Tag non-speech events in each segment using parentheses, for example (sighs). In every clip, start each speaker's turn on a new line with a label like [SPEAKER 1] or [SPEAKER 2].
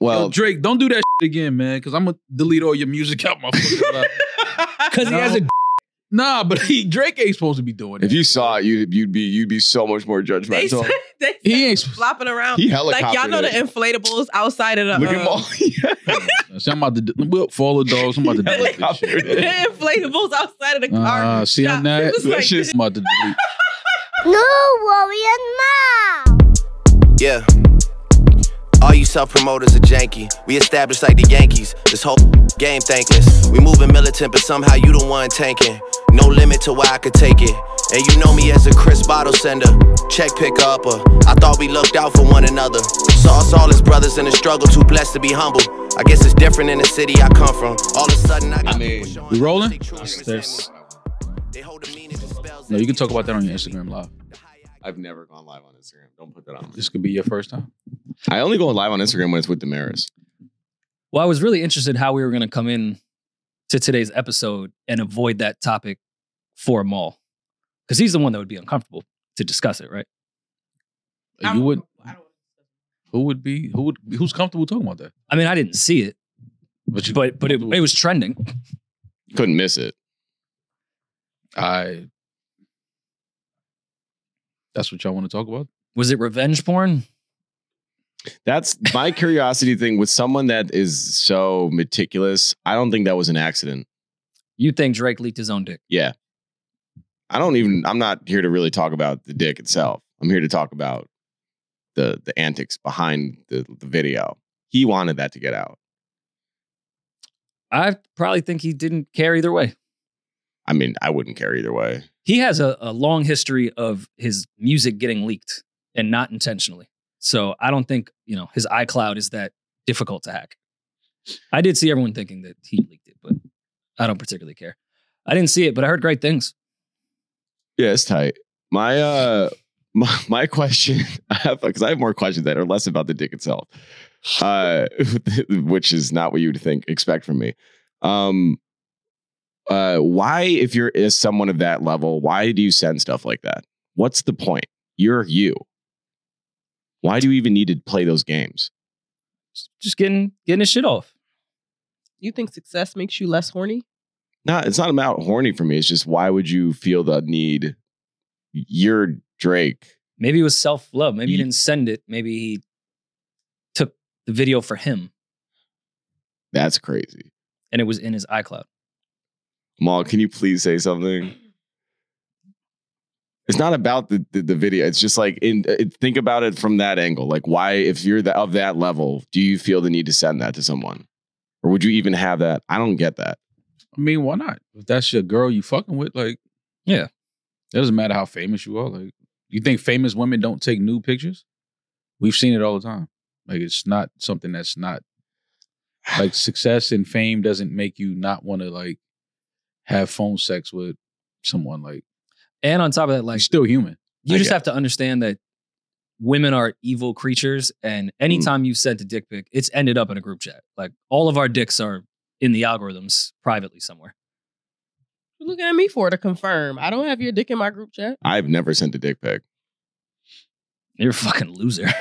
[SPEAKER 1] Well,
[SPEAKER 2] Yo, Drake, don't do that shit again, man, because I'm gonna delete all your music out my fucking life.
[SPEAKER 3] (laughs)
[SPEAKER 4] Because he has a.
[SPEAKER 2] Nah, but he Drake ain't supposed to be doing
[SPEAKER 1] if
[SPEAKER 2] it.
[SPEAKER 1] you saw it, you'd you'd be you'd be so much more
[SPEAKER 3] They
[SPEAKER 1] judgmental.
[SPEAKER 3] said they
[SPEAKER 2] He
[SPEAKER 3] said
[SPEAKER 2] ain't. supposed-
[SPEAKER 3] flopping around.
[SPEAKER 1] He
[SPEAKER 3] Like y'all know the
[SPEAKER 1] helicoptered it.
[SPEAKER 3] inflatables outside of the
[SPEAKER 1] Look at (laughs)
[SPEAKER 3] um,
[SPEAKER 1] Maul.
[SPEAKER 2] See, I'm about to de- we'll follow dogs. I'm about
[SPEAKER 3] (laughs)
[SPEAKER 2] to delete this
[SPEAKER 1] Helicoptered
[SPEAKER 3] the
[SPEAKER 2] shit.
[SPEAKER 3] (laughs)
[SPEAKER 1] it.
[SPEAKER 3] (laughs) inflatables outside of the car.
[SPEAKER 2] Ah, see, I
[SPEAKER 3] shop.
[SPEAKER 2] know
[SPEAKER 3] It
[SPEAKER 2] that-
[SPEAKER 3] was
[SPEAKER 2] that
[SPEAKER 3] like
[SPEAKER 2] shit's- I'm about to
[SPEAKER 3] (laughs)
[SPEAKER 2] delete.
[SPEAKER 5] No warrior now.
[SPEAKER 6] Yeah. All you self promoters are janky. We established like the Yankees. This whole game thankless. We moving militant, but somehow you the one tanking. No limit to why I could take it. And you know me as a crisp bottle sender, check pick upper. I thought we looked out for one another. Saw us all as brothers in the struggle, too blessed to be humble. I guess it's different in the city I come from. All of a sudden, I got
[SPEAKER 1] I mean,
[SPEAKER 6] people showing
[SPEAKER 2] we rolling?
[SPEAKER 6] up to stay true to
[SPEAKER 4] There's-
[SPEAKER 6] They hold the meaning to spells
[SPEAKER 2] No,
[SPEAKER 6] that
[SPEAKER 2] you can talk
[SPEAKER 6] mean
[SPEAKER 2] about that on your
[SPEAKER 6] nothing.
[SPEAKER 2] Instagram live.
[SPEAKER 1] I've never gone live on Instagram. Don't put that on.
[SPEAKER 2] This could be your first time.
[SPEAKER 1] I only go live on Instagram when it's with Damaris.
[SPEAKER 4] Well, I was really interested how we were going to come in to today's episode and avoid that topic for Maul, because he's the one that would be uncomfortable to discuss it, right?
[SPEAKER 3] I'm-
[SPEAKER 2] You would.
[SPEAKER 3] I don't-
[SPEAKER 2] Who would be? Who would? Who's comfortable talking about that?
[SPEAKER 4] I mean, I didn't see it,
[SPEAKER 2] But you,
[SPEAKER 4] but but it, it was trending.
[SPEAKER 1] Couldn't miss it.
[SPEAKER 2] I. That's what y'all want to talk about.
[SPEAKER 4] Was it revenge porn?
[SPEAKER 1] That's my curiosity thing with someone that is so meticulous. I don't think that was an accident.
[SPEAKER 4] You think Drake leaked his own dick?
[SPEAKER 1] Yeah. I don't even I'm not here to really talk about the dick itself. I'm here to talk about the the antics behind the, the video. He wanted that to get out.
[SPEAKER 4] I probably think he didn't care either way.
[SPEAKER 1] I mean, I wouldn't care either way.
[SPEAKER 4] He has a, a long history of his music getting leaked and not intentionally. So I don't think, you know, his iCloud is that difficult to hack. I did see everyone thinking that he leaked it, but I don't particularly care. I didn't see it, but I heard great things.
[SPEAKER 1] Yeah, it's tight. My uh (laughs) my, my question (laughs) I have because I have more questions that are less about the dick itself. Uh (laughs) which is not what you would think expect from me. Um uh why if you're is someone of that level, why do you send stuff like that? What's the point? You're you. Why do you even need to play those games?
[SPEAKER 4] Just getting getting his shit off.
[SPEAKER 3] You think success makes you less horny?
[SPEAKER 1] Not it's not about horny for me. It's just why would you feel the need? You're Drake.
[SPEAKER 4] Maybe it was self love. Maybe he
[SPEAKER 1] Ye-
[SPEAKER 4] didn't send it. Maybe he took the video for him
[SPEAKER 1] That's crazy.
[SPEAKER 4] and it was in his iCloud.
[SPEAKER 1] Maul, can you please say something? It's not about the, the, the video. It's just like in uh, it, think about it from that angle. Like why, if you're the, of that level, do you feel the need to send that to someone, or would you even have that? I don't get that.
[SPEAKER 2] I mean, why not? If that's your girl you fucking with, like,
[SPEAKER 4] Yeah.
[SPEAKER 2] it doesn't matter how famous you are. Like, you think famous women don't take nude pictures? We've seen it all the time. Like, it's not something that's not like success and fame doesn't make you not want to like have phone sex with someone. Like,
[SPEAKER 4] And on top of that,
[SPEAKER 2] like
[SPEAKER 4] like
[SPEAKER 2] still human.
[SPEAKER 4] You
[SPEAKER 1] I
[SPEAKER 4] just
[SPEAKER 1] get
[SPEAKER 4] have to understand that women are evil creatures, and
[SPEAKER 1] Mm.
[SPEAKER 4] anytime you sent a dick pic, it's ended up in a group chat. Like all of our dicks are in the algorithms privately somewhere. (laughs)
[SPEAKER 3] You're looking at me for to confirm. I don't have your dick in my
[SPEAKER 1] (laughs)
[SPEAKER 3] group chat.
[SPEAKER 1] I've never sent a dick pic.
[SPEAKER 4] You're a fucking loser. (laughs)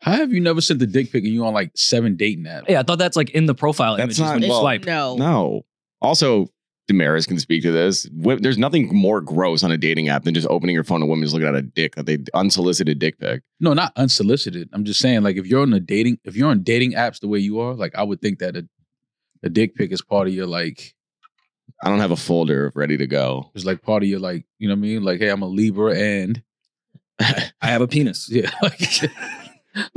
[SPEAKER 2] How have you never sent the dick pic and you on like seven dating apps?
[SPEAKER 4] hey, I thought that's like in the profile
[SPEAKER 1] That's
[SPEAKER 4] images
[SPEAKER 1] not-
[SPEAKER 4] when you
[SPEAKER 1] well,
[SPEAKER 4] swipe.
[SPEAKER 3] no.
[SPEAKER 1] No. Also, Damaris can speak to this. Wo- There's nothing more gross on a dating app than just opening your phone and women just looking at a dick that they unsolicited dick pic.
[SPEAKER 2] No, not unsolicited. I'm just saying, like, if you're on a dating, if you're on dating apps the way you are, like, I would think that a, a dick pic is part of your like,
[SPEAKER 1] I don't have a folder of ready to go.
[SPEAKER 2] is like part of your like, you know what I mean? Like, hey, I'm a Libra, and
[SPEAKER 4] I have a
[SPEAKER 2] (laughs)
[SPEAKER 4] penis.
[SPEAKER 2] yeah, like,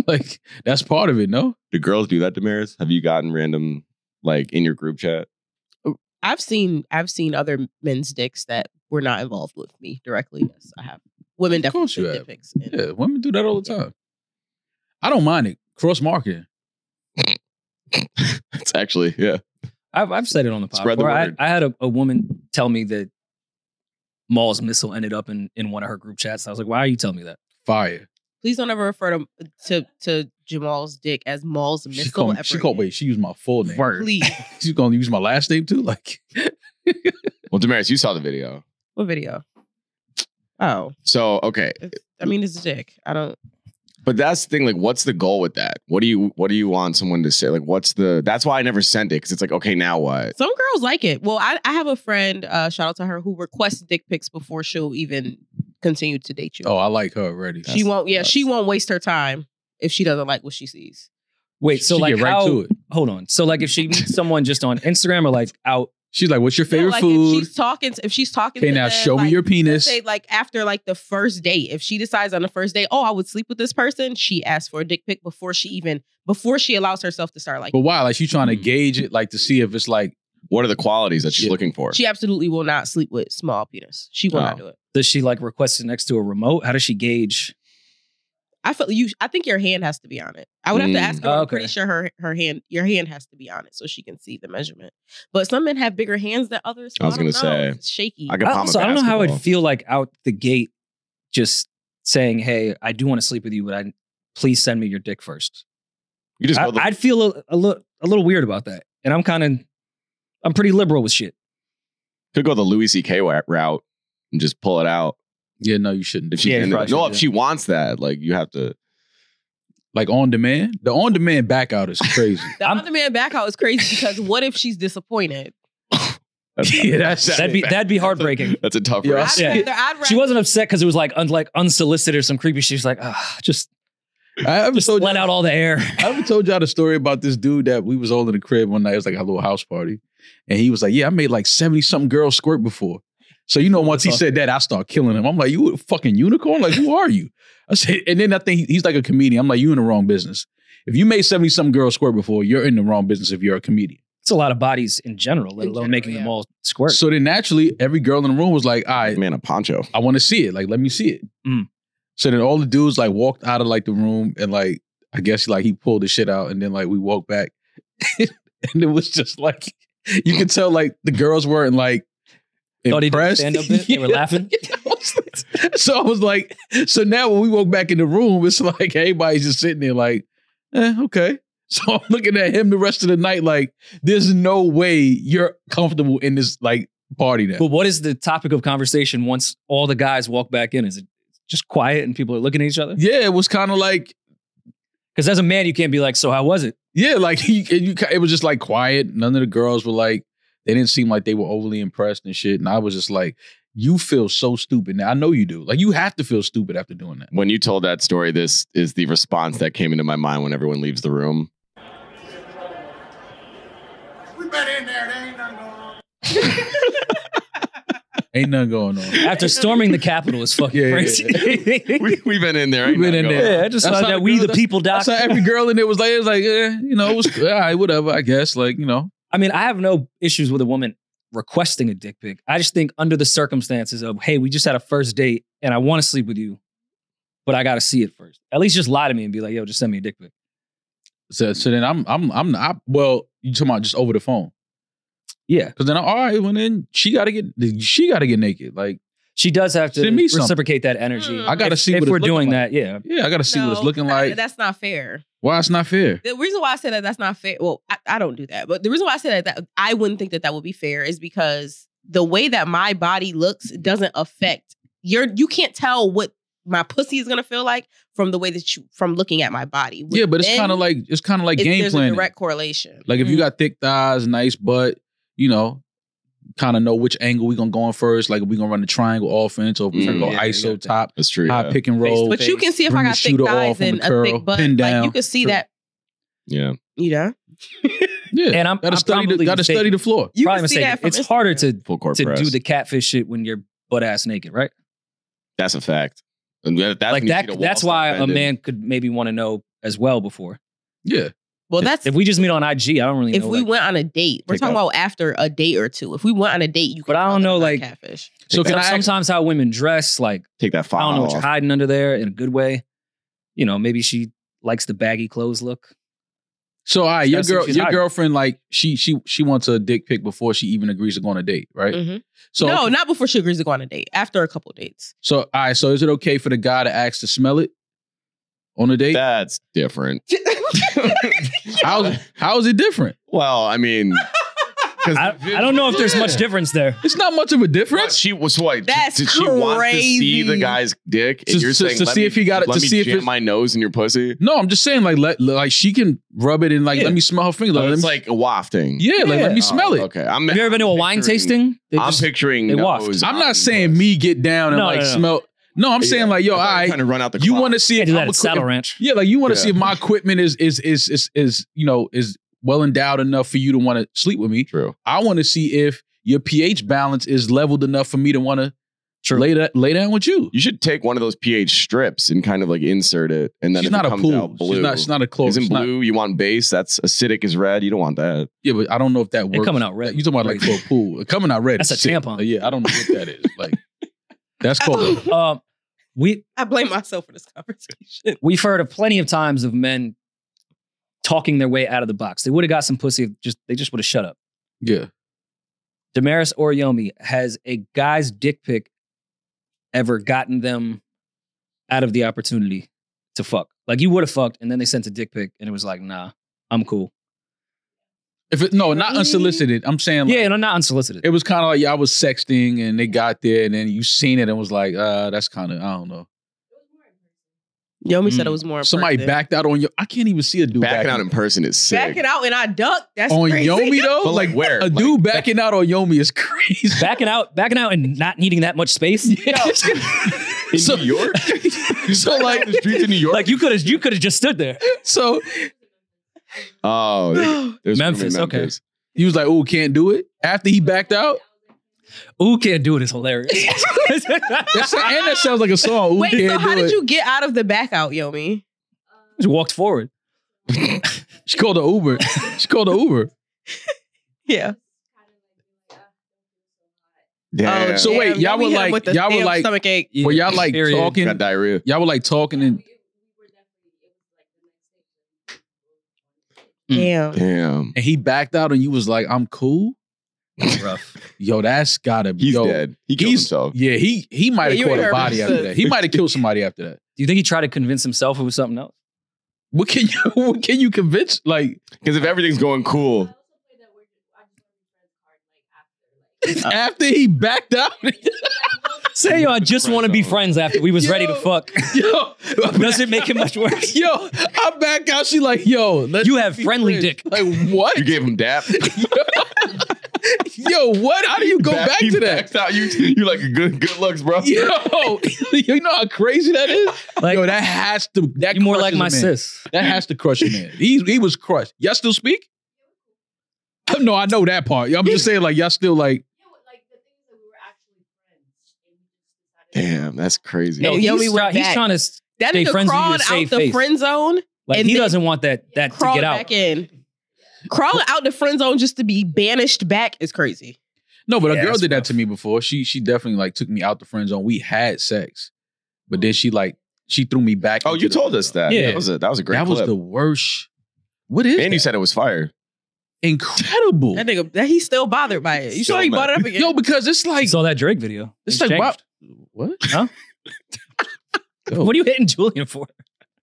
[SPEAKER 2] like that's part of it. No,
[SPEAKER 1] Do girls do that, Damaris? Have you gotten random like in your group chat?
[SPEAKER 3] I've seen I've seen other men's dicks that were not involved with me directly. Yes, I have. Women
[SPEAKER 2] Of
[SPEAKER 3] definitely
[SPEAKER 2] course you
[SPEAKER 3] take
[SPEAKER 2] have.
[SPEAKER 3] dick pics. and-
[SPEAKER 2] yeah, women do that all the time. I don't mind it. Cross marketing.
[SPEAKER 1] (laughs) It's actually yeah.
[SPEAKER 4] I've, I've said it on the pod.
[SPEAKER 1] Spread the
[SPEAKER 4] before. I,
[SPEAKER 1] word.
[SPEAKER 4] I had a, a woman tell me that Maul's missile ended up in, in one of her group chats. I was like, why are you telling me that?
[SPEAKER 2] Fire.
[SPEAKER 3] Please don't ever refer to to, to Jamal's dick as Maul's missile.
[SPEAKER 2] She called.
[SPEAKER 3] ever
[SPEAKER 2] She called.
[SPEAKER 3] again.
[SPEAKER 2] Wait, she used my full name.
[SPEAKER 4] Word.
[SPEAKER 3] Please.
[SPEAKER 2] She's gonna use my last name too. (laughs)
[SPEAKER 4] (laughs)
[SPEAKER 2] Like,
[SPEAKER 1] Well, Damaris, you saw the video.
[SPEAKER 3] What video? Oh,
[SPEAKER 1] So okay,
[SPEAKER 3] I mean, it's a dick. I don't.
[SPEAKER 1] But that's the thing. Like, what's the goal with that? What do you What do you want someone to say? Like, what's the? That's why I never sent it because it's like, okay, now what?
[SPEAKER 3] Some girls like it. Well, I, I have a friend, uh, shout out to her, who requests dick pics before she'll even continue to date you.
[SPEAKER 2] Oh, I like her already.
[SPEAKER 3] she won't. Yeah,
[SPEAKER 1] nuts.
[SPEAKER 3] she won't waste her time if she doesn't like what she sees.
[SPEAKER 4] Wait, so
[SPEAKER 2] She
[SPEAKER 4] like
[SPEAKER 2] get right
[SPEAKER 4] how?
[SPEAKER 2] to it.
[SPEAKER 4] Hold on. So like if she meets
[SPEAKER 1] (laughs)
[SPEAKER 4] someone just on Instagram or like out,
[SPEAKER 2] She's like, "What's your
[SPEAKER 3] Yeah,
[SPEAKER 2] favorite
[SPEAKER 3] like If
[SPEAKER 2] food?"
[SPEAKER 3] she's talking, if she's talking.
[SPEAKER 2] Okay,
[SPEAKER 3] to
[SPEAKER 2] now
[SPEAKER 3] them,
[SPEAKER 2] show me
[SPEAKER 3] like,
[SPEAKER 2] your
[SPEAKER 3] let's
[SPEAKER 2] penis.
[SPEAKER 3] Say like after like the first date, if she decides on the first date, oh, I would sleep with this person. She asks for a dick pic before she even before she allows herself to start like.
[SPEAKER 2] But why? Like, she trying to
[SPEAKER 4] Hmm.
[SPEAKER 2] gauge it, like to see if it's like
[SPEAKER 1] What are the qualities that she's
[SPEAKER 2] Shit.
[SPEAKER 1] looking for?
[SPEAKER 3] She absolutely will not sleep with small penis. She will not
[SPEAKER 1] Oh.
[SPEAKER 3] do it.
[SPEAKER 4] does she like request it next to a remote? How does she gauge?
[SPEAKER 3] I feel you. I think your hand has to be on it. I would have to
[SPEAKER 1] Mm.
[SPEAKER 3] ask her.
[SPEAKER 4] Oh,
[SPEAKER 3] but I'm
[SPEAKER 4] okay.
[SPEAKER 3] pretty sure her her hand your hand has to be on it so she can see the measurement. But some men have bigger hands than others. So
[SPEAKER 1] I was
[SPEAKER 3] going to
[SPEAKER 1] gonna say,
[SPEAKER 3] it's shaky.
[SPEAKER 1] I could
[SPEAKER 4] I
[SPEAKER 1] palm a
[SPEAKER 4] also, I don't know how
[SPEAKER 1] basketball.
[SPEAKER 4] it'd feel like out the gate, just saying, "Hey, I do want to sleep with you, but I please send me your dick first.
[SPEAKER 1] You just
[SPEAKER 4] I,
[SPEAKER 1] go the,
[SPEAKER 4] I'd feel a, a little a little weird about that, and I'm kind of I'm pretty liberal with shit.
[SPEAKER 1] could go the Louis C.K. wa- route and just pull it out.
[SPEAKER 2] Yeah, no, you shouldn't.
[SPEAKER 1] If she
[SPEAKER 4] Yeah,
[SPEAKER 1] and-
[SPEAKER 4] probably
[SPEAKER 1] no,
[SPEAKER 4] should,
[SPEAKER 1] if
[SPEAKER 4] yeah.
[SPEAKER 1] she wants that, like you have to.
[SPEAKER 2] like on demand, the on demand back out is
[SPEAKER 4] (laughs)
[SPEAKER 2] crazy.
[SPEAKER 3] the
[SPEAKER 4] I'm-
[SPEAKER 3] other man back out is crazy because what if she's disappointed?
[SPEAKER 4] (laughs)
[SPEAKER 2] Yeah, that's-
[SPEAKER 4] That'd
[SPEAKER 1] (laughs)
[SPEAKER 4] be that'd
[SPEAKER 3] (laughs)
[SPEAKER 4] be heartbreaking.
[SPEAKER 1] That's a tough.
[SPEAKER 2] Yeah.
[SPEAKER 1] route.
[SPEAKER 3] I'd
[SPEAKER 4] Yeah.
[SPEAKER 3] rather, I'd rather
[SPEAKER 4] She wasn't upset because it was like un, like unsolicited or some creepy. shit. She's like, ah, just
[SPEAKER 2] I ever
[SPEAKER 4] just
[SPEAKER 2] told
[SPEAKER 4] let out all the air.
[SPEAKER 2] I ever told y'all the story about this dude that we was all in the crib one night. It was like a little house party, and he was like, "Yeah, I made like seventy something girls squirt before." So you know, once he said that, I start killing him. I'm like, "You a fucking unicorn? Like, who are you?" I said, and then I think he- he's like a comedian. I'm like, "You in the wrong business. If you made seventy something girls squirt before, you're in the wrong business. If you're a comedian."
[SPEAKER 4] It's a lot of bodies in general, let
[SPEAKER 3] In
[SPEAKER 4] alone
[SPEAKER 3] general,
[SPEAKER 4] making them
[SPEAKER 3] yeah.
[SPEAKER 4] all squirt.
[SPEAKER 2] So then naturally, every girl in the room was like, "All right,
[SPEAKER 1] Man, a poncho.
[SPEAKER 2] I want to see it. Like, let me see it.
[SPEAKER 4] Mm.
[SPEAKER 2] So then all the dudes like walked out of like the room and like I guess like he pulled the shit out and then like we walked back (laughs) and it was just like you could tell like the girls weren't like
[SPEAKER 4] Thought he did
[SPEAKER 1] (laughs)
[SPEAKER 2] impressed.
[SPEAKER 4] stand-up bit?
[SPEAKER 2] (laughs)
[SPEAKER 4] They were laughing?
[SPEAKER 2] so I was like, so now when we walk back in the room, it's like everybody's just sitting there like, eh, okay. So I'm looking at him the rest of the night like, there's no way you're comfortable in this like party now.
[SPEAKER 4] But what is the topic of conversation once all the guys walk back in? Is it just quiet and people are looking at each other?
[SPEAKER 2] Yeah, it was kind of like
[SPEAKER 4] Because as a man, you can't be like, "So how was it?"
[SPEAKER 2] Yeah, like (laughs) he, and you, it was just like quiet. None of the girls were like, they didn't seem like they were overly impressed and shit. And I was just like, you feel so stupid now. I know you do. Like you have to feel stupid after doing that.
[SPEAKER 1] When you told that story, this is the response that came into my mind when everyone leaves the room.
[SPEAKER 7] We been in there, there ain't nothing going on.
[SPEAKER 2] Ain't nothing going on.
[SPEAKER 3] (laughs)
[SPEAKER 4] After storming the Capitol is fucking
[SPEAKER 2] Yeah, yeah, (laughs)
[SPEAKER 4] crazy.
[SPEAKER 1] (laughs) We, we've been in there.
[SPEAKER 2] We've
[SPEAKER 1] ain't
[SPEAKER 2] been
[SPEAKER 1] nothing going
[SPEAKER 2] in there.
[SPEAKER 1] on.
[SPEAKER 4] Yeah, I just
[SPEAKER 2] That's
[SPEAKER 4] thought
[SPEAKER 2] how
[SPEAKER 4] that
[SPEAKER 2] it
[SPEAKER 4] we
[SPEAKER 2] goes.
[SPEAKER 4] the people
[SPEAKER 2] I
[SPEAKER 4] doc.
[SPEAKER 2] saw every girl in there was like, it was like, eh, you know, it was all right, whatever. I guess, like, you know,
[SPEAKER 4] I mean, I have no issues with a woman requesting a dick pic. I just think under the circumstances of, hey, we just had a first date and I want to sleep with you, but I got to see it first. At least just lie to me and be like, yo, just send me a dick pic.
[SPEAKER 2] So, so then I'm, I'm, I'm not. Well, you talking about just over the phone?
[SPEAKER 4] Yeah.
[SPEAKER 2] Because then, I'm, all right, well then she got to get, she got to get naked. Like,
[SPEAKER 4] She does have to
[SPEAKER 2] Send me something.
[SPEAKER 4] reciprocate that energy.
[SPEAKER 3] I
[SPEAKER 2] gotta
[SPEAKER 4] If-
[SPEAKER 2] see what
[SPEAKER 4] if
[SPEAKER 2] it's
[SPEAKER 4] we're
[SPEAKER 2] looking
[SPEAKER 4] doing
[SPEAKER 2] like.
[SPEAKER 4] that. Yeah.
[SPEAKER 2] yeah, I
[SPEAKER 4] (laughs)
[SPEAKER 2] got to see what it's
[SPEAKER 3] No,
[SPEAKER 2] looking
[SPEAKER 3] that-
[SPEAKER 2] like.
[SPEAKER 3] That's not fair.
[SPEAKER 2] Why it's not fair?
[SPEAKER 3] The reason why I say that that's not fair. Well, I, I don't do that, but the reason why I say that, that I wouldn't think that that would be fair is because the way that my body looks doesn't affect your. You can't tell what my pussy is gonna feel like from the way that you from looking at my body. With
[SPEAKER 2] Yeah, but it's
[SPEAKER 3] men,
[SPEAKER 2] kind of like it's kind of like
[SPEAKER 3] it's-
[SPEAKER 2] game
[SPEAKER 3] there's a
[SPEAKER 2] planning.
[SPEAKER 3] direct correlation.
[SPEAKER 2] Like
[SPEAKER 4] Mm. Mm-hmm.
[SPEAKER 2] if you got thick thighs, nice butt, you know, kind of know which angle we gonna go in first. Like if we gonna run the triangle offense or if we gonna
[SPEAKER 1] Mm.
[SPEAKER 2] go
[SPEAKER 4] Yeah, you
[SPEAKER 2] ISO
[SPEAKER 4] got that.
[SPEAKER 2] top,
[SPEAKER 1] That's true.
[SPEAKER 2] high
[SPEAKER 1] Yeah.
[SPEAKER 2] pick and
[SPEAKER 4] Face
[SPEAKER 2] roll.
[SPEAKER 4] to
[SPEAKER 3] but you can see if I
[SPEAKER 2] Bring the
[SPEAKER 3] got thick
[SPEAKER 2] shooter off
[SPEAKER 3] thighs
[SPEAKER 2] on
[SPEAKER 3] and
[SPEAKER 2] the
[SPEAKER 3] a
[SPEAKER 2] curl,
[SPEAKER 3] thick butt.
[SPEAKER 2] pin
[SPEAKER 3] Like
[SPEAKER 2] down.
[SPEAKER 3] you can see
[SPEAKER 2] True.
[SPEAKER 3] that.
[SPEAKER 1] yeah.
[SPEAKER 3] You know,
[SPEAKER 2] yeah,
[SPEAKER 4] And I'm-
[SPEAKER 2] gotta
[SPEAKER 4] I'm
[SPEAKER 2] study. The,
[SPEAKER 4] probably
[SPEAKER 2] gotta study
[SPEAKER 4] mistaken.
[SPEAKER 2] the floor.
[SPEAKER 3] you
[SPEAKER 4] Probably
[SPEAKER 3] can see
[SPEAKER 4] mistaken.
[SPEAKER 3] that. From
[SPEAKER 4] it's harder
[SPEAKER 3] Instagram.
[SPEAKER 4] to
[SPEAKER 1] Full court
[SPEAKER 4] to
[SPEAKER 1] press.
[SPEAKER 4] do the catfish shit when you're butt ass naked, right?
[SPEAKER 1] That's a fact. And that, that's
[SPEAKER 4] like
[SPEAKER 1] when you see
[SPEAKER 4] that.
[SPEAKER 1] the
[SPEAKER 4] That's
[SPEAKER 1] walls
[SPEAKER 4] why a
[SPEAKER 1] suspended.
[SPEAKER 4] man could maybe want to know as well before.
[SPEAKER 2] Yeah,
[SPEAKER 3] Well, that's
[SPEAKER 4] If we just meet on IG, I don't really
[SPEAKER 3] if
[SPEAKER 4] know.
[SPEAKER 3] we
[SPEAKER 4] like-
[SPEAKER 3] went on a date. We're
[SPEAKER 1] Take
[SPEAKER 3] talking
[SPEAKER 1] that.
[SPEAKER 3] about after a date or two. If we went on a date, you.
[SPEAKER 4] But
[SPEAKER 3] can
[SPEAKER 4] I
[SPEAKER 3] tell
[SPEAKER 4] don't
[SPEAKER 3] that
[SPEAKER 4] know,
[SPEAKER 3] it's not
[SPEAKER 4] like-
[SPEAKER 3] catfish.
[SPEAKER 2] So can
[SPEAKER 4] some-
[SPEAKER 2] I ask-
[SPEAKER 4] sometimes how women dress, like
[SPEAKER 1] take that
[SPEAKER 4] I
[SPEAKER 1] file.
[SPEAKER 4] don't know what you're
[SPEAKER 1] off.
[SPEAKER 4] hiding under there in a good way. You know, maybe she likes the baggy clothes look.
[SPEAKER 2] So all right, your
[SPEAKER 4] Gotta see if
[SPEAKER 2] girl,
[SPEAKER 4] she's
[SPEAKER 2] your
[SPEAKER 4] hiding.
[SPEAKER 2] girlfriend, like she she she wants a dick pic before she even agrees to go on a date, right?
[SPEAKER 4] Mm-hmm.
[SPEAKER 3] Mhm.
[SPEAKER 2] So
[SPEAKER 3] no, not before she agrees to go on a date. After a couple dates. (laughs)
[SPEAKER 2] so all right, so is it okay for the guy to ask to smell it on a date?
[SPEAKER 1] That's different.
[SPEAKER 2] How's how is it different?
[SPEAKER 4] (laughs)
[SPEAKER 1] Well, I mean, 'Cause
[SPEAKER 4] I, I don't know if there's much
[SPEAKER 2] Yeah.
[SPEAKER 4] difference there.
[SPEAKER 2] It's not much of a
[SPEAKER 1] What,
[SPEAKER 2] difference.
[SPEAKER 1] she was what?
[SPEAKER 3] That's
[SPEAKER 1] did she want to see
[SPEAKER 3] crazy.
[SPEAKER 1] the guy's dick? And
[SPEAKER 2] To-
[SPEAKER 1] you're
[SPEAKER 2] to-
[SPEAKER 1] saying
[SPEAKER 2] to
[SPEAKER 1] let
[SPEAKER 2] see
[SPEAKER 1] me-
[SPEAKER 2] if he got it-
[SPEAKER 1] Let
[SPEAKER 2] to
[SPEAKER 1] me
[SPEAKER 2] see if
[SPEAKER 1] jam
[SPEAKER 2] it-
[SPEAKER 1] my nose in your pussy.
[SPEAKER 2] No, I'm just saying, like, let like she can rub it and like
[SPEAKER 4] Yeah.
[SPEAKER 2] let me smell her finger.
[SPEAKER 1] Oh,
[SPEAKER 2] Like,
[SPEAKER 1] it's
[SPEAKER 2] let me-
[SPEAKER 1] like a wafting.
[SPEAKER 2] yeah, like let
[SPEAKER 4] Yeah.
[SPEAKER 2] me smell
[SPEAKER 1] Oh,
[SPEAKER 2] it.
[SPEAKER 1] Okay, I'm.
[SPEAKER 4] Have you ever been to a wine
[SPEAKER 1] picturing-
[SPEAKER 4] tasting? They
[SPEAKER 1] I'm
[SPEAKER 4] just-
[SPEAKER 1] picturing.
[SPEAKER 4] they waft.
[SPEAKER 1] nose
[SPEAKER 2] I'm
[SPEAKER 1] on
[SPEAKER 2] not saying
[SPEAKER 1] puss.
[SPEAKER 2] me get down and
[SPEAKER 4] No,
[SPEAKER 2] like
[SPEAKER 4] no, no.
[SPEAKER 2] smell. No, I'm
[SPEAKER 1] Yeah.
[SPEAKER 2] saying like, yo,
[SPEAKER 1] I thought you were
[SPEAKER 2] I
[SPEAKER 1] trying to run out the.
[SPEAKER 2] you
[SPEAKER 1] clock.
[SPEAKER 2] want to see
[SPEAKER 4] they
[SPEAKER 2] if
[SPEAKER 4] do
[SPEAKER 2] I'm
[SPEAKER 4] that at
[SPEAKER 2] equi- (laughs)
[SPEAKER 4] Saddle Ranch.
[SPEAKER 2] Yeah, like you want to
[SPEAKER 1] Yeah.
[SPEAKER 2] see if my equipment is is is is is you know is well endowed enough for you to want to sleep with me.
[SPEAKER 1] True.
[SPEAKER 2] I want to see if your pH balance is leveled enough for me to want to
[SPEAKER 4] True.
[SPEAKER 2] lay that lay down with you.
[SPEAKER 1] You should take one of those pH strips and kind of like insert it, and then
[SPEAKER 2] She's
[SPEAKER 1] if it
[SPEAKER 2] not a
[SPEAKER 1] comes
[SPEAKER 2] pool.
[SPEAKER 1] out
[SPEAKER 2] She's
[SPEAKER 1] blue.
[SPEAKER 2] not. She's not a close.
[SPEAKER 1] Isn't
[SPEAKER 2] she's not-
[SPEAKER 1] blue? You want base? That's acidic. Is red? You don't want that.
[SPEAKER 2] yeah, but I don't know if that
[SPEAKER 4] They're
[SPEAKER 2] works.
[SPEAKER 4] coming out red.
[SPEAKER 2] You talking about like for a pool? Coming out red.
[SPEAKER 4] That's
[SPEAKER 2] is
[SPEAKER 4] a
[SPEAKER 2] sick.
[SPEAKER 4] tampon.
[SPEAKER 2] Yeah, I don't know what that is. Like
[SPEAKER 4] (laughs)
[SPEAKER 2] that's called.
[SPEAKER 4] Um, we
[SPEAKER 3] I blame myself for this conversation.
[SPEAKER 4] we've heard of plenty of times of men talking their way out of the box. They would have got some pussy. If just they just would have shut up.
[SPEAKER 2] Yeah.
[SPEAKER 4] Damaris Oriomi has a guy's dick pic ever gotten them out of the opportunity to fuck? Like you would have fucked, and then they sent a dick pic, and it was like, nah, I'm cool.
[SPEAKER 2] If it, no, not unsolicited. I'm saying. Like,
[SPEAKER 4] Yeah, and I'm not unsolicited.
[SPEAKER 2] It was kind of like yeah, I was sexting and they got there and then you seen it and was like, uh, that's kind of I don't know.
[SPEAKER 3] Yomi
[SPEAKER 2] Mm.
[SPEAKER 3] said it was more.
[SPEAKER 2] Somebody
[SPEAKER 3] impressive.
[SPEAKER 2] backed out on you. I can't even see a dude
[SPEAKER 1] Backing out in person is sick.
[SPEAKER 3] backing out, and I ducked. That's
[SPEAKER 2] on
[SPEAKER 3] crazy. (laughs)
[SPEAKER 2] Yomi though.
[SPEAKER 1] But like where?
[SPEAKER 2] a
[SPEAKER 1] Like,
[SPEAKER 2] dude backing out on Yomi is (laughs) crazy.
[SPEAKER 4] (laughs) Backing out, backing out, and not needing that much space.
[SPEAKER 1] in
[SPEAKER 2] (laughs) so,
[SPEAKER 1] New York.
[SPEAKER 2] so like
[SPEAKER 1] the streets in New York.
[SPEAKER 4] (laughs) like you could have, you could have just stood there.
[SPEAKER 2] so
[SPEAKER 1] oh, there- there's room in
[SPEAKER 4] Memphis, okay.
[SPEAKER 1] Memphis.
[SPEAKER 2] he was like, oh, can't do it. After he backed out,
[SPEAKER 4] Ooh, can't do it is (laughs) hilarious.
[SPEAKER 2] that's, and that sounds like a song. Ooh,
[SPEAKER 3] Wait,
[SPEAKER 2] can't
[SPEAKER 3] so how
[SPEAKER 2] do
[SPEAKER 3] did
[SPEAKER 2] it.
[SPEAKER 3] you get out of the back out, Yomi?
[SPEAKER 4] just walked forward.
[SPEAKER 2] She called an Uber. (laughs) She called an Uber.
[SPEAKER 3] Yeah.
[SPEAKER 1] Damn.
[SPEAKER 2] so
[SPEAKER 3] Oh, damn,
[SPEAKER 2] wait,
[SPEAKER 3] Yomi
[SPEAKER 2] y'all were
[SPEAKER 3] hit him
[SPEAKER 2] like-
[SPEAKER 3] with the
[SPEAKER 2] y'all were
[SPEAKER 3] damn
[SPEAKER 2] like-
[SPEAKER 3] stomach ache.
[SPEAKER 2] Were y'all like
[SPEAKER 4] Period.
[SPEAKER 2] talking?
[SPEAKER 1] got diarrhea.
[SPEAKER 2] Y'all were like talking and
[SPEAKER 4] Mm.
[SPEAKER 3] Damn.
[SPEAKER 1] Damn.
[SPEAKER 2] and he backed out and you was like, I'm cool.
[SPEAKER 4] (laughs) Rough.
[SPEAKER 2] Yo, that's gotta be
[SPEAKER 1] He's
[SPEAKER 2] yo,
[SPEAKER 1] dead. He killed
[SPEAKER 2] he's-
[SPEAKER 1] himself.
[SPEAKER 2] Yeah, he he might have
[SPEAKER 3] Yeah, you
[SPEAKER 2] caught
[SPEAKER 3] ain't
[SPEAKER 2] a
[SPEAKER 3] heard
[SPEAKER 2] body
[SPEAKER 3] me
[SPEAKER 2] after
[SPEAKER 3] since.
[SPEAKER 2] that. He might have killed somebody after that.
[SPEAKER 4] Do you think he tried to convince himself it was something else?
[SPEAKER 2] What can you (laughs) what can you convince? Like
[SPEAKER 1] Because if everything's going cool,
[SPEAKER 4] Uh,
[SPEAKER 2] after he backed out, (laughs)
[SPEAKER 4] Say, yo, I just want to be friends after we was ready to
[SPEAKER 2] Yo.
[SPEAKER 4] fuck.
[SPEAKER 2] yo,
[SPEAKER 4] Does it make it much
[SPEAKER 2] (laughs)
[SPEAKER 4] worse?
[SPEAKER 2] yo, I back out. She like, yo, let's
[SPEAKER 4] You have
[SPEAKER 2] be
[SPEAKER 4] friendly
[SPEAKER 2] friends.
[SPEAKER 4] dick.
[SPEAKER 2] Like what?
[SPEAKER 1] you gave him dap.
[SPEAKER 2] yo, what? How
[SPEAKER 1] (laughs)
[SPEAKER 2] do you (laughs) go back,
[SPEAKER 1] he
[SPEAKER 2] to that?
[SPEAKER 1] backs Out. You, you like a good good looks, bro.
[SPEAKER 2] Yo, (laughs) you know how crazy that is.
[SPEAKER 4] Like,
[SPEAKER 2] yo, that has to. That
[SPEAKER 4] you more
[SPEAKER 2] crushes
[SPEAKER 4] like
[SPEAKER 2] a
[SPEAKER 4] my
[SPEAKER 2] man.
[SPEAKER 4] sis.
[SPEAKER 2] That has to crush a man. He he was crushed. Y'all still speak? No, I know that part. I'm
[SPEAKER 4] (laughs)
[SPEAKER 2] just saying, like y'all still like.
[SPEAKER 1] Damn, that's crazy.
[SPEAKER 3] No,
[SPEAKER 4] Yo,
[SPEAKER 3] Yomi
[SPEAKER 4] he's,
[SPEAKER 3] went
[SPEAKER 4] try- he's
[SPEAKER 3] back.
[SPEAKER 4] trying to s-
[SPEAKER 3] That
[SPEAKER 4] Stay
[SPEAKER 3] nigga
[SPEAKER 4] friends with you
[SPEAKER 3] crawled
[SPEAKER 4] to
[SPEAKER 3] out
[SPEAKER 4] save
[SPEAKER 3] the
[SPEAKER 4] face.
[SPEAKER 3] friend zone,
[SPEAKER 4] like
[SPEAKER 3] And
[SPEAKER 4] he
[SPEAKER 3] then
[SPEAKER 4] doesn't want that that to
[SPEAKER 3] crawled
[SPEAKER 4] get
[SPEAKER 3] back
[SPEAKER 4] out.
[SPEAKER 3] in. Crawling out the friend zone just to be banished back is crazy.
[SPEAKER 2] No, but
[SPEAKER 4] Yeah,
[SPEAKER 2] a girl
[SPEAKER 4] that's
[SPEAKER 2] did that
[SPEAKER 4] rough.
[SPEAKER 2] to me before. She she definitely like took me out the friend zone. We had sex, but then she like she threw me back.
[SPEAKER 1] Oh,
[SPEAKER 2] into
[SPEAKER 1] you
[SPEAKER 2] the
[SPEAKER 1] told
[SPEAKER 2] friend
[SPEAKER 1] us
[SPEAKER 2] zone.
[SPEAKER 1] that.
[SPEAKER 4] Yeah.
[SPEAKER 1] that was a that was a great.
[SPEAKER 2] that was
[SPEAKER 1] clip.
[SPEAKER 2] the worst. What is?
[SPEAKER 1] And you
[SPEAKER 2] that?
[SPEAKER 1] said it was fire.
[SPEAKER 2] incredible.
[SPEAKER 3] That nigga, that he's still bothered by it. You
[SPEAKER 1] Still
[SPEAKER 3] sure he brought it up again?
[SPEAKER 2] Yo, because it's
[SPEAKER 4] I
[SPEAKER 2] like
[SPEAKER 4] saw that Drake video.
[SPEAKER 2] it's
[SPEAKER 4] He's
[SPEAKER 2] like wow,
[SPEAKER 4] changed.
[SPEAKER 2] what?
[SPEAKER 4] Huh? What are you hitting Julian for?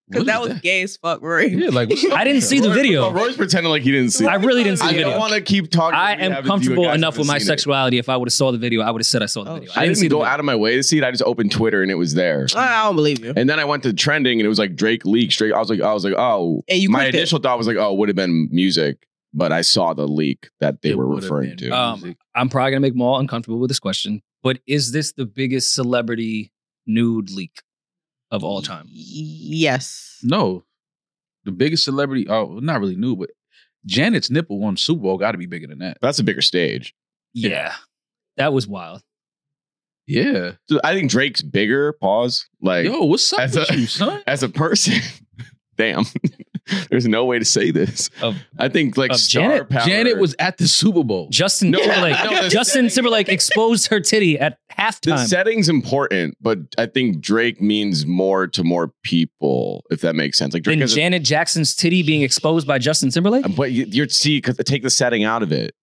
[SPEAKER 3] because
[SPEAKER 2] What
[SPEAKER 3] that
[SPEAKER 2] is
[SPEAKER 3] was gay as fuck, Rory.
[SPEAKER 2] Yeah,
[SPEAKER 1] (laughs)
[SPEAKER 2] like
[SPEAKER 4] I didn't see the
[SPEAKER 1] Roy-
[SPEAKER 4] video.
[SPEAKER 1] Roy's pretending like he didn't see.
[SPEAKER 4] I
[SPEAKER 1] it.
[SPEAKER 4] really didn't see
[SPEAKER 1] I
[SPEAKER 4] the
[SPEAKER 1] don't
[SPEAKER 4] video.
[SPEAKER 1] want to keep talking.
[SPEAKER 4] I
[SPEAKER 1] We
[SPEAKER 4] am
[SPEAKER 1] haven't- you
[SPEAKER 4] comfortable
[SPEAKER 1] guys
[SPEAKER 4] enough
[SPEAKER 1] haven't
[SPEAKER 4] with my
[SPEAKER 1] seen it.
[SPEAKER 4] sexuality. If I would have saw the video, I would have said I saw the
[SPEAKER 3] Oh,
[SPEAKER 4] video.
[SPEAKER 3] shit.
[SPEAKER 1] I
[SPEAKER 4] I
[SPEAKER 1] didn't
[SPEAKER 4] didn't see the Ah.
[SPEAKER 1] go
[SPEAKER 4] video.
[SPEAKER 1] out of my way to see it. I just opened Twitter and it was there.
[SPEAKER 3] I don't believe you.
[SPEAKER 1] And then I went to trending and it was like Drake leak straight. I was like, I was like, oh.
[SPEAKER 3] And you
[SPEAKER 1] my
[SPEAKER 3] clicked it.
[SPEAKER 1] initial thought was like, oh, would have been music, but I saw the leak that they
[SPEAKER 2] It
[SPEAKER 1] were
[SPEAKER 2] would've
[SPEAKER 1] referring
[SPEAKER 2] been.
[SPEAKER 1] to.
[SPEAKER 4] Um, I'm probably gonna make Maul uncomfortable with this question, but is this the biggest celebrity nude leak of all time?
[SPEAKER 3] Yes.
[SPEAKER 2] no, the biggest celebrity. Oh, not really new, but Janet's nipple won Super Bowl. Got to be bigger than that.
[SPEAKER 1] That's a bigger stage.
[SPEAKER 4] Yeah. That was wild.
[SPEAKER 2] Yeah.
[SPEAKER 1] So I think Drake's bigger. Pause. Like
[SPEAKER 2] Yo, what's up
[SPEAKER 1] as
[SPEAKER 2] with
[SPEAKER 1] a-
[SPEAKER 2] you, son?
[SPEAKER 1] as a person, damn. (laughs) There's no way to say this.
[SPEAKER 4] Of-
[SPEAKER 1] I think like
[SPEAKER 4] of
[SPEAKER 1] star (laughs)
[SPEAKER 4] Janet?
[SPEAKER 1] power.
[SPEAKER 2] Janet was at the Super Bowl.
[SPEAKER 4] Justin
[SPEAKER 1] No,
[SPEAKER 4] Timberlake.
[SPEAKER 1] no, the (laughs)
[SPEAKER 4] Justin
[SPEAKER 1] setting-
[SPEAKER 4] Timberlake exposed her titty at
[SPEAKER 1] the
[SPEAKER 4] halftime.
[SPEAKER 1] setting's important, but I think Drake means more to more people, if that makes sense. Like Drake
[SPEAKER 4] Then
[SPEAKER 1] is. a-
[SPEAKER 4] Janet Jackson's titty being exposed by Justin Timberlake.
[SPEAKER 1] But you, you're see, cause take the setting out of it.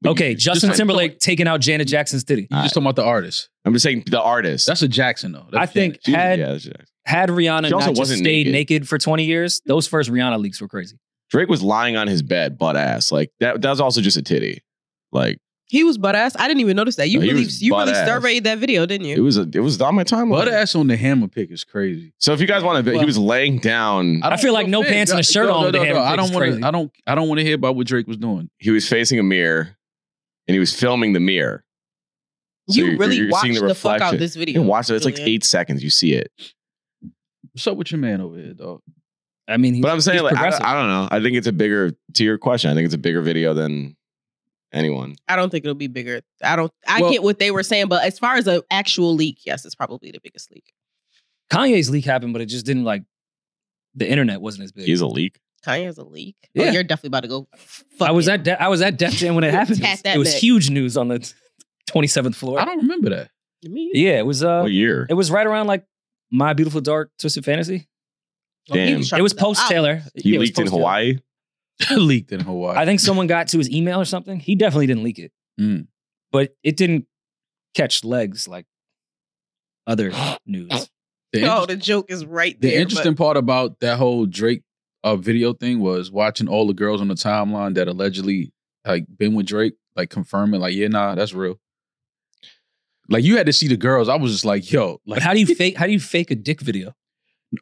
[SPEAKER 1] But
[SPEAKER 4] Okay,
[SPEAKER 1] you-
[SPEAKER 4] Justin Timberlake taking out Janet Jackson's titty.
[SPEAKER 2] You just talking about the artist.
[SPEAKER 1] I'm just saying the artist.
[SPEAKER 2] That's a Jackson though. That's
[SPEAKER 4] I think
[SPEAKER 1] She-
[SPEAKER 4] had
[SPEAKER 1] yeah, that's Jackson.
[SPEAKER 4] had Rihanna
[SPEAKER 1] She also
[SPEAKER 4] not just
[SPEAKER 1] wasn't
[SPEAKER 4] stayed
[SPEAKER 1] naked.
[SPEAKER 4] naked. for 20 years, those first Rihanna leaks were crazy.
[SPEAKER 1] Drake was lying on his bed, butt ass. Like that. That was also just a titty. Like
[SPEAKER 3] He was butt ass. I didn't even notice that. You
[SPEAKER 1] No, he
[SPEAKER 3] really,
[SPEAKER 1] was
[SPEAKER 3] you really
[SPEAKER 1] butt-ass.
[SPEAKER 3] surveyed that video, didn't
[SPEAKER 1] it
[SPEAKER 3] you?
[SPEAKER 1] was a, it was on my timeline.
[SPEAKER 2] Butt ass on the hammer pick is crazy.
[SPEAKER 1] So if you guys want to, he
[SPEAKER 4] Well-
[SPEAKER 1] was laying down.
[SPEAKER 4] I
[SPEAKER 2] don't
[SPEAKER 4] feel like no
[SPEAKER 2] fit.
[SPEAKER 4] pants and a shirt on with the hammer
[SPEAKER 2] I
[SPEAKER 4] pick
[SPEAKER 2] don't
[SPEAKER 4] is
[SPEAKER 2] want
[SPEAKER 4] crazy.
[SPEAKER 2] to. I don't. I don't want to hear about what Drake was doing.
[SPEAKER 1] He was facing a mirror, and he was filming the mirror. So
[SPEAKER 3] you
[SPEAKER 1] you're-
[SPEAKER 3] really
[SPEAKER 1] you're seeing
[SPEAKER 3] watched
[SPEAKER 1] the
[SPEAKER 3] the, fuck out
[SPEAKER 1] reflection.
[SPEAKER 3] this video.
[SPEAKER 1] You can watch it. It's like
[SPEAKER 3] Julian.
[SPEAKER 1] eight seconds. You see it,
[SPEAKER 2] What's up with your man over here, dog?
[SPEAKER 4] I mean, he's,
[SPEAKER 1] but I'm saying
[SPEAKER 4] he's
[SPEAKER 1] like I,
[SPEAKER 4] progressive.
[SPEAKER 1] I don't know. I think it's a bigger to your question. I think it's a bigger video than anyone.
[SPEAKER 3] I don't think it'll be bigger. I don't. I
[SPEAKER 2] Well-
[SPEAKER 3] get what they were saying, but as far as an actual leak, yes, it's probably the biggest leak.
[SPEAKER 4] Kanye's leak happened, but it just didn't like the internet wasn't as big.
[SPEAKER 1] He's a leak.
[SPEAKER 3] Kanye has a leak.
[SPEAKER 4] Yeah.
[SPEAKER 3] Oh, you're definitely about to go. Fuck
[SPEAKER 4] I was
[SPEAKER 3] it.
[SPEAKER 4] at De- I was at Def
[SPEAKER 3] (laughs)
[SPEAKER 4] Jam when it happened. It
[SPEAKER 3] Tat
[SPEAKER 4] was,
[SPEAKER 3] that
[SPEAKER 4] it was
[SPEAKER 3] neck.
[SPEAKER 4] huge news on the (laughs) 27th floor.
[SPEAKER 2] I don't remember that. (laughs)
[SPEAKER 3] Me?
[SPEAKER 4] Yeah, it was. Uh,
[SPEAKER 1] What year?
[SPEAKER 4] it was right around like My Beautiful Dark Twisted Fantasy.
[SPEAKER 3] Oh, He
[SPEAKER 1] Damn.
[SPEAKER 3] was
[SPEAKER 4] It was
[SPEAKER 3] trying to-
[SPEAKER 4] post Taylor.
[SPEAKER 1] He leaked in Hawaii.
[SPEAKER 2] Leaked in Hawaii.
[SPEAKER 4] I think someone got to his email or something. He definitely didn't leak it,
[SPEAKER 2] Mm.
[SPEAKER 4] but it didn't catch legs like other news.
[SPEAKER 2] the,
[SPEAKER 3] (laughs) Oh,
[SPEAKER 2] inter-
[SPEAKER 3] the joke is right
[SPEAKER 2] the
[SPEAKER 3] there.
[SPEAKER 2] interesting part about that whole Drake uh, video thing was watching all the girls on the timeline that allegedly like been with Drake, like confirming, like, yeah, nah, that's real. Like you had to see the girls. I was just like, yo, like
[SPEAKER 4] But how do you fake? How do you fake a dick video?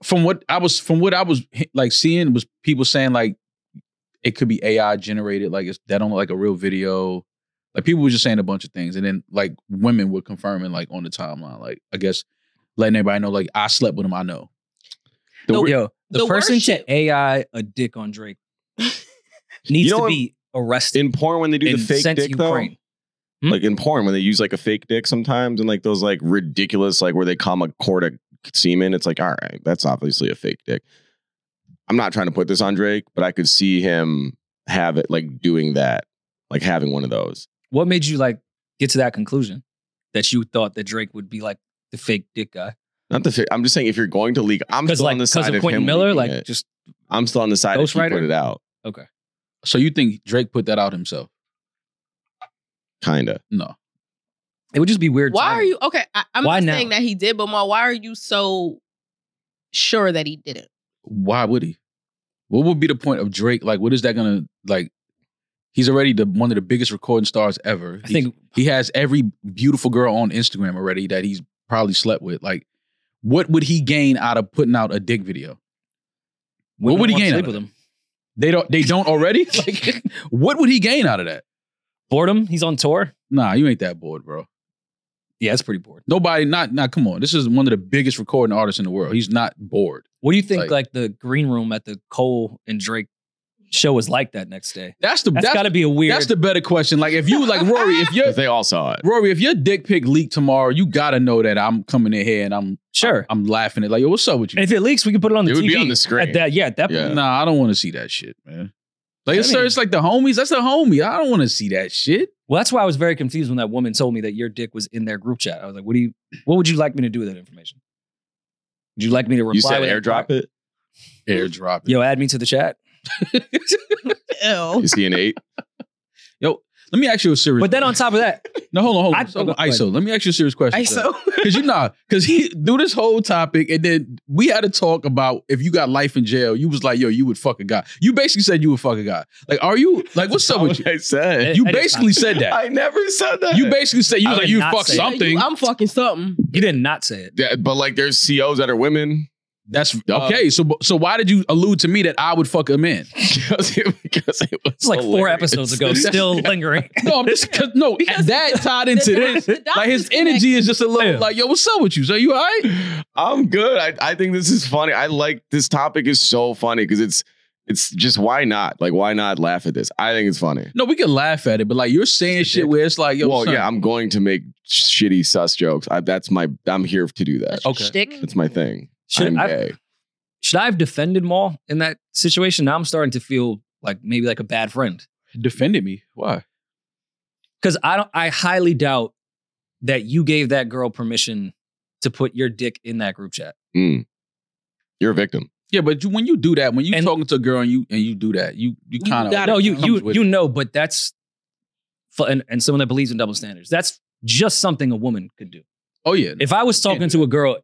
[SPEAKER 2] from what I was from what I was like seeing was people saying like it could be AI generated, like it's that don't look like a real video. Like people were just saying a bunch of things, and then like women were confirming like on the timeline, like I guess letting everybody know like I slept with him. I know.
[SPEAKER 1] The
[SPEAKER 3] No,
[SPEAKER 1] wor-
[SPEAKER 4] Yo,
[SPEAKER 3] the
[SPEAKER 4] the, person
[SPEAKER 3] worst
[SPEAKER 4] to
[SPEAKER 3] shit-
[SPEAKER 4] AI a dick
[SPEAKER 3] (laughs)
[SPEAKER 4] on Drake needs
[SPEAKER 1] You know
[SPEAKER 4] to
[SPEAKER 1] what-
[SPEAKER 4] be arrested
[SPEAKER 1] in porn when they do
[SPEAKER 4] and
[SPEAKER 1] the fake
[SPEAKER 4] sent to
[SPEAKER 1] dick though.
[SPEAKER 4] Ukraine. Hmm?
[SPEAKER 1] Like in porn when they use like a fake dick sometimes and like those like ridiculous like where they come a quart of semen. It's like all right, that's obviously a fake dick. I'm not trying to put this on Drake, but I could see him have it like doing that, like having one of those.
[SPEAKER 4] What made you like get to that conclusion that you thought that Drake would be like the fake dick guy?
[SPEAKER 1] Not the. Fi- I'm just saying if you're going to leak, I'm
[SPEAKER 4] Because
[SPEAKER 1] still
[SPEAKER 4] like
[SPEAKER 1] on the
[SPEAKER 4] because
[SPEAKER 1] side
[SPEAKER 4] of
[SPEAKER 1] of
[SPEAKER 4] Quentin
[SPEAKER 1] him
[SPEAKER 4] Miller,
[SPEAKER 1] leaking
[SPEAKER 4] like
[SPEAKER 1] it.
[SPEAKER 4] just
[SPEAKER 1] I'm still on the side if he
[SPEAKER 4] Ghostwriter?
[SPEAKER 1] put it out.
[SPEAKER 4] okay.
[SPEAKER 2] So you think Drake put that out himself?
[SPEAKER 1] Kinda.
[SPEAKER 2] No.
[SPEAKER 4] It would just be weird.
[SPEAKER 3] Why
[SPEAKER 4] timing.
[SPEAKER 3] are you okay? I, I'm
[SPEAKER 4] Why
[SPEAKER 3] not
[SPEAKER 4] now?
[SPEAKER 3] saying that he did, but Ma, why are you so sure that he didn't?
[SPEAKER 2] Why would he? What would be the point of Drake? Like, what is that gonna like? He's already the one of the biggest recording stars ever.
[SPEAKER 4] I think
[SPEAKER 2] He has every beautiful girl on Instagram already that he's probably slept with. Like, what would he gain out of putting out a dick video?
[SPEAKER 4] women
[SPEAKER 2] would he
[SPEAKER 4] wanna
[SPEAKER 2] gain
[SPEAKER 4] sleep
[SPEAKER 2] out of
[SPEAKER 4] with him?
[SPEAKER 2] They don't. They don't
[SPEAKER 4] (laughs)
[SPEAKER 2] already. like, what would he gain out of that?
[SPEAKER 4] Boredom. He's on tour.
[SPEAKER 2] Nah, you ain't that bored, bro.
[SPEAKER 4] Yeah, it's pretty bored.
[SPEAKER 2] Nobody. Not. Not. Come on. This is one of the biggest recording artists in the world. He's not bored.
[SPEAKER 4] What do you think?
[SPEAKER 2] Like-
[SPEAKER 4] Like, the green room at the Cole and Drake show was like that next day.
[SPEAKER 2] That's the.
[SPEAKER 4] That's
[SPEAKER 2] That's,
[SPEAKER 4] got to be a weird.
[SPEAKER 2] that's the better question. Like, if you like Rory, if you're
[SPEAKER 4] (laughs)
[SPEAKER 1] 'Cause they all saw it.
[SPEAKER 2] Rory, if your dick pic leaked tomorrow, you gotta know that I'm coming in here and I'm
[SPEAKER 4] sure.
[SPEAKER 2] I'm laughing at like, yo, what's up with you?
[SPEAKER 4] And if it leaks, we can put it on the
[SPEAKER 1] It would
[SPEAKER 4] TV.
[SPEAKER 1] be on the screen.
[SPEAKER 4] At that, yeah, at that
[SPEAKER 1] Yeah.
[SPEAKER 4] point.
[SPEAKER 2] Nah, I don't want to see that shit, man. Like it's,
[SPEAKER 4] I mean-
[SPEAKER 2] it's like the homies. That's the homie. I don't want to see that shit.
[SPEAKER 4] Well, that's why I was very confused when that woman told me that your dick was in their group chat. I was like, "What do you? What would you like me to do with that information? Would you like me to reply?
[SPEAKER 1] You said
[SPEAKER 4] with
[SPEAKER 1] airdrop it.
[SPEAKER 2] Airdrop. Yo,
[SPEAKER 4] Yo, add me to the chat.
[SPEAKER 3] Ew.
[SPEAKER 1] Is he an
[SPEAKER 4] (laughs)
[SPEAKER 1] eight?
[SPEAKER 2] yo, let me ask you a serious.
[SPEAKER 4] But then
[SPEAKER 1] (laughs)
[SPEAKER 4] on top of that,
[SPEAKER 2] no, hold on, hold on.
[SPEAKER 4] I- Oh,
[SPEAKER 2] Hold on, ISO. Let me ask you a serious question.
[SPEAKER 3] ISO.
[SPEAKER 2] Because you nah, because he do this whole topic, and then we had to talk about if you got life in jail. You was like, yo, you would fuck a guy. You basically said you would fuck a guy. Like, are you like, what's up
[SPEAKER 4] (laughs)
[SPEAKER 2] with you?
[SPEAKER 1] I said.
[SPEAKER 2] You
[SPEAKER 4] I did
[SPEAKER 2] basically said that.
[SPEAKER 1] I never said that.
[SPEAKER 2] You basically said you
[SPEAKER 4] I
[SPEAKER 2] was like
[SPEAKER 4] did
[SPEAKER 2] you
[SPEAKER 4] not
[SPEAKER 2] fuck
[SPEAKER 4] say that.
[SPEAKER 2] something.
[SPEAKER 3] You- I'm fucking something.
[SPEAKER 4] you did not say it.
[SPEAKER 1] Yeah, but like there's COs that are women (laughs)
[SPEAKER 2] That's
[SPEAKER 1] Uh,
[SPEAKER 2] okay. So so why did you allude to me that I would fuck a man?
[SPEAKER 1] because it, because it was
[SPEAKER 4] It's like four
[SPEAKER 1] hilarious. (laughs)
[SPEAKER 4] episodes ago, still lingering.
[SPEAKER 2] No, I'm just cause, no
[SPEAKER 3] Because
[SPEAKER 2] that tied into
[SPEAKER 3] the-
[SPEAKER 2] this.
[SPEAKER 3] the
[SPEAKER 2] Like his
[SPEAKER 3] doctor's
[SPEAKER 2] energy is just a little
[SPEAKER 4] Yeah.
[SPEAKER 2] like yo, what's up with you? So you all right?
[SPEAKER 1] I'm good. I, I think this is funny. I like this topic is so funny because it's it's just why not? Like why not laugh at this? I think it's funny.
[SPEAKER 2] No, we can laugh at it, but like you're saying
[SPEAKER 4] It's a
[SPEAKER 2] shit
[SPEAKER 4] dick.
[SPEAKER 2] where it's like yo,
[SPEAKER 1] well,
[SPEAKER 2] son,
[SPEAKER 1] yeah, I'm going to make shitty sus jokes. I, that's my I'm here to do that.
[SPEAKER 3] That's your
[SPEAKER 2] Okay.
[SPEAKER 3] shtick.
[SPEAKER 1] That's my thing.
[SPEAKER 4] Oh. Should
[SPEAKER 1] I'm
[SPEAKER 4] I,
[SPEAKER 1] gay.
[SPEAKER 4] should I have defended Maul in that situation? Now I'm starting to feel like maybe like a bad friend
[SPEAKER 2] defended me. Why?
[SPEAKER 4] because I don't. I highly doubt that you gave that girl permission to put your dick in that group chat.
[SPEAKER 1] Mm. You're a victim.
[SPEAKER 2] Yeah, but you, when you do that, when you
[SPEAKER 4] And-
[SPEAKER 2] talking to a girl and you and you do that, you you kind
[SPEAKER 3] gotta-
[SPEAKER 2] of
[SPEAKER 4] No, you
[SPEAKER 2] comes
[SPEAKER 4] you
[SPEAKER 2] with
[SPEAKER 4] you
[SPEAKER 2] it.
[SPEAKER 4] know, but that's for, and, and someone that believes in double standards. That's just something a woman could do.
[SPEAKER 2] oh yeah.
[SPEAKER 4] If I was
[SPEAKER 2] Can't
[SPEAKER 4] talking
[SPEAKER 2] do
[SPEAKER 4] to a girl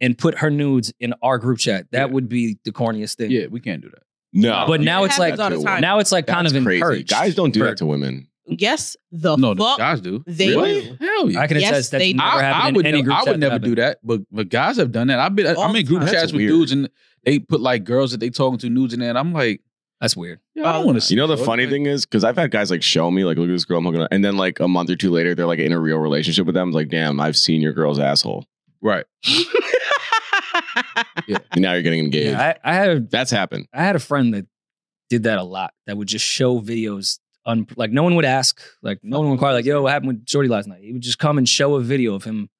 [SPEAKER 4] and put her nudes in our group chat, that
[SPEAKER 2] Yeah.
[SPEAKER 4] would be the corniest thing.
[SPEAKER 2] yeah, we can't do that.
[SPEAKER 1] No,
[SPEAKER 4] But now it's like-
[SPEAKER 3] all the time.
[SPEAKER 4] Now it's like kind
[SPEAKER 1] That's
[SPEAKER 4] of
[SPEAKER 1] crazy.
[SPEAKER 4] encouraged.
[SPEAKER 1] Guys don't do
[SPEAKER 4] for-
[SPEAKER 1] that to women.
[SPEAKER 3] Yes, the
[SPEAKER 2] no, the
[SPEAKER 3] fuck
[SPEAKER 2] guys do.
[SPEAKER 3] they
[SPEAKER 2] Really?
[SPEAKER 3] do.
[SPEAKER 2] Hell yeah.
[SPEAKER 4] I can
[SPEAKER 3] Yes,
[SPEAKER 4] attest that's
[SPEAKER 3] they do.
[SPEAKER 4] never
[SPEAKER 2] I, I
[SPEAKER 4] happened
[SPEAKER 2] would
[SPEAKER 4] in any
[SPEAKER 2] never,
[SPEAKER 4] group
[SPEAKER 2] I
[SPEAKER 4] chat
[SPEAKER 2] would never
[SPEAKER 4] I've been
[SPEAKER 2] do
[SPEAKER 4] in.
[SPEAKER 2] that, but but guys have done that. I've been
[SPEAKER 3] All
[SPEAKER 2] I'm in
[SPEAKER 3] the
[SPEAKER 2] group
[SPEAKER 3] time.
[SPEAKER 2] chats
[SPEAKER 1] That's
[SPEAKER 2] with
[SPEAKER 1] weird.
[SPEAKER 2] dudes and they put like girls that they talking to nudes in there, and I'm like,
[SPEAKER 4] That's weird.
[SPEAKER 2] yo, I don't want to see.
[SPEAKER 1] You know the
[SPEAKER 2] those.
[SPEAKER 1] funny
[SPEAKER 2] Like,
[SPEAKER 1] thing is, because I've had guys like show me, like, look at this girl I'm hooking up, and then like a month or two later, they're like in a real relationship with them. Like, damn, I've seen your girl's asshole.
[SPEAKER 2] right?
[SPEAKER 1] And now you're getting engaged.
[SPEAKER 4] Yeah, I, I had a
[SPEAKER 1] That's happened.
[SPEAKER 4] I had a friend that did that a lot. That would just show videos. Un- like no one would ask. Like no one would inquire. Like, yo, what happened with Jordy last night? He would just come and show a video of him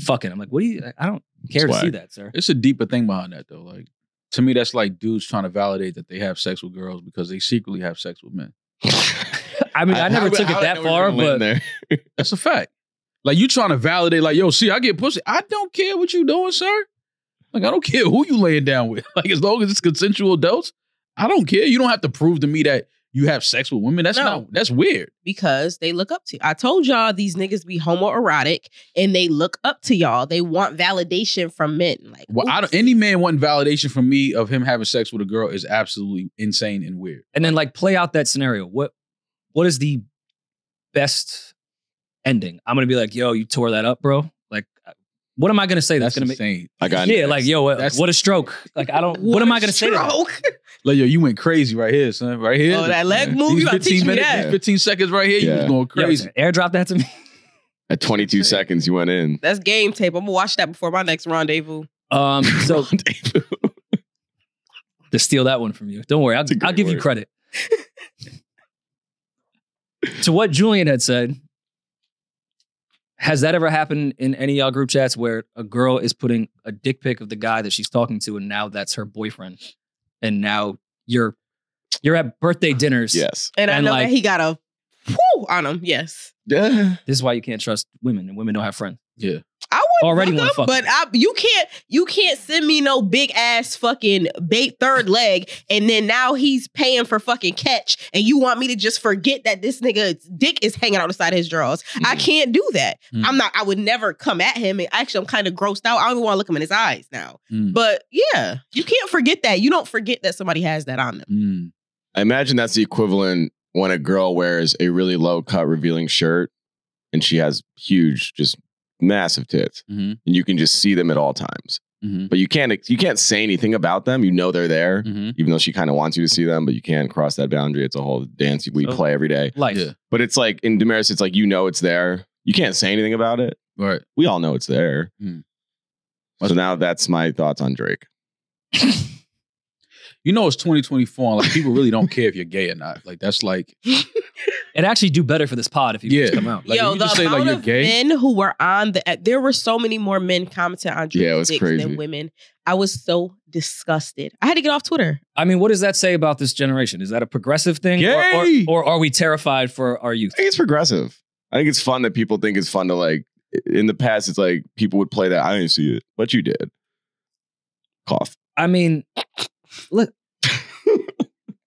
[SPEAKER 4] fucking. I'm like, what do you? I don't care
[SPEAKER 1] Swag.
[SPEAKER 4] to see that, sir.
[SPEAKER 2] It's a deeper thing behind that though. Like to me, that's like dudes trying to validate that they have sex with girls because they secretly have sex with men.
[SPEAKER 4] (laughs)
[SPEAKER 1] (laughs)
[SPEAKER 4] I mean, I, never
[SPEAKER 1] how-
[SPEAKER 4] took
[SPEAKER 1] how
[SPEAKER 4] it
[SPEAKER 1] did I
[SPEAKER 4] that
[SPEAKER 1] know we were
[SPEAKER 4] far,
[SPEAKER 1] gonna land
[SPEAKER 4] but (laughs)
[SPEAKER 1] there?
[SPEAKER 2] That's a fact. Like you trying to validate, like, yo, see, I get pussy. I don't care what you doing, sir. Like, I don't (laughs) care who you laying down with. (laughs) Like, as long as it's consensual adults, I don't care. You don't have to prove to me that you have sex with women. That's
[SPEAKER 3] No.
[SPEAKER 2] not that's weird.
[SPEAKER 3] because they look up to you. I told y'all these niggas be homoerotic and they look up to y'all. They want validation from men. Like,
[SPEAKER 2] Well, I
[SPEAKER 3] oops.
[SPEAKER 2] don't, e, any man wanting validation from me of him having sex with a girl is absolutely insane and weird.
[SPEAKER 4] and then like play out that scenario. What what is the best ending? I'm gonna be like, yo, you tore that up, bro. Like, uh, what am I gonna say that's, gonna make?
[SPEAKER 2] insane.
[SPEAKER 1] I got
[SPEAKER 4] yeah, like yo, what,
[SPEAKER 2] that's-
[SPEAKER 4] what a stroke! Like I don't. What, am I gonna say? To that?
[SPEAKER 3] Stroke. (laughs)
[SPEAKER 2] Like, yo, you went crazy right here, son. Right here.
[SPEAKER 3] Oh, that leg move?
[SPEAKER 2] These
[SPEAKER 3] You gotta
[SPEAKER 2] 15
[SPEAKER 3] teach me
[SPEAKER 2] minutes,
[SPEAKER 3] that.
[SPEAKER 2] these 15 seconds right here, you
[SPEAKER 1] Yeah.
[SPEAKER 2] was going
[SPEAKER 4] Yo,
[SPEAKER 2] crazy.
[SPEAKER 4] airdrop that to me. (laughs)
[SPEAKER 1] at 22 seconds, you went in.
[SPEAKER 3] That's game tape. I'm gonna watch that before my next rendezvous.
[SPEAKER 4] Um,
[SPEAKER 1] (laughs)
[SPEAKER 4] so
[SPEAKER 1] Rendezvous.
[SPEAKER 4] (laughs) to steal that one from you. Don't worry, I'll,
[SPEAKER 1] It's a great
[SPEAKER 4] I'll give you
[SPEAKER 1] word.
[SPEAKER 4] credit. to what Julian had said, has that ever happened in any of y'all group chats where a girl is putting a dick pic of the guy that she's talking to, and now that's her boyfriend, and now you're you're at birthday dinners.
[SPEAKER 1] yes.
[SPEAKER 3] And, I
[SPEAKER 4] And,
[SPEAKER 3] know
[SPEAKER 4] like-
[SPEAKER 3] that he got a whoo on him. Yes.
[SPEAKER 1] Yeah.
[SPEAKER 4] This is why you can't trust women, and women don't have friends.
[SPEAKER 3] I would
[SPEAKER 4] Already
[SPEAKER 3] fuck
[SPEAKER 4] wanna
[SPEAKER 3] him,
[SPEAKER 4] fuck
[SPEAKER 3] but
[SPEAKER 4] him.
[SPEAKER 3] I, you can't you can't send me no big ass fucking bait third leg, and then now he's paying for fucking catch, and you want me to just forget that this nigga's dick is hanging out the side of his drawers. I can't do that.
[SPEAKER 2] Mm.
[SPEAKER 3] I'm not. I would never come at him. And actually, I'm kind of grossed out. I don't even want to look him in his eyes now.
[SPEAKER 2] Mm.
[SPEAKER 3] But yeah, you can't forget that. You don't forget that somebody has that on them.
[SPEAKER 2] Mm.
[SPEAKER 1] I imagine that's the equivalent when a girl wears a really low cut revealing shirt and she has huge, just massive tits.
[SPEAKER 2] Mhm.
[SPEAKER 1] And you can just see them at all times.
[SPEAKER 2] Mhm.
[SPEAKER 1] But you can't you can't say anything about them. You know they're there.
[SPEAKER 2] Mhm.
[SPEAKER 1] Even though she kind of wants you to see them, but you can't cross that boundary. It's a whole dance we
[SPEAKER 4] So-
[SPEAKER 1] play every day.
[SPEAKER 4] Life.
[SPEAKER 2] Yeah.
[SPEAKER 1] But it's like in Damaris, it's like you know it's there. You can't say anything about it.
[SPEAKER 2] Right.
[SPEAKER 1] We all know it's there.
[SPEAKER 2] Hmm.
[SPEAKER 1] So now that's my thoughts on Drake.
[SPEAKER 2] You know it's 2024 and like people really don't care if you're gay or not. Like that's like
[SPEAKER 4] It actually do better for this pod if you
[SPEAKER 2] Yeah.
[SPEAKER 4] just come out.
[SPEAKER 2] Like, if
[SPEAKER 3] Yo,
[SPEAKER 2] you
[SPEAKER 3] the
[SPEAKER 2] just say, like,
[SPEAKER 3] amount
[SPEAKER 2] you're
[SPEAKER 3] of
[SPEAKER 2] gay-
[SPEAKER 3] men who were on the uh, there were so many more men commenting on Drake's
[SPEAKER 1] Yeah, it was
[SPEAKER 3] dicks
[SPEAKER 1] crazy.
[SPEAKER 3] than women. I was so disgusted. I had to get off Twitter.
[SPEAKER 4] I mean, what does that say about this generation? Is that a progressive thing, or, or-
[SPEAKER 2] Yay!
[SPEAKER 4] or are we terrified for our youth?
[SPEAKER 1] I think it's progressive. I think it's fun that people think it's fun to like. In the past, it's like people would play that. I didn't see it, but you did. Cough.
[SPEAKER 4] I mean, look.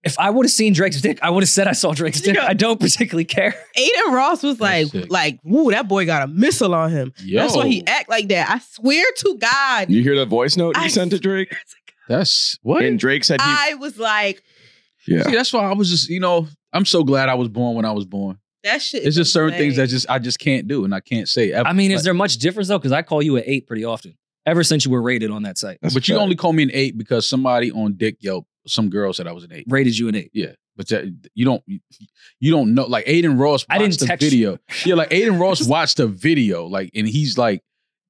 [SPEAKER 4] If I would have seen Drake's dick, I would have said I saw Drake's dick.
[SPEAKER 3] Yeah.
[SPEAKER 4] I don't particularly care.
[SPEAKER 3] Aiden Ross was like,
[SPEAKER 2] That's sick.
[SPEAKER 3] like, woo, that boy got a missile on him.
[SPEAKER 2] yo
[SPEAKER 3] That's why he act like that. I swear to God,
[SPEAKER 1] You hear the voice note you
[SPEAKER 3] I-
[SPEAKER 1] sent to Drake,
[SPEAKER 2] That's what
[SPEAKER 1] and Drake said, he,
[SPEAKER 3] I was like,
[SPEAKER 1] "Yeah,
[SPEAKER 2] See, that's why I was just, you know, I'm so glad I was born when I was born.
[SPEAKER 3] that shit.
[SPEAKER 2] It's
[SPEAKER 3] is
[SPEAKER 2] just certain things
[SPEAKER 3] insane.
[SPEAKER 2] that just I just can't do and I can't say ever.
[SPEAKER 4] I mean, is
[SPEAKER 2] Like,
[SPEAKER 4] there much difference though? Because I call you an eight pretty often. Ever since you were rated on that site,
[SPEAKER 1] That's
[SPEAKER 2] but you
[SPEAKER 1] fair.
[SPEAKER 2] only call me an eight because somebody on Dick Yelp, some girl said I was an eight.
[SPEAKER 4] rated you an eight.
[SPEAKER 2] Yeah. But that, you don't you don't know like Aiden Ross watched
[SPEAKER 4] I didn't
[SPEAKER 2] the
[SPEAKER 4] text
[SPEAKER 2] video. Yeah, like Aiden
[SPEAKER 4] (laughs)
[SPEAKER 2] Ross watched a video, like and he's like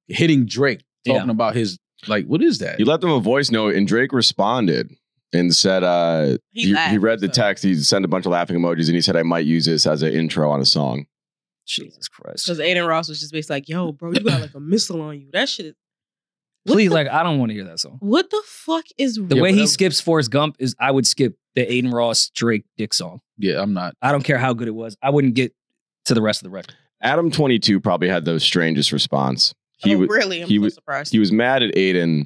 [SPEAKER 2] hitting Drake, talking
[SPEAKER 4] Yeah.
[SPEAKER 2] about his like, what is that?
[SPEAKER 1] you left him a voice note, and Drake responded and said, uh, he,
[SPEAKER 3] He
[SPEAKER 1] he
[SPEAKER 3] laughed,
[SPEAKER 1] read the
[SPEAKER 3] so.
[SPEAKER 1] text. He sent a bunch of laughing emojis, and he said, I might use this as an intro on a song.
[SPEAKER 4] Jesus Christ!
[SPEAKER 3] Because Aiden Ross was just basically like, yo, bro, you got like a missile on you. That shit is what
[SPEAKER 4] Please,
[SPEAKER 3] the,
[SPEAKER 4] like, I don't want to hear that song.
[SPEAKER 3] what the fuck is
[SPEAKER 4] The
[SPEAKER 2] Yeah,
[SPEAKER 4] way
[SPEAKER 2] but
[SPEAKER 4] he
[SPEAKER 2] that-
[SPEAKER 4] skips Forrest Gump is, I would skip the Aiden Ross Drake Dick song.
[SPEAKER 2] Yeah, I'm not.
[SPEAKER 4] I don't care how good it was. I wouldn't get to the rest of the record.
[SPEAKER 1] Adam twenty two probably had the strangest response. He
[SPEAKER 3] oh,
[SPEAKER 1] was
[SPEAKER 3] really? I'm
[SPEAKER 1] he
[SPEAKER 3] so
[SPEAKER 1] wa-
[SPEAKER 3] surprised.
[SPEAKER 1] he was mad at Aiden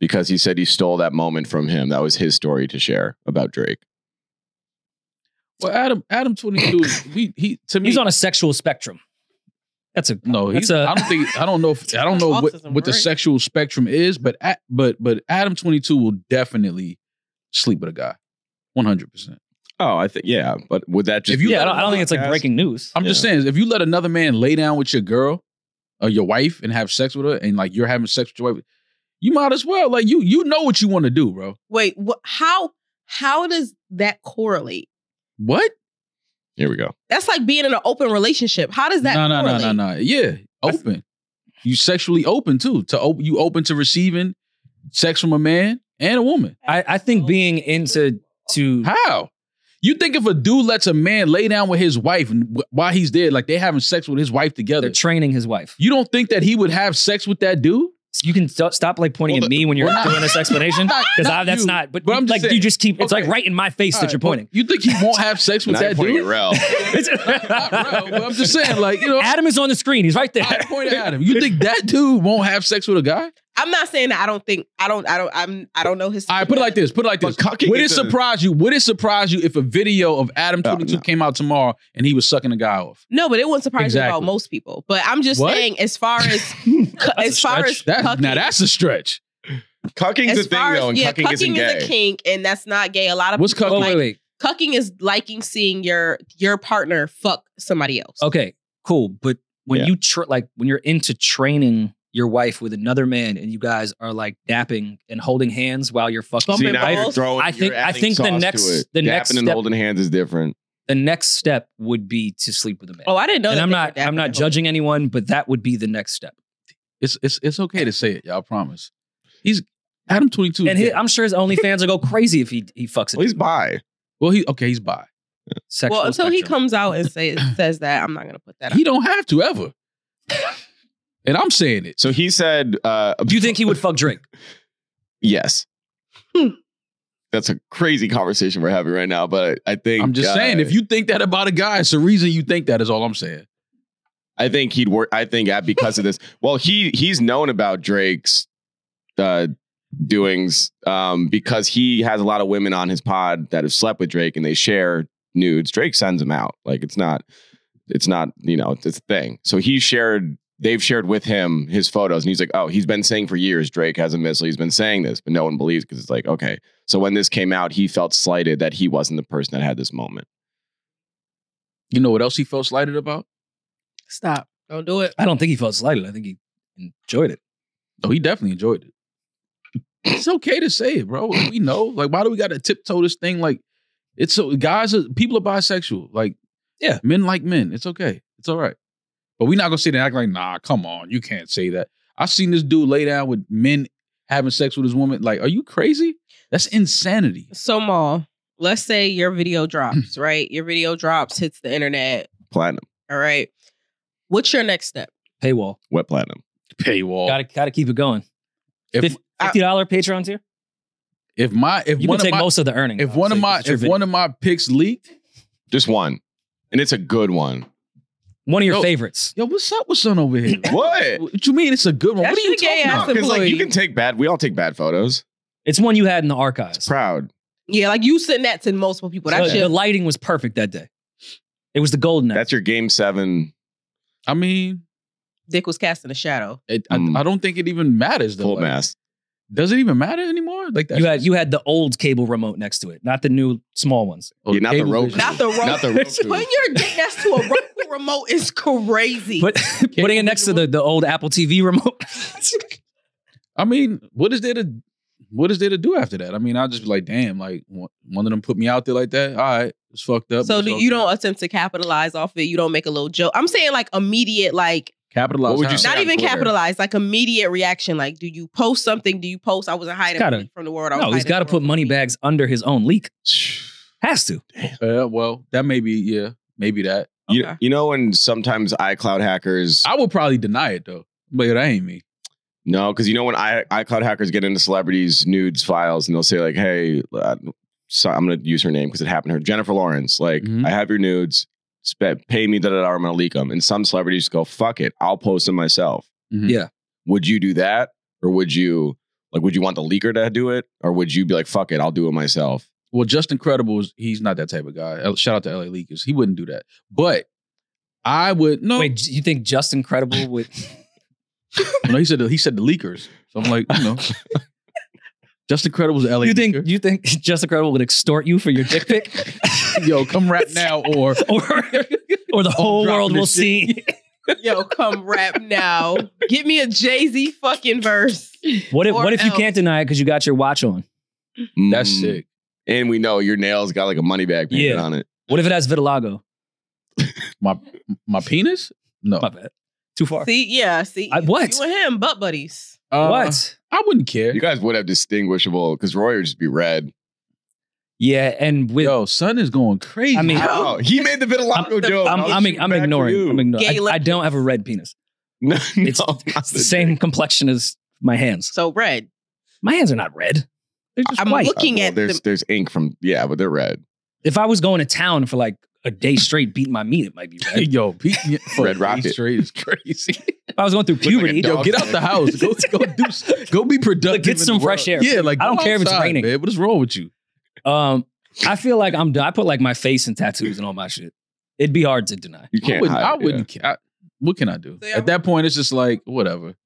[SPEAKER 1] because he said he stole that moment from him. That was his story to share about Drake.
[SPEAKER 2] Well, Adam, Adam
[SPEAKER 4] (laughs)
[SPEAKER 2] 22, is- we he to me
[SPEAKER 4] He's on a sexual spectrum. That's a
[SPEAKER 2] No, he's.
[SPEAKER 4] That's a-
[SPEAKER 2] I don't think. I don't know. If, I don't know what,
[SPEAKER 3] Autism,
[SPEAKER 2] what the
[SPEAKER 3] right?
[SPEAKER 2] sexual spectrum is, but at, but but Adam twenty two will definitely sleep with a guy, one hundred percent.
[SPEAKER 1] Oh, I think yeah, but would that just
[SPEAKER 2] If you-
[SPEAKER 1] be
[SPEAKER 4] yeah, I don't, I don't think it's like
[SPEAKER 1] podcast?
[SPEAKER 4] breaking news.
[SPEAKER 2] I'm just saying, if you let another man lay down with your girl or your wife and have sex with her, and like you're having sex with your wife, you might as well. Like you, you know what you want to do, bro.
[SPEAKER 3] Wait, wh- how how does that correlate?
[SPEAKER 2] What?
[SPEAKER 1] Here we go.
[SPEAKER 3] That's like being in an open relationship. How does that
[SPEAKER 2] No, no, no,
[SPEAKER 3] correlate?
[SPEAKER 2] no, no. Yeah, open. You sexually open too. To open, you open to receiving sex from a man and a woman.
[SPEAKER 4] I, I think being into to
[SPEAKER 2] How? You think if a dude lets a man lay down with his wife and wh- while he's there, like they having sex with his wife
[SPEAKER 4] they're
[SPEAKER 2] together,
[SPEAKER 4] training his wife.
[SPEAKER 2] you don't think that he would have sex with that dude?
[SPEAKER 4] You can st- stop like pointing
[SPEAKER 1] Well,
[SPEAKER 4] at me when
[SPEAKER 2] (laughs)
[SPEAKER 4] you're
[SPEAKER 2] well,
[SPEAKER 4] doing this explanation
[SPEAKER 2] Not-
[SPEAKER 4] because
[SPEAKER 2] not
[SPEAKER 4] that's
[SPEAKER 2] you,
[SPEAKER 4] not. But,
[SPEAKER 2] but I'm just
[SPEAKER 4] like you
[SPEAKER 2] saying-
[SPEAKER 4] just keep. It's like
[SPEAKER 2] Okay.
[SPEAKER 4] right in my face
[SPEAKER 2] All
[SPEAKER 4] that
[SPEAKER 2] right,
[SPEAKER 4] you're
[SPEAKER 2] well,
[SPEAKER 4] pointing.
[SPEAKER 2] You think he won't have sex
[SPEAKER 4] (laughs)
[SPEAKER 2] with
[SPEAKER 1] Not
[SPEAKER 2] that
[SPEAKER 1] pointing
[SPEAKER 2] dude?
[SPEAKER 1] at Rel.
[SPEAKER 2] (laughs) Not Rel, but I'm just saying, like
[SPEAKER 4] (laughs)
[SPEAKER 2] you know,
[SPEAKER 4] Adam is on the screen. He's right there.
[SPEAKER 2] (laughs) I pointed at him.
[SPEAKER 1] (laughs)
[SPEAKER 2] You think that dude won't have sex with a guy?
[SPEAKER 3] I'm not saying that I don't think I don't I don't I'm I don't know his.
[SPEAKER 2] I put it like this. Put it like
[SPEAKER 1] But
[SPEAKER 2] this.
[SPEAKER 1] cucking
[SPEAKER 2] Would it
[SPEAKER 1] is a-
[SPEAKER 2] surprise you? Would it surprise you if a video of Adam
[SPEAKER 1] Oh,
[SPEAKER 2] 22
[SPEAKER 1] no.
[SPEAKER 2] came out tomorrow and he was sucking a guy off?
[SPEAKER 3] No, but it wouldn't surprise me about
[SPEAKER 2] Exactly.
[SPEAKER 3] most people. But I'm just
[SPEAKER 2] What?
[SPEAKER 3] saying, as far as
[SPEAKER 4] (laughs) That's a
[SPEAKER 3] as far
[SPEAKER 4] stretch.
[SPEAKER 3] as
[SPEAKER 2] That,
[SPEAKER 3] cucking,
[SPEAKER 2] now that's a stretch.
[SPEAKER 1] Cucking's
[SPEAKER 3] as
[SPEAKER 1] a thing
[SPEAKER 3] far as
[SPEAKER 1] though, and
[SPEAKER 3] yeah,
[SPEAKER 1] cucking, isn't gay.
[SPEAKER 3] is a kink, and that's not gay. A lot of
[SPEAKER 2] What's
[SPEAKER 3] people
[SPEAKER 2] cucking?
[SPEAKER 4] oh
[SPEAKER 3] like-
[SPEAKER 4] wait, wait.
[SPEAKER 3] cucking is liking seeing your your partner fuck somebody else.
[SPEAKER 4] Okay, cool. But when
[SPEAKER 1] Yeah.
[SPEAKER 4] you tr like when you're into training your wife with another man and you guys are like dapping and holding hands while you're fucking.
[SPEAKER 1] See,
[SPEAKER 3] Bumping
[SPEAKER 1] now you're
[SPEAKER 3] balls?
[SPEAKER 1] throwing,
[SPEAKER 4] I think-
[SPEAKER 1] you're
[SPEAKER 4] I
[SPEAKER 1] adding
[SPEAKER 4] think the
[SPEAKER 1] sauce to
[SPEAKER 4] next-
[SPEAKER 1] it.
[SPEAKER 4] the
[SPEAKER 1] Dapping
[SPEAKER 4] next
[SPEAKER 1] and
[SPEAKER 4] step-
[SPEAKER 1] holding hands is different.
[SPEAKER 4] the next step would be to sleep with a man.
[SPEAKER 3] Oh, I didn't know.
[SPEAKER 4] and
[SPEAKER 3] that
[SPEAKER 4] I'm
[SPEAKER 3] they
[SPEAKER 4] not
[SPEAKER 3] did that
[SPEAKER 4] I'm
[SPEAKER 3] for
[SPEAKER 4] not
[SPEAKER 3] the whole-
[SPEAKER 4] judging anyone, but that would be the next step.
[SPEAKER 2] It's it's it's okay to say it. Y'all promise. He's Adam 22.
[SPEAKER 4] And he,
[SPEAKER 2] yeah.
[SPEAKER 4] I'm sure his OnlyFans will go crazy if he he fucks it.
[SPEAKER 1] Well, Oh, he's bi.
[SPEAKER 2] well, he okay. He's bi.
[SPEAKER 4] Sexual
[SPEAKER 3] Well, until he
[SPEAKER 4] spectrum.
[SPEAKER 3] comes out and say, says that, I'm not gonna put that.
[SPEAKER 2] He don't have to
[SPEAKER 4] (laughs)
[SPEAKER 2] ever. and I'm saying it.
[SPEAKER 1] So he said, uh,
[SPEAKER 4] Do you think he would fuck Drake?
[SPEAKER 1] yes.
[SPEAKER 3] Hmm.
[SPEAKER 1] That's a crazy conversation we're having right now, but I think
[SPEAKER 2] I'm just
[SPEAKER 1] uh,
[SPEAKER 2] saying. If you think that about a guy, it's the reason you think that. Is all I'm saying.
[SPEAKER 1] I think he'd work. I think uh, because of this. Well, he he's known about Drake's uh, doings um, because he has a lot of women on his pod that have slept with Drake and they share nudes. Drake sends them out. Like it's not, it's not you know it's a thing. So he shared. They've shared with him his photos, and he's like, "Oh, he's been saying for years Drake hasn't missed. So he's been saying this, but no one believes because it's like, okay." So when this came out, he felt slighted that he wasn't the person that had this moment.
[SPEAKER 2] You know what else he felt slighted about?
[SPEAKER 3] Stop. Don't do it.
[SPEAKER 4] I don't think he felt slighted. I think he enjoyed it.
[SPEAKER 2] Oh, he definitely enjoyed it. It's okay to say it, bro. We know. Like, why do we got to tiptoe this thing? Like, it's so guys, are, people are bisexual. Like,
[SPEAKER 4] Yeah.
[SPEAKER 2] men like men. It's okay. It's all right. But we're not gonna sit there and act like, nah, come on, you can't say that. I've seen this dude lay down with men having sex with his woman. Like, are you crazy? That's insanity.
[SPEAKER 3] So, Maul, let's say your video drops, right? Your video drops, hits the internet.
[SPEAKER 1] Platinum,
[SPEAKER 3] All right. What's your next step?
[SPEAKER 4] Paywall.
[SPEAKER 1] wet platinum.
[SPEAKER 2] Paywall.
[SPEAKER 4] Gotta gotta keep it going.
[SPEAKER 2] if,
[SPEAKER 4] Fifty dollar Patreon tier.
[SPEAKER 2] if my if
[SPEAKER 4] You
[SPEAKER 2] one
[SPEAKER 4] can
[SPEAKER 2] of
[SPEAKER 4] take
[SPEAKER 2] my
[SPEAKER 4] most of the earnings.
[SPEAKER 2] if one of my if one of my picks leaked,
[SPEAKER 1] Just one, and it's a good one.
[SPEAKER 4] one of your
[SPEAKER 2] No.
[SPEAKER 4] favorites.
[SPEAKER 2] yo, what's up with son over
[SPEAKER 4] (clears throat)
[SPEAKER 2] here? (laughs)
[SPEAKER 1] What?
[SPEAKER 2] What you mean it's a good one?
[SPEAKER 3] That's
[SPEAKER 2] what are you
[SPEAKER 3] your gay
[SPEAKER 2] talking
[SPEAKER 3] ass
[SPEAKER 2] about?
[SPEAKER 1] No, 'cause, like you
[SPEAKER 3] employee.
[SPEAKER 1] can take bad. We all take bad photos.
[SPEAKER 4] It's one you had in the archives.
[SPEAKER 1] Proud.
[SPEAKER 3] Yeah, like you sent that to multiple people. That
[SPEAKER 4] the, the
[SPEAKER 3] shit.
[SPEAKER 4] lighting was perfect that day. It was the golden. hour.
[SPEAKER 1] That's your game seven
[SPEAKER 2] I mean,
[SPEAKER 3] Dick was casting a shadow.
[SPEAKER 2] it,
[SPEAKER 1] Mm.
[SPEAKER 2] I, I don't think it even matters though.
[SPEAKER 1] full
[SPEAKER 2] Like,
[SPEAKER 1] mask.
[SPEAKER 2] Does it even matter anymore? Like that's
[SPEAKER 4] you had you had the old cable remote next to it, not the new small ones.
[SPEAKER 2] oh,
[SPEAKER 1] Yeah, not the
[SPEAKER 2] Cablevision.
[SPEAKER 1] Roku.
[SPEAKER 3] Not the Roku.
[SPEAKER 1] Not the Roku.
[SPEAKER 3] Putting your dick next to a Roku remote is crazy.
[SPEAKER 4] (laughs) Put, putting it next to the, the old Apple
[SPEAKER 3] (laughs)
[SPEAKER 4] TV remote.
[SPEAKER 2] I mean, what is there to what is there to do after that? I mean, I'll just be like, damn, like one one of them put me out there like that. All right, it's fucked up.
[SPEAKER 3] so
[SPEAKER 2] It's
[SPEAKER 3] do,
[SPEAKER 2] all
[SPEAKER 3] you
[SPEAKER 2] good.
[SPEAKER 3] don't attempt to capitalize off it. You don't make a little joke. I'm saying like immediate, like
[SPEAKER 2] capitalize?
[SPEAKER 1] What would you
[SPEAKER 2] how?
[SPEAKER 1] say?
[SPEAKER 3] not
[SPEAKER 1] on
[SPEAKER 3] even
[SPEAKER 1] Twitter.
[SPEAKER 3] capitalize, like immediate reaction. Like, do you post something? Do you post? I wasn't hiding
[SPEAKER 4] Gotta-
[SPEAKER 3] money from the world. I was
[SPEAKER 4] no, he's
[SPEAKER 3] hiding
[SPEAKER 4] got to
[SPEAKER 3] from
[SPEAKER 4] put money bags under his own leak.
[SPEAKER 2] (sighs)
[SPEAKER 4] Has to.
[SPEAKER 2] Uh, well, that may be yeah, maybe that.
[SPEAKER 1] You,
[SPEAKER 3] Okay.
[SPEAKER 1] you know when sometimes iCloud hackers
[SPEAKER 2] I would probably deny it though. But that ain't me.
[SPEAKER 1] no, because you know when I, iCloud hackers get into celebrities' nudes files and they'll say like, "Hey, uh, so I'm going to use her name because it happened to her, Jennifer Lawrence. Like,
[SPEAKER 2] Mhm.
[SPEAKER 1] I have your nudes. Spe- pay me da da da. I'm going to leak them." And some celebrities go, "Fuck it, I'll post them myself."
[SPEAKER 2] Mhm.
[SPEAKER 4] Yeah.
[SPEAKER 1] Would you do that, or would you like? Would you want the leaker to do it, or would you be like, "Fuck it, I'll do it myself"?
[SPEAKER 2] Well, Justin Credible is he's not that type of guy. Uh, Shout out to LA Leakers. He wouldn't do that. But I would no.
[SPEAKER 4] Wait, you think Justin Credible (laughs) would?
[SPEAKER 2] No, he said the, he said the leakers. So I'm like, you
[SPEAKER 4] (laughs)
[SPEAKER 2] know, Justin Credible's a LA.
[SPEAKER 4] you think
[SPEAKER 2] leaker.
[SPEAKER 4] (laughs) you think Justin Credible would extort you for your dick pic?
[SPEAKER 2] yo, come rap now or
[SPEAKER 4] (laughs) or (laughs) or the whole
[SPEAKER 2] dropping
[SPEAKER 4] world
[SPEAKER 2] this
[SPEAKER 4] will
[SPEAKER 2] shit.
[SPEAKER 4] (laughs) see.
[SPEAKER 3] Yo, come rap now. Give me a Jay Z fucking verse.
[SPEAKER 4] What if what if you
[SPEAKER 3] Or
[SPEAKER 4] can't deny it because you got your watch on?
[SPEAKER 2] that's
[SPEAKER 1] Mm.
[SPEAKER 2] sick.
[SPEAKER 1] And we know your nails got like a money bag painted
[SPEAKER 4] Yeah.
[SPEAKER 1] on it.
[SPEAKER 4] What if it has vitiligo?
[SPEAKER 2] My my penis? No.
[SPEAKER 4] My bad. Too far.
[SPEAKER 3] See, yeah, see,
[SPEAKER 4] I- what?
[SPEAKER 3] you and him butt buddies.
[SPEAKER 2] Uh,
[SPEAKER 4] what?
[SPEAKER 2] I wouldn't care.
[SPEAKER 1] You guys would have distinguishable because Roy would just be
[SPEAKER 3] (laughs)
[SPEAKER 1] red.
[SPEAKER 4] Yeah, and with
[SPEAKER 2] Yo, son is going crazy.
[SPEAKER 4] I mean-
[SPEAKER 1] Wow, he made the vitiligo joke.
[SPEAKER 4] I'm,
[SPEAKER 1] I'll
[SPEAKER 4] I'm,
[SPEAKER 1] shoot
[SPEAKER 4] I'm
[SPEAKER 1] back for
[SPEAKER 4] ignoring.
[SPEAKER 1] you.
[SPEAKER 4] I'm ignoring.
[SPEAKER 3] Gay
[SPEAKER 4] I, I don't have a red (laughs) penis.
[SPEAKER 1] (laughs) no,
[SPEAKER 4] It's,
[SPEAKER 1] no, not
[SPEAKER 4] it's the
[SPEAKER 1] the
[SPEAKER 4] same complexion as my hands.
[SPEAKER 3] So red.
[SPEAKER 4] My hands are not red. They're just
[SPEAKER 3] I'm
[SPEAKER 4] white.
[SPEAKER 1] Uh,
[SPEAKER 3] looking
[SPEAKER 1] well,
[SPEAKER 3] at
[SPEAKER 1] there's
[SPEAKER 3] the-
[SPEAKER 1] there's ink from yeah, but they're red.
[SPEAKER 4] if I was going to town for like a day straight beating my meat, it might be (laughs) red.
[SPEAKER 1] (laughs)
[SPEAKER 2] yo, Pete,
[SPEAKER 1] Red Rocket.
[SPEAKER 2] Straight is
[SPEAKER 4] (laughs)
[SPEAKER 2] crazy.
[SPEAKER 4] if I was going through puberty,
[SPEAKER 1] dog.
[SPEAKER 2] Yo, get out the house. Go go
[SPEAKER 4] (laughs)
[SPEAKER 2] do. s- Go be productive.
[SPEAKER 4] Get
[SPEAKER 2] in the
[SPEAKER 4] some fresh
[SPEAKER 2] world.
[SPEAKER 4] air.
[SPEAKER 2] Yeah, like
[SPEAKER 4] I don't
[SPEAKER 2] go
[SPEAKER 4] care if it's
[SPEAKER 2] outside,
[SPEAKER 4] raining.
[SPEAKER 2] Man. What is wrong with you?
[SPEAKER 4] um, I feel like I'm done. I put like my face in tattoos and all my shit. It'd be hard to deny.
[SPEAKER 1] You can't.
[SPEAKER 2] I wouldn't.
[SPEAKER 1] hide
[SPEAKER 2] I
[SPEAKER 1] it, yeah.
[SPEAKER 2] wouldn't ca- I- what can I do?
[SPEAKER 3] They are-
[SPEAKER 2] At that point, it's just like whatever.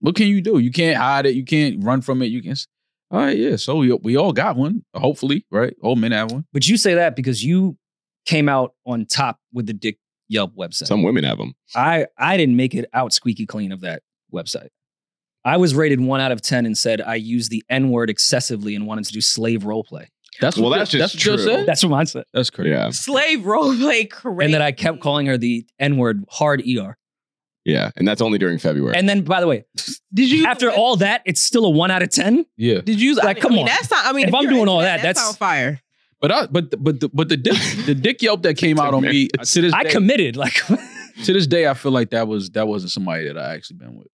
[SPEAKER 2] What can you do? You can't hide it. You can't run from it. You can. s- All right, yeah. So we, we all got one, hopefully, right? All men have one.
[SPEAKER 4] But you say that because you came out on top with the Dick Yelp website.
[SPEAKER 1] Some women have them.
[SPEAKER 4] I I didn't make it out squeaky clean of that website. I was rated one out of ten and said I used the N word excessively and wanted to do slave role play.
[SPEAKER 2] That's
[SPEAKER 1] Well,
[SPEAKER 2] what
[SPEAKER 1] that's
[SPEAKER 2] Jill-
[SPEAKER 1] just
[SPEAKER 2] that's what Jill
[SPEAKER 1] true.
[SPEAKER 2] said?
[SPEAKER 4] That's what mine said.
[SPEAKER 2] That's crazy.
[SPEAKER 1] Yeah,
[SPEAKER 3] Slave (laughs) roleplay crazy.
[SPEAKER 4] And then I kept calling her the N word hard ER.
[SPEAKER 1] yeah, and that's only during February.
[SPEAKER 4] And then by the way,
[SPEAKER 3] Did you
[SPEAKER 4] after all that, it's still a one out of ten.
[SPEAKER 2] Yeah,
[SPEAKER 3] Did you
[SPEAKER 4] Like,
[SPEAKER 3] I mean,
[SPEAKER 4] come
[SPEAKER 3] I mean,
[SPEAKER 4] on.
[SPEAKER 3] That's not. I mean,
[SPEAKER 4] If I'm
[SPEAKER 3] you're
[SPEAKER 4] doing
[SPEAKER 3] into
[SPEAKER 4] all
[SPEAKER 3] that,
[SPEAKER 4] that,
[SPEAKER 3] that's
[SPEAKER 4] that's-
[SPEAKER 3] on fire.
[SPEAKER 2] but I, but the, but the, but the dick the dick yelp that came out on me to this
[SPEAKER 4] (laughs) I
[SPEAKER 2] day,
[SPEAKER 4] committed. Like (laughs)
[SPEAKER 2] to this day I feel like that was that wasn't somebody that I actually been with.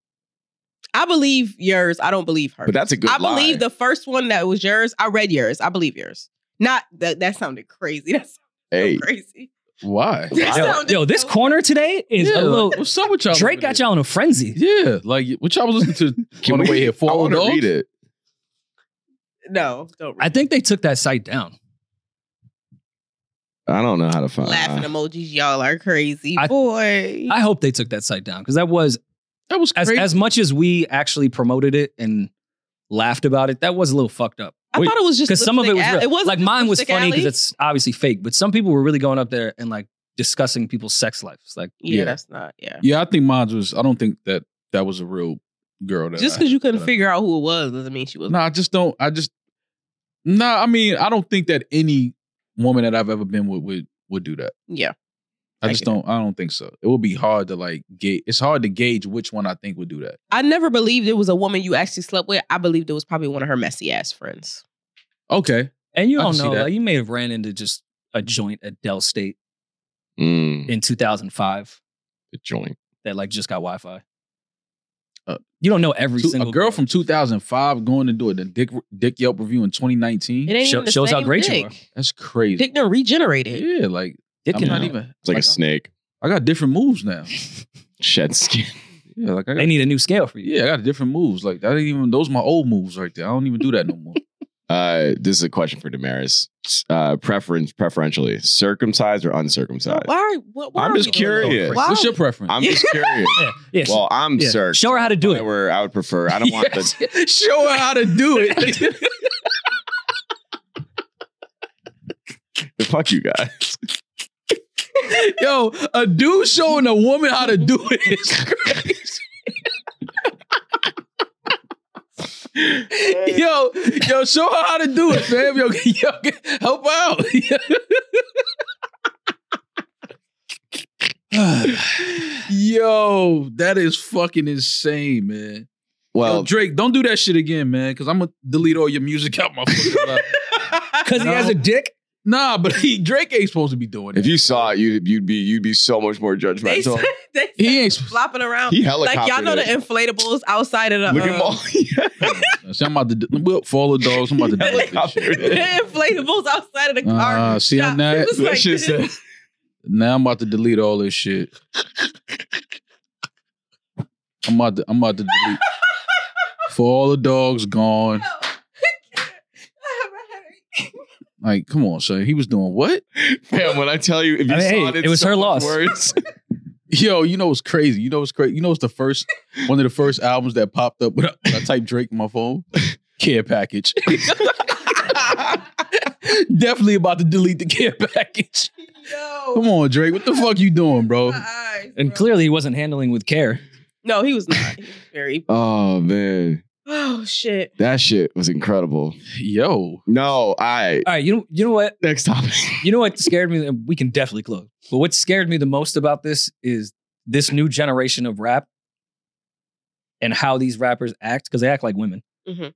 [SPEAKER 3] I believe yours. I don't believe her.
[SPEAKER 1] but that's a good.
[SPEAKER 3] I
[SPEAKER 1] lie.
[SPEAKER 3] believe the first one that was yours. I read yours. I believe yours. Not that. That sounded crazy. (laughs) That's
[SPEAKER 1] hey, (laughs)
[SPEAKER 3] crazy.
[SPEAKER 4] (laughs)
[SPEAKER 2] Why?
[SPEAKER 3] That
[SPEAKER 4] yo,
[SPEAKER 3] sounded
[SPEAKER 4] yo, this
[SPEAKER 3] so-
[SPEAKER 4] corner today is
[SPEAKER 2] Yeah,
[SPEAKER 4] a little
[SPEAKER 2] like, what's up with y'all?
[SPEAKER 4] Drake
[SPEAKER 2] over
[SPEAKER 4] got
[SPEAKER 2] there?
[SPEAKER 4] y'all in a frenzy.
[SPEAKER 2] Yeah, like what y'all was listening to
[SPEAKER 1] Can
[SPEAKER 2] on the
[SPEAKER 1] we-
[SPEAKER 2] way here?
[SPEAKER 1] I
[SPEAKER 2] Four
[SPEAKER 1] want to
[SPEAKER 2] dogs.
[SPEAKER 1] read it.
[SPEAKER 3] No, don't read.
[SPEAKER 4] I think they took that site down.
[SPEAKER 1] I don't know how to find.
[SPEAKER 3] Laughing emojis. Y'all are crazy,
[SPEAKER 4] I-
[SPEAKER 3] boy.
[SPEAKER 4] I hope they took that site down because that was
[SPEAKER 2] That was
[SPEAKER 4] as
[SPEAKER 2] crazy.
[SPEAKER 4] as much as we actually promoted it and laughed about it. That was a little fucked up.
[SPEAKER 3] I
[SPEAKER 1] wait,
[SPEAKER 3] thought it was just
[SPEAKER 4] because some of it was
[SPEAKER 3] Lipstick
[SPEAKER 4] real.
[SPEAKER 3] Alley. It wasn't
[SPEAKER 4] like
[SPEAKER 3] just
[SPEAKER 4] mine was
[SPEAKER 3] Lipstick
[SPEAKER 4] funny because
[SPEAKER 3] Alley.
[SPEAKER 4] it's obviously fake, but some people were really going up there and like discussing people's sex lives. Like,
[SPEAKER 3] yeah,
[SPEAKER 2] yeah.
[SPEAKER 3] that's not. Yeah,
[SPEAKER 2] yeah, I think mine was. I don't think that that was a real girl. That
[SPEAKER 3] just
[SPEAKER 2] I-
[SPEAKER 3] because you couldn't
[SPEAKER 2] that I-
[SPEAKER 3] figure out who it was doesn't mean she was.
[SPEAKER 2] No, I just don't. I just. No, nah, I mean, I don't think that any woman that I've ever been with would would do that.
[SPEAKER 3] Yeah,
[SPEAKER 2] I
[SPEAKER 3] I
[SPEAKER 2] just
[SPEAKER 3] get it.
[SPEAKER 2] don't. I don't think so. It would be hard to like gauge. It's hard to gauge which one I think would do that.
[SPEAKER 3] I never believed it was a woman you actually slept with. I believed it was probably one of her messy ass friends.
[SPEAKER 2] Okay,
[SPEAKER 4] and you
[SPEAKER 2] I can
[SPEAKER 4] don't
[SPEAKER 2] see
[SPEAKER 4] know,
[SPEAKER 2] that.
[SPEAKER 4] like you may have ran into just a joint at Dell State
[SPEAKER 2] Hmm.
[SPEAKER 1] Mm,
[SPEAKER 4] in 2005
[SPEAKER 1] the joint.
[SPEAKER 4] that like just got Wi-Fi.
[SPEAKER 2] Uh,
[SPEAKER 4] you don't know every
[SPEAKER 2] Two-
[SPEAKER 4] single
[SPEAKER 2] a girl from 2005 going to do it. The Dick Dick Yelp review in 2019.
[SPEAKER 3] It ain't
[SPEAKER 4] Show-
[SPEAKER 3] even the
[SPEAKER 4] shows how
[SPEAKER 3] same
[SPEAKER 4] great you
[SPEAKER 3] dick.
[SPEAKER 2] That's crazy.
[SPEAKER 3] Dick done regenerated.
[SPEAKER 2] yeah, like
[SPEAKER 4] Dick
[SPEAKER 2] I'm
[SPEAKER 4] in
[SPEAKER 2] not
[SPEAKER 4] it.
[SPEAKER 2] even.
[SPEAKER 1] It's like a
[SPEAKER 2] I-
[SPEAKER 1] snake.
[SPEAKER 2] I got different moves now.
[SPEAKER 1] Shed skin.
[SPEAKER 2] Yeah, like I got
[SPEAKER 4] They need a new scale for you.
[SPEAKER 2] Yeah, I got different moves. Like that ain't even those my old moves right there. I don't even do that no more.
[SPEAKER 1] Uh, this is a question for Damaris. S- Uh, preference, preferentially, circumcised or uncircumcised?
[SPEAKER 3] Why? are- What, why
[SPEAKER 1] I'm
[SPEAKER 3] are
[SPEAKER 1] just
[SPEAKER 3] we doing
[SPEAKER 1] curious.
[SPEAKER 3] this?
[SPEAKER 1] Yeah.
[SPEAKER 3] Why
[SPEAKER 2] What's
[SPEAKER 3] are
[SPEAKER 2] your
[SPEAKER 3] we-
[SPEAKER 2] preference?
[SPEAKER 1] I'm just curious.
[SPEAKER 4] Yeah, yeah.
[SPEAKER 1] well, I'm
[SPEAKER 4] yeah.
[SPEAKER 1] circ.
[SPEAKER 4] Show her how to do it.
[SPEAKER 1] However, I would prefer. I don't want the
[SPEAKER 4] (laughs)
[SPEAKER 2] Yes. Show her how to
[SPEAKER 1] (laughs)
[SPEAKER 2] do it.
[SPEAKER 1] fuck you guys.
[SPEAKER 2] Yo, a dude showing a woman how to do it is (laughs) crazy. yo, yo, show her how to do it, fam. Yo, (laughs) yo help her out. (laughs) yo, that is fucking insane, man. Yo,
[SPEAKER 1] Well,
[SPEAKER 2] Drake, don't do that shit again, man. Because I'm gonna delete all your music out my fucking
[SPEAKER 4] (laughs)
[SPEAKER 2] life.
[SPEAKER 4] Because he has a dick.
[SPEAKER 2] Nah, but he, Drake ain't supposed to be doing that.
[SPEAKER 1] if you saw it, you'd, you'd be you'd be so much more
[SPEAKER 3] They
[SPEAKER 1] judgmental.
[SPEAKER 3] said (laughs) they
[SPEAKER 2] he ain't.
[SPEAKER 3] said
[SPEAKER 2] supposed-
[SPEAKER 3] flopping around.
[SPEAKER 1] He
[SPEAKER 3] Like
[SPEAKER 1] helicoptered.
[SPEAKER 3] y'all know the
[SPEAKER 1] it.
[SPEAKER 3] inflatables outside of the
[SPEAKER 1] Look at
[SPEAKER 3] uh,
[SPEAKER 1] (laughs) Maul.
[SPEAKER 2] See, I'm about to. do- We'll follow dogs. I'm about to delete this shit.
[SPEAKER 3] the (laughs) inflatables outside of the car.
[SPEAKER 2] Uh, see
[SPEAKER 3] shop.
[SPEAKER 2] on that?
[SPEAKER 3] It was
[SPEAKER 1] That
[SPEAKER 3] like
[SPEAKER 1] shit said-
[SPEAKER 3] this.
[SPEAKER 2] Now I'm about to delete all this shit. I'm about to. I'm about to delete. For all the dogs gone.
[SPEAKER 3] (laughs) No, I can't. I have a headache.
[SPEAKER 2] Like, come on, son. He was doing what?
[SPEAKER 1] Fam, when I tell you, if you
[SPEAKER 4] I
[SPEAKER 1] saw
[SPEAKER 4] mean, hey,
[SPEAKER 1] it, it's
[SPEAKER 4] it was
[SPEAKER 1] so
[SPEAKER 4] her
[SPEAKER 1] much
[SPEAKER 4] loss.
[SPEAKER 1] Worse.
[SPEAKER 2] Yo, you know what's crazy? You know what's crazy? You know what's the first one of the first albums that popped
[SPEAKER 1] (laughs)
[SPEAKER 2] up when I, when I typed Drake in my phone? Care package. (laughs) Definitely about to delete the care package.
[SPEAKER 3] Yo.
[SPEAKER 2] Come on, Drake. What the fuck you doing, bro?
[SPEAKER 4] And clearly he wasn't handling with care.
[SPEAKER 3] No, he was not. He was very.
[SPEAKER 1] Oh man,
[SPEAKER 3] Oh shit.
[SPEAKER 1] that shit was incredible.
[SPEAKER 2] Yo.
[SPEAKER 1] No, I
[SPEAKER 4] All right, you know, you know what?
[SPEAKER 1] next topic. (laughs)
[SPEAKER 4] You know what scared me? We can definitely close. But what scared me the most about this is this new generation of rap and how these rappers act because they act like women.
[SPEAKER 3] Mhm.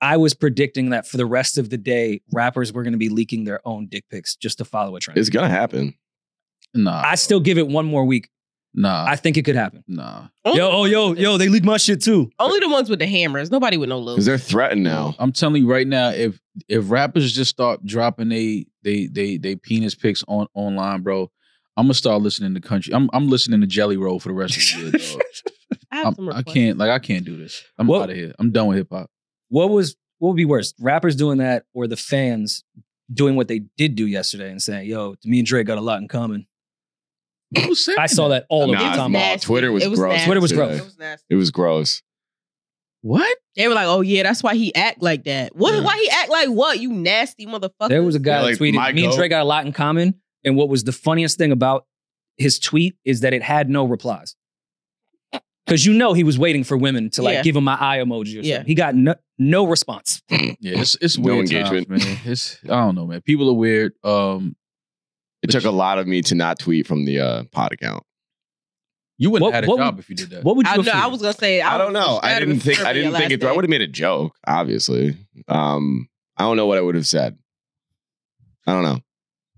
[SPEAKER 4] I was predicting that for the rest of the day, rappers were going to be leaking their own dick pics just to follow a trend.
[SPEAKER 1] It's gonna happen.
[SPEAKER 2] Nah.
[SPEAKER 4] I still give it one more week.
[SPEAKER 1] Uh.
[SPEAKER 2] nah.
[SPEAKER 4] I think it could happen.
[SPEAKER 2] nah.
[SPEAKER 3] Only,
[SPEAKER 4] (laughs) Yo, oh, yo, yo, they leaked my shit too.
[SPEAKER 3] only the ones with the hammers. Nobody with no
[SPEAKER 1] Cause
[SPEAKER 3] lube.
[SPEAKER 1] they're threatened now.
[SPEAKER 2] I'm telling you right now, if if rappers just start dropping they they they they penis pics on online, bro, I'm gonna start listening to country. I'm I'm listening to Jelly Roll for the rest of
[SPEAKER 1] (laughs)
[SPEAKER 2] the year. Dog.
[SPEAKER 3] I have some
[SPEAKER 2] I'm- I
[SPEAKER 3] requests.
[SPEAKER 2] can't like I can't do this. I'm
[SPEAKER 4] Well-
[SPEAKER 2] out of here. I'm done with hip hop.
[SPEAKER 4] What was what would be worse? Rappers doing that or the fans doing what they did do yesterday and saying, yo, me and Drake got a lot in common.
[SPEAKER 2] Who said
[SPEAKER 4] I saw that all
[SPEAKER 1] Nah,
[SPEAKER 4] over the
[SPEAKER 1] I'm
[SPEAKER 4] time.
[SPEAKER 1] not. Twitter was gross.
[SPEAKER 4] Twitter was gross.
[SPEAKER 3] It was nasty.
[SPEAKER 1] It was gross.
[SPEAKER 2] What?
[SPEAKER 3] They were like, "Oh yeah, that's why he act like that. What?
[SPEAKER 1] Yeah.
[SPEAKER 3] Why he act like what? You nasty motherfucker."
[SPEAKER 4] There was a guy
[SPEAKER 1] Yeah,
[SPEAKER 4] that
[SPEAKER 1] like,
[SPEAKER 4] tweeted,
[SPEAKER 1] my
[SPEAKER 4] me and
[SPEAKER 1] goat.
[SPEAKER 4] Dre got a lot in common. And what was the funniest thing about his tweet is that it had no replies. Because you know he was waiting for women to like
[SPEAKER 3] Yeah.
[SPEAKER 4] give him my eye emoji or
[SPEAKER 3] Yeah.
[SPEAKER 4] something. He got no, no response.
[SPEAKER 2] Yeah, it's it's
[SPEAKER 1] No
[SPEAKER 2] weird
[SPEAKER 1] engagement.
[SPEAKER 2] times, man. It's I don't know, man. People are weird. Um,
[SPEAKER 1] It took a lot of me to not tweet from the uh, pod account.
[SPEAKER 2] you wouldn't
[SPEAKER 4] What-
[SPEAKER 2] have had a
[SPEAKER 4] what
[SPEAKER 2] job
[SPEAKER 4] would-
[SPEAKER 2] if you did that.
[SPEAKER 4] What would you
[SPEAKER 3] I
[SPEAKER 4] have
[SPEAKER 3] know. I
[SPEAKER 4] tweeted?
[SPEAKER 3] was gonna say.
[SPEAKER 1] I don't
[SPEAKER 3] was
[SPEAKER 1] know. I
[SPEAKER 3] frustrated
[SPEAKER 1] didn't
[SPEAKER 3] with
[SPEAKER 1] think. I
[SPEAKER 3] Kirby
[SPEAKER 1] didn't think
[SPEAKER 3] last
[SPEAKER 1] it. I
[SPEAKER 3] night.
[SPEAKER 1] would have made a joke. Obviously, um, I don't know what I would have said. I don't know.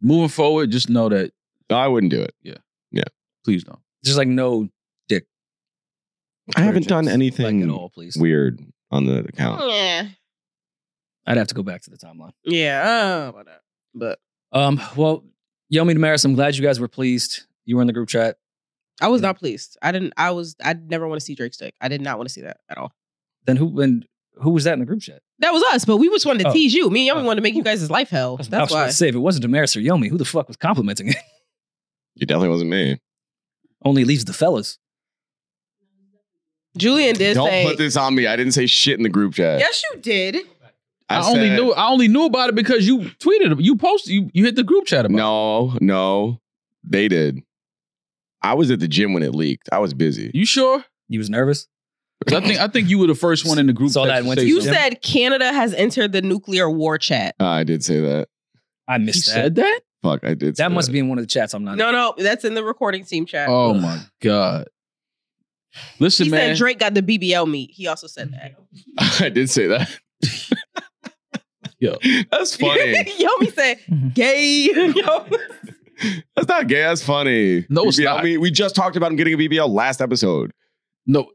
[SPEAKER 2] Moving forward, just know that.
[SPEAKER 1] No, I wouldn't do it.
[SPEAKER 2] Please don't.
[SPEAKER 4] Just like no
[SPEAKER 1] I haven't done
[SPEAKER 4] like
[SPEAKER 1] anything
[SPEAKER 4] at all, please.
[SPEAKER 1] weird on the account.
[SPEAKER 3] Yeah.
[SPEAKER 4] I'd have to go back to the timeline.
[SPEAKER 3] Yeah. I don't know about that. But
[SPEAKER 4] Um, well, Yomi Damaris, I'm glad you guys were pleased. You were in the group chat.
[SPEAKER 3] I was not pleased. I didn't. I was. I never want to see Drake's dick. I did not want to see that at all.
[SPEAKER 4] Then who and who was that in the group chat?
[SPEAKER 3] That was us, but we just wanted to
[SPEAKER 4] Oh.
[SPEAKER 3] tease you. Me and Yummy
[SPEAKER 4] Oh.
[SPEAKER 3] wanted to make you guys' life hell.
[SPEAKER 4] I was
[SPEAKER 3] That's
[SPEAKER 4] about
[SPEAKER 3] why.
[SPEAKER 4] to say if it wasn't Damaris or Yomi, who the fuck was complimenting it? (laughs)
[SPEAKER 1] It definitely wasn't me.
[SPEAKER 4] Only leaves the fellas.
[SPEAKER 3] Julian did
[SPEAKER 1] Don't
[SPEAKER 3] say.
[SPEAKER 1] put this on me. I didn't say shit in the group chat.
[SPEAKER 3] yes, you did.
[SPEAKER 2] I, only
[SPEAKER 1] said-
[SPEAKER 2] knew I only knew about it because you tweeted. You posted. You you hit the group chat about.
[SPEAKER 1] No, no, they did. I was at the gym when it leaked. I was
[SPEAKER 2] it.
[SPEAKER 1] busy.
[SPEAKER 2] You sure?
[SPEAKER 4] He was nervous.
[SPEAKER 2] 'Cause I think I think you were the first one in the group.
[SPEAKER 4] Saw that
[SPEAKER 2] text to
[SPEAKER 4] and went
[SPEAKER 2] say
[SPEAKER 4] to
[SPEAKER 3] You
[SPEAKER 4] so.
[SPEAKER 2] something.
[SPEAKER 3] said Canada has entered the nuclear war chat.
[SPEAKER 1] Uh, (laughs) I did say that.
[SPEAKER 4] I
[SPEAKER 2] You
[SPEAKER 4] missed that.
[SPEAKER 2] said that?
[SPEAKER 1] Fuck, I did. say
[SPEAKER 4] That must be in one of the chats I'm not in.
[SPEAKER 3] No, no, that's in the recording team chat.
[SPEAKER 2] Oh my god! Listen,
[SPEAKER 3] he
[SPEAKER 2] man.
[SPEAKER 3] said Drake got the BBL meat. He also
[SPEAKER 2] (laughs)
[SPEAKER 3] said that.
[SPEAKER 1] (laughs) I did say that.
[SPEAKER 2] Yo.
[SPEAKER 1] that's funny.
[SPEAKER 3] (laughs) Yomi said
[SPEAKER 4] Mhm.
[SPEAKER 3] gay. (laughs) Yo.
[SPEAKER 1] That's not gay. That's funny.
[SPEAKER 2] No,
[SPEAKER 1] BBL,
[SPEAKER 2] it's not.
[SPEAKER 1] I mean, we just talked about him getting a BBL last episode.
[SPEAKER 2] no,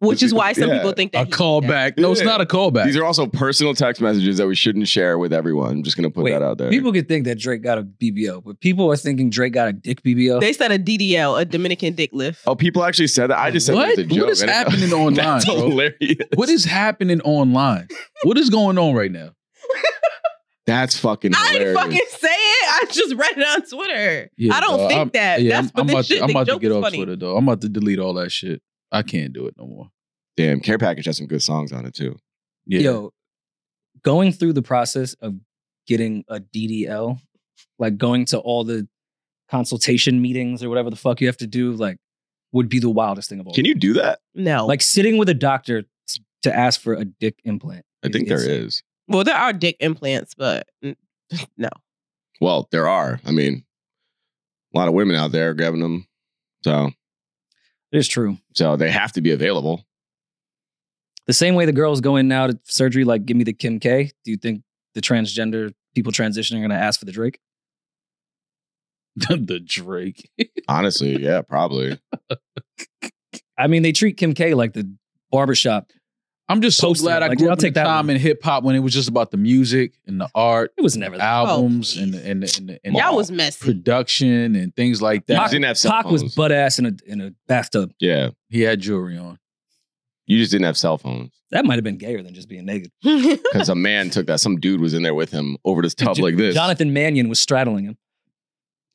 [SPEAKER 3] Which is why some
[SPEAKER 1] Yeah.
[SPEAKER 3] people think that
[SPEAKER 2] a
[SPEAKER 3] he-
[SPEAKER 2] callback. No, it's
[SPEAKER 1] Yeah.
[SPEAKER 2] not a callback.
[SPEAKER 1] These are also personal text messages that we shouldn't share with everyone. I'm just gonna put
[SPEAKER 4] Wait,
[SPEAKER 1] that out there.
[SPEAKER 4] People could think that Drake got a BBO, but people are thinking Drake got a dick BBO.
[SPEAKER 3] They said a DDL, a Dominican dick lift.
[SPEAKER 1] oh, people actually said that. I just said
[SPEAKER 2] What?
[SPEAKER 1] it was a joke.
[SPEAKER 2] What is
[SPEAKER 1] I didn't-
[SPEAKER 2] happening online,
[SPEAKER 1] (laughs) That's
[SPEAKER 2] bro?
[SPEAKER 1] hilarious.
[SPEAKER 2] (laughs) what is happening online? what is going on right now?
[SPEAKER 1] That's fucking
[SPEAKER 3] I
[SPEAKER 1] hilarious.
[SPEAKER 3] didn't fucking say it. I just read it on Twitter. I don't
[SPEAKER 2] dog.
[SPEAKER 3] think
[SPEAKER 2] I'm-
[SPEAKER 3] that. That's
[SPEAKER 2] I'm,
[SPEAKER 3] what
[SPEAKER 2] I'm
[SPEAKER 3] this
[SPEAKER 2] about,
[SPEAKER 3] (laughs) shit-
[SPEAKER 2] to, I'm
[SPEAKER 3] the
[SPEAKER 2] about to
[SPEAKER 3] joke
[SPEAKER 2] get
[SPEAKER 3] was
[SPEAKER 2] off
[SPEAKER 3] funny.
[SPEAKER 2] Twitter though. I'm about to delete all that shit. I can't do it no more. (laughs)
[SPEAKER 1] Damn, Care Package has some good songs on it too.
[SPEAKER 2] Yeah.
[SPEAKER 4] Yo, going through the process of getting a DDL, like going to all the consultation meetings or whatever the fuck you have to do, like would be the wildest thing of all.
[SPEAKER 1] Can you do that?
[SPEAKER 3] No.
[SPEAKER 4] like sitting with a doctor t- to ask for a dick implant?
[SPEAKER 1] I think there is.
[SPEAKER 3] well, there are dick implants, but mm, (laughs) no.
[SPEAKER 1] Well, there are. I mean, a lot of women out there grabbing them. So,
[SPEAKER 4] It is true.
[SPEAKER 1] so they have to be available.
[SPEAKER 4] The same way the girls go in now to surgery, like give me the Kim K. Do you think the transgender people transitioning are going to ask for the Drake?
[SPEAKER 2] the Drake.
[SPEAKER 1] Honestly, yeah, probably.
[SPEAKER 4] I mean, they treat Kim K like the barbershop.
[SPEAKER 2] I'm just so
[SPEAKER 4] Post it.
[SPEAKER 2] glad I
[SPEAKER 4] Like,
[SPEAKER 2] grew
[SPEAKER 4] I'll
[SPEAKER 2] up in
[SPEAKER 4] take
[SPEAKER 2] a
[SPEAKER 4] that
[SPEAKER 2] time
[SPEAKER 4] one.
[SPEAKER 2] in hip hop when it was just about the music and the art,
[SPEAKER 4] It was never that.
[SPEAKER 2] albums,
[SPEAKER 3] please.
[SPEAKER 2] and the, and the, and, the, and
[SPEAKER 3] Oh, Y'all
[SPEAKER 2] the
[SPEAKER 3] was messy.
[SPEAKER 2] production and things like
[SPEAKER 1] You
[SPEAKER 2] that.
[SPEAKER 1] just didn't have cell
[SPEAKER 4] Pac was
[SPEAKER 1] phones.
[SPEAKER 4] butt ass in a in a bathtub.
[SPEAKER 1] yeah,
[SPEAKER 2] He had jewelry on.
[SPEAKER 1] you just didn't have cell phones
[SPEAKER 4] That might have been gayer than just being naked.
[SPEAKER 3] (laughs)
[SPEAKER 1] because a man took that. Some dude was in there with him over this tub like this. (clears throat)
[SPEAKER 4] Jonathan Mannion was straddling him.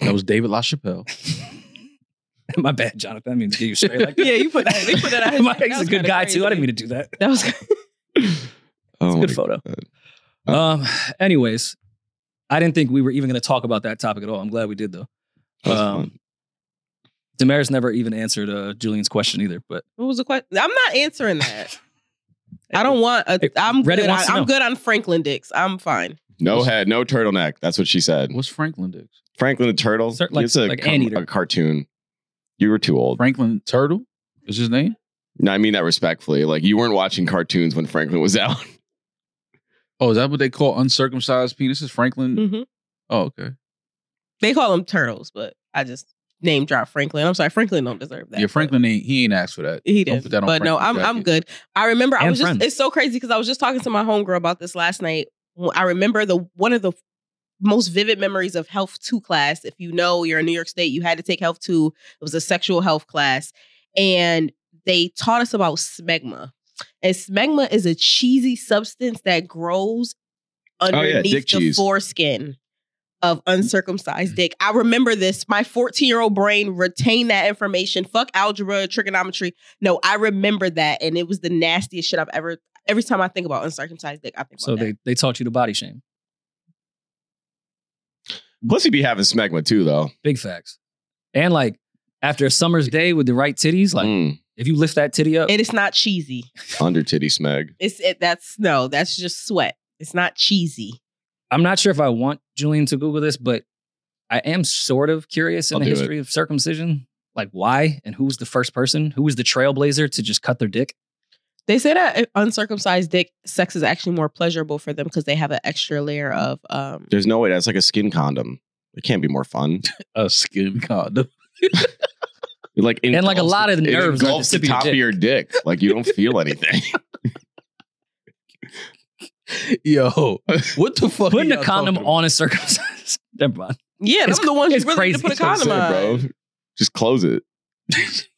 [SPEAKER 4] (laughs)
[SPEAKER 2] That was David LaChapelle.
[SPEAKER 4] My bad, Jonathan. I mean, you straight
[SPEAKER 3] (laughs)
[SPEAKER 4] like that.
[SPEAKER 3] yeah, you put that. They
[SPEAKER 4] (laughs)
[SPEAKER 3] put that
[SPEAKER 2] (laughs)
[SPEAKER 3] out.
[SPEAKER 4] Mike's a good guy too. I didn't mean to do that.
[SPEAKER 3] That was
[SPEAKER 1] oh
[SPEAKER 4] Good
[SPEAKER 1] my-
[SPEAKER 4] photo. Um, anyways, I didn't think we were even going to talk about that topic at all. I'm glad we did though.
[SPEAKER 1] That's
[SPEAKER 4] Um, Damaris never even answered uh, Julian's question either, but
[SPEAKER 3] What was the question? I'm not answering that. I don't want. A,
[SPEAKER 4] Hey,
[SPEAKER 3] I'm
[SPEAKER 4] Reddit
[SPEAKER 3] good.
[SPEAKER 4] wants to
[SPEAKER 3] I,
[SPEAKER 4] know.
[SPEAKER 3] am good on Franklin dicks. I'm fine.
[SPEAKER 1] no head, no turtleneck. That's what she said.
[SPEAKER 2] (laughs) What's Franklin Dix?
[SPEAKER 1] Franklin the turtle.
[SPEAKER 4] Sir, like-
[SPEAKER 1] it's a,
[SPEAKER 4] like
[SPEAKER 1] ca-
[SPEAKER 4] anteater.
[SPEAKER 1] a cartoon. You were too old.
[SPEAKER 2] Franklin Turtle is his name.
[SPEAKER 1] No, I mean that respectfully. Like you weren't watching cartoons when Franklin was (laughs) out.
[SPEAKER 2] Oh, is that what they call uncircumcised penises? Franklin.
[SPEAKER 4] Mm.
[SPEAKER 3] Mhm.
[SPEAKER 2] Oh, okay.
[SPEAKER 3] They call them turtles, but I just name drop Franklin. I'm sorry, Franklin don't deserve that.
[SPEAKER 2] yeah, Franklin ain't he ain't asked for that.
[SPEAKER 3] He
[SPEAKER 2] Don't
[SPEAKER 3] did,
[SPEAKER 2] put
[SPEAKER 3] but
[SPEAKER 2] that on
[SPEAKER 3] no, I'm
[SPEAKER 2] Franklin's
[SPEAKER 3] I'm
[SPEAKER 2] jacket.
[SPEAKER 3] good. I remember I
[SPEAKER 4] And
[SPEAKER 3] was just.
[SPEAKER 4] friend.
[SPEAKER 3] It's so crazy because I was just talking to my homegirl about this last night. Well, I remember the one of the most vivid memories of Health Two class. If you know you're in New York State, you had to take Health Two. It was a sexual health class, and they taught us about smegma. And smegma is a cheesy substance that grows
[SPEAKER 1] Oh, yeah,
[SPEAKER 3] underneath
[SPEAKER 1] dick
[SPEAKER 3] the
[SPEAKER 1] cheese. Mm-hmm.
[SPEAKER 3] foreskin of uncircumcised dick. I remember this. My 14 year old brain retained that information. Fuck algebra, trigonometry. No, I remember that. And it was the nastiest shit I've ever. Every time I think about uncircumcised dick, I think
[SPEAKER 4] so
[SPEAKER 3] about
[SPEAKER 4] they, they taught you to body shame.
[SPEAKER 1] Plus, he'd be having smegma too, though.
[SPEAKER 4] Big facts. And like after a summer's day with the right titties, like
[SPEAKER 1] Mm,
[SPEAKER 4] if you lift that titty up,
[SPEAKER 3] that. And it's not cheesy.
[SPEAKER 1] under titty smeg.
[SPEAKER 3] It's it, that's no, that's just sweat. It's not cheesy.
[SPEAKER 4] I'm not sure if I want Julian to Google this, but I am sort of curious in
[SPEAKER 1] I'll
[SPEAKER 4] the
[SPEAKER 1] do it.
[SPEAKER 4] history of circumcision, like why and who was the first person, who was the trailblazer to just cut their dick.
[SPEAKER 3] They say that uh, uncircumcised dick sex is actually more pleasurable for them because they have an extra layer of um
[SPEAKER 1] There's no way that's like a skin condom. It can't be more fun.
[SPEAKER 2] A skin condom. (laughs)
[SPEAKER 1] It, Like
[SPEAKER 4] And, like, a
[SPEAKER 1] engulfs-
[SPEAKER 4] lot of the
[SPEAKER 1] it
[SPEAKER 4] nerves are at the
[SPEAKER 1] engulfs
[SPEAKER 4] tip of your
[SPEAKER 1] top
[SPEAKER 4] dick.
[SPEAKER 1] of your dick. Like you don't feel anything.
[SPEAKER 2] Yo, what the
[SPEAKER 1] Oh,
[SPEAKER 2] fuck?
[SPEAKER 4] Putting
[SPEAKER 2] are
[SPEAKER 4] a
[SPEAKER 2] y'all
[SPEAKER 4] condom
[SPEAKER 2] talking about?
[SPEAKER 4] on a circumcised. (laughs) Never mind.
[SPEAKER 3] Yeah,
[SPEAKER 4] It's-
[SPEAKER 3] I'm the ones who
[SPEAKER 4] it's
[SPEAKER 3] really need to
[SPEAKER 4] crazy.
[SPEAKER 3] put a
[SPEAKER 1] (laughs)
[SPEAKER 3] condom on.
[SPEAKER 4] (laughs)
[SPEAKER 1] Just close it.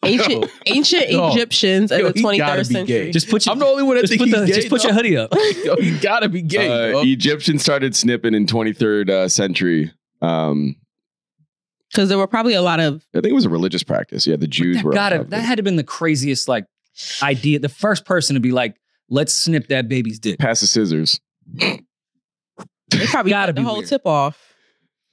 [SPEAKER 3] Ancient ancient
[SPEAKER 2] Yo.
[SPEAKER 3] Egyptians in
[SPEAKER 2] Yo,
[SPEAKER 3] the
[SPEAKER 2] he gotta
[SPEAKER 3] 23rd
[SPEAKER 2] be
[SPEAKER 3] century.
[SPEAKER 2] gay.
[SPEAKER 4] Just put your
[SPEAKER 2] I'm the only one that
[SPEAKER 4] just
[SPEAKER 2] think
[SPEAKER 4] put,
[SPEAKER 2] he's
[SPEAKER 4] the,
[SPEAKER 2] gay.
[SPEAKER 4] just put your
[SPEAKER 2] dog.
[SPEAKER 4] hoodie up.
[SPEAKER 2] (laughs) Yo, he gotta be gay.
[SPEAKER 1] Uh,
[SPEAKER 2] dog.
[SPEAKER 1] Egyptians started snipping in 23rd uh, century. Um,
[SPEAKER 3] Because there were probably a lot of
[SPEAKER 1] I think it was a religious practice. Yeah, the Jews
[SPEAKER 4] That
[SPEAKER 1] were.
[SPEAKER 4] got
[SPEAKER 1] on top of
[SPEAKER 4] that
[SPEAKER 1] it.
[SPEAKER 4] had to have been the craziest like idea. The first person to be like, let's snip that baby's dick.
[SPEAKER 1] pass the scissors.
[SPEAKER 4] (laughs)
[SPEAKER 3] they probably
[SPEAKER 4] Gotta
[SPEAKER 3] cut the
[SPEAKER 4] be
[SPEAKER 3] whole
[SPEAKER 4] weird.
[SPEAKER 3] tip off.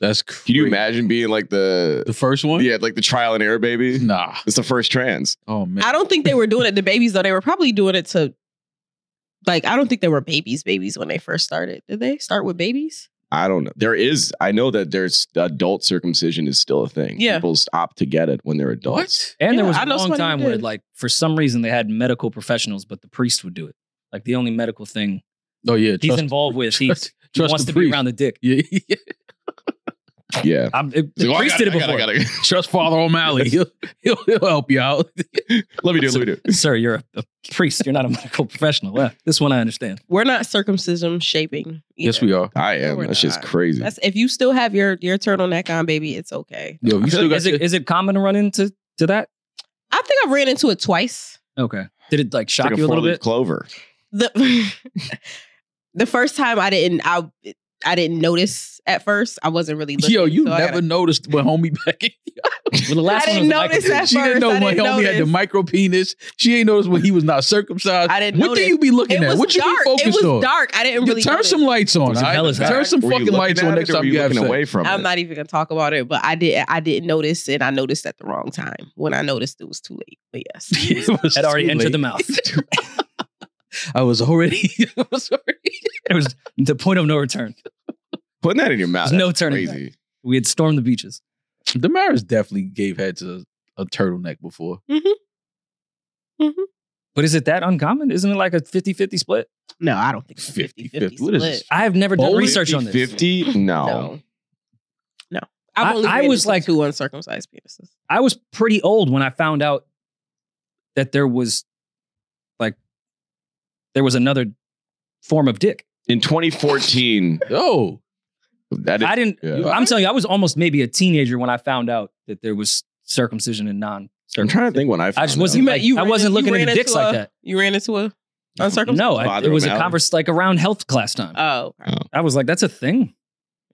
[SPEAKER 2] That's crazy.
[SPEAKER 1] Can you imagine being like the
[SPEAKER 2] the first one?
[SPEAKER 1] yeah, like the trial and error
[SPEAKER 4] Mm-hmm.
[SPEAKER 1] baby?
[SPEAKER 2] (laughs) Nah.
[SPEAKER 1] It's the first trans.
[SPEAKER 2] Oh man.
[SPEAKER 3] I don't think they were doing it to babies though. They were probably doing it to like I don't think they were babies babies when they first started. Did they start with babies?
[SPEAKER 1] I don't know. There is. I know that there's adult circumcision is still a thing.
[SPEAKER 3] Yeah.
[SPEAKER 1] people opt to get it when they're adults.
[SPEAKER 4] And there
[SPEAKER 3] Yeah,
[SPEAKER 4] was
[SPEAKER 3] I
[SPEAKER 4] a
[SPEAKER 3] know
[SPEAKER 4] long
[SPEAKER 3] somebody who
[SPEAKER 4] time where,
[SPEAKER 3] did.
[SPEAKER 4] like, for some reason, they had medical professionals, but the priest would do it. Like, the only medical thing
[SPEAKER 2] Oh yeah.
[SPEAKER 4] he's
[SPEAKER 2] trust-
[SPEAKER 4] involved with, he's,
[SPEAKER 2] Trust,
[SPEAKER 4] he
[SPEAKER 2] trust
[SPEAKER 4] wants
[SPEAKER 2] the
[SPEAKER 4] to
[SPEAKER 2] priest.
[SPEAKER 4] be around the dick.
[SPEAKER 2] (laughs) Yeah, yeah.
[SPEAKER 1] Yeah,
[SPEAKER 4] I'm, it, the
[SPEAKER 1] Like, oh, I
[SPEAKER 4] priest
[SPEAKER 1] got
[SPEAKER 4] did it
[SPEAKER 1] I
[SPEAKER 4] before.
[SPEAKER 1] got (laughs) I got
[SPEAKER 2] Trust Father
[SPEAKER 4] (laughs)
[SPEAKER 2] O'Malley. He'll, he'll, he'll help you out.
[SPEAKER 1] Let me do. it, Let me do. it.
[SPEAKER 4] Sir, you're a, a priest. You're not a (laughs) medical professional. Yeah, this one I understand.
[SPEAKER 3] We're not circumcision shaping.
[SPEAKER 2] Yes,
[SPEAKER 3] either.
[SPEAKER 2] we are.
[SPEAKER 1] I am.
[SPEAKER 3] we're
[SPEAKER 1] That's just
[SPEAKER 3] not.
[SPEAKER 1] crazy.
[SPEAKER 3] That's if you still have your your turtleneck on, baby, it's okay.
[SPEAKER 2] Yo,
[SPEAKER 4] (laughs)
[SPEAKER 2] you still got
[SPEAKER 4] Is it,
[SPEAKER 2] your-
[SPEAKER 4] is it common to run into to that?
[SPEAKER 3] I think I ran into it twice.
[SPEAKER 4] Okay. Did it, like,
[SPEAKER 1] It's
[SPEAKER 4] shock
[SPEAKER 1] like
[SPEAKER 4] you a little
[SPEAKER 1] four-leaf
[SPEAKER 4] bit?
[SPEAKER 1] Clover.
[SPEAKER 3] the (laughs) the first time I didn't I I didn't notice at first. I wasn't really looking.
[SPEAKER 2] Yo, you
[SPEAKER 3] so I
[SPEAKER 2] never
[SPEAKER 3] gotta-
[SPEAKER 2] noticed
[SPEAKER 3] (laughs)
[SPEAKER 2] when homie back in.
[SPEAKER 4] Well, the last
[SPEAKER 3] I
[SPEAKER 4] one
[SPEAKER 3] didn't
[SPEAKER 4] was
[SPEAKER 3] notice
[SPEAKER 4] like,
[SPEAKER 3] that. At
[SPEAKER 2] she didn't
[SPEAKER 3] first,
[SPEAKER 2] know
[SPEAKER 3] I
[SPEAKER 2] when
[SPEAKER 3] didn't
[SPEAKER 2] homie had the
[SPEAKER 3] notice.
[SPEAKER 2] micro penis. She ain't noticed when he was not circumcised.
[SPEAKER 3] I didn't
[SPEAKER 2] What do
[SPEAKER 3] notice.
[SPEAKER 2] you be looking
[SPEAKER 3] It
[SPEAKER 2] at?
[SPEAKER 3] was
[SPEAKER 2] What you
[SPEAKER 3] dark.
[SPEAKER 2] be focused
[SPEAKER 3] it was
[SPEAKER 2] on?
[SPEAKER 3] dark. I didn't
[SPEAKER 2] Yo,
[SPEAKER 3] really
[SPEAKER 2] turn
[SPEAKER 3] notice.
[SPEAKER 2] some lights on.
[SPEAKER 1] Was it
[SPEAKER 2] all right?
[SPEAKER 4] hell is
[SPEAKER 2] Turn
[SPEAKER 4] dark?
[SPEAKER 2] some
[SPEAKER 1] Were you
[SPEAKER 2] (laughs) fucking
[SPEAKER 1] looking
[SPEAKER 2] lights
[SPEAKER 1] at
[SPEAKER 2] on
[SPEAKER 1] it
[SPEAKER 2] next
[SPEAKER 1] or were
[SPEAKER 2] time
[SPEAKER 1] you
[SPEAKER 2] you have
[SPEAKER 1] looking
[SPEAKER 2] sex.
[SPEAKER 1] away from
[SPEAKER 3] I'm
[SPEAKER 1] it?
[SPEAKER 3] not even gonna talk about it, but I did. I didn't notice, and I noticed at the wrong time. When I noticed, it was too late. But yes,
[SPEAKER 2] (laughs) It was
[SPEAKER 4] had already
[SPEAKER 2] too
[SPEAKER 4] entered
[SPEAKER 2] late.
[SPEAKER 4] the mouth.
[SPEAKER 2] (laughs) I was
[SPEAKER 1] (laughs)
[SPEAKER 2] already. I was already.
[SPEAKER 4] It was the point of no return.
[SPEAKER 1] Putting that in your mouth.
[SPEAKER 4] There's (laughs) no
[SPEAKER 1] that's
[SPEAKER 4] turning
[SPEAKER 1] Crazy.
[SPEAKER 4] We had stormed the beaches.
[SPEAKER 2] Damaris definitely gave head to a turtleneck before.
[SPEAKER 4] But is it that uncommon? Isn't it like a 50 50 split?
[SPEAKER 3] no, I don't think 50
[SPEAKER 2] 50-50.
[SPEAKER 3] 50
[SPEAKER 2] What is this?
[SPEAKER 4] I've never done
[SPEAKER 2] Bowling
[SPEAKER 4] research on this.
[SPEAKER 1] 50? No.
[SPEAKER 3] No, no.
[SPEAKER 4] I-
[SPEAKER 3] I've only
[SPEAKER 4] I
[SPEAKER 3] ran
[SPEAKER 4] was
[SPEAKER 3] into
[SPEAKER 4] like-
[SPEAKER 3] two uncircumcised penises.
[SPEAKER 4] I was pretty old when I found out that there was like there was another form of dick.
[SPEAKER 1] In
[SPEAKER 4] (laughs)
[SPEAKER 1] 2014,
[SPEAKER 2] Yo,
[SPEAKER 1] that
[SPEAKER 4] I didn't
[SPEAKER 1] yeah.
[SPEAKER 4] I'm telling you, I was almost maybe a teenager when I found out that there was circumcision and non
[SPEAKER 1] I'm trying to think when I.
[SPEAKER 4] I
[SPEAKER 1] found
[SPEAKER 4] just
[SPEAKER 1] out.
[SPEAKER 4] wasn't like, I
[SPEAKER 3] ran-
[SPEAKER 4] wasn't
[SPEAKER 3] you
[SPEAKER 4] looking
[SPEAKER 3] ran
[SPEAKER 4] into dicks
[SPEAKER 3] into
[SPEAKER 4] like
[SPEAKER 3] a-
[SPEAKER 4] that.
[SPEAKER 3] You ran into a uncircumcised.
[SPEAKER 4] No, I, it
[SPEAKER 1] Father
[SPEAKER 4] was a
[SPEAKER 1] O'Malley.
[SPEAKER 4] converse like around health class time.
[SPEAKER 3] Oh, okay.
[SPEAKER 4] I was like, that's a thing.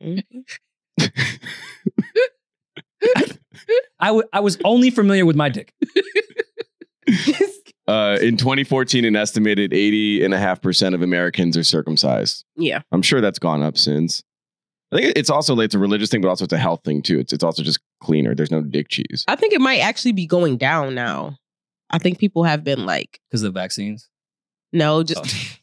[SPEAKER 3] Mm-hmm.
[SPEAKER 4] I wa- I was only familiar with my dick.
[SPEAKER 1] Uh, in 2014, an estimated 80.5% of Americans are circumcised.
[SPEAKER 3] Yeah.
[SPEAKER 1] I'm sure that's gone up since. I think it's also it's a religious thing, but also it's a health thing too. It's it's also just cleaner. There's no dick cheese.
[SPEAKER 3] I think it might actually be going down now. I think people have been like,
[SPEAKER 4] because of the vaccines. Oh.
[SPEAKER 3] no, just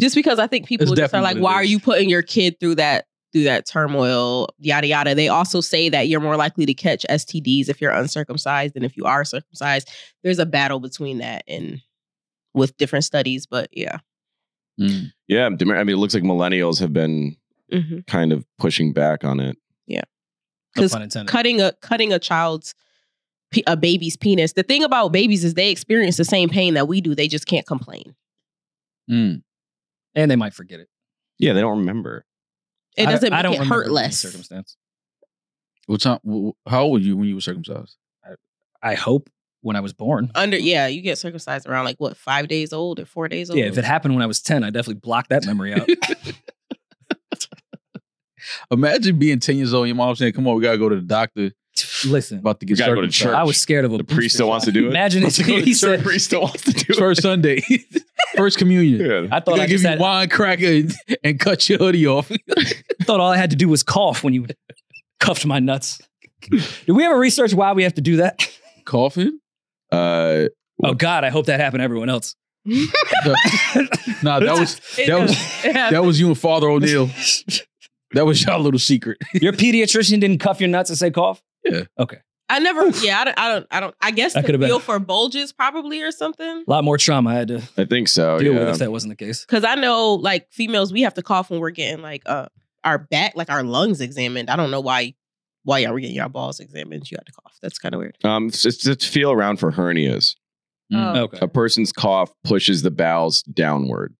[SPEAKER 3] just because I think people
[SPEAKER 2] It's
[SPEAKER 3] just are
[SPEAKER 2] definitely
[SPEAKER 3] like,
[SPEAKER 2] what
[SPEAKER 3] why
[SPEAKER 2] it
[SPEAKER 3] are
[SPEAKER 2] is.
[SPEAKER 3] you putting your kid through that through that turmoil, yada yada. They also say that you're more likely to catch STDs if you're uncircumcised than if you are circumcised. There's a battle between that and with different studies, but yeah.
[SPEAKER 2] Mm.
[SPEAKER 1] Yeah, dem- I mean, it looks like millennials have been
[SPEAKER 3] Mm-hmm.
[SPEAKER 1] kind of pushing back on it.
[SPEAKER 4] No
[SPEAKER 3] 'Cause
[SPEAKER 4] pun intended.
[SPEAKER 3] cutting a cutting a child's pe- a baby's penis. The thing about babies is they experience the same pain that we do. They just can't complain.
[SPEAKER 2] Mm.
[SPEAKER 4] and they might forget it.
[SPEAKER 1] Yeah, they don't remember.
[SPEAKER 3] It
[SPEAKER 4] I-
[SPEAKER 3] doesn't
[SPEAKER 4] I don't
[SPEAKER 3] make it
[SPEAKER 4] remember
[SPEAKER 3] hurt
[SPEAKER 4] in any
[SPEAKER 3] less.
[SPEAKER 4] Circumstance.
[SPEAKER 2] What time? wh- wh- How old were you when you were circumcised?
[SPEAKER 4] I hope when I was born.
[SPEAKER 3] Under yeah, you get circumcised around like what five days old or four days old.
[SPEAKER 4] Yeah, if it happened when I was ten, I definitely blocked that
[SPEAKER 3] (laughs)
[SPEAKER 4] memory out.
[SPEAKER 2] Imagine being ten years old. Your mom saying, "Come on, we gotta go to the doctor.
[SPEAKER 4] Listen,
[SPEAKER 2] About to get
[SPEAKER 1] We gotta go to
[SPEAKER 2] circumcised."
[SPEAKER 1] church.
[SPEAKER 4] I was scared of a
[SPEAKER 1] The priest still wants to do it.
[SPEAKER 4] Imagine if (laughs) he said,
[SPEAKER 1] priest still wants
[SPEAKER 4] (laughs)
[SPEAKER 1] to do
[SPEAKER 2] First Sunday, first communion.
[SPEAKER 1] it. Yeah.
[SPEAKER 4] I thought
[SPEAKER 2] they
[SPEAKER 4] I
[SPEAKER 2] give
[SPEAKER 4] just
[SPEAKER 2] you
[SPEAKER 4] had,
[SPEAKER 2] wine cracker and, and cut your hoodie off.
[SPEAKER 4] thought all I had to do was cough when you (laughs) cuffed my nuts. Did we ever research why we have to do that?
[SPEAKER 2] (laughs) Coughing?
[SPEAKER 1] Uh,
[SPEAKER 4] Oh God, I hope that happened to everyone else.
[SPEAKER 2] No. nah, that
[SPEAKER 4] (laughs)
[SPEAKER 2] was that was that was you and Father O'Neill. That was y'all little secret.
[SPEAKER 4] Your pediatrician didn't cuff your nuts and say cough?
[SPEAKER 2] Yeah.
[SPEAKER 4] Okay.
[SPEAKER 3] I never. Yeah, I don't. I don't. I don't. I guess
[SPEAKER 4] That
[SPEAKER 3] to
[SPEAKER 4] could've been-
[SPEAKER 3] feel for bulges probably or something.
[SPEAKER 4] A lot more trauma I had to
[SPEAKER 1] I think so.
[SPEAKER 4] deal with
[SPEAKER 1] Oh, yeah.
[SPEAKER 4] if that wasn't the case.
[SPEAKER 3] Because I know like females, we have to cough when we're getting like uh our back, like our lungs examined. I don't know why why y'all were getting your balls examined. You had to cough. That's kind of weird.
[SPEAKER 1] Um, it's just, just feel around for hernias.
[SPEAKER 2] Mm.
[SPEAKER 4] Okay.
[SPEAKER 1] A person's cough pushes the bowels downward.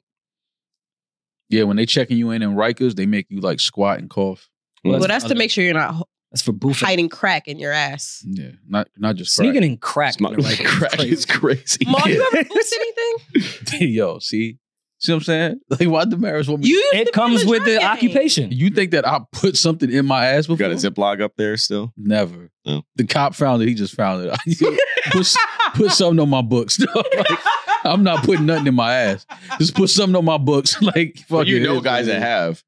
[SPEAKER 2] Yeah, when they checking you in in Rikers, they make you like squat and cough.
[SPEAKER 1] Well,
[SPEAKER 3] well, that's to make sure you're not ho-
[SPEAKER 4] That's for boofing.
[SPEAKER 3] hiding crack in your
[SPEAKER 4] (laughs)
[SPEAKER 3] ass.
[SPEAKER 2] Yeah, not not just
[SPEAKER 4] Sneaking (laughs) in
[SPEAKER 1] (laughs)
[SPEAKER 4] crack.
[SPEAKER 1] Sm-
[SPEAKER 4] in the right place is
[SPEAKER 1] crack
[SPEAKER 4] crazy.
[SPEAKER 1] is crazy.
[SPEAKER 3] Mom, you ever
[SPEAKER 4] Yeah.
[SPEAKER 3] boofed anything?
[SPEAKER 4] (laughs)
[SPEAKER 2] crack. (laughs) Yo, see, see what I'm saying? (laughs) Like, why the marriage woman?
[SPEAKER 3] You used to be
[SPEAKER 4] It comes
[SPEAKER 3] in
[SPEAKER 4] with the
[SPEAKER 3] drug (laughs) gang.
[SPEAKER 4] occupation.
[SPEAKER 2] You think that I put something in my
[SPEAKER 1] (laughs)
[SPEAKER 2] ass
[SPEAKER 1] You
[SPEAKER 2] before?
[SPEAKER 1] got a Ziploc up there still?
[SPEAKER 2] Never.
[SPEAKER 1] No.
[SPEAKER 2] The cop found it. He just found it. (laughs) put, put
[SPEAKER 4] (laughs)
[SPEAKER 2] something on my books. (laughs) Like, I'm not putting nothing in my ass. Just put something on my books. (laughs) Like
[SPEAKER 1] Well,
[SPEAKER 2] fuck
[SPEAKER 1] you
[SPEAKER 2] it,
[SPEAKER 1] know,
[SPEAKER 2] it's
[SPEAKER 1] guys
[SPEAKER 2] what
[SPEAKER 1] that
[SPEAKER 2] it
[SPEAKER 1] have.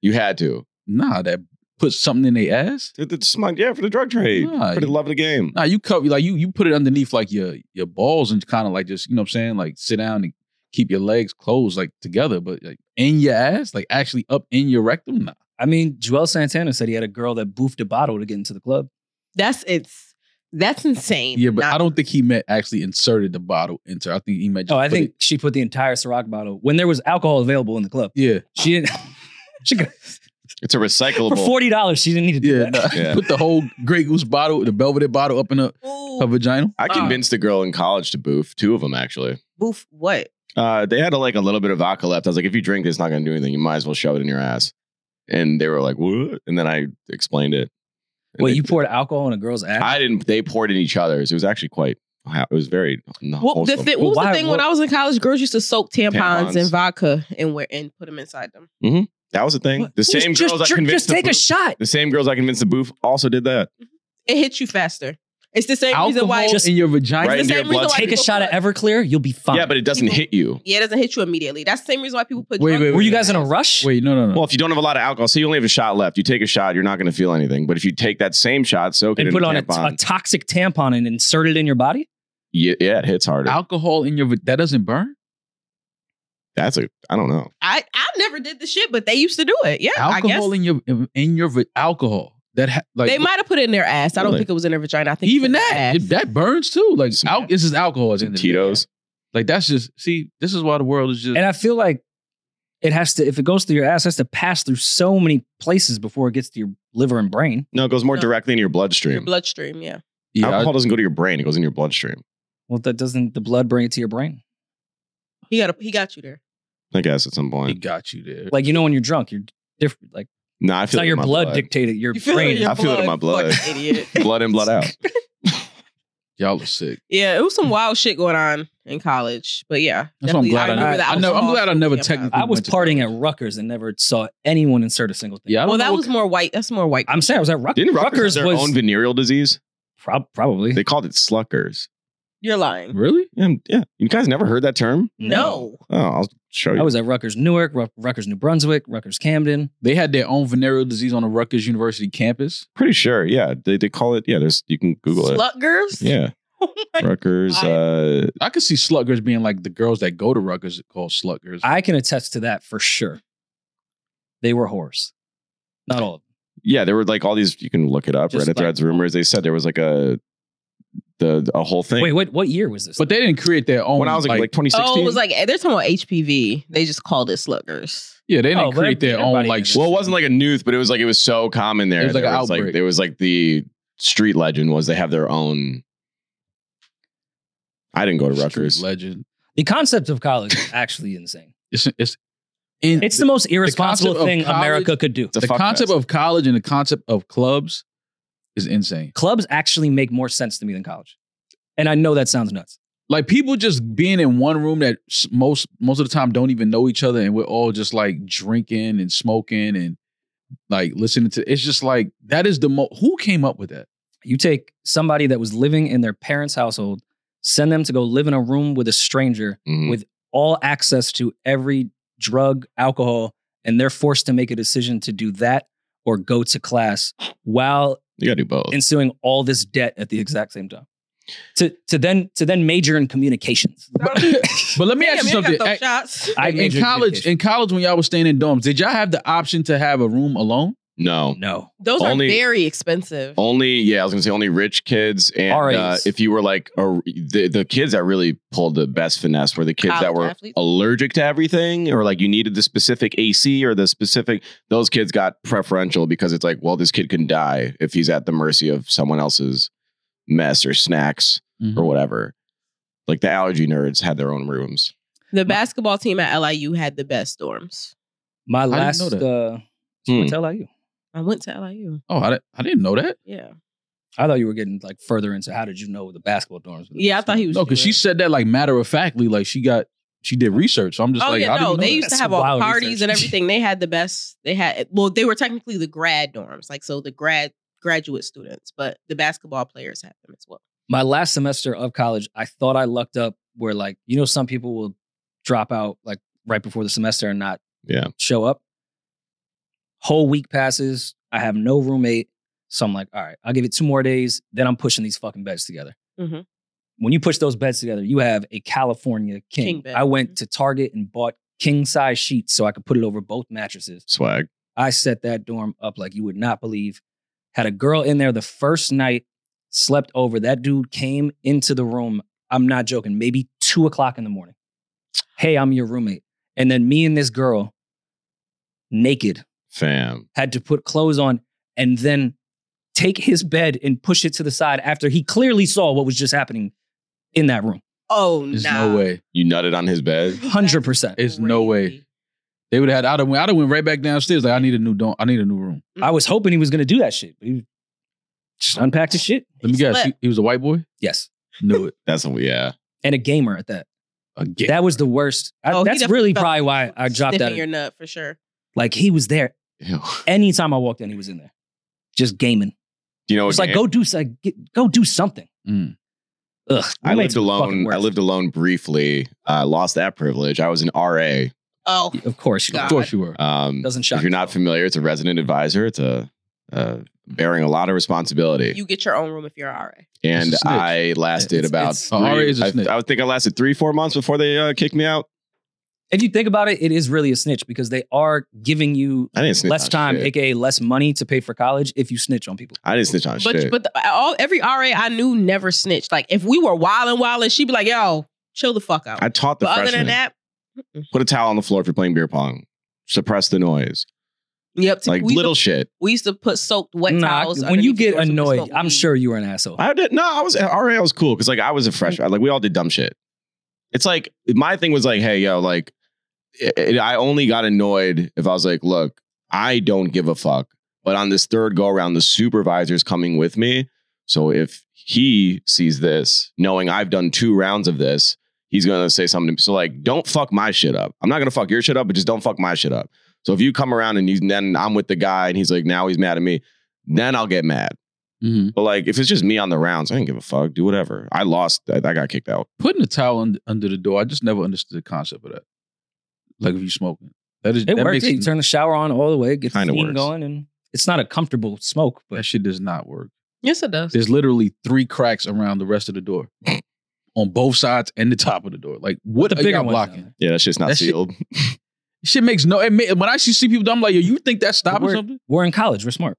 [SPEAKER 1] You had to.
[SPEAKER 2] is. Nah, that put something in their ass.
[SPEAKER 1] Th- th- just like, yeah, for the drug trade,
[SPEAKER 2] Nah,
[SPEAKER 1] for the
[SPEAKER 2] you- Uh,
[SPEAKER 1] love of the game.
[SPEAKER 2] Nah, you cover like you you put it underneath like your your balls and kind of like just you know what I'm saying like sit down and keep your legs closed like together, but like in your ass, like actually up in your rectum. Nah,
[SPEAKER 4] I mean, Joel Santana said he had a girl that boofed a bottle to get into the club.
[SPEAKER 3] That's it's that's insane.
[SPEAKER 2] yeah, but
[SPEAKER 3] Not-
[SPEAKER 2] I don't think he meant actually inserted the bottle into. I think he meant. Just
[SPEAKER 4] Oh, I
[SPEAKER 2] put
[SPEAKER 4] think
[SPEAKER 2] it-
[SPEAKER 4] she put the entire Ciroc bottle when there was alcohol available in the club.
[SPEAKER 2] yeah,
[SPEAKER 4] She didn't. (laughs) She could,
[SPEAKER 1] It's a
[SPEAKER 4] for
[SPEAKER 1] recyclable.
[SPEAKER 4] forty dollars, she didn't need to do
[SPEAKER 2] yeah.
[SPEAKER 4] that.
[SPEAKER 2] nah.
[SPEAKER 1] Yeah.
[SPEAKER 2] (laughs) Put the whole Grey Goose bottle, the Belvedere bottle, up in her,
[SPEAKER 3] Ooh,
[SPEAKER 2] her vagina.
[SPEAKER 1] I convinced a girl in college to boof. Two of them actually.
[SPEAKER 3] boof what?
[SPEAKER 1] Uh, they had like a little bit of vodka left. I was like, if you drink this, it's not going to do anything. You might as well shove it in your ass. And they were like, what? And then I explained it. And
[SPEAKER 4] Wait,
[SPEAKER 1] they-
[SPEAKER 4] you poured alcohol in a girl's ass?
[SPEAKER 1] I didn't. They poured in each other's. It was actually quite. It was very.
[SPEAKER 3] Well, the
[SPEAKER 1] wholesome.
[SPEAKER 3] thi- what was
[SPEAKER 4] Why-
[SPEAKER 3] the thing when
[SPEAKER 4] what-
[SPEAKER 3] I was in college? Girls used to soak tampons,
[SPEAKER 1] Tampons.
[SPEAKER 3] in vodka and wear and put them inside them.
[SPEAKER 1] that was the thing.
[SPEAKER 4] What?
[SPEAKER 1] The same
[SPEAKER 4] just,
[SPEAKER 1] girls
[SPEAKER 4] just,
[SPEAKER 1] I
[SPEAKER 4] drink-
[SPEAKER 1] convinced.
[SPEAKER 4] Just take
[SPEAKER 1] to
[SPEAKER 4] a
[SPEAKER 1] boof,
[SPEAKER 4] shot. (laughs)
[SPEAKER 1] the same girls I convinced to boof also did that.
[SPEAKER 3] It hits you faster. It's the same reason
[SPEAKER 2] Alcohol
[SPEAKER 3] why.
[SPEAKER 4] Just-
[SPEAKER 2] in your vagina.
[SPEAKER 1] Right
[SPEAKER 3] it's
[SPEAKER 1] into
[SPEAKER 3] the
[SPEAKER 1] your
[SPEAKER 3] same reason
[SPEAKER 1] blood.
[SPEAKER 3] why
[SPEAKER 4] Take a
[SPEAKER 3] people
[SPEAKER 4] shot of
[SPEAKER 3] put-
[SPEAKER 4] Everclear, you'll be fine.
[SPEAKER 1] Yeah, but it doesn't hit you.
[SPEAKER 3] Yeah, it doesn't hit you immediately. That's the same reason why people put.
[SPEAKER 2] Wait,
[SPEAKER 3] drugs
[SPEAKER 2] wait,
[SPEAKER 4] were you
[SPEAKER 2] wait.
[SPEAKER 4] guys in a rush?
[SPEAKER 2] Wait, no, no, no.
[SPEAKER 1] Well, if you don't have a lot of alcohol, so you only have a shot left. You take a shot, you're not going to feel anything. But if you take that same shot, soak it
[SPEAKER 4] and
[SPEAKER 1] in
[SPEAKER 4] put
[SPEAKER 1] a
[SPEAKER 4] on a, t-
[SPEAKER 1] tampon,
[SPEAKER 4] a toxic tampon and insert it in your body?
[SPEAKER 1] yeah, yeah, it hits harder.
[SPEAKER 2] Alcohol in your va- that doesn't burn.
[SPEAKER 1] That's a. I don't know.
[SPEAKER 3] I I never did the shit, but they used to do it. Yeah,
[SPEAKER 2] Alcohol
[SPEAKER 3] I guess
[SPEAKER 2] in your in your va- alcohol that ha- like
[SPEAKER 3] they might have put it in their ass. I don't
[SPEAKER 1] Really?
[SPEAKER 3] think it was in their vagina. I think
[SPEAKER 2] even
[SPEAKER 3] it was in their
[SPEAKER 2] that
[SPEAKER 3] ass.
[SPEAKER 2] it- that burns too. Like
[SPEAKER 1] Some-
[SPEAKER 2] al- this is alcohol. It's in the
[SPEAKER 1] Tito's.
[SPEAKER 2] Like that's just see. This is why the world is just.
[SPEAKER 4] And I feel like it has to, if it goes through your ass, it has to pass through so many places before it gets to your liver and brain.
[SPEAKER 1] No, it goes more
[SPEAKER 3] No.
[SPEAKER 1] directly in your bloodstream.
[SPEAKER 3] your bloodstream. Yeah,
[SPEAKER 2] yeah,
[SPEAKER 1] alcohol doesn't go to your brain; it goes in your bloodstream.
[SPEAKER 4] Well, that doesn't the blood bring it to your brain?
[SPEAKER 3] he got a, he got you there.
[SPEAKER 1] I guess at some
[SPEAKER 2] I- it
[SPEAKER 1] point.
[SPEAKER 2] got you there.
[SPEAKER 4] Like you know when you're drunk, you're different. Like
[SPEAKER 1] No, I
[SPEAKER 4] it's
[SPEAKER 1] feel
[SPEAKER 4] not
[SPEAKER 1] it
[SPEAKER 4] your
[SPEAKER 1] in my
[SPEAKER 4] blood, dictated your
[SPEAKER 3] You feel it
[SPEAKER 4] brain.
[SPEAKER 3] in your
[SPEAKER 1] I feel it in my blood.
[SPEAKER 3] fucking idiot.
[SPEAKER 1] (laughs) blood in, blood
[SPEAKER 4] (laughs)
[SPEAKER 1] out.
[SPEAKER 2] y'all are sick.
[SPEAKER 3] Yeah, it was some wild shit going on in college. But yeah,
[SPEAKER 2] That's what I'm
[SPEAKER 3] definitely-
[SPEAKER 2] glad I
[SPEAKER 3] remember
[SPEAKER 2] never- I
[SPEAKER 3] the
[SPEAKER 2] never- I'm
[SPEAKER 3] alcohol
[SPEAKER 2] glad I never
[SPEAKER 3] being a problem.
[SPEAKER 2] technically-
[SPEAKER 4] I was
[SPEAKER 2] went to college.
[SPEAKER 4] partying at Rutgers and never saw anyone insert a single thing.
[SPEAKER 2] Yeah, I don't
[SPEAKER 3] Well,
[SPEAKER 2] know
[SPEAKER 3] that
[SPEAKER 2] what-
[SPEAKER 3] was more white. That's more white.
[SPEAKER 4] I'm saying I was at Rutgers.
[SPEAKER 1] Didn't Rutgers, have their
[SPEAKER 4] was
[SPEAKER 1] own venereal disease?
[SPEAKER 4] prob- probably.
[SPEAKER 1] They called it Sluckers.
[SPEAKER 3] You're lying.
[SPEAKER 2] Really?
[SPEAKER 1] Um, yeah. You guys never heard that term?
[SPEAKER 3] No.
[SPEAKER 1] Oh, I'll show you.
[SPEAKER 4] I was at Rutgers Newark, Ru- Rutgers New Brunswick, Rutgers Camden.
[SPEAKER 2] They had their own venereal disease on the Rutgers University campus.
[SPEAKER 1] pretty sure. Yeah. They, they call it, yeah, there's, you can Google it.
[SPEAKER 3] Slutgers?
[SPEAKER 1] Yeah.
[SPEAKER 3] (laughs) Oh my
[SPEAKER 1] Rutgers,
[SPEAKER 3] God.
[SPEAKER 1] uh,
[SPEAKER 2] I could see sluggers being like the girls that go to Rutgers called sluggers.
[SPEAKER 4] I can attest to that for sure. They were whores. Not all of them.
[SPEAKER 1] yeah, there were like all these, you can look it up,
[SPEAKER 4] Just
[SPEAKER 1] Reddit
[SPEAKER 4] like-
[SPEAKER 1] threads, rumors. They said there was like a, the, a whole thing.
[SPEAKER 4] Wait, what, what year was this?
[SPEAKER 2] but they didn't create their own.
[SPEAKER 1] when I was like, like 2016.
[SPEAKER 3] Oh, it was like they're talking about HPV. They just called it sluggers.
[SPEAKER 2] yeah, they didn't
[SPEAKER 4] Oh, but
[SPEAKER 2] create their own
[SPEAKER 4] everybody
[SPEAKER 2] like.
[SPEAKER 4] did that.
[SPEAKER 1] Well, it wasn't like a news, but it was like it was so common there.
[SPEAKER 2] It was like
[SPEAKER 1] There
[SPEAKER 2] an
[SPEAKER 1] was
[SPEAKER 2] outbreak.
[SPEAKER 1] there was like the street legend was they have their own. I didn't go to Rutgers.
[SPEAKER 2] legend.
[SPEAKER 4] the concept of college is
[SPEAKER 2] (laughs)
[SPEAKER 4] actually insane.
[SPEAKER 2] It's it's in
[SPEAKER 4] It's the most
[SPEAKER 2] concept
[SPEAKER 4] irresponsible
[SPEAKER 2] of
[SPEAKER 4] thing
[SPEAKER 2] college-
[SPEAKER 4] America could do.
[SPEAKER 1] It's a
[SPEAKER 2] the
[SPEAKER 1] fuck
[SPEAKER 2] concept
[SPEAKER 1] fest.
[SPEAKER 2] of college and the concept of clubs is insane.
[SPEAKER 4] Clubs actually make more sense to me than college. And I know that sounds nuts.
[SPEAKER 2] Like people just being in one room that s- most most of the time don't even know each other, and we're all just like drinking and smoking and like listening to. It's just like that is the mo. Who came up with that?
[SPEAKER 4] You take somebody that was living in their parents' household, send them to go live in a room with a stranger,
[SPEAKER 1] Mhm.
[SPEAKER 4] with all access to every drug, alcohol, and they're forced to make a decision to do that or go to class while
[SPEAKER 1] you gotta do both.
[SPEAKER 4] ensuing all this debt at the exact same time. To to then to then major in communications.
[SPEAKER 2] But let me ask
[SPEAKER 3] Damn,
[SPEAKER 2] you
[SPEAKER 3] y'all got
[SPEAKER 2] something.
[SPEAKER 3] those
[SPEAKER 2] Hey,
[SPEAKER 3] shots.
[SPEAKER 4] I
[SPEAKER 2] in
[SPEAKER 4] majored in
[SPEAKER 2] college,
[SPEAKER 4] communication.
[SPEAKER 2] in college, when y'all was staying in dorms, did y'all have the option to have a room alone?
[SPEAKER 1] no,
[SPEAKER 4] No.
[SPEAKER 3] Those
[SPEAKER 1] Only-
[SPEAKER 3] are very expensive.
[SPEAKER 2] Oh,
[SPEAKER 1] only yeah. I was gonna say only rich kids and uh,
[SPEAKER 4] RAs.
[SPEAKER 1] if you were like a, the the kids that really pulled the best finesse were the kids that
[SPEAKER 3] College
[SPEAKER 1] were
[SPEAKER 3] athletes?
[SPEAKER 1] allergic to everything or like you needed the specific AC or the specific. Those kids got preferential because it's like, well, this kid can die if he's at the mercy of someone else's mess or snacks. or
[SPEAKER 4] Mm-hmm.
[SPEAKER 1] whatever. Like the allergy nerds had their own rooms.
[SPEAKER 3] the basketball team at LIU had the best dorms.
[SPEAKER 4] My
[SPEAKER 2] didn't
[SPEAKER 4] last
[SPEAKER 2] know that.
[SPEAKER 4] uh
[SPEAKER 1] Hmm.
[SPEAKER 4] what the hell are you?
[SPEAKER 3] I went to LIU.
[SPEAKER 2] Oh, I, di- I didn't know that.
[SPEAKER 3] Yeah.
[SPEAKER 4] I thought you were getting like further into how did you know the basketball dorms? were the
[SPEAKER 3] Yeah, I
[SPEAKER 4] best
[SPEAKER 3] thought he was.
[SPEAKER 2] No, because she
[SPEAKER 3] doing-
[SPEAKER 2] said that like matter of factly, like she got she did research. So I'm just
[SPEAKER 3] Oh
[SPEAKER 2] like,
[SPEAKER 3] yeah,
[SPEAKER 2] I didn't know
[SPEAKER 3] no, they
[SPEAKER 2] that.
[SPEAKER 3] used to
[SPEAKER 4] That's
[SPEAKER 3] have all
[SPEAKER 4] wild
[SPEAKER 3] parties
[SPEAKER 4] research.
[SPEAKER 3] and everything. They had the best. They had well, they were technically the grad dorms, like so the grad graduate students, but the basketball players had them as well.
[SPEAKER 4] my last semester of college, I thought I lucked up where like, you know, some people will drop out like right before the semester and not
[SPEAKER 1] Yeah.
[SPEAKER 4] show up. Whole week passes. I have no roommate. So I'm like, all right, I'll give it two more days. Then I'm pushing these fucking beds together.
[SPEAKER 3] Mhm.
[SPEAKER 4] When you push those beds together, you have a California king.
[SPEAKER 3] King bed.
[SPEAKER 4] I went
[SPEAKER 3] Mhm.
[SPEAKER 4] to Target and bought king size sheets so I could put it over both mattresses.
[SPEAKER 1] Swag.
[SPEAKER 4] I set that dorm up like you would not believe. Had a girl in there the first night, slept over. That dude came into the room. I'm not joking, maybe two o'clock in the morning. Hey, I'm your roommate. And then me and this girl, naked,
[SPEAKER 1] Fam.
[SPEAKER 4] had to put clothes on and then take his bed and push it to the side after he clearly saw what was just happening in that room.
[SPEAKER 3] Oh
[SPEAKER 2] There's
[SPEAKER 3] nah.
[SPEAKER 2] no way.
[SPEAKER 1] You nutted on his bed.
[SPEAKER 4] 100%.
[SPEAKER 2] There's no way. They would have had I'd have went, I'd have went right back downstairs. Like, I need a new dorm. I need a new room.
[SPEAKER 4] I was hoping he was going to do that shit. He just unpacked his shit.
[SPEAKER 2] Let me guess.
[SPEAKER 3] slept.
[SPEAKER 2] He, he was a white boy?
[SPEAKER 4] Yes. (laughs)
[SPEAKER 2] Knew it.
[SPEAKER 1] That's what yeah. (laughs)
[SPEAKER 4] And a gamer at that.
[SPEAKER 2] Again.
[SPEAKER 4] That was the worst. I-
[SPEAKER 3] Oh, he
[SPEAKER 4] that's
[SPEAKER 3] definitely
[SPEAKER 4] really
[SPEAKER 3] felt
[SPEAKER 4] probably why I dropped
[SPEAKER 3] Sniffing
[SPEAKER 4] out. of-
[SPEAKER 3] your nut for sure.
[SPEAKER 4] like he was there
[SPEAKER 1] Ew.
[SPEAKER 4] anytime I walked in. He was in there, just gaming.
[SPEAKER 1] You know,
[SPEAKER 4] It's like go do like get, go do something.
[SPEAKER 2] Mm.
[SPEAKER 4] Ugh,
[SPEAKER 1] I
[SPEAKER 4] roommates
[SPEAKER 1] lived
[SPEAKER 4] are the fucking
[SPEAKER 1] alone. I
[SPEAKER 4] worst.
[SPEAKER 1] lived alone briefly. Uh, I lost that privilege. I was an RA.
[SPEAKER 3] Oh,
[SPEAKER 4] Of course, you
[SPEAKER 3] God.
[SPEAKER 2] Of course you were.
[SPEAKER 1] Um,
[SPEAKER 4] doesn't shock.
[SPEAKER 1] if you're not
[SPEAKER 4] yourself.
[SPEAKER 1] familiar, it's a resident advisor. It's a uh, bearing a lot of responsibility.
[SPEAKER 3] you get your own room if you're all right.
[SPEAKER 1] and
[SPEAKER 2] It's a snitch.
[SPEAKER 1] I lasted
[SPEAKER 4] It's-
[SPEAKER 1] about.
[SPEAKER 4] it's-
[SPEAKER 1] three-
[SPEAKER 2] Oh, RA is a
[SPEAKER 1] I-
[SPEAKER 2] snitch.
[SPEAKER 1] I would think I lasted three, four months before they uh, kicked me out.
[SPEAKER 4] if you think about it, it is really a snitch because they are giving you
[SPEAKER 1] I didn't snitch
[SPEAKER 4] less
[SPEAKER 1] on
[SPEAKER 4] time,
[SPEAKER 1] shit.
[SPEAKER 4] aka less money to pay for college if you snitch on people.
[SPEAKER 1] I didn't snitch on
[SPEAKER 3] But
[SPEAKER 1] shit.
[SPEAKER 3] but the, all every RA I knew never snitched. Like if we were wilding wilding, she'd be like, "Yo, chill the fuck out."
[SPEAKER 1] I taught the
[SPEAKER 3] but
[SPEAKER 1] freshmen.
[SPEAKER 3] other than that,
[SPEAKER 1] put a towel on the floor if you're playing beer pong. Suppress the noise.
[SPEAKER 3] yep.
[SPEAKER 1] Like
[SPEAKER 3] we
[SPEAKER 1] little
[SPEAKER 3] Used
[SPEAKER 1] shit.
[SPEAKER 3] to, we used to put soaked wet
[SPEAKER 4] Nah,
[SPEAKER 3] towels.
[SPEAKER 4] when you
[SPEAKER 3] underneath
[SPEAKER 4] get
[SPEAKER 3] the door so we could
[SPEAKER 4] annoyed,
[SPEAKER 3] smoke
[SPEAKER 4] I'm
[SPEAKER 3] weed.
[SPEAKER 4] sure you were an asshole.
[SPEAKER 1] I did no, I was RA I was cool because like I was a freshman. Like we all did dumb shit. It's like my thing was like, hey, yo, like it, it- I only got annoyed if I was like, look, I don't give a fuck. But on this third go around, the supervisor's coming with me. So if he sees this, knowing I've done two rounds of this, he's gonna say something to me. So like, don't fuck my shit up. I'm not gonna fuck your shit up, but just don't fuck my shit up. So if you come around and you then I'm with the guy and he's like, now he's mad at me, then I'll get mad.
[SPEAKER 2] Mm-hmm.
[SPEAKER 1] But like, if it's just me on the rounds, I didn't give a fuck. Do whatever. I lost. I, I got kicked out.
[SPEAKER 2] Putting a towel un- under the door, I just never understood the concept of that. Like if you smoking, that is
[SPEAKER 4] It
[SPEAKER 2] that
[SPEAKER 4] works.
[SPEAKER 2] makes
[SPEAKER 4] yeah, You turn the shower on all the way, get the
[SPEAKER 1] Kinda
[SPEAKER 4] steam
[SPEAKER 1] works.
[SPEAKER 4] going, and it's not a comfortable smoke,
[SPEAKER 2] that
[SPEAKER 4] but
[SPEAKER 2] shit does not work.
[SPEAKER 3] Yes, it does.
[SPEAKER 2] There's literally three cracks around the rest of the door, on both sides and the top of the door. Like what
[SPEAKER 1] oh,
[SPEAKER 4] the
[SPEAKER 2] are
[SPEAKER 4] bigger
[SPEAKER 2] y'all
[SPEAKER 4] ones
[SPEAKER 2] blocking?
[SPEAKER 4] though.
[SPEAKER 1] Yeah, that's just not
[SPEAKER 2] That shit-
[SPEAKER 1] sealed.
[SPEAKER 2] Shit makes no. It ma- when I see see people, I'm like, yo, you think that's stopping
[SPEAKER 4] We're-
[SPEAKER 2] something?
[SPEAKER 4] We're in college. We're smart.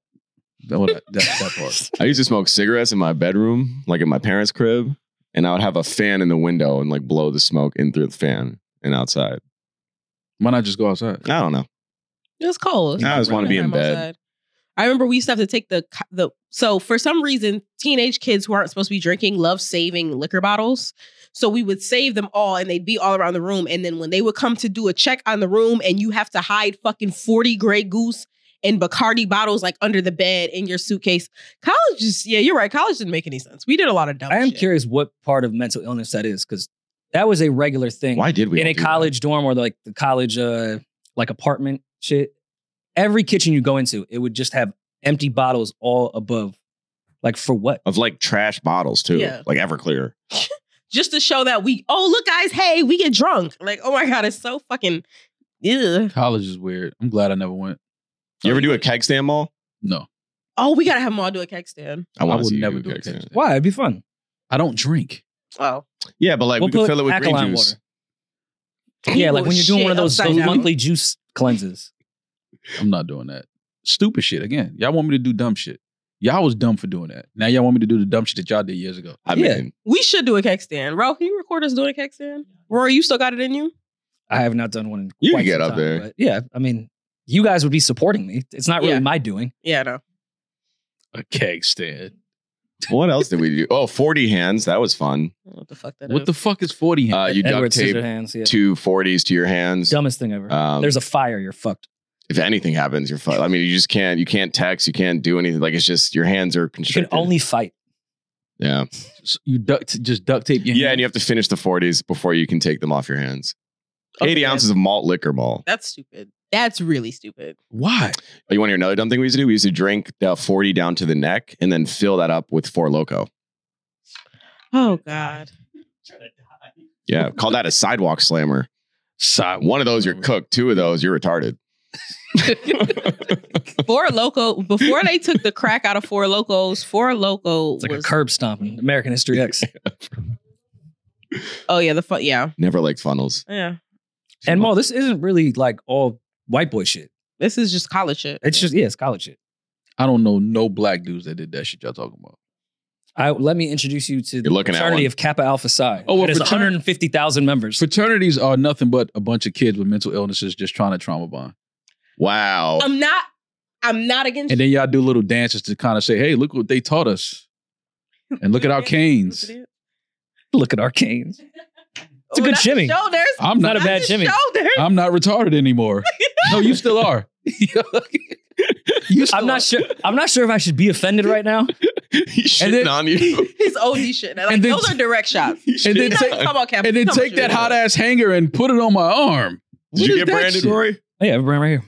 [SPEAKER 2] No, that, that, that
[SPEAKER 4] (laughs)
[SPEAKER 2] part.
[SPEAKER 1] I used to smoke cigarettes in my bedroom, like in my parents' crib, and I would have a fan in the window and like blow the smoke in through the fan and outside.
[SPEAKER 2] Why not just go outside?
[SPEAKER 1] I don't know.
[SPEAKER 3] It was cold.
[SPEAKER 1] I always wanna be in
[SPEAKER 3] Time
[SPEAKER 1] bed.
[SPEAKER 3] outside. I remember we used to have to take the co- the so for some reason teenage kids who aren't supposed to be drinking love saving liquor bottles. So we would save them all and they'd be all around the room and then when they would come to do a check on the room and you have to hide fucking 40 Grey Goose and Bacardi bottles like under the bed in your suitcase. College just yeah, you're right. College didn't make any sense. We did a lot of
[SPEAKER 1] Oh,
[SPEAKER 3] dumb
[SPEAKER 4] I am
[SPEAKER 3] shit.
[SPEAKER 4] curious what part of mental illness that is because that was a regular thing
[SPEAKER 1] Why did we
[SPEAKER 4] in
[SPEAKER 1] all
[SPEAKER 4] a
[SPEAKER 1] do that?
[SPEAKER 4] college dorm or like the college uh like apartment shit. Every kitchen you go into, it would just have empty bottles all above. Like for what?
[SPEAKER 1] of like trash bottles too,
[SPEAKER 3] Yeah.
[SPEAKER 1] like Everclear.
[SPEAKER 3] Just to show that we oh look guys, hey, we get drunk. Like, oh my God, it's so fucking ew.
[SPEAKER 2] College is weird. I'm glad I never went.
[SPEAKER 4] Oh,
[SPEAKER 1] You ever do a keg stand mall?
[SPEAKER 2] No,
[SPEAKER 3] Oh, we gotta have them all do a keg stand.
[SPEAKER 1] I
[SPEAKER 2] I
[SPEAKER 1] want
[SPEAKER 2] would
[SPEAKER 1] to
[SPEAKER 2] never do a keg stand.
[SPEAKER 4] Why? It'd be fun.
[SPEAKER 2] I don't drink.
[SPEAKER 3] Oh.
[SPEAKER 1] Yeah, but like
[SPEAKER 4] We'll
[SPEAKER 1] we could
[SPEAKER 4] put
[SPEAKER 1] fill it with green
[SPEAKER 4] alkaline
[SPEAKER 1] juice.
[SPEAKER 4] Yeah, like when you're doing one of those,
[SPEAKER 3] People
[SPEAKER 4] those
[SPEAKER 3] shit upside down.
[SPEAKER 4] monthly juice cleanses.
[SPEAKER 2] I'm not doing that. Stupid shit again. Y'all want me to do dumb shit. Y'all was dumb for doing that. Now y'all want me to do the dumb shit that y'all did years ago.
[SPEAKER 1] I
[SPEAKER 4] Yeah.
[SPEAKER 1] mean,
[SPEAKER 3] We should do a keg stand. Ro, can you record us doing a keg stand? Rory, you still got it in you?
[SPEAKER 4] I have not done one in
[SPEAKER 1] You
[SPEAKER 4] quite
[SPEAKER 1] can get
[SPEAKER 4] some
[SPEAKER 1] up
[SPEAKER 4] time,
[SPEAKER 1] there.
[SPEAKER 4] but yeah, I mean, you guys would be supporting me. It's not really
[SPEAKER 3] Yeah.
[SPEAKER 4] my doing.
[SPEAKER 3] Yeah, no.
[SPEAKER 2] A keg stand.
[SPEAKER 1] what else did we do? Oh, 40 hands. That was fun.
[SPEAKER 3] What the fuck that
[SPEAKER 2] What the fuck is 40 hand?
[SPEAKER 1] Uh, you
[SPEAKER 4] Edward
[SPEAKER 1] duct tape
[SPEAKER 4] Scissorhands, (laughs) yeah.
[SPEAKER 1] two 40s to your hands.
[SPEAKER 4] Dumbest thing ever.
[SPEAKER 1] Um,
[SPEAKER 4] There's a fire. You're fucked.
[SPEAKER 1] if anything happens, you're fucked. I mean, you just can't. You can't text. You can't do anything. Like it's just your hands are
[SPEAKER 4] You can
[SPEAKER 1] constricted.
[SPEAKER 4] only fight.
[SPEAKER 1] yeah,
[SPEAKER 2] So you duct just duct tape your
[SPEAKER 1] yeah,
[SPEAKER 2] hand?
[SPEAKER 1] and you have to finish the 40s before you can take them off your hands. 80
[SPEAKER 3] Okay.
[SPEAKER 1] ounces of malt liquor mall.
[SPEAKER 3] That's stupid. That's really stupid.
[SPEAKER 2] Why?
[SPEAKER 1] Oh, you want to hear another dumb thing we used to do? We used to drink the 40 down to the neck and then fill that up with four loco.
[SPEAKER 3] Oh (laughs) God.
[SPEAKER 1] Yeah, call that a sidewalk slammer.
[SPEAKER 2] Side
[SPEAKER 1] One of those you're cooked. Two of those you're retarded.
[SPEAKER 3] Four Loco, before they took the crack out of Four Locos, Four Loco
[SPEAKER 4] It's like
[SPEAKER 3] was
[SPEAKER 4] a curb stomping. American History X.
[SPEAKER 3] Oh yeah, the fun yeah.
[SPEAKER 1] Never liked funnels.
[SPEAKER 3] Yeah.
[SPEAKER 4] (laughs) and Mo, this isn't really like all white boy shit.
[SPEAKER 3] This is just college shit.
[SPEAKER 4] It's just yeah, it's college shit.
[SPEAKER 2] I don't know no black dudes that did that shit y'all talking about.
[SPEAKER 4] I let me introduce you to the
[SPEAKER 1] You're looking at
[SPEAKER 4] fraternity
[SPEAKER 1] one.
[SPEAKER 4] of Kappa Alpha Psi.
[SPEAKER 2] Oh,
[SPEAKER 4] Oh,
[SPEAKER 2] a
[SPEAKER 4] it has
[SPEAKER 2] fraternity?
[SPEAKER 4] 150,000 members. (laughs)
[SPEAKER 2] Fraternities are nothing but a bunch of kids with mental illnesses just trying to trauma bond.
[SPEAKER 1] Wow.
[SPEAKER 3] I'm not I'm not against
[SPEAKER 2] And then y'all do little dances to kind of say, hey, look what they taught us. And look at our canes.
[SPEAKER 4] Look at our canes.
[SPEAKER 3] It's
[SPEAKER 4] a good shimmy.
[SPEAKER 3] Oh, Shoulders.
[SPEAKER 2] I'm
[SPEAKER 4] Not
[SPEAKER 2] not
[SPEAKER 4] a bad
[SPEAKER 3] his
[SPEAKER 4] shimmy.
[SPEAKER 3] Shoulders.
[SPEAKER 2] I'm not retarded anymore. No, you still are. (laughs) you still
[SPEAKER 4] I'm not sure. I'm not sure if I should be offended right now.
[SPEAKER 1] (laughs) He's shitting
[SPEAKER 2] and then-
[SPEAKER 1] on you.
[SPEAKER 3] (laughs) His OD shit. Like,
[SPEAKER 2] And then-
[SPEAKER 3] those are direct shots.
[SPEAKER 1] He's
[SPEAKER 2] And then
[SPEAKER 1] shitting
[SPEAKER 3] He's
[SPEAKER 2] take-
[SPEAKER 1] on
[SPEAKER 3] not
[SPEAKER 1] you.
[SPEAKER 3] talking about campus.
[SPEAKER 2] And then
[SPEAKER 3] He's talking
[SPEAKER 2] take that
[SPEAKER 3] about
[SPEAKER 2] hot ass hanger and put it on my arm.
[SPEAKER 1] Did
[SPEAKER 2] What
[SPEAKER 1] you
[SPEAKER 2] is
[SPEAKER 1] get
[SPEAKER 2] that
[SPEAKER 1] branded,
[SPEAKER 2] shit?
[SPEAKER 1] Rory?
[SPEAKER 4] Yeah, remember here.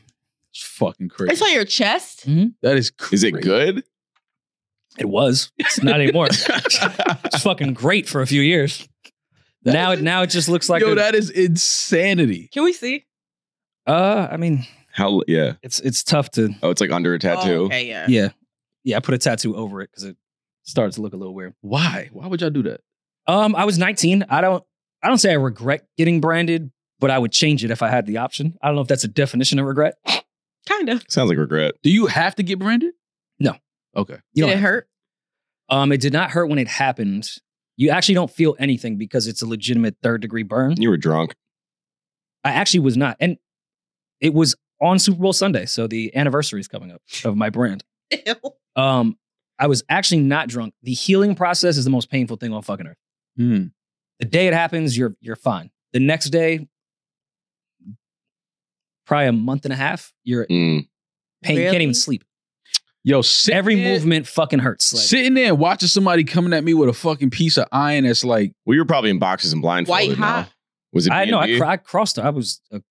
[SPEAKER 2] It's fucking
[SPEAKER 3] you.
[SPEAKER 2] crazy.
[SPEAKER 3] It's on your chest.
[SPEAKER 2] that is crazy.
[SPEAKER 1] Is it good? (laughs)
[SPEAKER 4] It was. It's not anymore. it's fucking great for a few years.
[SPEAKER 2] That
[SPEAKER 4] now
[SPEAKER 2] is-
[SPEAKER 4] it now it just looks like
[SPEAKER 2] Yo,
[SPEAKER 4] a-
[SPEAKER 2] that is insanity.
[SPEAKER 3] Can we see?
[SPEAKER 4] uh I mean,
[SPEAKER 1] How? Yeah.
[SPEAKER 4] it's it's tough to
[SPEAKER 1] Oh, it's like under a tattoo.
[SPEAKER 3] Oh, okay, yeah.
[SPEAKER 4] yeah. Yeah, I put a tattoo over it cuz it started to look a little weird.
[SPEAKER 2] Why? Why would y'all do that?
[SPEAKER 4] Um I was 19. I don't I don't say I regret getting branded, but I would change it if I had the option. I don't know if that's a definition of regret.
[SPEAKER 3] Kind of.
[SPEAKER 1] Sounds like regret.
[SPEAKER 2] Do you have to get branded?
[SPEAKER 4] No.
[SPEAKER 2] Okay.
[SPEAKER 4] You
[SPEAKER 3] Did
[SPEAKER 4] don't
[SPEAKER 3] it
[SPEAKER 4] have to.
[SPEAKER 3] hurt? (laughs)
[SPEAKER 4] Um, it did not hurt when it happened. You actually don't feel anything because it's a legitimate third degree burn.
[SPEAKER 1] You were drunk.
[SPEAKER 4] I actually was not, and it was on Super Bowl Sunday, so the anniversary is coming up of my brand.
[SPEAKER 3] Ew.
[SPEAKER 4] Um, I was actually not drunk. The healing process is the most painful thing on fucking earth.
[SPEAKER 2] Hmm.
[SPEAKER 4] The day it happens, you're you're fine. The next day, probably a month and a half, you're in
[SPEAKER 1] Mm.
[SPEAKER 4] pain. You can't
[SPEAKER 3] Really?
[SPEAKER 4] even sleep.
[SPEAKER 2] Yo, sit
[SPEAKER 4] Every
[SPEAKER 2] there-
[SPEAKER 4] movement fucking hurts. Like,
[SPEAKER 2] sitting there and watching somebody coming at me with a fucking piece of iron that's like,
[SPEAKER 1] Well, you were probably in boxes and blindfolded.
[SPEAKER 3] White
[SPEAKER 1] now.
[SPEAKER 3] hot.
[SPEAKER 1] Was it?
[SPEAKER 4] I know. I,
[SPEAKER 1] B&B?
[SPEAKER 4] cr- I crossed. I was a,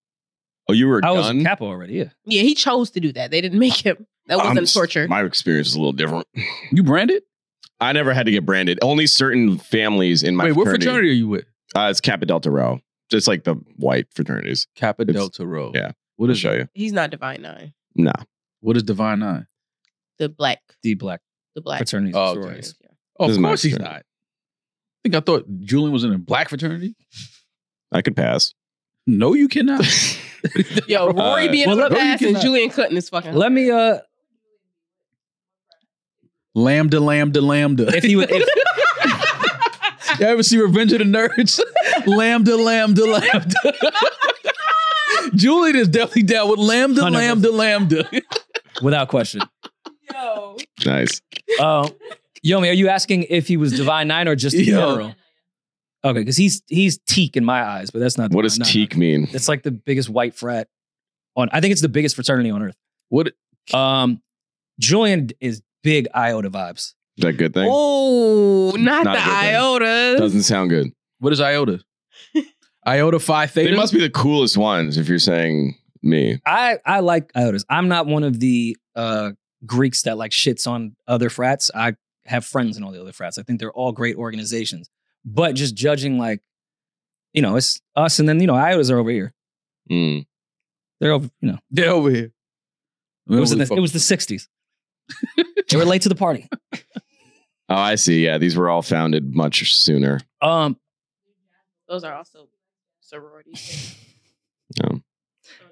[SPEAKER 1] Oh, you were
[SPEAKER 4] I was a
[SPEAKER 1] done.
[SPEAKER 4] capo already. Yeah.
[SPEAKER 3] Yeah, he chose to do that. They didn't (laughs) make him. That wasn't
[SPEAKER 1] I'm s-
[SPEAKER 3] torture.
[SPEAKER 1] My experience is a little different.
[SPEAKER 2] You branded?
[SPEAKER 1] I never had to get branded. Only certain families in my
[SPEAKER 2] Wait, what
[SPEAKER 1] fraternity.
[SPEAKER 2] fraternity are you with?
[SPEAKER 1] Uh, it's Kappa Delta Rho. Just like the white fraternities.
[SPEAKER 2] Kappa
[SPEAKER 1] It's-
[SPEAKER 2] Delta Rho.
[SPEAKER 1] yeah.
[SPEAKER 2] What
[SPEAKER 1] I'll
[SPEAKER 2] is
[SPEAKER 1] show you.
[SPEAKER 3] He's not Divine Nine.
[SPEAKER 1] Nah.
[SPEAKER 2] what is Divine Nine?
[SPEAKER 3] The black.
[SPEAKER 4] The black
[SPEAKER 3] The black.
[SPEAKER 4] fraternities.
[SPEAKER 2] Oh,
[SPEAKER 4] and
[SPEAKER 2] okay.
[SPEAKER 4] sororities.
[SPEAKER 2] Oh,
[SPEAKER 1] This
[SPEAKER 2] of
[SPEAKER 1] is my
[SPEAKER 2] course he's
[SPEAKER 1] fraternity.
[SPEAKER 2] not. I think I thought Julian was in a black fraternity.
[SPEAKER 1] I could pass.
[SPEAKER 2] No, you cannot.
[SPEAKER 3] (laughs) Yo, Rory
[SPEAKER 1] Uh,
[SPEAKER 3] being
[SPEAKER 4] well,
[SPEAKER 3] on
[SPEAKER 4] let-
[SPEAKER 3] the
[SPEAKER 2] Rory
[SPEAKER 3] pass and
[SPEAKER 2] cannot-
[SPEAKER 3] Julian Cutting is fucking.
[SPEAKER 4] Let me uh
[SPEAKER 2] Lambda, lambda, lambda.
[SPEAKER 4] if you if,
[SPEAKER 2] you ever see Revenge of the Nerds? lambda, lambda, lambda. (laughs) Julian is definitely down with lambda,
[SPEAKER 4] 100%.
[SPEAKER 2] lambda, lambda. (laughs)
[SPEAKER 4] without question.
[SPEAKER 3] Yo.
[SPEAKER 1] Nice.
[SPEAKER 4] Uh, Yomi, are you asking if he was Divine Nine or just in
[SPEAKER 2] Yo.
[SPEAKER 4] general? Okay, because he's he's teak in my eyes, but that's not
[SPEAKER 1] What does
[SPEAKER 4] not-
[SPEAKER 1] teak mean?
[SPEAKER 4] It's like the biggest white frat on. I think it's the biggest fraternity on earth.
[SPEAKER 2] What?
[SPEAKER 4] Um, Julian is big iota vibes.
[SPEAKER 1] Is that a good thing?
[SPEAKER 3] Oh, not,
[SPEAKER 1] Not a
[SPEAKER 3] the
[SPEAKER 1] good thing.
[SPEAKER 3] iotas.
[SPEAKER 1] Doesn't sound good.
[SPEAKER 2] What is iota? Iota Phi Theta.
[SPEAKER 1] They must be the coolest ones if you're saying me.
[SPEAKER 4] I I like iotas. I'm not one of the uh Greeks that like shits on other frats. I have friends in all the other frats. I think they're all great organizations. But just judging like, you know, it's us and then you know iotas are over here.
[SPEAKER 1] Mm.
[SPEAKER 4] They're over. You know,
[SPEAKER 2] They're over here.
[SPEAKER 4] it was in the, it was the '60s.
[SPEAKER 1] (laughs)
[SPEAKER 4] they were late to the party.
[SPEAKER 1] Oh, I see. Yeah, these were all founded much sooner.
[SPEAKER 4] Um,
[SPEAKER 3] Those are also sororities.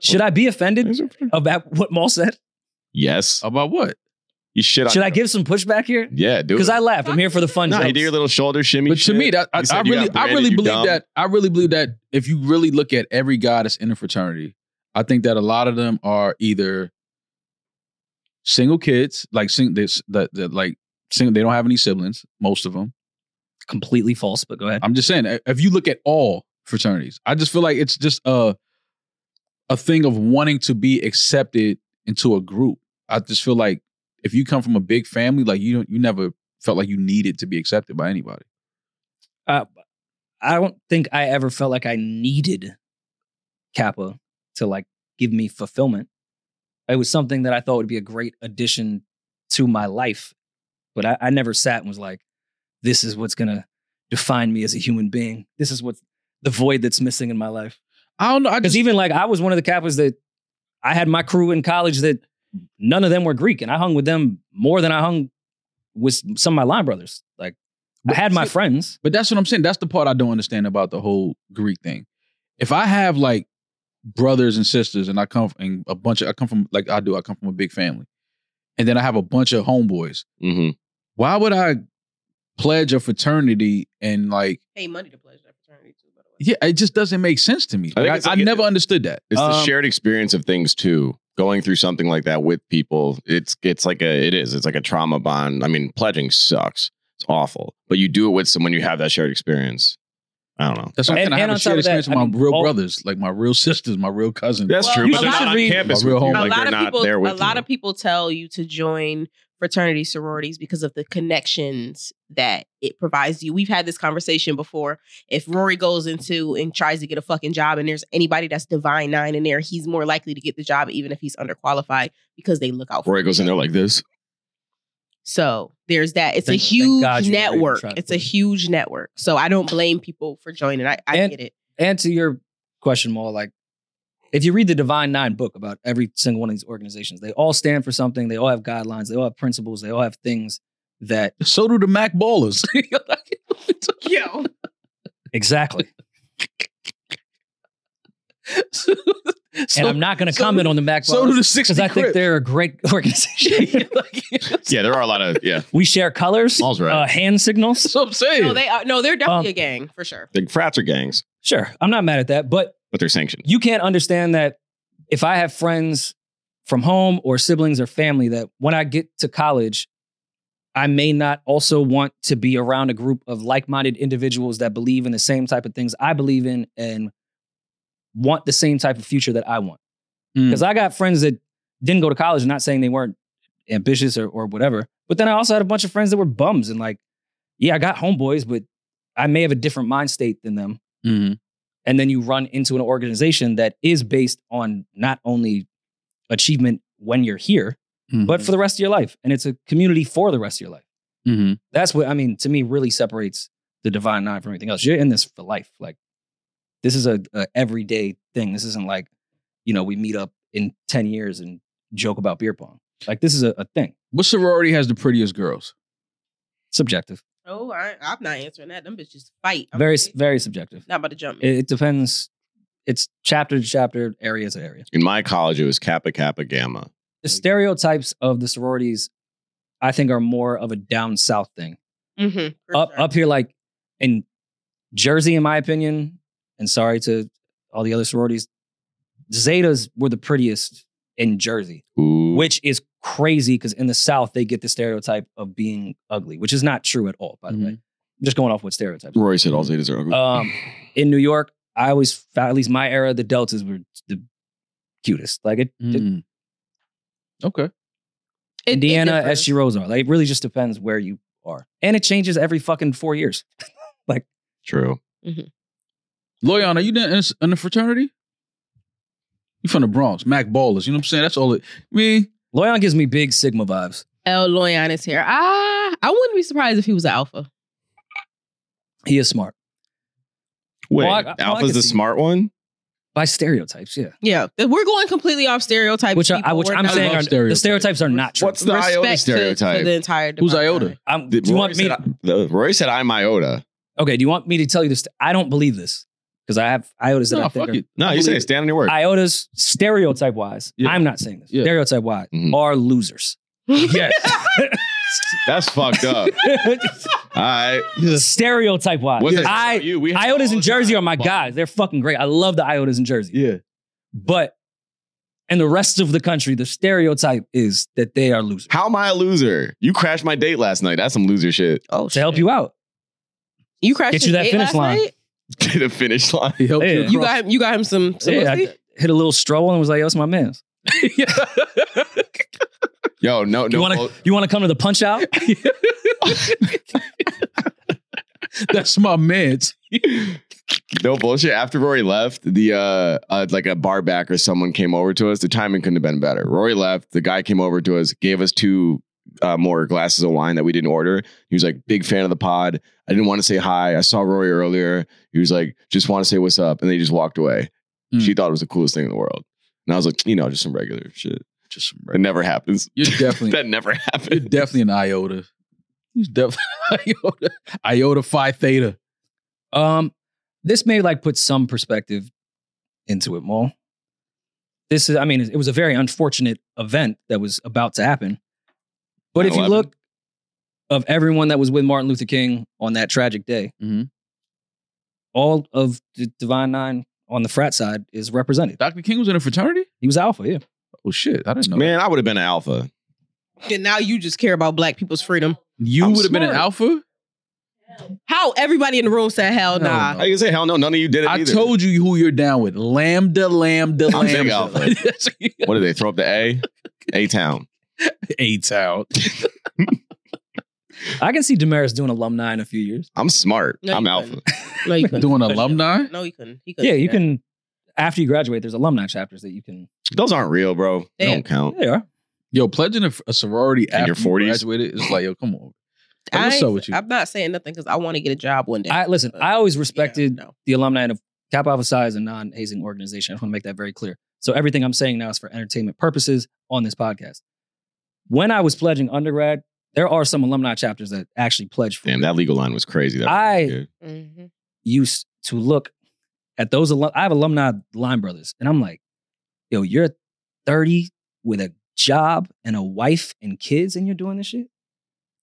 [SPEAKER 4] should I be offended
[SPEAKER 1] These are pretty-
[SPEAKER 4] about what Maul said?
[SPEAKER 1] Yes.
[SPEAKER 2] about what?
[SPEAKER 1] You shit on
[SPEAKER 4] Should I give some pushback here?
[SPEAKER 1] Yeah, do
[SPEAKER 4] Because
[SPEAKER 1] it.
[SPEAKER 4] I laughed. I'm here for the fun.
[SPEAKER 1] Nah, you
[SPEAKER 4] jokes.
[SPEAKER 1] do your little shoulder shimmy.
[SPEAKER 2] But to
[SPEAKER 1] shit.
[SPEAKER 2] me, that I,
[SPEAKER 1] You
[SPEAKER 2] I
[SPEAKER 1] said you
[SPEAKER 2] really,
[SPEAKER 1] got
[SPEAKER 2] I
[SPEAKER 1] branded,
[SPEAKER 2] really
[SPEAKER 1] you
[SPEAKER 2] believe
[SPEAKER 1] dumb.
[SPEAKER 2] that. I really believe that if you really look at every guy that's in a fraternity, I think that a lot of them are either single kids, like sing this that that like single, they don't have any siblings, most of them.
[SPEAKER 4] completely false, but go ahead.
[SPEAKER 2] I'm just saying, if you look at all fraternities, I just feel like it's just a a thing of wanting to be accepted into a group. I just feel like if you come from a big family, like you don't, you never felt like you needed to be accepted by anybody.
[SPEAKER 4] uh, I don't think I ever felt like I needed Kappa to like give me fulfillment. It was something that I thought would be a great addition to my life, but I, I never sat and was like, "This is what's gonna define me as a human being. This is what's the void that's missing in my life."
[SPEAKER 2] I don't know. I
[SPEAKER 4] Because
[SPEAKER 2] just
[SPEAKER 4] even like I was one of the Kappas that I had my crew in college that none of them were Greek, and I hung with them more than I hung with some of my line brothers. Like I had my friends.
[SPEAKER 2] But that's what I'm saying. That's the part I don't understand about the whole Greek thing. If I have like brothers and sisters, and I come from a bunch of, I come from like I do, I come from a big family, and then I have a bunch of homeboys.
[SPEAKER 1] Mhm.
[SPEAKER 2] Why would I pledge a fraternity and like,
[SPEAKER 3] Pay money to pledge that fraternity too, by the way.
[SPEAKER 2] yeah, it just doesn't make sense to me.
[SPEAKER 1] I think
[SPEAKER 2] Like, I,
[SPEAKER 1] it's like
[SPEAKER 2] I
[SPEAKER 1] it-
[SPEAKER 2] never understood that.
[SPEAKER 1] It's the
[SPEAKER 4] Um,
[SPEAKER 1] shared experience of things too. Going through something like that with people, it's it's like a it is. It's like a trauma bond. I mean, pledging sucks. It's awful. But you do it with someone you have that shared experience. I don't know.
[SPEAKER 2] That's something
[SPEAKER 4] And-
[SPEAKER 2] I
[SPEAKER 4] and
[SPEAKER 2] have
[SPEAKER 4] on
[SPEAKER 2] a
[SPEAKER 4] top of
[SPEAKER 2] shared experience
[SPEAKER 4] that,
[SPEAKER 2] with
[SPEAKER 4] I
[SPEAKER 2] my
[SPEAKER 4] mean,
[SPEAKER 2] real
[SPEAKER 4] all-
[SPEAKER 2] brothers, like my real sisters, my real cousins.
[SPEAKER 1] That's
[SPEAKER 3] Well,
[SPEAKER 1] true, but
[SPEAKER 3] you
[SPEAKER 1] they're
[SPEAKER 3] should
[SPEAKER 1] not on
[SPEAKER 4] read-
[SPEAKER 1] campus.
[SPEAKER 2] A real
[SPEAKER 1] with you.
[SPEAKER 2] home-
[SPEAKER 1] Like
[SPEAKER 3] a lot
[SPEAKER 1] they're
[SPEAKER 3] of
[SPEAKER 1] not
[SPEAKER 3] people,
[SPEAKER 1] there with
[SPEAKER 3] a lot
[SPEAKER 1] you.
[SPEAKER 3] of people tell you to join fraternity sororities because of the connections that it provides you. We've had this conversation before. If Rory goes into and tries to get a fucking job, and there's anybody that's divine nine in there, he's more likely to get the job, even if he's underqualified, because they look out for.
[SPEAKER 1] Roy goes in there like
[SPEAKER 4] (laughs)
[SPEAKER 1] this.
[SPEAKER 3] So there's that. It's
[SPEAKER 4] Thank-
[SPEAKER 3] a
[SPEAKER 4] thank
[SPEAKER 3] huge
[SPEAKER 4] God you didn't
[SPEAKER 3] network.
[SPEAKER 4] try to
[SPEAKER 3] It's a
[SPEAKER 4] put it.
[SPEAKER 3] huge network. So I don't blame people for joining. I, I
[SPEAKER 4] And-
[SPEAKER 3] get it.
[SPEAKER 4] and to your question, Maul, like if you read the Divine Nine book about every single one of these organizations, they all stand for something. They all have guidelines. They all have principles. They all have things that
[SPEAKER 2] So do the Mac Ballers. (laughs) Yo.
[SPEAKER 4] exactly.
[SPEAKER 2] so,
[SPEAKER 4] and I'm not going
[SPEAKER 2] (laughs)
[SPEAKER 4] to
[SPEAKER 2] so-
[SPEAKER 4] comment on the Mac
[SPEAKER 2] so do the 60
[SPEAKER 4] because I think
[SPEAKER 2] Crips.
[SPEAKER 4] they're a great (laughs)
[SPEAKER 2] (laughs)
[SPEAKER 4] organization.
[SPEAKER 1] Yeah, there are a lot of yeah.
[SPEAKER 4] we share colors,
[SPEAKER 1] Maul's right.
[SPEAKER 4] uh, hand signals.
[SPEAKER 2] That's what I'm saying.
[SPEAKER 3] No, they are. No, they're definitely
[SPEAKER 4] Um,
[SPEAKER 3] a gang for sure.
[SPEAKER 1] The frats are gangs,
[SPEAKER 4] Sure, I'm not mad at that, but
[SPEAKER 1] but they're sanctioned.
[SPEAKER 4] you can't understand that if I have friends from home or siblings or family that when I get to college, I may not also want to be around a group of like minded individuals that believe in the same type of things I believe in and want the same type of future that I want.
[SPEAKER 2] Mm.
[SPEAKER 4] Because I got friends that didn't go to college, not saying they weren't ambitious or, or whatever. But then I also had a bunch of friends that were bums and like, yeah, I got homeboys, but I may have a different mind state than them
[SPEAKER 2] Mhm.
[SPEAKER 4] Mm-hmm, and then you run into an organization that is based on not only achievement when you're here but for the rest of your life. And it's a community for the rest of your life.
[SPEAKER 2] hmm
[SPEAKER 4] That's what I mean. To me, really separates the Divine Nine from everything else. You're in this for life. Like this is a, a everyday thing. This isn't like you know we meet up in ten years and joke about beer pong. Like this is a, a thing.
[SPEAKER 2] what sorority has the prettiest girls?
[SPEAKER 4] Subjective.
[SPEAKER 3] Oh, I, I'm not answering that. Them bitches fight. I'm
[SPEAKER 4] Very
[SPEAKER 3] not-
[SPEAKER 4] very subjective.
[SPEAKER 3] not about to jump me.
[SPEAKER 4] It, it depends. It's chapter to chapter, area to area.
[SPEAKER 1] In my college, it was Kappa Kappa Gamma.
[SPEAKER 4] The stereotypes of the sororities, I think, are more of a down south thing.
[SPEAKER 3] mm-hmm.
[SPEAKER 4] up up here like in Jersey, in my opinion, and sorry to all the other sororities, Zetas were the prettiest in Jersey,
[SPEAKER 1] Ooh.
[SPEAKER 4] which is crazy because in the South they get the stereotype of being ugly, which is not true at all, by the way. I'm just going off with stereotypes.
[SPEAKER 1] Roy said all Zetas are ugly.
[SPEAKER 4] Um, in New York, I always found, at least my era, the Deltas were the cutest. Like it, it-
[SPEAKER 2] Mhm. Okay.
[SPEAKER 3] It- it
[SPEAKER 4] Indiana,
[SPEAKER 3] differs.
[SPEAKER 4] SG Rose are. Like it really just depends where you are. And it changes every fucking four years.
[SPEAKER 1] True.
[SPEAKER 2] Loyan, are you in, in the fraternity? You from the Bronx, Mac Ballers. You know what I'm saying? That's all it. Me,
[SPEAKER 4] Loyon gives me big Sigma vibes.
[SPEAKER 3] El Loyan is here. Ah, I wouldn't be surprised if he was an alpha.
[SPEAKER 4] He is smart.
[SPEAKER 1] Wait,
[SPEAKER 4] Well, I- I- I
[SPEAKER 1] Alpha's
[SPEAKER 4] can
[SPEAKER 1] the
[SPEAKER 4] see-
[SPEAKER 1] smart one?
[SPEAKER 4] by stereotypes, yeah.
[SPEAKER 3] Yeah, we're going completely off stereotypes.
[SPEAKER 4] Which I,
[SPEAKER 3] people.
[SPEAKER 4] which
[SPEAKER 3] We're
[SPEAKER 4] I'm
[SPEAKER 3] not-
[SPEAKER 4] saying
[SPEAKER 2] I
[SPEAKER 4] are
[SPEAKER 2] love stereotypes.
[SPEAKER 4] the stereotypes are not true.
[SPEAKER 1] What's the Iota
[SPEAKER 3] respect to-
[SPEAKER 1] stereotype?
[SPEAKER 3] To, the entire.
[SPEAKER 2] Who's
[SPEAKER 3] divine
[SPEAKER 2] Iota?
[SPEAKER 3] line.
[SPEAKER 4] I'm,
[SPEAKER 1] The-
[SPEAKER 4] do you
[SPEAKER 1] Roy
[SPEAKER 4] want me?
[SPEAKER 1] said I- the, Roy said I'm Iota.
[SPEAKER 4] okay, do you want me to tell you this? I don't believe this because I have iotas that
[SPEAKER 2] nah,
[SPEAKER 4] I think
[SPEAKER 2] fuck it.
[SPEAKER 1] No,
[SPEAKER 2] I
[SPEAKER 1] you say
[SPEAKER 2] believe it.
[SPEAKER 1] stand on your word.
[SPEAKER 4] are iotas stereotype wise.
[SPEAKER 2] Yeah.
[SPEAKER 4] I'm not saying this.
[SPEAKER 2] Yeah.
[SPEAKER 4] Stereotype wise
[SPEAKER 1] Mhm.
[SPEAKER 3] (laughs)
[SPEAKER 4] are losers.
[SPEAKER 2] Yes.
[SPEAKER 1] That's fucked up. All right.
[SPEAKER 4] stereotype wise,
[SPEAKER 1] What's it-
[SPEAKER 4] I
[SPEAKER 1] you, we have
[SPEAKER 4] iotas
[SPEAKER 1] all
[SPEAKER 4] in
[SPEAKER 1] the
[SPEAKER 4] Jersey
[SPEAKER 1] time.
[SPEAKER 4] are my
[SPEAKER 1] Fuck.
[SPEAKER 4] guys. They're fucking great. I love the iotas in Jersey,
[SPEAKER 2] yeah.
[SPEAKER 4] but in the rest of the country, the stereotype is that they are losers.
[SPEAKER 1] How am I a loser? You crashed my date last night. That's some loser shit. (laughs)
[SPEAKER 3] Oh,
[SPEAKER 4] to help you out,
[SPEAKER 3] You crashed
[SPEAKER 4] Get you
[SPEAKER 3] his
[SPEAKER 4] that
[SPEAKER 3] date
[SPEAKER 4] finish
[SPEAKER 3] last
[SPEAKER 4] line.
[SPEAKER 3] night?
[SPEAKER 1] to the finish line.
[SPEAKER 2] He helped
[SPEAKER 4] Yeah.
[SPEAKER 2] you.
[SPEAKER 3] You got him. You got him some. some
[SPEAKER 4] Yeah, I
[SPEAKER 3] pussy?
[SPEAKER 4] hit a little stroll and was like, "Yo, it's my man's."
[SPEAKER 1] Yo, no,
[SPEAKER 4] You
[SPEAKER 1] no.
[SPEAKER 4] want
[SPEAKER 1] bull-
[SPEAKER 4] to you want to come to the punch out? (laughs)
[SPEAKER 2] That's my man.
[SPEAKER 1] No bullshit. After Rory left, the uh, uh like a bar back or someone came over to us. The timing couldn't have been better. Rory left. The guy came over to us, gave us two uh, more glasses of wine that we didn't order. He was like, big fan of the pod. I didn't want to say hi. I saw Rory earlier. He was like, just want to say what's up, and they just walked away.
[SPEAKER 2] Mm.
[SPEAKER 1] She thought it was the coolest thing in the world, and I was like, you know, just some regular shit.
[SPEAKER 2] Just some
[SPEAKER 1] It never happens.
[SPEAKER 2] (laughs) You're
[SPEAKER 1] (laughs)
[SPEAKER 2] definitely
[SPEAKER 1] that never
[SPEAKER 2] You're
[SPEAKER 1] happened. (laughs)
[SPEAKER 2] definitely an iota. He's definitely (laughs) iota. Iota phi theta.
[SPEAKER 4] Um, this may like put some perspective into it more. This is, I mean, it was a very unfortunate event that was about to happen. But if you
[SPEAKER 1] 9/11.
[SPEAKER 4] look of everyone that was with Martin Luther King on that tragic day,
[SPEAKER 2] Mhm.
[SPEAKER 4] all of the Divine Nine on the frat side is represented.
[SPEAKER 2] Dr. King was in a fraternity?
[SPEAKER 4] He was alpha, yeah.
[SPEAKER 2] Oh shit. I didn't know.
[SPEAKER 1] Man, I would have been an alpha.
[SPEAKER 3] And now you just care about black people's freedom.
[SPEAKER 2] that. You
[SPEAKER 1] I'm
[SPEAKER 2] would have been an
[SPEAKER 1] smart.
[SPEAKER 2] alpha?
[SPEAKER 3] How everybody in the room said, "Hell
[SPEAKER 2] Hell
[SPEAKER 3] nah."
[SPEAKER 2] no.
[SPEAKER 1] I can say hell no. None of you did it.
[SPEAKER 2] I
[SPEAKER 1] either.
[SPEAKER 2] told you who you're down with. Lambda, lambda,
[SPEAKER 1] I'm big
[SPEAKER 2] lambda.
[SPEAKER 1] What did they throw up the A? A town.
[SPEAKER 2] (laughs) Eight out.
[SPEAKER 4] I can see Damaris doing alumni in a few years.
[SPEAKER 1] I'm smart.
[SPEAKER 3] No,
[SPEAKER 1] I'm
[SPEAKER 3] you
[SPEAKER 1] alpha.
[SPEAKER 3] couldn't. No, you couldn't.
[SPEAKER 2] Doing alumni?
[SPEAKER 3] No, you couldn't. He couldn't
[SPEAKER 4] Yeah,
[SPEAKER 3] do
[SPEAKER 4] you
[SPEAKER 3] that.
[SPEAKER 4] can. After you graduate, there's alumni chapters that you can.
[SPEAKER 1] Those aren't real, bro. They
[SPEAKER 3] Yeah.
[SPEAKER 1] don't count.
[SPEAKER 4] They are.
[SPEAKER 2] Yo, pledging a, a sorority after
[SPEAKER 1] your 40s?
[SPEAKER 2] you graduated. It's like, yo, come on. Like,
[SPEAKER 3] I
[SPEAKER 2] what's up
[SPEAKER 3] ain't-
[SPEAKER 2] with you?
[SPEAKER 3] I'm not saying nothing because I want to get a job one day.
[SPEAKER 4] I listen.
[SPEAKER 3] But,
[SPEAKER 4] I always
[SPEAKER 3] yeah,
[SPEAKER 4] respected
[SPEAKER 3] no.
[SPEAKER 4] the alumni of Cap Alpha Psi is a non-hazing organization. I want to make that very clear. So everything I'm saying now is for entertainment purposes on this podcast. When I was pledging undergrad, there are some alumni chapters that actually pledge for.
[SPEAKER 1] Damn,
[SPEAKER 4] me.
[SPEAKER 1] that legal line was crazy. That was
[SPEAKER 4] I-
[SPEAKER 1] good.
[SPEAKER 3] Mhm.
[SPEAKER 4] used to look at those. Alum- I have alumni line brothers, and I'm like, yo, you're 30 with a job and a wife and kids, and you're doing this shit.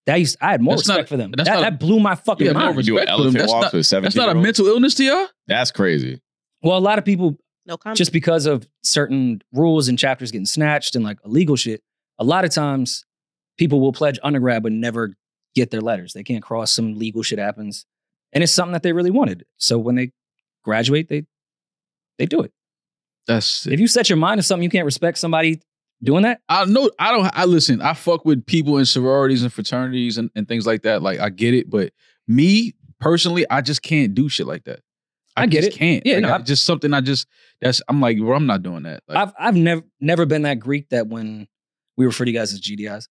[SPEAKER 4] That used I had more
[SPEAKER 2] That's not-
[SPEAKER 4] respect for them. That,
[SPEAKER 2] that's not-
[SPEAKER 4] that blew my fucking
[SPEAKER 2] Yeah,
[SPEAKER 1] Come
[SPEAKER 2] more
[SPEAKER 1] on,
[SPEAKER 4] mind.
[SPEAKER 1] you do an
[SPEAKER 2] respect for them.
[SPEAKER 1] elephant
[SPEAKER 2] That's
[SPEAKER 1] walk
[SPEAKER 2] not-
[SPEAKER 1] to a 17
[SPEAKER 2] That's not a
[SPEAKER 1] year-old?
[SPEAKER 2] mental illness to y'all?
[SPEAKER 1] That's crazy.
[SPEAKER 4] Well, a lot of people
[SPEAKER 3] No comment.
[SPEAKER 4] just because of certain rules and chapters getting snatched and like illegal shit, a lot of times people will pledge undergrad but never get their letters. They can't cross, some legal shit happens. And it's something that they really wanted. So when they graduate, they they do it.
[SPEAKER 2] That's sick.
[SPEAKER 4] If you set your mind to something, you can't respect somebody doing that.
[SPEAKER 2] I know I don't I listen, I fuck with people in sororities and fraternities and, and things like that. Like I get it, but me personally, I just can't do shit like that.
[SPEAKER 4] I get
[SPEAKER 2] just
[SPEAKER 4] it.
[SPEAKER 2] Can't.
[SPEAKER 4] Yeah,
[SPEAKER 2] Like,
[SPEAKER 4] no,
[SPEAKER 2] I-
[SPEAKER 4] I-
[SPEAKER 2] just something I just that's I'm like, bro, I'm not doing that. Like,
[SPEAKER 4] I've I've never never been that Greek that when We refer to you guys as GDIs.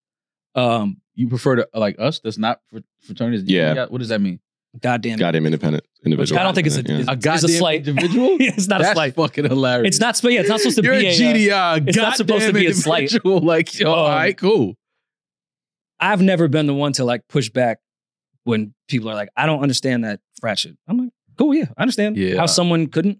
[SPEAKER 4] Um,
[SPEAKER 2] You prefer to like us? That's not fr- fraternities.
[SPEAKER 1] Yeah.
[SPEAKER 2] What does that mean?
[SPEAKER 4] goddamn.
[SPEAKER 1] Goddamn independent
[SPEAKER 4] Which
[SPEAKER 1] individual.
[SPEAKER 4] I don't think it's a,
[SPEAKER 1] Yeah.
[SPEAKER 4] it's,
[SPEAKER 2] A
[SPEAKER 4] it's a
[SPEAKER 2] goddamn
[SPEAKER 4] slight (laughs)
[SPEAKER 2] individual?
[SPEAKER 4] it's not
[SPEAKER 2] That's
[SPEAKER 4] a slight.
[SPEAKER 2] fucking hilarious.
[SPEAKER 4] It's not. sp- Yeah, it's not supposed to
[SPEAKER 2] You're
[SPEAKER 4] be
[SPEAKER 2] a
[SPEAKER 4] a. uh,
[SPEAKER 2] GDI.
[SPEAKER 4] it's not supposed to be a slight.
[SPEAKER 2] individual. (laughs) Like, yo,
[SPEAKER 4] Um,
[SPEAKER 2] all right, cool.
[SPEAKER 4] I've never been the one to like push back when people are like, "I don't understand that frat shit." I'm like, "Cool, yeah, I understand
[SPEAKER 2] Yeah.
[SPEAKER 4] how someone couldn't."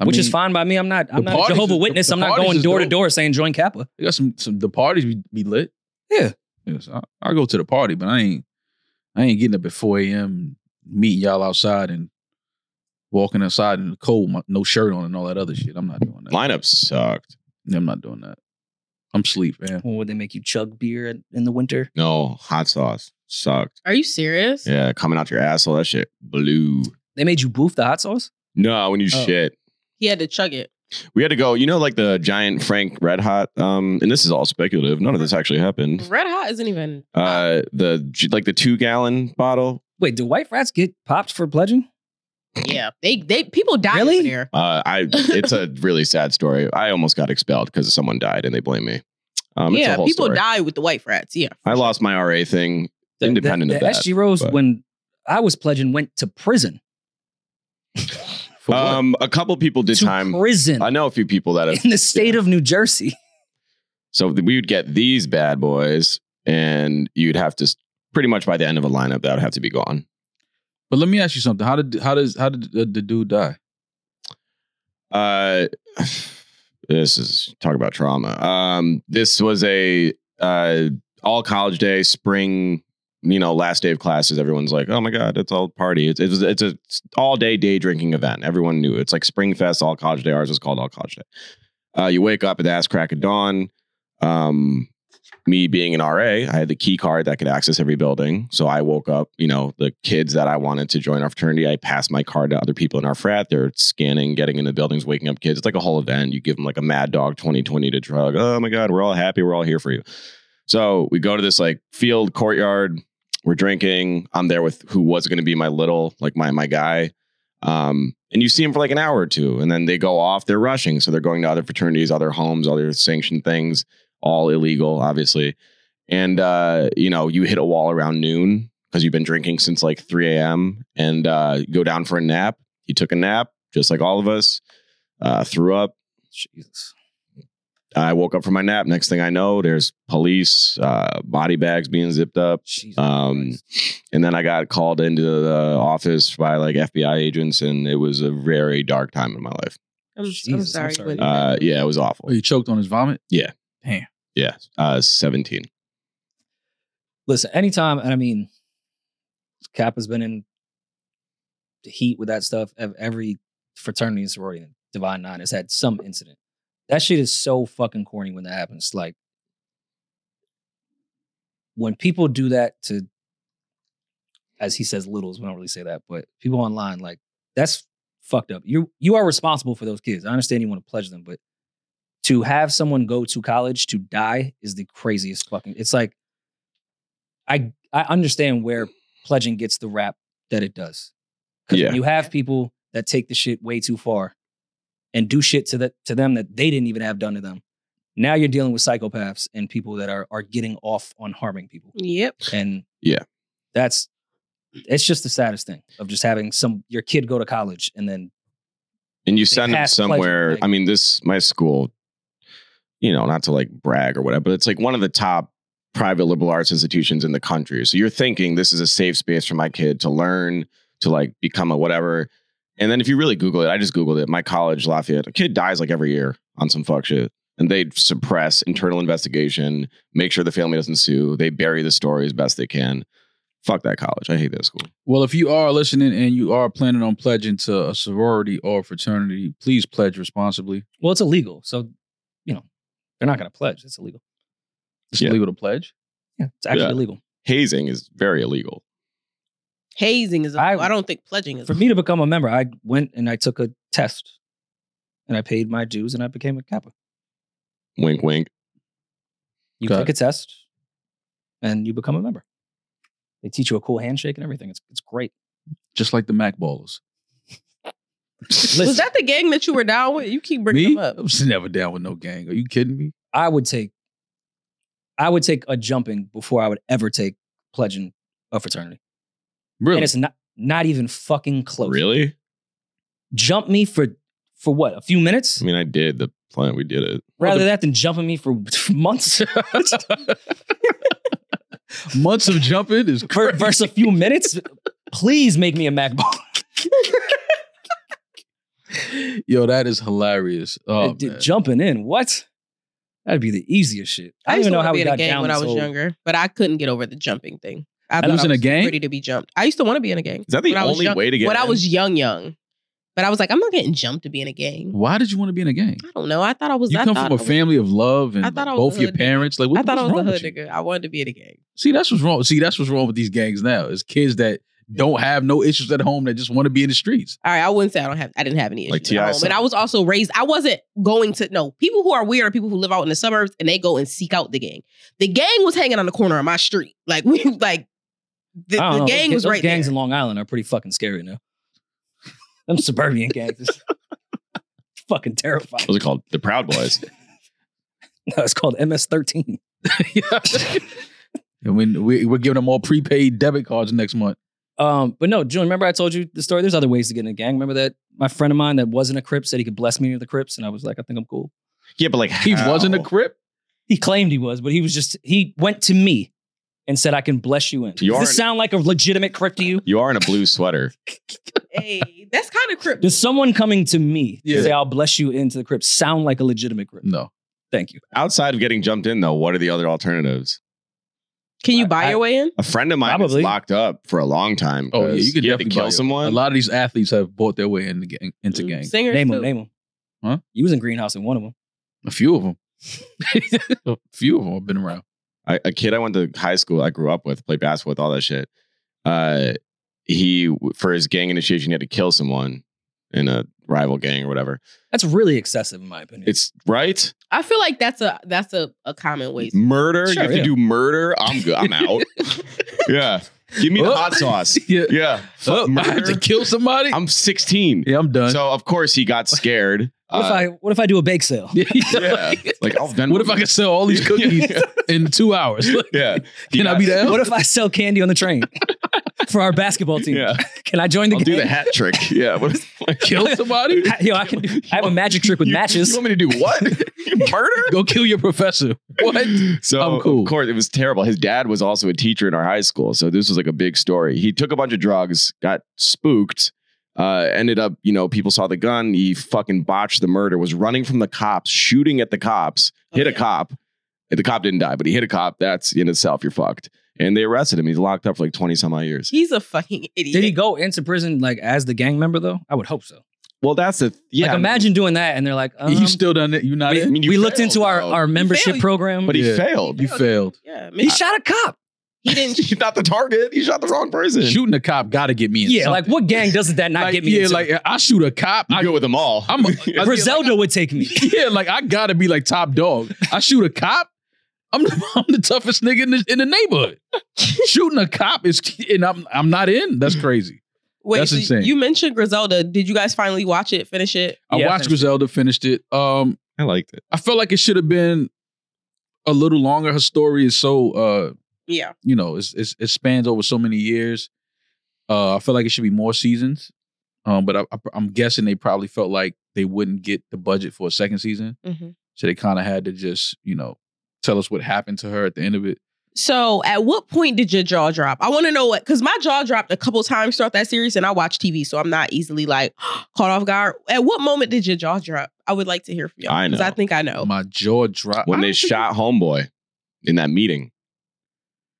[SPEAKER 2] I
[SPEAKER 4] which is
[SPEAKER 2] mean,
[SPEAKER 4] fine by me. I'm not. I'm
[SPEAKER 2] the
[SPEAKER 4] not a
[SPEAKER 2] parties
[SPEAKER 4] Jehovah
[SPEAKER 2] is-
[SPEAKER 4] Witness.
[SPEAKER 2] the
[SPEAKER 4] I'm not
[SPEAKER 2] parties
[SPEAKER 4] going
[SPEAKER 2] is
[SPEAKER 4] door to
[SPEAKER 2] dope.
[SPEAKER 4] door saying join Kappa.
[SPEAKER 2] We got some some the parties be, be lit.
[SPEAKER 4] Yeah.
[SPEAKER 2] Yes, I, I go to the party, but I ain't I ain't getting up at 4 a.m. meeting y'all outside and walking outside in the cold, my, no shirt on and all that other shit. I'm not doing that.
[SPEAKER 1] Lineup sucked.
[SPEAKER 2] I'm not doing that. I'm sleep, man.
[SPEAKER 4] Well, would they make you chug beer in- in the winter?
[SPEAKER 1] No, hot sauce sucked.
[SPEAKER 3] Are you serious?
[SPEAKER 1] Yeah, coming out your asshole. That shit blue.
[SPEAKER 4] They made you boof the hot sauce.
[SPEAKER 1] No, when you
[SPEAKER 4] Oh.
[SPEAKER 1] shit.
[SPEAKER 3] He had to chug it.
[SPEAKER 1] We had to go, you know, like the giant Frank Red Hot. Um, and this is all speculative. None of this actually happened.
[SPEAKER 3] Red Hot isn't even.
[SPEAKER 1] Uh, the like the two gallon bottle.
[SPEAKER 4] Wait, do white rats get popped for pledging?
[SPEAKER 3] (laughs) yeah, they they people die
[SPEAKER 4] Really?
[SPEAKER 3] over there.
[SPEAKER 1] Uh, I it's
[SPEAKER 3] (laughs)
[SPEAKER 1] a really sad story. I almost got expelled because someone died and they blame me. Um, it's a
[SPEAKER 3] yeah,
[SPEAKER 1] whole
[SPEAKER 3] people
[SPEAKER 1] story.
[SPEAKER 3] die with the white frats. Yeah,
[SPEAKER 1] I lost my RA thing. Independent
[SPEAKER 4] the,
[SPEAKER 1] of
[SPEAKER 4] the
[SPEAKER 1] that,
[SPEAKER 4] SG Rose,
[SPEAKER 1] but-
[SPEAKER 4] when I was pledging, went to prison.
[SPEAKER 2] For what?
[SPEAKER 1] Um, a couple people did
[SPEAKER 4] to
[SPEAKER 1] time.
[SPEAKER 4] prison
[SPEAKER 1] I know a few people that have
[SPEAKER 3] (laughs)
[SPEAKER 4] in the state of
[SPEAKER 1] (laughs)
[SPEAKER 4] New Jersey.
[SPEAKER 1] So th- we would get these bad boys, and you'd have to s- pretty much by the end of a lineup that would have to be gone.
[SPEAKER 2] but let me ask you something. How did how does how did the, the dude die?
[SPEAKER 1] Uh, (sighs) this is talk about trauma. Um, this was a uh, all college day, spring. You know, last day of classes, everyone's like, "Oh my god, it's all party!" It's it was, it's a all day day drinking event. Everyone knew it. it's like Spring Fest, all college day. Ours was called all college day. Uh, you wake up at the ass crack of dawn. Um, me being an RA, I had the key card that could access every building. So I woke up, you know, the kids that I wanted to join our fraternity, I passed my card to other people in our frat. They're scanning, getting into buildings, waking up kids. It's like a whole event. You give them like a mad dog 2020 to drug. Oh my God, we're all happy. We're all here for you. So we go to this like field courtyard. We're drinking. I'm there with who was going to be my little, like my my guy. Um, and you see him for like an hour or two, and then they go off. They're rushing, so they're going to other fraternities, other homes, other sanctioned things, all illegal, obviously. And uh, you know, you hit a wall around noon because you've been drinking since like 3 a.m. and uh, you go down for a nap. He took a nap, just like all of us. Uh, threw up.
[SPEAKER 4] Jesus.
[SPEAKER 1] I woke up from my nap. Next thing I know, there's police, uh, body bags being zipped up.
[SPEAKER 4] Jesus
[SPEAKER 1] Um,
[SPEAKER 4] Christ.
[SPEAKER 1] and then I got called into the office by like FBI agents, and it was a very dark time in my life.
[SPEAKER 3] I'm,
[SPEAKER 4] Jesus, I'm
[SPEAKER 3] I'm sorry.
[SPEAKER 4] sorry.
[SPEAKER 3] Whitney.
[SPEAKER 1] Uh, yeah, it was awful.
[SPEAKER 2] Oh, he choked on his vomit?
[SPEAKER 1] Yeah, uh, seventeen.
[SPEAKER 4] Listen, anytime, and I mean, Cap has been in the heat with that stuff. Ev- Every fraternity and sorority, and Divine Nine, has had some incident. That shit is so fucking corny when that happens. Like, when people do that to, as he says, littles, we don't really say that, but people online, like, that's fucked up. You you are responsible for those kids. I understand you want to pledge them, but to have someone go to college to die is the craziest fucking. It's like I I understand where pledging gets the rap that it does. Cuz
[SPEAKER 1] Yeah.
[SPEAKER 4] you have people that take the shit way too far and do shit to that to them that they didn't even have done to them. Now you're dealing with psychopaths and people that are are getting off on
[SPEAKER 1] (sighs)
[SPEAKER 4] harming people.
[SPEAKER 3] Yep.
[SPEAKER 4] And
[SPEAKER 1] Yeah.
[SPEAKER 4] that's it's just the saddest thing of just having some your kid go to college and then
[SPEAKER 1] And you send them
[SPEAKER 4] passed pledge,
[SPEAKER 1] somewhere.
[SPEAKER 4] like-
[SPEAKER 1] I mean, this my school. You know, not to like brag or whatever, but it's like one of the top private liberal arts institutions in the country. So you're thinking this is a safe space for my kid to learn, to like become a whatever. And then if you really Google it, I just Googled it. My college, Lafayette, a kid dies like every year on some fuck shit. And they suppress internal investigation, make sure the family doesn't sue. They bury the story as best they can. Fuck that college. I hate that school.
[SPEAKER 2] Well, if you are listening and you are planning on pledging to a sorority or fraternity, please pledge responsibly.
[SPEAKER 4] well it's illegal. So, you know, they're not going to pledge. It's illegal.
[SPEAKER 2] It's
[SPEAKER 1] Yeah.
[SPEAKER 2] illegal to pledge.
[SPEAKER 4] Yeah. It's actually
[SPEAKER 1] Yeah.
[SPEAKER 4] illegal.
[SPEAKER 1] Hazing is very illegal.
[SPEAKER 3] Hazing is. I
[SPEAKER 4] I-
[SPEAKER 3] I don't think pledging is.
[SPEAKER 4] For me to become a member, I went and I took a test and I paid my dues and I became a Kappa.
[SPEAKER 1] Wink, wink.
[SPEAKER 4] You
[SPEAKER 2] Got
[SPEAKER 4] take a test and you become a member. They teach you a cool handshake and everything. It's, it's great.
[SPEAKER 2] Just like the Mac ballers.
[SPEAKER 4] Listen,
[SPEAKER 3] was that the gang that you were down with? You keep bringing
[SPEAKER 2] Me?
[SPEAKER 3] them
[SPEAKER 2] I
[SPEAKER 3] up.
[SPEAKER 2] was never down with no gang. Are you kidding me?
[SPEAKER 4] I would take I would take a jumping before I would ever take pledging a fraternity. And
[SPEAKER 2] Really?
[SPEAKER 4] it's not not even fucking close.
[SPEAKER 1] Really?
[SPEAKER 4] Jump me for for what? A few minutes?
[SPEAKER 1] I mean, I did the plant. We did it.
[SPEAKER 4] Rather that than jumping me for (laughs) months
[SPEAKER 3] (laughs)
[SPEAKER 2] Months of jumping is
[SPEAKER 4] ver-
[SPEAKER 2] crazy.
[SPEAKER 4] versus a few minutes. Please make me a Mac ball.
[SPEAKER 3] (laughs)
[SPEAKER 2] Yo, that is hilarious. Oh,
[SPEAKER 4] D-
[SPEAKER 2] man.
[SPEAKER 4] Jumping in. What? That'd be the easiest shit. I,
[SPEAKER 3] I
[SPEAKER 4] don't
[SPEAKER 3] used to
[SPEAKER 4] even know
[SPEAKER 3] want
[SPEAKER 4] how
[SPEAKER 3] to
[SPEAKER 4] we
[SPEAKER 3] be in a
[SPEAKER 4] got
[SPEAKER 3] gang
[SPEAKER 4] down
[SPEAKER 3] when I was
[SPEAKER 4] so-
[SPEAKER 3] younger, but I couldn't get over the jumping thing. I
[SPEAKER 2] You
[SPEAKER 3] thought
[SPEAKER 2] was
[SPEAKER 3] I
[SPEAKER 2] in a gang?
[SPEAKER 3] ready to be jumped. I used to want to be in a gang.
[SPEAKER 1] Is that the
[SPEAKER 3] When I was
[SPEAKER 1] only
[SPEAKER 3] young-
[SPEAKER 1] way to get?
[SPEAKER 3] when I
[SPEAKER 1] in?
[SPEAKER 3] was young, young, but I was like, I'm not getting jumped to be in a gang.
[SPEAKER 2] Why did you want to be in a gang?
[SPEAKER 3] I don't know. I thought I was.
[SPEAKER 2] You
[SPEAKER 3] I
[SPEAKER 2] come
[SPEAKER 3] thought
[SPEAKER 2] from a
[SPEAKER 3] I was-
[SPEAKER 2] family of love and
[SPEAKER 3] I thought I was
[SPEAKER 2] both
[SPEAKER 3] a
[SPEAKER 2] your
[SPEAKER 3] hood nigga.
[SPEAKER 2] parents. Like, what
[SPEAKER 3] I thought I
[SPEAKER 2] what's
[SPEAKER 3] was a
[SPEAKER 2] wrong
[SPEAKER 3] hood
[SPEAKER 2] with you?
[SPEAKER 3] nigga. I wanted to be in a gang.
[SPEAKER 2] See, that's what's wrong. See, that's what's wrong with these gangs now. Is kids that don't have no issues at home that just want to be in the streets.
[SPEAKER 3] All right, I wouldn't say I don't have. I didn't have any issues.
[SPEAKER 1] Like
[SPEAKER 3] at
[SPEAKER 1] T.I.
[SPEAKER 3] home.
[SPEAKER 1] said.
[SPEAKER 3] And I was also raised. I wasn't going to. No, people who are weird are people who live out in the suburbs and they go and seek out the gang. The gang was hanging on the corner of my street. Like (laughs) we like. The,
[SPEAKER 4] I don't
[SPEAKER 3] the
[SPEAKER 4] know.
[SPEAKER 3] gang
[SPEAKER 4] Those-
[SPEAKER 3] was
[SPEAKER 4] those
[SPEAKER 3] right
[SPEAKER 4] gangs
[SPEAKER 3] there.
[SPEAKER 4] in Long Island are pretty fucking scary now. (laughs) Them suburban gangs is fucking terrifying.
[SPEAKER 1] Those are called the Proud
[SPEAKER 2] (laughs)
[SPEAKER 1] Boys.
[SPEAKER 4] No, (laughs) it's called MS13.
[SPEAKER 2] And when we, we're giving them all prepaid debit cards next month.
[SPEAKER 4] (laughs) Um, but no, June, remember I told you the story? There's other ways to get in a gang. Remember that my friend of mine that wasn't a Crip said he could bless me into the Crips, and I was like, I think I'm cool.
[SPEAKER 1] yeah, but like
[SPEAKER 2] He wasn't a
[SPEAKER 1] how?
[SPEAKER 2] crip.
[SPEAKER 4] He claimed he was, but he was just he went to me and said, I can bless you in.
[SPEAKER 1] You
[SPEAKER 4] Does
[SPEAKER 1] aren't-
[SPEAKER 4] this sound like a legitimate Crip to you?
[SPEAKER 1] You are in a blue sweater.
[SPEAKER 3] (laughs) Hey, that's kind of crip.
[SPEAKER 4] Does someone coming to me to
[SPEAKER 2] Yeah.
[SPEAKER 4] say I'll bless you into the Crips sound like a legitimate Crip?
[SPEAKER 2] No,
[SPEAKER 4] Thank you.
[SPEAKER 1] Outside of getting jumped in, though, what are the other alternatives?
[SPEAKER 3] Can you buy
[SPEAKER 4] I-
[SPEAKER 3] your way in?
[SPEAKER 1] A friend of mine was
[SPEAKER 4] Probably.
[SPEAKER 1] locked up for a long time.
[SPEAKER 2] Oh, yeah,
[SPEAKER 1] 'cause
[SPEAKER 2] you could
[SPEAKER 1] he had to
[SPEAKER 2] definitely buy
[SPEAKER 1] kill
[SPEAKER 2] it.
[SPEAKER 1] someone.
[SPEAKER 2] a lot of these athletes have bought their way in the gang, into gangs.
[SPEAKER 3] Singers
[SPEAKER 4] Name
[SPEAKER 3] too.
[SPEAKER 4] him, name him.
[SPEAKER 2] Huh?
[SPEAKER 4] You was in Greenhouse in one of them.
[SPEAKER 2] A few of them. (laughs) a few of them have been around.
[SPEAKER 1] I, a kid I went to high school, I grew up with, played basketball with, all that shit. Uh, he for his gang initiation, he had to kill someone in a rival gang or whatever.
[SPEAKER 4] That's really excessive in my opinion.
[SPEAKER 1] It's right
[SPEAKER 3] I feel like that's a that's a, a common way.
[SPEAKER 1] murder. you
[SPEAKER 4] Sure,
[SPEAKER 1] have
[SPEAKER 4] yeah.
[SPEAKER 1] to do murder. I'm good.
[SPEAKER 2] (laughs)
[SPEAKER 1] I'm out. yeah, give me the
[SPEAKER 2] Oh.
[SPEAKER 1] hot sauce.
[SPEAKER 2] (laughs) yeah.
[SPEAKER 1] Yeah, Fuck
[SPEAKER 2] Oh, I have to
[SPEAKER 1] murder.
[SPEAKER 2] kill somebody.
[SPEAKER 1] I'm 16.
[SPEAKER 2] yeah, I'm done. (laughs)
[SPEAKER 1] So of course he got scared.
[SPEAKER 4] what if
[SPEAKER 1] Uh,
[SPEAKER 4] I what if I do a bake sale?
[SPEAKER 1] yeah, like I'll Venmo
[SPEAKER 2] what if I
[SPEAKER 1] you.
[SPEAKER 2] could sell all these cookies in two hours?
[SPEAKER 1] (laughs)
[SPEAKER 2] (laughs)
[SPEAKER 1] Yeah, He
[SPEAKER 2] Can I
[SPEAKER 1] got-
[SPEAKER 2] be the
[SPEAKER 4] What if I sell candy on the train for our basketball team?
[SPEAKER 1] Yeah,
[SPEAKER 4] (laughs) Can I join the
[SPEAKER 1] I'll
[SPEAKER 4] game?
[SPEAKER 1] do the hat trick. Yeah, what is,
[SPEAKER 2] kill
[SPEAKER 1] (laughs)
[SPEAKER 4] (laughs)
[SPEAKER 2] somebody?
[SPEAKER 4] I, yo, I can do. I have a magic trick with
[SPEAKER 1] You-
[SPEAKER 4] matches.
[SPEAKER 1] You want me to do what? Murder?
[SPEAKER 2] (laughs) Go kill your professor.
[SPEAKER 1] (laughs)
[SPEAKER 2] What?
[SPEAKER 1] So
[SPEAKER 2] I'm Oh, cool.
[SPEAKER 1] of course it was terrible. His dad was also a teacher in our high school, so this was like a big story. He took a bunch of drugs, got spooked, uh, ended up, you know, people saw the gun. He fucking botched the murder. Was running from the cops, shooting at the cops, hit a cop. And The cop didn't die, but he hit a cop. That's in itself, you're fucked. And they arrested him. He's locked up for like twenty some odd years.
[SPEAKER 3] He's a fucking idiot.
[SPEAKER 4] Did he go into prison like as the gang member though? I would hope so.
[SPEAKER 1] Well, that's the yeah.
[SPEAKER 4] like imagine doing that and they're like, um,
[SPEAKER 2] you still done it? You not
[SPEAKER 4] we,
[SPEAKER 2] in?
[SPEAKER 1] mean, you
[SPEAKER 4] we looked
[SPEAKER 1] failed,
[SPEAKER 4] into our,
[SPEAKER 1] though.
[SPEAKER 4] our membership
[SPEAKER 3] failed.
[SPEAKER 4] program.
[SPEAKER 1] But he
[SPEAKER 2] Yeah.
[SPEAKER 1] failed.
[SPEAKER 2] You failed.
[SPEAKER 3] Yeah, man.
[SPEAKER 4] he shot a cop.
[SPEAKER 3] he
[SPEAKER 1] (laughs)
[SPEAKER 3] didn't.
[SPEAKER 1] He's not the target. He shot the wrong person.
[SPEAKER 2] Shooting a cop got to get me in.
[SPEAKER 4] Yeah,
[SPEAKER 2] something.
[SPEAKER 4] like what gang doesn't that not
[SPEAKER 2] Like,
[SPEAKER 4] get me?
[SPEAKER 2] Yeah,
[SPEAKER 4] into?
[SPEAKER 2] like I shoot a cop.
[SPEAKER 1] You
[SPEAKER 2] I,
[SPEAKER 1] go with them all.
[SPEAKER 2] I'm a, I feel
[SPEAKER 4] Griselda would take me.
[SPEAKER 2] like- yeah, like I (laughs) gotta be like top dog. I shoot a cop. I'm the, (laughs) I'm the toughest nigga in the, in the neighborhood. Shooting a cop is and I'm I'm not in. That's
[SPEAKER 4] Mm.
[SPEAKER 2] crazy.
[SPEAKER 3] Wait,
[SPEAKER 2] That's
[SPEAKER 3] so
[SPEAKER 2] insane.
[SPEAKER 3] you mentioned Griselda. Did you guys finally watch it? Finish it?
[SPEAKER 2] I
[SPEAKER 4] Yeah, I
[SPEAKER 2] watched
[SPEAKER 4] finished it.
[SPEAKER 2] Griselda, finished it. Um,
[SPEAKER 1] I liked it.
[SPEAKER 2] I felt like it should have been a little longer. Her story is so uh
[SPEAKER 3] Yeah.
[SPEAKER 2] you know, it's, it's it spans over so many years. Uh, I feel like it should be more seasons, um, but I, I, I'm guessing they probably felt like they wouldn't get the budget for a second season, so they kind of had to just you know tell us what happened to her at the end of it.
[SPEAKER 3] So, at what point did your jaw drop? I want to know what, because my jaw dropped a couple times throughout that series, and I watch TV, so I'm not easily like (gasps) caught off guard. At what moment did your jaw drop? I would like to hear from you.
[SPEAKER 1] I know.
[SPEAKER 3] I think I know.
[SPEAKER 2] My jaw dropped
[SPEAKER 1] when
[SPEAKER 2] I
[SPEAKER 1] they
[SPEAKER 2] don't think-
[SPEAKER 1] shot Homeboy in that meeting.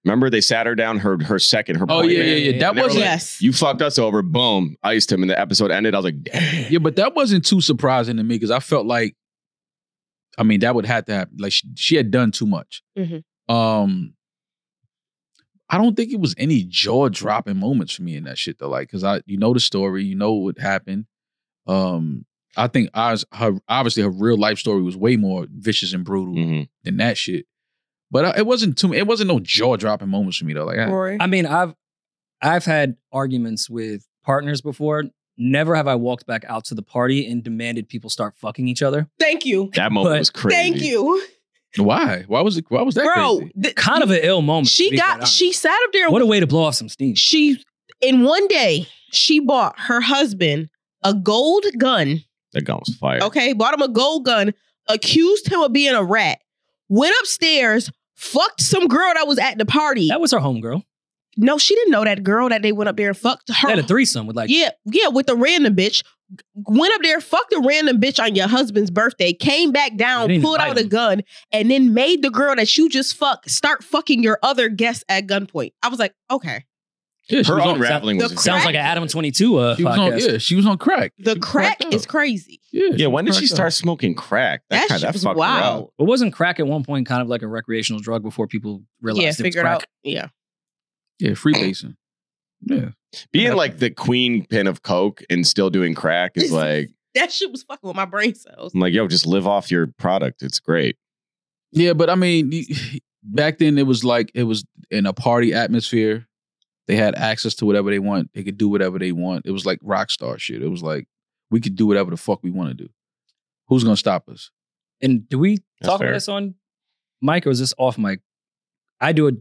[SPEAKER 1] Remember, they sat her down, her her second, her.
[SPEAKER 2] Oh
[SPEAKER 1] point
[SPEAKER 2] yeah,
[SPEAKER 1] man.
[SPEAKER 2] yeah, yeah. That
[SPEAKER 1] And they were
[SPEAKER 2] wasn't.
[SPEAKER 1] like,
[SPEAKER 3] yes.
[SPEAKER 1] You fucked us over. Boom, iced him, and the episode ended. I was like, damn.
[SPEAKER 2] Yeah, but that wasn't too surprising to me because I felt like, I mean, that would have to happen. Like she, she had done too much.
[SPEAKER 3] Mhm.
[SPEAKER 2] Um, I don't think it was any jaw dropping moments for me in that shit though. Like, cause I, you know, the story, you know what happened. Um, I think ours, her, obviously her real life story was way more vicious and brutal
[SPEAKER 1] Mhm.
[SPEAKER 2] than that shit. But I, it wasn't too. It wasn't no jaw dropping moments for me though. Like, I,
[SPEAKER 3] Rory?
[SPEAKER 4] I mean, I've I've had arguments with partners before. Never have I walked back out to the party and demanded people start fucking each other.
[SPEAKER 3] Thank you.
[SPEAKER 1] That moment
[SPEAKER 4] But-
[SPEAKER 1] was crazy.
[SPEAKER 3] Thank you.
[SPEAKER 2] Why? Why was it? Why was that
[SPEAKER 3] Bro,
[SPEAKER 2] crazy?
[SPEAKER 3] th-
[SPEAKER 4] Kind of an ill moment. to
[SPEAKER 3] she
[SPEAKER 4] be quite
[SPEAKER 3] got
[SPEAKER 4] honest.
[SPEAKER 3] she sat up there
[SPEAKER 4] What a way to blow off some steam.
[SPEAKER 3] she in one day she bought her husband a gold gun
[SPEAKER 1] That gun was fire.
[SPEAKER 3] okay bought him a gold gun accused him of being a rat went upstairs fucked some girl that was at the party
[SPEAKER 4] That was her homegirl.
[SPEAKER 3] no she didn't know that girl that they went up there and fucked her
[SPEAKER 4] They had a threesome with like
[SPEAKER 3] yeah yeah with the random bitch went up there fucked a random bitch on your husband's birthday came back down
[SPEAKER 4] They didn't
[SPEAKER 3] pulled
[SPEAKER 4] invite
[SPEAKER 3] out a
[SPEAKER 4] him.
[SPEAKER 3] gun and then made the girl that you just fucked start fucking your other guests at gunpoint i was like okay
[SPEAKER 2] Yeah, she
[SPEAKER 1] Her
[SPEAKER 2] was on,
[SPEAKER 1] unraveling
[SPEAKER 3] the
[SPEAKER 1] was
[SPEAKER 3] crack-
[SPEAKER 1] very-
[SPEAKER 4] sounds like an Adam Twenty Two uh,
[SPEAKER 2] she was on-
[SPEAKER 4] podcast.
[SPEAKER 2] yeah, she was on crack.
[SPEAKER 3] the
[SPEAKER 2] She
[SPEAKER 3] crack
[SPEAKER 2] cracked
[SPEAKER 3] is
[SPEAKER 2] up.
[SPEAKER 3] crazy
[SPEAKER 2] Yeah,
[SPEAKER 1] Yeah, when did she
[SPEAKER 2] cracked up.
[SPEAKER 1] start smoking crack?
[SPEAKER 3] that,
[SPEAKER 1] kinda-
[SPEAKER 3] shit was
[SPEAKER 1] fucked her
[SPEAKER 3] wild
[SPEAKER 1] up.
[SPEAKER 4] But wasn't crack at one point kind of like a recreational drug before people realized it was crack?
[SPEAKER 3] out. Yeah,
[SPEAKER 2] Yeah, freebasing. Yeah,
[SPEAKER 1] Being like the queen pin of coke and still doing crack
[SPEAKER 3] (laughs)
[SPEAKER 1] is like,
[SPEAKER 3] that shit was fucking with my brain cells.
[SPEAKER 2] Mm.
[SPEAKER 1] I'm like, yo, just live off your product. It's great.
[SPEAKER 2] yeah, but I mean, y- (sighs) back then it was like it was in a party atmosphere. They had access to whatever they want. They could do whatever they want. It was like rock star shit. It was like we could do whatever the fuck we want to do. Who's gonna stop us?
[SPEAKER 4] And do we
[SPEAKER 1] That's
[SPEAKER 4] talk
[SPEAKER 1] fair.
[SPEAKER 4] about this on mic or is this off mic? I do a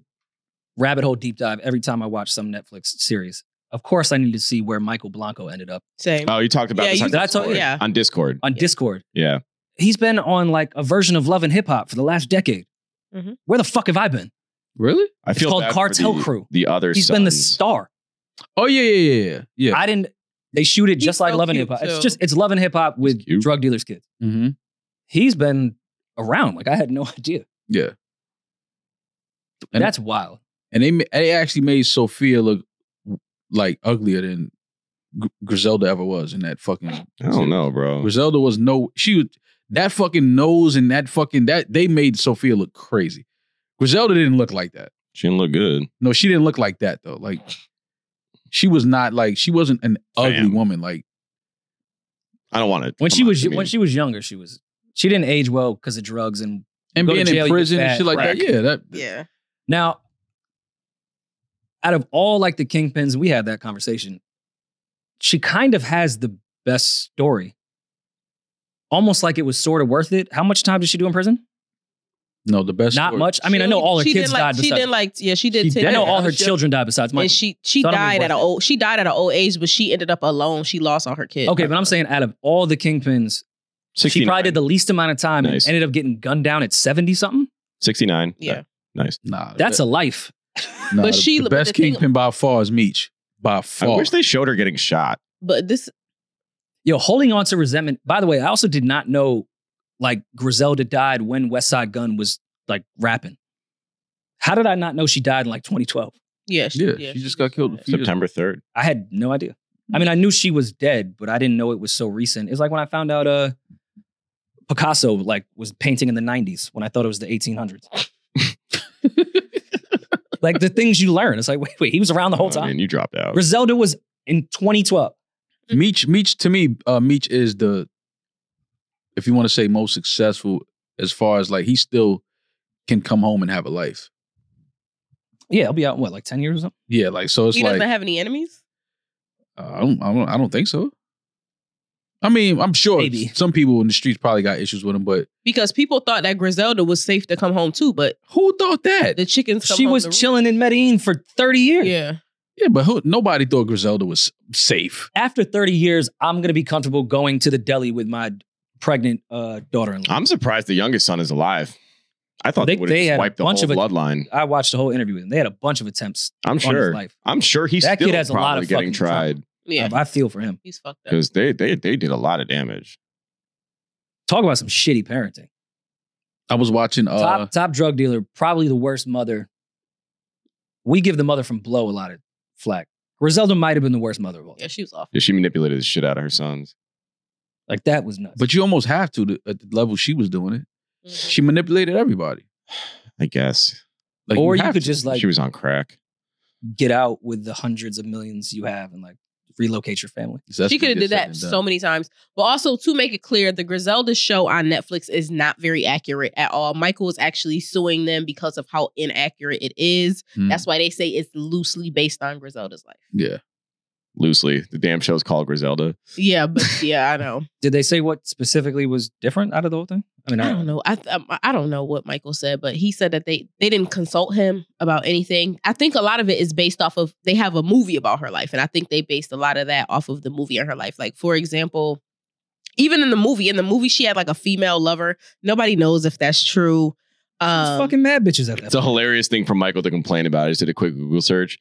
[SPEAKER 4] rabbit hole deep dive every time I watch some Netflix series. Of course, I need to see where Michael Blanco ended up
[SPEAKER 3] Same.
[SPEAKER 1] Oh, you talked about
[SPEAKER 3] Yeah,
[SPEAKER 1] this
[SPEAKER 3] you-
[SPEAKER 1] on
[SPEAKER 4] Did I tell-
[SPEAKER 1] Discord.
[SPEAKER 3] yeah.
[SPEAKER 1] on Discord.
[SPEAKER 4] on
[SPEAKER 3] Yeah.
[SPEAKER 4] Discord.
[SPEAKER 1] Yeah.
[SPEAKER 4] He's been on like a version of Love and Hip Hop for the last decade.
[SPEAKER 3] Mhm.
[SPEAKER 4] Where the fuck have I been?
[SPEAKER 2] Really?
[SPEAKER 1] I
[SPEAKER 4] It's
[SPEAKER 1] feel
[SPEAKER 4] called
[SPEAKER 1] bad for
[SPEAKER 4] Cartel
[SPEAKER 1] the-
[SPEAKER 4] Crew.
[SPEAKER 1] The other
[SPEAKER 4] He's been the
[SPEAKER 1] sons.
[SPEAKER 4] star.
[SPEAKER 2] Oh yeah, yeah, yeah, yeah. Yeah.
[SPEAKER 4] I didn't. They shoot it
[SPEAKER 3] He's
[SPEAKER 4] just like
[SPEAKER 3] so
[SPEAKER 4] Love and
[SPEAKER 3] cute,
[SPEAKER 4] Hip Hop. It's
[SPEAKER 3] too.
[SPEAKER 4] just it's Love and Hip Hop with
[SPEAKER 1] cute.
[SPEAKER 4] drug dealers kids.
[SPEAKER 2] mm-hmm.
[SPEAKER 4] He's been around. Like I had no (laughs) idea.
[SPEAKER 2] Yeah. And-
[SPEAKER 4] That's wild.
[SPEAKER 2] and they ma- they actually made Sophia look like uglier than Gr- Griselda ever was in that fucking.
[SPEAKER 1] I don't know, bro.
[SPEAKER 2] Griselda was no she was that fucking nose and that fucking that they made Sophia look crazy. Griselda didn't look like that.
[SPEAKER 1] She didn't look good.
[SPEAKER 2] No, she didn't look like that though. Like she was not like she wasn't an ugly
[SPEAKER 1] Fam.
[SPEAKER 2] woman. Like
[SPEAKER 1] I don't want to.
[SPEAKER 4] When she was when she was younger, she was she didn't age well because of drugs and
[SPEAKER 2] and
[SPEAKER 4] Go to
[SPEAKER 2] being
[SPEAKER 4] jail,
[SPEAKER 2] in
[SPEAKER 4] you
[SPEAKER 2] prison
[SPEAKER 4] fat
[SPEAKER 2] and shit like
[SPEAKER 1] crack.
[SPEAKER 2] that. Yeah, that
[SPEAKER 3] yeah,
[SPEAKER 4] Now, out of all like the kingpins, we had that conversation. She kind of has the best story. Almost like it was sort of worth it. How much time did she do in prison?
[SPEAKER 2] no the best.
[SPEAKER 4] Not
[SPEAKER 2] story.
[SPEAKER 4] much. I mean, I know all her
[SPEAKER 3] She
[SPEAKER 4] kids
[SPEAKER 3] did, like,
[SPEAKER 4] died.
[SPEAKER 3] She
[SPEAKER 4] besides,
[SPEAKER 3] did like yeah, she did.
[SPEAKER 2] She
[SPEAKER 3] 10
[SPEAKER 2] did.
[SPEAKER 4] I know
[SPEAKER 3] years.
[SPEAKER 4] all her
[SPEAKER 3] She-
[SPEAKER 4] children died besides Michael.
[SPEAKER 3] And she she
[SPEAKER 4] So I don't
[SPEAKER 3] died
[SPEAKER 4] mean
[SPEAKER 3] at an
[SPEAKER 4] worth it.
[SPEAKER 3] old she died at an old age, but she ended up alone. She lost all her kids.
[SPEAKER 4] okay, but I'm saying out of all the kingpins, she probably did the least amount of time
[SPEAKER 1] Nice.
[SPEAKER 4] and ended up getting gunned down at 70 something.
[SPEAKER 1] 69.
[SPEAKER 3] Yeah.
[SPEAKER 1] nice.
[SPEAKER 2] Nah,
[SPEAKER 4] That's a life.
[SPEAKER 2] nah,
[SPEAKER 3] but
[SPEAKER 2] the,
[SPEAKER 3] she-
[SPEAKER 2] the
[SPEAKER 3] but
[SPEAKER 2] best
[SPEAKER 3] the thing-
[SPEAKER 2] kingpin by far is Meech. By
[SPEAKER 1] I
[SPEAKER 2] far,
[SPEAKER 1] wish they showed her getting shot.
[SPEAKER 3] But this
[SPEAKER 4] Yo, holding on to resentment. By the way, I also did not know like Griselda died when West Side Gun was like rapping. How did I not know she died in like 2012?
[SPEAKER 3] yeah she,
[SPEAKER 2] yeah, she just got killed a few years
[SPEAKER 1] September 3rd.
[SPEAKER 4] I had no idea. I
[SPEAKER 1] Mm.
[SPEAKER 4] mean, I knew she was dead, but I didn't know it was so recent. It's like when I found out uh Picasso like was painting in the 90s when I thought it was
[SPEAKER 1] (laughs)
[SPEAKER 4] the 1800s. like the things you learn. It's like, wait, wait, he was around the whole
[SPEAKER 1] I
[SPEAKER 4] time.
[SPEAKER 1] mean, you dropped out.
[SPEAKER 4] Griselda was in 2012.
[SPEAKER 3] Mm-hmm.
[SPEAKER 2] Meech, Meech to me, uh, Meech is the, if you want to say most successful as far as like he still can come home and have a life.
[SPEAKER 4] Yeah, I'll be out in what, like 10 years or something?
[SPEAKER 2] Yeah, like so it's
[SPEAKER 3] he
[SPEAKER 2] like
[SPEAKER 3] doesn't have any enemies.
[SPEAKER 2] uh, I don't, I don't, I don't think so. I mean, I'm sure
[SPEAKER 4] Maybe.
[SPEAKER 2] some people in the streets probably got issues with him, but
[SPEAKER 3] Because people thought that Griselda was safe to come home to, but
[SPEAKER 2] who thought that?
[SPEAKER 3] the chickens come
[SPEAKER 4] She
[SPEAKER 3] home
[SPEAKER 4] was
[SPEAKER 3] to roost.
[SPEAKER 4] chilling in Medellin for 30 years.
[SPEAKER 3] Yeah.
[SPEAKER 2] yeah, but who? Nobody thought Griselda was safe.
[SPEAKER 4] After 30 years, I'm going to be comfortable going to the deli with my pregnant uh, daughter-in-law.
[SPEAKER 1] I'm surprised the youngest son is alive. I thought
[SPEAKER 4] They-
[SPEAKER 1] they, would
[SPEAKER 4] they had
[SPEAKER 1] have
[SPEAKER 4] a
[SPEAKER 1] wiped the whole
[SPEAKER 4] bunch of it-
[SPEAKER 1] bloodline.
[SPEAKER 4] I watched the whole interview with him. They had a bunch of attempts
[SPEAKER 1] I'm
[SPEAKER 4] on his
[SPEAKER 1] sure.
[SPEAKER 4] life.
[SPEAKER 1] I'm sure he's
[SPEAKER 4] That kid
[SPEAKER 1] still
[SPEAKER 4] has a lot
[SPEAKER 1] probably
[SPEAKER 4] of
[SPEAKER 1] getting
[SPEAKER 4] fucking
[SPEAKER 1] tried
[SPEAKER 3] Yeah.
[SPEAKER 4] I feel for him.
[SPEAKER 3] He's fucked up.
[SPEAKER 1] because they, they they did a lot of damage.
[SPEAKER 4] Talk about some shitty parenting.
[SPEAKER 2] I was watching. Uh,
[SPEAKER 4] top top drug dealer, probably the worst mother. We give the mother from Blow a lot of flack. Griselda might have been the worst mother of all.
[SPEAKER 3] Yeah, she was awful.
[SPEAKER 1] Yeah, she manipulated the shit out of her sons.
[SPEAKER 4] Like that was nuts.
[SPEAKER 2] but you almost have to, to at the level she was doing it.
[SPEAKER 3] Mhm.
[SPEAKER 2] She manipulated everybody.
[SPEAKER 1] I guess
[SPEAKER 2] Like,
[SPEAKER 4] or you
[SPEAKER 2] have
[SPEAKER 4] could
[SPEAKER 2] to.
[SPEAKER 4] just like
[SPEAKER 1] she was on crack.
[SPEAKER 4] get out with the hundreds of millions you have and like relocate your family.
[SPEAKER 2] That's
[SPEAKER 3] she could have
[SPEAKER 2] easier
[SPEAKER 3] did
[SPEAKER 2] said
[SPEAKER 3] that
[SPEAKER 2] than done.
[SPEAKER 3] so many times. But also to make it clear, the Griselda show on Netflix is not very accurate at all. Michael is actually suing them because of how inaccurate it is.
[SPEAKER 2] Mm,
[SPEAKER 3] That's why they say it's loosely based on Griselda's life.
[SPEAKER 2] yeah.
[SPEAKER 1] loosely. The damn show's called Griselda.
[SPEAKER 3] Yeah, but yeah, I know.
[SPEAKER 4] Did they say what specifically was different out of the whole thing? I mean,
[SPEAKER 3] I don't know. I th- um, I don't know what Michael said, but he said that they they didn't consult him about anything. I think a lot of it is based off of they have a movie about her life, and I think they based a lot of that off of the movie and her life. Like for example, even in the movie, in the movie she had like a female lover. Nobody knows if that's true.
[SPEAKER 4] There's
[SPEAKER 3] Um,
[SPEAKER 4] fucking mad bitches at that.
[SPEAKER 1] It's a hilarious thing for Michael to complain about. I just did a quick Google search.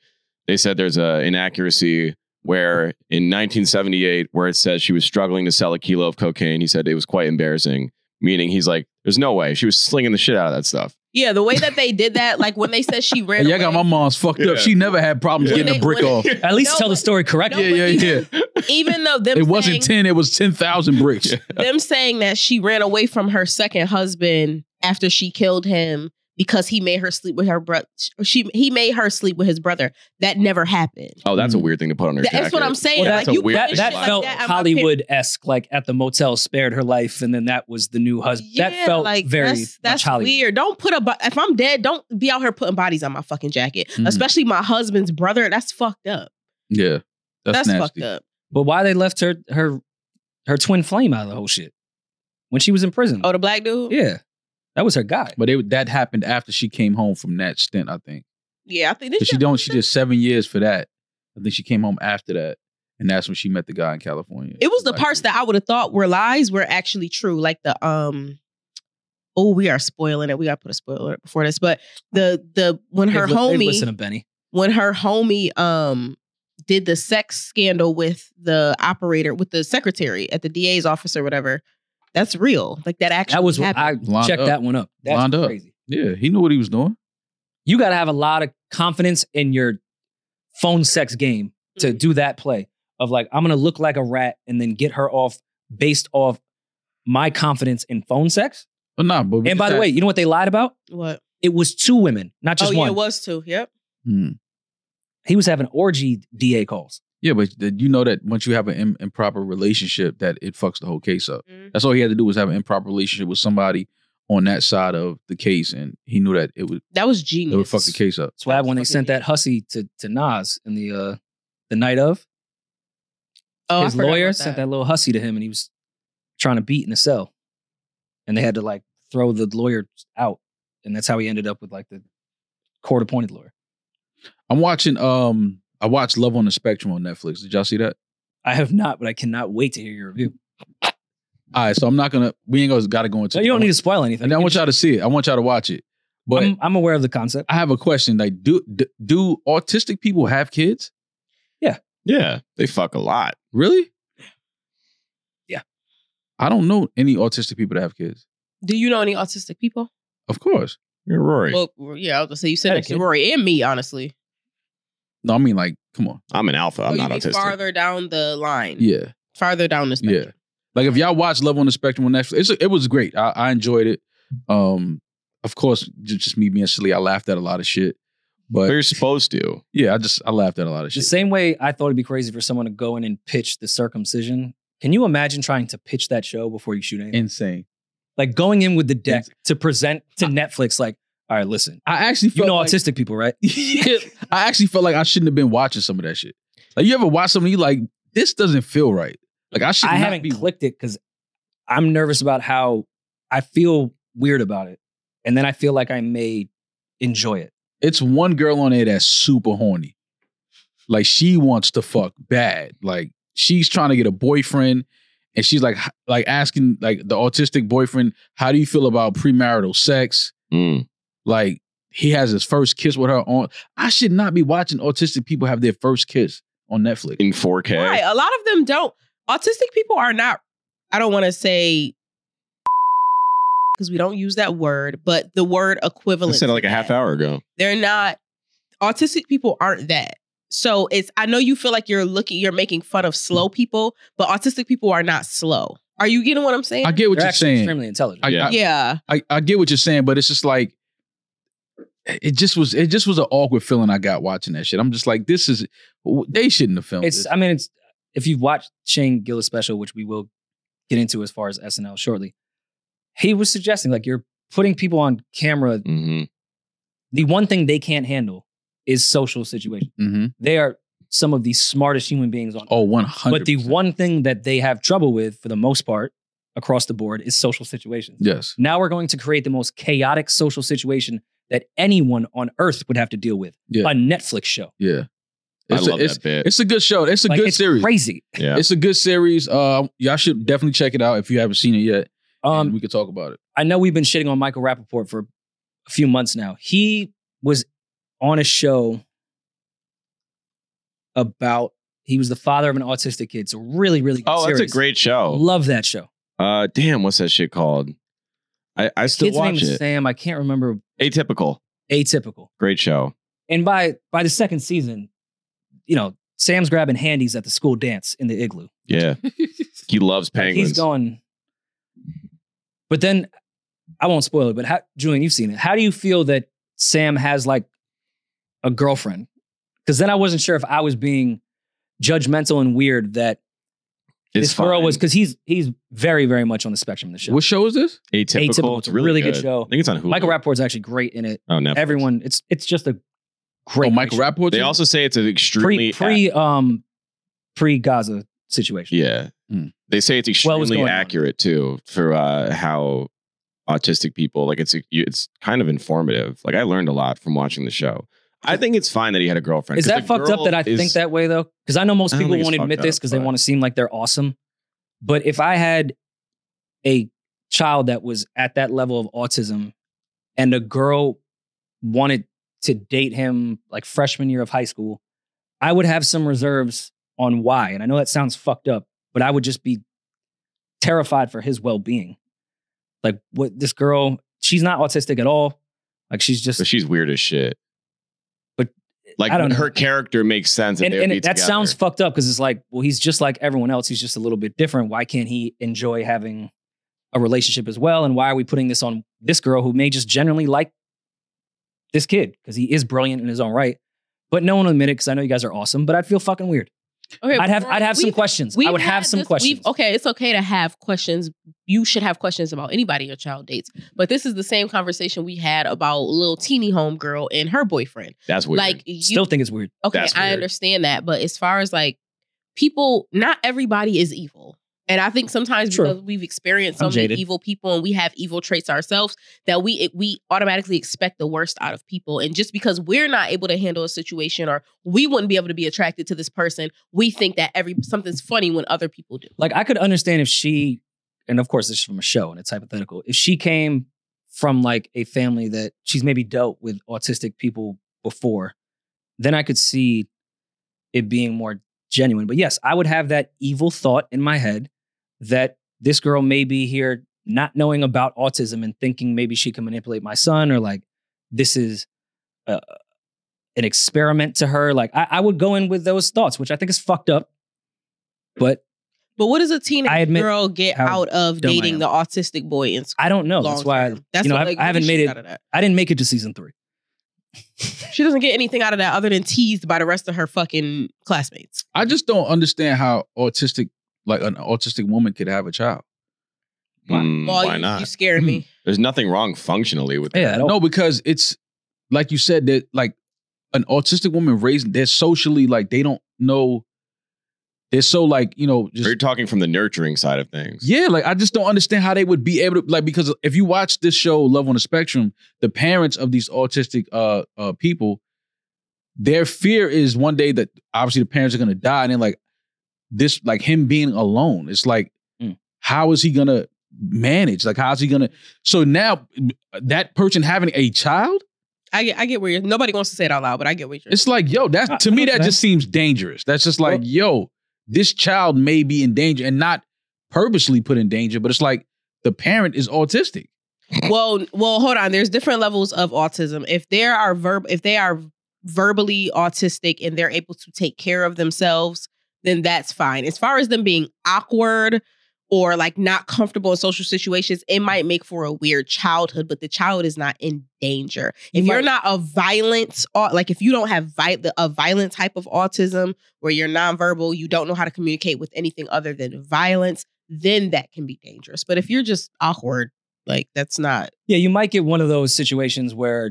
[SPEAKER 1] They said there's a inaccuracy where in 1978, where it says she was struggling to sell a kilo of cocaine, he said it was quite embarrassing. Meaning he's like, there's no way she was slinging the shit out of that stuff.
[SPEAKER 3] yeah, the way that they did that, like when they said she
[SPEAKER 2] (laughs)
[SPEAKER 3] ran.
[SPEAKER 2] Hey, y'all got my
[SPEAKER 3] away,
[SPEAKER 2] mom's fucked up.
[SPEAKER 1] Yeah.
[SPEAKER 2] She never had problems
[SPEAKER 1] Yeah.
[SPEAKER 2] getting a
[SPEAKER 3] When
[SPEAKER 2] brick
[SPEAKER 3] they- (laughs)
[SPEAKER 2] off.
[SPEAKER 4] At least
[SPEAKER 3] No,
[SPEAKER 4] tell the
[SPEAKER 3] but-
[SPEAKER 4] story correctly.
[SPEAKER 2] Yeah, yeah,
[SPEAKER 3] (laughs)
[SPEAKER 2] yeah.
[SPEAKER 3] even though them
[SPEAKER 2] It wasn't
[SPEAKER 3] saying-
[SPEAKER 2] 10, it was 10,000 bricks.
[SPEAKER 3] them saying that she ran away from her second husband after she killed him because he made her sleep with her brother. She he made her sleep with his brother. That never happened.
[SPEAKER 1] Oh, that's
[SPEAKER 2] Mhm.
[SPEAKER 1] a weird thing to put on her
[SPEAKER 3] That's
[SPEAKER 1] jacket.
[SPEAKER 3] what I'm saying.
[SPEAKER 4] Well,
[SPEAKER 1] that's a
[SPEAKER 3] like, you
[SPEAKER 1] weird
[SPEAKER 3] put
[SPEAKER 1] thing.
[SPEAKER 3] shit
[SPEAKER 4] That, that
[SPEAKER 3] like
[SPEAKER 4] felt
[SPEAKER 3] that on my
[SPEAKER 4] Hollywood esque, like at the motel, spared her life, and then that was the new
[SPEAKER 3] picture.
[SPEAKER 4] husband.
[SPEAKER 3] Yeah,
[SPEAKER 4] that felt
[SPEAKER 3] like
[SPEAKER 4] very
[SPEAKER 3] that's, that's
[SPEAKER 4] much Hollywood.
[SPEAKER 3] weird. Don't put a bo- if I'm dead, don't be out here putting bodies on my fucking jacket,
[SPEAKER 2] Mhm.
[SPEAKER 3] especially my husband's brother. That's fucked up.
[SPEAKER 2] Yeah. That's,
[SPEAKER 3] That's,
[SPEAKER 2] nasty.
[SPEAKER 3] fucked up.
[SPEAKER 4] But why they left her her her twin flame out of the whole shit when she was in prison?
[SPEAKER 3] Oh, the black dude.
[SPEAKER 4] yeah, that was her guy.
[SPEAKER 2] But it, that happened after she came home from that stint, I think.
[SPEAKER 3] Yeah, I think
[SPEAKER 2] But
[SPEAKER 3] this
[SPEAKER 2] she
[SPEAKER 3] shit-
[SPEAKER 2] don't. She did seven years for that. I think she came home after that, and that's when she met the guy in California.
[SPEAKER 3] It was the parts that I would have thought were lies were actually true. Like the um oh, we are spoiling it. We gotta put a spoiler before this. But the the when her
[SPEAKER 4] They li- they
[SPEAKER 3] homie
[SPEAKER 4] listen to Benny.
[SPEAKER 3] when her homie um did the sex scandal with the operator with the secretary at the DA's office or whatever, that's real. Like that actually
[SPEAKER 4] That was I
[SPEAKER 3] happened.
[SPEAKER 2] Lined
[SPEAKER 4] checked
[SPEAKER 2] up.
[SPEAKER 4] that one up. That's
[SPEAKER 2] Lined up.
[SPEAKER 4] crazy.
[SPEAKER 2] Yeah, he knew what he was doing.
[SPEAKER 4] You got to have a lot of confidence in your phone sex game to
[SPEAKER 3] Mhm.
[SPEAKER 4] do that play of like I'm gonna look like a rat and then get her off based off my confidence in phone sex.
[SPEAKER 2] But nah, but
[SPEAKER 4] And by the way, you know what they lied about?
[SPEAKER 3] what?
[SPEAKER 4] It was two women, not
[SPEAKER 3] Oh
[SPEAKER 4] just
[SPEAKER 3] yeah,
[SPEAKER 4] one.
[SPEAKER 3] it was too. Yep.
[SPEAKER 2] Hmm.
[SPEAKER 4] he was having orgy DA calls.
[SPEAKER 2] yeah, but th- you know that once you have an im- improper relationship, that it fucks the whole case up.
[SPEAKER 3] Mm-hmm.
[SPEAKER 2] That's all he had to do was have an improper relationship with somebody on that side of the case, and he knew that it would
[SPEAKER 3] That was
[SPEAKER 2] it would
[SPEAKER 3] genius.
[SPEAKER 2] fuck the case up.
[SPEAKER 4] That's why when they
[SPEAKER 3] fucking
[SPEAKER 4] sent that hussy to to Nas in the uh the night of,
[SPEAKER 3] Oh, I
[SPEAKER 4] his
[SPEAKER 3] forgot about
[SPEAKER 4] lawyer sent that little hussy to him and he was trying to beat in the cell. And they had to like throw the lawyer out. And that's how he ended up with like the court appointed lawyer.
[SPEAKER 2] I'm watching. Um, I watched Love on the Spectrum on Netflix. Did y'all see that?
[SPEAKER 4] I have not, but I cannot wait to hear your review.
[SPEAKER 2] All right, so I'm not gonna. We ain't gonna got to go into.
[SPEAKER 4] So you don't need to spoil
[SPEAKER 2] I
[SPEAKER 4] anything.
[SPEAKER 2] want y'all to see it. I want y'all to watch it. But
[SPEAKER 4] I'm, I'm aware of the concept.
[SPEAKER 2] I have a question. Like, do do, do autistic people have kids?
[SPEAKER 1] yeah, they fuck a lot.
[SPEAKER 2] Really?
[SPEAKER 4] Yeah.
[SPEAKER 2] I don't know any autistic people that have kids.
[SPEAKER 3] Do you know any autistic people?
[SPEAKER 2] Of course.
[SPEAKER 1] You're Rory.
[SPEAKER 3] Well, yeah, I was gonna say you said
[SPEAKER 4] Had a
[SPEAKER 3] next to
[SPEAKER 4] kid.
[SPEAKER 3] Rory and me, honestly.
[SPEAKER 2] No, I mean like, come on.
[SPEAKER 1] I'm an alpha. I'm
[SPEAKER 3] Oh,
[SPEAKER 1] not
[SPEAKER 3] you mean
[SPEAKER 1] autistic.
[SPEAKER 3] Farther down the line.
[SPEAKER 4] Mm.
[SPEAKER 2] Yeah,
[SPEAKER 3] Farther down the spectrum.
[SPEAKER 2] yeah. Like if y'all watch Love on the Spectrum on Netflix, it's, it was great. I, I enjoyed it. Um, of course, ju- just me being silly, I laughed at a lot of shit.
[SPEAKER 1] But
[SPEAKER 2] But
[SPEAKER 1] you're supposed to.
[SPEAKER 2] yeah, I just I laughed at a lot of
[SPEAKER 4] The
[SPEAKER 2] shit.
[SPEAKER 4] same way I thought it'd be crazy for someone to go in and pitch the circumcision. Can you imagine trying to pitch that show before you shoot anything?
[SPEAKER 2] Insane.
[SPEAKER 4] like going in with the deck to present to Netflix, like, all right, listen,
[SPEAKER 2] I actually
[SPEAKER 4] you
[SPEAKER 2] felt
[SPEAKER 4] know
[SPEAKER 2] like,
[SPEAKER 4] autistic people, (laughs) right?
[SPEAKER 2] Yeah, (laughs) I actually felt like I shouldn't have been watching some of that shit. Like you ever watch something, you like this doesn't feel right. Like I should.
[SPEAKER 4] I
[SPEAKER 2] not
[SPEAKER 4] haven't
[SPEAKER 2] be,
[SPEAKER 4] clicked it because I'm nervous about how I feel weird about it. And then I feel like I may enjoy it.
[SPEAKER 2] It's one girl on there that's super horny. Like she wants to fuck bad. Like she's trying to get a boyfriend, and she's like, h- like asking like the autistic boyfriend, "How do you feel about premarital sex?"
[SPEAKER 1] Mm.
[SPEAKER 2] Like he has his first kiss with her on. I should not be watching autistic people have their first kiss on Netflix.
[SPEAKER 1] In 4K.
[SPEAKER 3] Why? A lot of them don't. Autistic people are not, I don't want to say (laughs) because we don't use that word, but the word
[SPEAKER 1] I
[SPEAKER 3] equivalent.
[SPEAKER 1] said it like a half hour ago.
[SPEAKER 3] They're not, autistic people aren't that. So it's, I know you feel like you're looking, you're making fun of slow people, but autistic people are not slow. Are you getting what I'm saying?
[SPEAKER 2] I get what
[SPEAKER 4] They're
[SPEAKER 2] you're
[SPEAKER 4] actually
[SPEAKER 2] saying.
[SPEAKER 4] extremely intelligent.
[SPEAKER 2] I,
[SPEAKER 1] Yeah.
[SPEAKER 2] I-
[SPEAKER 3] yeah.
[SPEAKER 2] (laughs) I, I get what you're saying, but it's just like it just was it just was an awkward feeling I got watching that shit. I'm just like, this is they shouldn't have filmed
[SPEAKER 4] it's,
[SPEAKER 2] this.
[SPEAKER 4] I mean, it's, if you've watched Shane Gillis special, which we will get into as far as SNL shortly, he was suggesting like you're putting people on camera.
[SPEAKER 1] hmm
[SPEAKER 4] The one thing they can't handle is social situations.
[SPEAKER 2] Mhm.
[SPEAKER 4] They are some of the smartest human beings on
[SPEAKER 2] Oh, 100.
[SPEAKER 4] But the one thing that they have trouble with, for the most part, across the board, is social situations.
[SPEAKER 2] Yes.
[SPEAKER 4] Now we're going to create the most chaotic social situation that anyone on earth would have to deal with.
[SPEAKER 2] Yeah.
[SPEAKER 4] A Netflix show.
[SPEAKER 2] Yeah.
[SPEAKER 1] I
[SPEAKER 2] It's a-
[SPEAKER 1] love
[SPEAKER 2] it's,
[SPEAKER 1] that bit.
[SPEAKER 2] It's a good show. It's a
[SPEAKER 4] Like,
[SPEAKER 2] good
[SPEAKER 4] it's
[SPEAKER 2] series.
[SPEAKER 4] Crazy.
[SPEAKER 1] yeah.
[SPEAKER 2] It's a good series. Uh, y'all should definitely check it out if you haven't seen it yet. Um,
[SPEAKER 4] Um,
[SPEAKER 2] we could talk about it.
[SPEAKER 4] I know we've been shitting on Michael Rappaport for a few months now. He was on a show about he was the father of an autistic kid. So really, really good
[SPEAKER 1] oh, that's a
[SPEAKER 4] series.
[SPEAKER 1] great show.
[SPEAKER 4] Love that show.
[SPEAKER 1] Uh, damn, what's that shit called? I, I still
[SPEAKER 4] Kid's name
[SPEAKER 1] watch
[SPEAKER 4] is
[SPEAKER 1] it.
[SPEAKER 4] Sam. I can't remember.
[SPEAKER 1] Atypical,
[SPEAKER 4] Atypical.
[SPEAKER 1] great show.
[SPEAKER 4] And by by the second season, you know, Sam's grabbing handies at the school dance in the igloo.
[SPEAKER 1] Yeah, he loves
[SPEAKER 4] Like,
[SPEAKER 1] penguins.
[SPEAKER 4] He's going. But then I won't spoil it, but how Julian, you've seen it. How do you feel that Sam has like a girlfriend? Because then I wasn't sure if I was being judgmental and weird that
[SPEAKER 1] it's
[SPEAKER 4] this girl
[SPEAKER 1] fine.
[SPEAKER 4] was because he's he's very, very much on the spectrum of the show.
[SPEAKER 2] What show is this?
[SPEAKER 1] atypical.
[SPEAKER 4] Atypical. It's a really good show.
[SPEAKER 1] I think it's on Hulu.
[SPEAKER 4] Michael Rapport's actually great in it.
[SPEAKER 1] Oh, Netflix.
[SPEAKER 4] Everyone, it's it's just a great
[SPEAKER 2] oh, Michael
[SPEAKER 4] show.
[SPEAKER 2] Rapport.
[SPEAKER 1] They also say it's an
[SPEAKER 4] pre
[SPEAKER 1] extremely ac-
[SPEAKER 4] pre um pre Gaza situation.
[SPEAKER 1] yeah.
[SPEAKER 2] Mm.
[SPEAKER 1] They say it's
[SPEAKER 4] Hmm. Well, what's
[SPEAKER 1] extremely
[SPEAKER 4] going on?
[SPEAKER 1] accurate too for uh, how autistic people like it's it's kind of informative. Like I learned a lot from watching the show. I think it's fine that he had a girlfriend.
[SPEAKER 4] Is
[SPEAKER 1] 'cause
[SPEAKER 4] that
[SPEAKER 1] the
[SPEAKER 4] fucked up
[SPEAKER 1] girl
[SPEAKER 4] that I
[SPEAKER 1] is-
[SPEAKER 4] think that way though? Because I know most
[SPEAKER 1] I don't
[SPEAKER 4] people
[SPEAKER 1] think it's
[SPEAKER 4] won't
[SPEAKER 1] fucked
[SPEAKER 4] admit this
[SPEAKER 1] up,
[SPEAKER 4] because they
[SPEAKER 1] but-
[SPEAKER 4] want to seem like they're awesome. But if I had a child that was at that level of autism and a girl wanted to date him like freshman year of high school, I would have some reserves on why. And I know that sounds fucked up, but I would just be terrified for his well being. Like, what this girl, she's not autistic at all. Like, she's just
[SPEAKER 1] But she's weird as shit.
[SPEAKER 4] But
[SPEAKER 1] like
[SPEAKER 4] I don't know.
[SPEAKER 1] her character makes sense. That
[SPEAKER 4] and,
[SPEAKER 1] they would
[SPEAKER 4] and
[SPEAKER 1] be
[SPEAKER 4] that
[SPEAKER 1] together.
[SPEAKER 4] sounds fucked up because it's like, well, he's just like everyone else. He's just a little bit different. Why can't he enjoy having a relationship as well? And why are we putting this on this girl who may just generally like this kid because he is brilliant in his own right? But no one will admit it because I know you guys are awesome. But I'd feel fucking weird.
[SPEAKER 3] Okay,
[SPEAKER 4] I'd have
[SPEAKER 3] we're-
[SPEAKER 4] I'd have some
[SPEAKER 3] we've-
[SPEAKER 4] questions.
[SPEAKER 3] we've
[SPEAKER 4] I would have
[SPEAKER 3] had
[SPEAKER 4] some
[SPEAKER 3] this- we've-
[SPEAKER 4] questions.
[SPEAKER 3] Okay, it's okay to have questions. You should have questions about anybody your child dates. But this is the same conversation we had about little teeny homegirl and her boyfriend.
[SPEAKER 1] That's weird.
[SPEAKER 3] Like you,
[SPEAKER 4] Still think it's weird.
[SPEAKER 3] okay,
[SPEAKER 1] That's
[SPEAKER 3] I
[SPEAKER 1] weird.
[SPEAKER 3] understand that, but as far as like people, not everybody is evil. And I think sometimes
[SPEAKER 4] True.
[SPEAKER 3] because we've experienced so
[SPEAKER 4] I'm
[SPEAKER 3] many
[SPEAKER 4] jaded.
[SPEAKER 3] evil people and we have evil traits ourselves that we it- we automatically expect the worst out of people. And just because we're not able to handle a situation or we wouldn't be able to be attracted to this person, we think that every something's funny when other people do.
[SPEAKER 4] Like I could understand if she, and of course this is from a show and it's hypothetical. If she came from like a family that she's maybe dealt with autistic people before, then I could see it being more genuine. But yes, I would have that evil thought in my head that this girl may be here not knowing about autism and thinking maybe she can manipulate my son or like this is uh, an experiment to her. Like I, I would go in with those thoughts, which I think is fucked up. But
[SPEAKER 3] But what does a teenage
[SPEAKER 4] I admit
[SPEAKER 3] girl get
[SPEAKER 4] how
[SPEAKER 3] out of
[SPEAKER 4] dumb I
[SPEAKER 3] dating
[SPEAKER 4] am.
[SPEAKER 3] the autistic boy in school?
[SPEAKER 4] I don't know. That's why I,
[SPEAKER 3] long-term? That's
[SPEAKER 4] you know
[SPEAKER 3] what,
[SPEAKER 4] I,
[SPEAKER 3] like,
[SPEAKER 4] I
[SPEAKER 3] what
[SPEAKER 4] haven't
[SPEAKER 3] does
[SPEAKER 4] made
[SPEAKER 3] she
[SPEAKER 4] it.
[SPEAKER 3] get out of that?
[SPEAKER 4] I didn't make it to season three.
[SPEAKER 3] She doesn't get anything out of that other than teased by the rest of her fucking classmates.
[SPEAKER 2] I just don't understand how autistic, like an autistic woman, could have a child.
[SPEAKER 1] Mm,
[SPEAKER 3] Well,
[SPEAKER 1] why
[SPEAKER 3] you,
[SPEAKER 1] not? Hmm.
[SPEAKER 3] You scaring me.
[SPEAKER 1] There's nothing wrong functionally with
[SPEAKER 4] Yeah, I
[SPEAKER 1] that.
[SPEAKER 4] don't-
[SPEAKER 2] No, because it's like you said that like an autistic woman raised they're socially like they don't know they're so like you know
[SPEAKER 1] You're
[SPEAKER 2] just
[SPEAKER 1] talking from the nurturing side of things.
[SPEAKER 2] yeah like I just don't understand how they would be able to like because if you watch this show Love on the Spectrum the parents of these autistic uh uh people their fear is one day that obviously the parents are gonna die and then like this like him being alone it's like
[SPEAKER 4] Mm.
[SPEAKER 2] how is he gonna manage like how's he gonna so now that person having a child
[SPEAKER 3] I get, I get where you're, nobody wants to say it out loud, but I get what you're.
[SPEAKER 2] It's like, yo,
[SPEAKER 4] I-
[SPEAKER 2] that's to
[SPEAKER 4] I
[SPEAKER 2] me
[SPEAKER 4] know
[SPEAKER 2] that
[SPEAKER 4] that.
[SPEAKER 2] just seems dangerous. That's just like,
[SPEAKER 4] Well-
[SPEAKER 2] yo, this child may be in danger and not purposely put in danger, but it's like the parent is autistic.
[SPEAKER 3] well, well, hold on. There's different levels of autism. If there are verb, if they are verbally autistic and they're able to take care of themselves, then that's fine. As far as them being awkward or like not comfortable in social situations, it might make for a weird childhood, but the child is not in danger.
[SPEAKER 4] You
[SPEAKER 3] If you're not
[SPEAKER 4] might-
[SPEAKER 3] a violent, au- like if you don't have vi- the- a violent type of autism where you're nonverbal, you don't know how to communicate with anything other than violence, then that can be dangerous. But if you're just awkward, like that's not
[SPEAKER 4] Yeah, you might get one of those situations where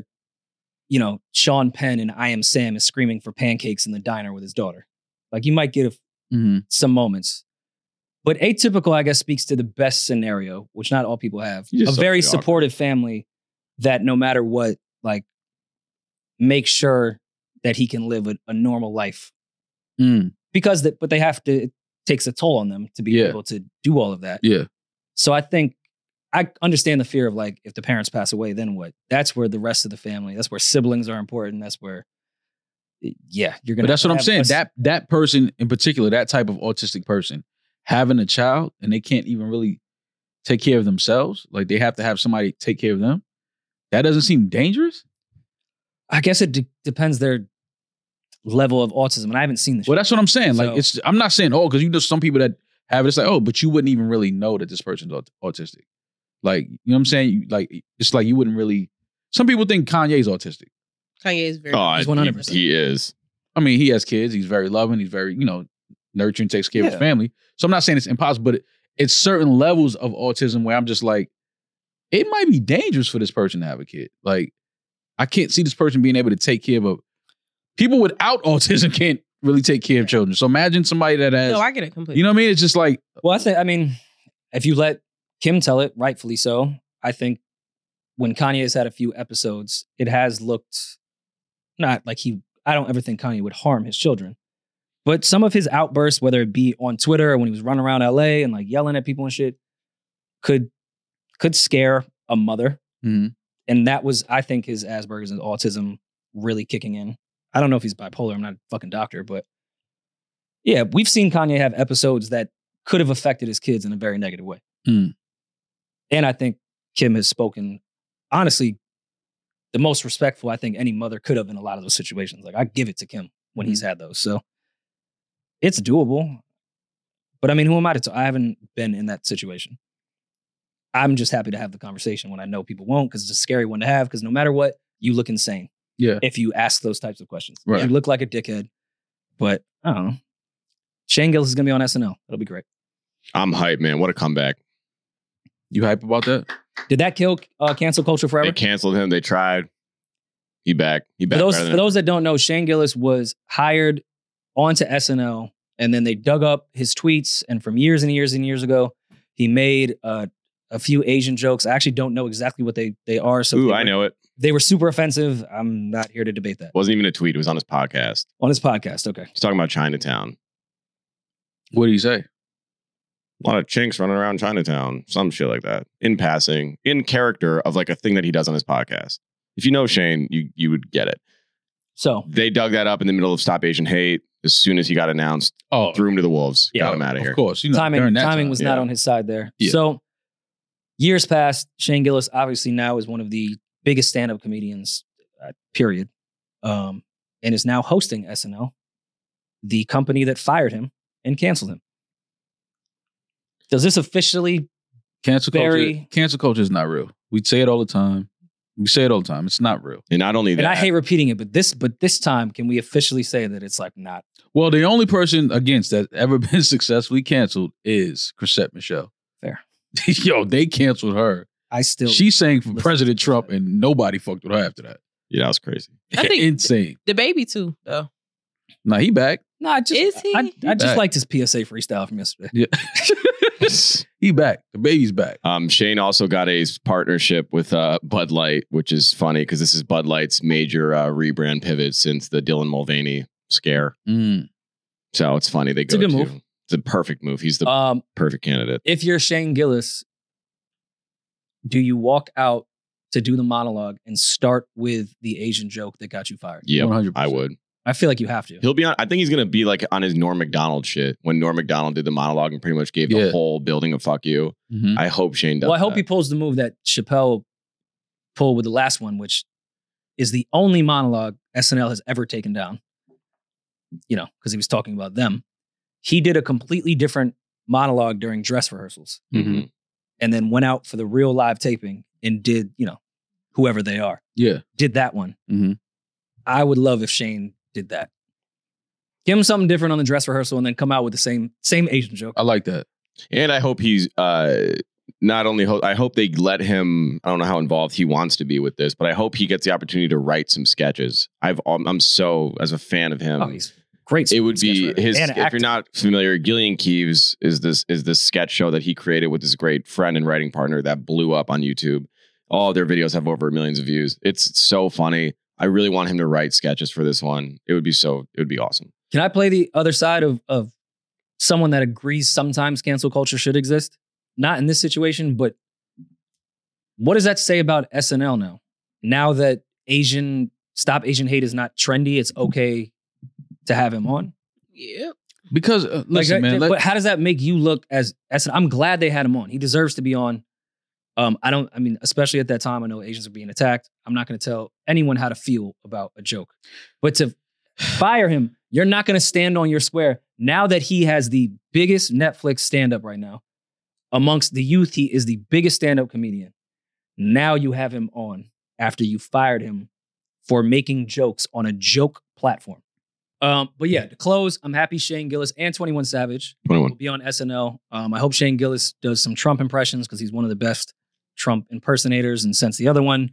[SPEAKER 4] you know, Sean Penn and I Am Sam is screaming for pancakes in the diner with his daughter. Like you might get a,
[SPEAKER 2] Mm-hmm.
[SPEAKER 4] some moments. But atypical, I guess, speaks to the best scenario, which not all people have.
[SPEAKER 1] You
[SPEAKER 4] A
[SPEAKER 1] just
[SPEAKER 4] very
[SPEAKER 1] suck, you're
[SPEAKER 4] supportive family that no matter what, like, make sure that he can live a, a normal life.
[SPEAKER 2] Mm.
[SPEAKER 4] Because that, but they have to, it takes a toll on them to be
[SPEAKER 2] Yeah.
[SPEAKER 4] able to do all of that.
[SPEAKER 2] Yeah.
[SPEAKER 4] So I think I understand the fear of like if the parents pass away, then what? That's where the rest of the family, that's where siblings are important. That's where, yeah, you're gonna.
[SPEAKER 2] But that's what I'm
[SPEAKER 4] have
[SPEAKER 2] saying.
[SPEAKER 4] a-
[SPEAKER 2] That that person in particular, that type of autistic person, having a child and they can't even really take care of themselves, like they have to have somebody take care of them. That doesn't seem dangerous.
[SPEAKER 4] I guess it de- depends their level of autism, and I haven't seen this.
[SPEAKER 2] Well, that's what I'm saying. Like
[SPEAKER 4] So-
[SPEAKER 2] it's I'm not saying oh because you know some people that have it. It's like oh, but you wouldn't even really know that this person's aut- autistic. Like you know what I'm saying. You, like it's like you wouldn't really. Some people think Kanye's autistic.
[SPEAKER 3] Kanye is very.
[SPEAKER 1] Oh,
[SPEAKER 4] He's
[SPEAKER 1] he-
[SPEAKER 4] 100%.
[SPEAKER 1] He is.
[SPEAKER 2] I mean, he has kids. He's very loving. He's very, you know, nurturing, takes care of his
[SPEAKER 4] Yeah.
[SPEAKER 2] family. So I'm not saying it's impossible, but it, it's certain levels of autism where I'm just like, it might be dangerous for this person to have a kid. Like, I can't see this person being able to take care of a people without (laughs) autism can't really take care of children. So imagine somebody that has,
[SPEAKER 3] no, I get it completely.
[SPEAKER 2] you know what I mean? It's just like,
[SPEAKER 4] Well, I think I mean, if you let Kim tell it, rightfully so. I think when Kanye has had a few episodes, it has looked not like he. I don't ever think Kanye would harm his children, but some of his outbursts, whether it be on Twitter or when he was running around LA and like yelling at people and shit, could could scare a mother.
[SPEAKER 2] Mhm.
[SPEAKER 4] And that was, I think, his Asperger's and autism really kicking in. I don't know if he's bipolar. I'm not a fucking doctor, but yeah, we've seen Kanye have episodes that could have affected his kids in a very negative way.
[SPEAKER 2] Hmm.
[SPEAKER 4] And I think Kim has spoken, honestly, the most respectful I think any mother could have in a lot of those situations. Like I give it to Kim when he's had those. So it's doable. But I mean, who am I to? I I haven't been in that situation. I'm just happy to have the conversation when I know people won't because it's a scary one to have because no matter what, you look insane
[SPEAKER 2] yeah,
[SPEAKER 4] if you ask those types of questions.
[SPEAKER 2] Right.
[SPEAKER 4] You look like a dickhead, but I don't know. Shane Gillis is going to be on SNL. It'll be great.
[SPEAKER 1] I'm hyped, man. What a comeback.
[SPEAKER 2] you hype about that?
[SPEAKER 4] Did that kill uh, cancel culture forever?
[SPEAKER 1] They canceled him. They tried. He back. He
[SPEAKER 4] For
[SPEAKER 1] back.
[SPEAKER 4] those,
[SPEAKER 1] better
[SPEAKER 4] for
[SPEAKER 1] than-
[SPEAKER 4] those that don't know, Shane Gillis was hired onto SNL and then they dug up his tweets. And from years and years and years ago, he made uh, a few Asian jokes. I actually don't know exactly what they, they are. So
[SPEAKER 1] Ooh,
[SPEAKER 4] they
[SPEAKER 1] I
[SPEAKER 4] were-
[SPEAKER 1] know it.
[SPEAKER 4] They were super offensive. I'm not here to debate that
[SPEAKER 1] Wasn't even a tweet. It was on his podcast.
[SPEAKER 4] on his podcast. Okay.
[SPEAKER 1] He's talking about Chinatown.
[SPEAKER 2] What do you say?
[SPEAKER 1] A lot of chinks running around Chinatown. Some shit like that. In passing, in character of like a thing that he does on his podcast. If you know Shane, you you would get it.
[SPEAKER 4] So
[SPEAKER 1] They dug that up in the middle of Stop Asian Hate. As soon as he got announced,
[SPEAKER 2] Oh,
[SPEAKER 1] threw him to the wolves.
[SPEAKER 4] Yeah,
[SPEAKER 1] got him out of here.
[SPEAKER 2] Of course, you know,
[SPEAKER 4] timing
[SPEAKER 2] during that
[SPEAKER 4] timing
[SPEAKER 2] time,
[SPEAKER 4] was
[SPEAKER 1] yeah.
[SPEAKER 4] not on his side there.
[SPEAKER 2] Yeah.
[SPEAKER 4] So years passed. Shane Gillis obviously now is one of the biggest stand-up comedians, uh, period, um, and is now hosting SNL, the company that fired him and canceled him. Does this officially?
[SPEAKER 2] cancel culture.
[SPEAKER 4] very-
[SPEAKER 2] Cancel culture is not real. We say it all the time. We say it all the time. It's not real.
[SPEAKER 1] And not only that,
[SPEAKER 4] And I hate repeating it, but this but this time, can we officially say that it's like not?
[SPEAKER 2] Well, the only person against that ever (laughs) been successfully canceled is Chrisette Michelle.
[SPEAKER 4] Fair.
[SPEAKER 2] (laughs) Yo, they canceled her.
[SPEAKER 4] I still
[SPEAKER 2] She sang for
[SPEAKER 4] Listen
[SPEAKER 2] President
[SPEAKER 4] to
[SPEAKER 2] Trump,
[SPEAKER 4] Chrisette.
[SPEAKER 2] and nobody fucked with her after that.
[SPEAKER 1] yeah, that was
[SPEAKER 4] (laughs)
[SPEAKER 1] crazy.
[SPEAKER 2] (laughs)
[SPEAKER 3] I think-
[SPEAKER 2] Insane.
[SPEAKER 3] the baby too, though.
[SPEAKER 2] Now he back.
[SPEAKER 4] no. I just
[SPEAKER 3] Is he?
[SPEAKER 4] I, I just
[SPEAKER 2] Back.
[SPEAKER 4] liked his PSA freestyle from yesterday.
[SPEAKER 2] Yeah. he back. The baby's back.
[SPEAKER 1] Um, Shane also got a s- partnership with uh, Bud Light, which is funny because this is Bud Light's major uh, rebrand pivot since the Dylan Mulvaney scare.
[SPEAKER 2] Mm,
[SPEAKER 1] So it's funny they
[SPEAKER 4] It's a
[SPEAKER 1] go
[SPEAKER 4] good
[SPEAKER 1] to.
[SPEAKER 4] move.
[SPEAKER 1] It's a perfect move. He's the
[SPEAKER 4] (laughs) Um,
[SPEAKER 1] perfect candidate.
[SPEAKER 4] if you're Shane Gillis, do you walk out to do the monologue and start with the Asian joke that got you fired?
[SPEAKER 1] Yeah,
[SPEAKER 2] 100%.
[SPEAKER 1] I would.
[SPEAKER 4] I feel like you have to.
[SPEAKER 1] He'll be on. I think he's gonna be like on his Norm Macdonald shit when Norm Macdonald did the monologue and pretty much gave
[SPEAKER 2] Yeah.
[SPEAKER 1] the whole building a fuck you.
[SPEAKER 2] Mhm.
[SPEAKER 1] I hope Shane does.
[SPEAKER 4] Mm-hmm. Well, I hope
[SPEAKER 1] that.
[SPEAKER 4] he pulls the move that Chappelle pulled with the last one, which is the only monologue SNL has ever taken down. You know, because he was talking about them. He did a completely different monologue during dress rehearsals
[SPEAKER 1] Mhm.
[SPEAKER 4] and then went out for the real live taping and did, you know, whoever they are.
[SPEAKER 2] Yeah.
[SPEAKER 4] did that one.
[SPEAKER 1] Mm-hmm.
[SPEAKER 2] Mhm.
[SPEAKER 4] I would love if Shane did that. Give him something different on the dress rehearsal and then come out with the same same Asian joke.
[SPEAKER 2] I like that.
[SPEAKER 1] And I hope he's uh, not only ho- I hope they let him. I don't know how involved he wants to be with this, but I hope he gets the opportunity to write some sketches. I've um, I'm so as a fan of him.
[SPEAKER 4] oh, he's great.
[SPEAKER 1] it would be
[SPEAKER 4] sketch writer
[SPEAKER 1] his.
[SPEAKER 4] and
[SPEAKER 1] if
[SPEAKER 4] actor.
[SPEAKER 1] you're not familiar, Gillian Keeves is this is this sketch show that he created with his great friend and writing partner that blew up on YouTube. All their videos have over millions of views. It's so funny. I really want him to write sketches for this one. It would be so. It would be awesome.
[SPEAKER 4] Can I play the other side of of someone that agrees sometimes cancel culture should exist? Not in this situation, but what does that say about SNL now? Now that Asian stop Asian hate is not trendy, it's okay to have him on.
[SPEAKER 3] Yep.
[SPEAKER 2] Because uh, listen,
[SPEAKER 4] like,
[SPEAKER 2] man, let-
[SPEAKER 4] but how does that make you look as SNL? I'm glad they had him on. He deserves to be on. Um, I don't. I mean, especially at that time, I know Asians are being attacked. I'm not going to tell anyone how to feel about a joke, but to fire him, you're not going to stand on your square now that he has the biggest Netflix stand up right now amongst the youth. He is the biggest stand up comedian. Now you have him on after you fired him for making jokes on a joke platform. Um, but yeah, to close, I'm happy Shane Gillis and 21 Savage
[SPEAKER 1] Twenty one.
[SPEAKER 4] will be on SNL. Um, I hope Shane Gillis does some Trump impressions because he's one of the best Trump impersonators. And since the other one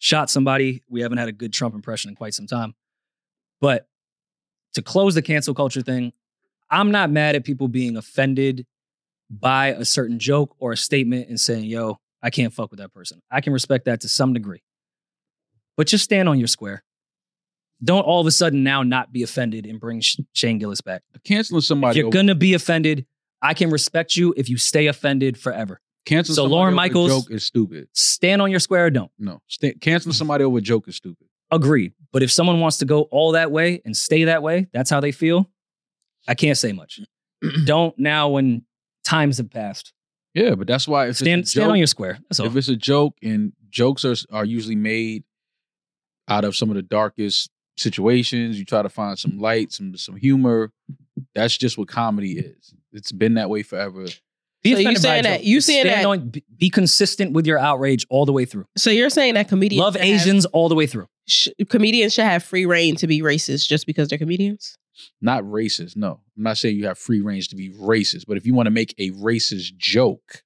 [SPEAKER 4] shot somebody, we haven't had a good Trump impression in quite some time. But to close the cancel culture thing, I'm not mad at people being offended by a certain joke or a statement and saying, yo, I can't fuck with that person. I can respect that to some degree. But just stand on your square. Don't all of a sudden now not be offended and bring Sh- Shane Gillis back.
[SPEAKER 2] canceling
[SPEAKER 4] If
[SPEAKER 2] somebody.
[SPEAKER 4] you're
[SPEAKER 2] over-
[SPEAKER 4] gonna be offended, I can respect you if you stay offended forever.
[SPEAKER 2] canceling
[SPEAKER 4] so
[SPEAKER 2] somebody
[SPEAKER 4] Lauren
[SPEAKER 2] over
[SPEAKER 4] Michaels-
[SPEAKER 2] joke is stupid.
[SPEAKER 4] Stand on your square or don't.
[SPEAKER 2] No, sta- canceling somebody over joke is stupid.
[SPEAKER 4] Agreed. But if someone wants to go all that way and stay that way, that's how they feel. I can't
[SPEAKER 2] (clears throat)
[SPEAKER 4] say much. don't now when times have passed.
[SPEAKER 2] Yeah, but that's why if
[SPEAKER 4] stand
[SPEAKER 2] it's a
[SPEAKER 4] stand
[SPEAKER 2] joke,
[SPEAKER 4] on your square. That's all.
[SPEAKER 2] if it's a joke and jokes are are usually made out of some of the darkest situations, you try to find some light, some some humor. That's just what comedy is. It's been that way forever.
[SPEAKER 4] Be
[SPEAKER 3] So you
[SPEAKER 4] offended by a
[SPEAKER 3] saying that-
[SPEAKER 4] joke.
[SPEAKER 3] you saying
[SPEAKER 4] Stand
[SPEAKER 3] that-
[SPEAKER 4] on- be- be consistent with your outrage all the way through.
[SPEAKER 3] So you're saying that comedians
[SPEAKER 4] Love
[SPEAKER 3] should have-
[SPEAKER 4] Asians all the way through.
[SPEAKER 3] sh- comedians should have free reign to be racist just because they're comedians?
[SPEAKER 2] Not racist. No, I'm not saying you have free range to be racist, but if you want to make a racist joke,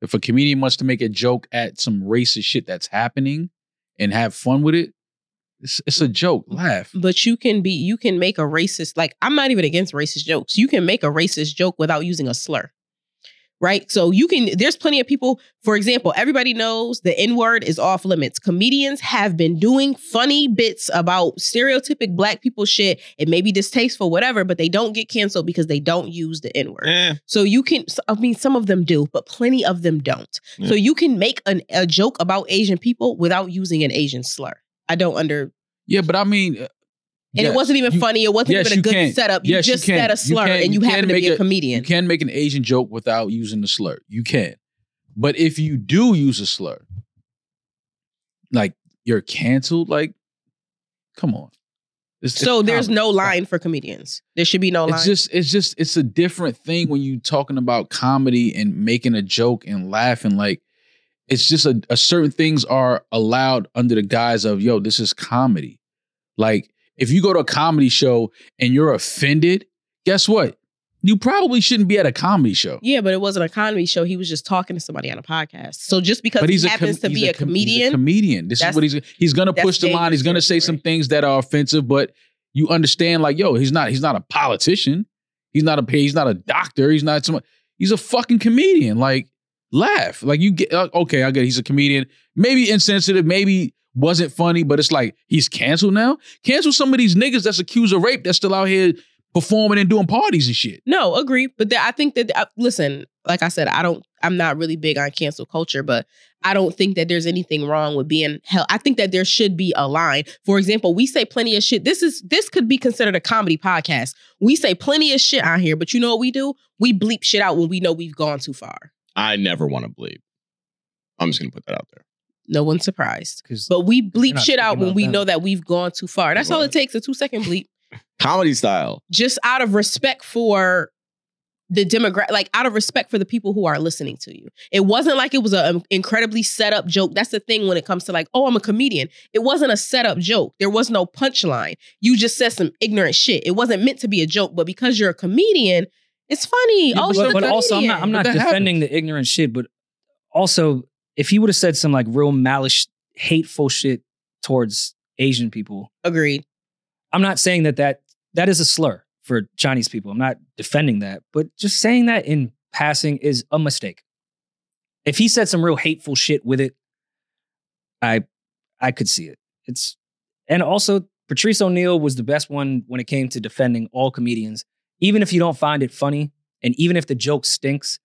[SPEAKER 2] if a comedian wants to make a joke at some racist shit that's happening and have fun with it, it's, it's a joke. Laugh.
[SPEAKER 3] But you can be you can make a racist like I'm not even against racist jokes. You can make a racist joke without using a slur. Right? So you can there's plenty of people, for example, everybody knows the N-word is off limits. Comedians have been doing funny bits about stereotypic black people shit. It may be distasteful, whatever, but they don't get canceled because they don't use the N-word.
[SPEAKER 1] Eh,
[SPEAKER 3] So you can, s- I mean, some of them do, but plenty of them don't. So you can make an, a joke about Asian people without using an Asian slur. I don't under, and
[SPEAKER 2] Yeah, but I mean, and
[SPEAKER 3] it wasn't even funny. It wasn't
[SPEAKER 2] yes,
[SPEAKER 3] even a
[SPEAKER 2] you
[SPEAKER 3] good
[SPEAKER 2] can.
[SPEAKER 3] setup. You
[SPEAKER 2] Yes, you
[SPEAKER 3] just
[SPEAKER 2] can.
[SPEAKER 3] said
[SPEAKER 2] You
[SPEAKER 3] a slur
[SPEAKER 2] can.
[SPEAKER 3] and
[SPEAKER 2] You
[SPEAKER 3] you,
[SPEAKER 2] can
[SPEAKER 3] happen to
[SPEAKER 2] make
[SPEAKER 3] be a,
[SPEAKER 2] a-
[SPEAKER 3] comedian.
[SPEAKER 2] You can make an Asian joke without using the slur. You can. But if you do use a slur, like you're canceled, like come on. It's,
[SPEAKER 3] so
[SPEAKER 2] it's
[SPEAKER 3] there's
[SPEAKER 2] comedy.
[SPEAKER 3] no line for comedians. There should be no line.
[SPEAKER 2] It's just it's just it's a different thing when you talking about comedy and making a joke and laughing like it's just a, a certain things are allowed under the guise of yo this is comedy. Like if you go to a comedy show and you're offended, guess what? You probably shouldn't be at a comedy show.
[SPEAKER 3] yeah, but it wasn't a comedy show. He was just talking to somebody on a podcast. So just because
[SPEAKER 2] But
[SPEAKER 3] he
[SPEAKER 2] he's a com-
[SPEAKER 3] happens to
[SPEAKER 2] he's
[SPEAKER 3] be a,
[SPEAKER 2] com- he's
[SPEAKER 3] comedian,
[SPEAKER 2] comedian. This is
[SPEAKER 3] That's-
[SPEAKER 2] what he's he's gonna
[SPEAKER 3] that's
[SPEAKER 2] push the line. He's gonna
[SPEAKER 3] dangerous
[SPEAKER 2] say some
[SPEAKER 3] territory.
[SPEAKER 2] things that are offensive, but you understand, like, yo, he's not he's not a politician. He's not a he's not a doctor. He's not someone. He's a fucking comedian. Like, laugh. Like you get like, okay. I get it. he's a comedian. Maybe insensitive. Maybe wasn't funny. But it's like he's canceled now. Cancel some of these niggas that's accused of rape that's still out here performing and doing parties and shit.
[SPEAKER 3] No, agree. But that I think that uh, listen, like I said, I don't. I'm not really big on cancel culture, but I don't think that there's anything wrong with being held. I think that there should be a line. For example, we say plenty of shit. This is this could be considered a comedy podcast. We say plenty of shit on here, but you know what we do? We bleep shit out when we know we've gone too far.
[SPEAKER 1] I never want to bleep. I'm just gonna put that out there.
[SPEAKER 3] No one's surprised.
[SPEAKER 4] 'Cause
[SPEAKER 3] But we bleep
[SPEAKER 4] not
[SPEAKER 3] shit out
[SPEAKER 4] speaking
[SPEAKER 3] when
[SPEAKER 4] about
[SPEAKER 3] we
[SPEAKER 4] them.
[SPEAKER 3] know that we've gone too far. That's all
[SPEAKER 1] Right.
[SPEAKER 3] it takes a two second bleep.
[SPEAKER 1] Comedy style.
[SPEAKER 3] just out of respect for the demographic, like out of respect for the people who are listening to you. It wasn't like it was an incredibly set up joke. That's the thing when it comes to like, oh, I'm a comedian. It wasn't a set up joke. There was no punchline. You just said some ignorant shit. It wasn't meant to be a joke, but because you're a comedian, it's funny.
[SPEAKER 2] Yeah,
[SPEAKER 3] oh,
[SPEAKER 2] but-
[SPEAKER 3] she's a
[SPEAKER 4] but, but also, I'm not, I'm
[SPEAKER 3] comedian.
[SPEAKER 4] not
[SPEAKER 2] But that
[SPEAKER 4] defending the ignorant shit, but also, if he would have said some like real malice, hateful shit towards Asian people,
[SPEAKER 3] Agreed.
[SPEAKER 4] I'm not saying that that that is a slur for Chinese people. I'm not defending that, but just saying that in passing is a mistake. If he said some real hateful shit with it, I I could see it. It's and also Patrice O'Neill was the best one when it came to defending all comedians. Even if you don't find it funny and even if the joke stinks,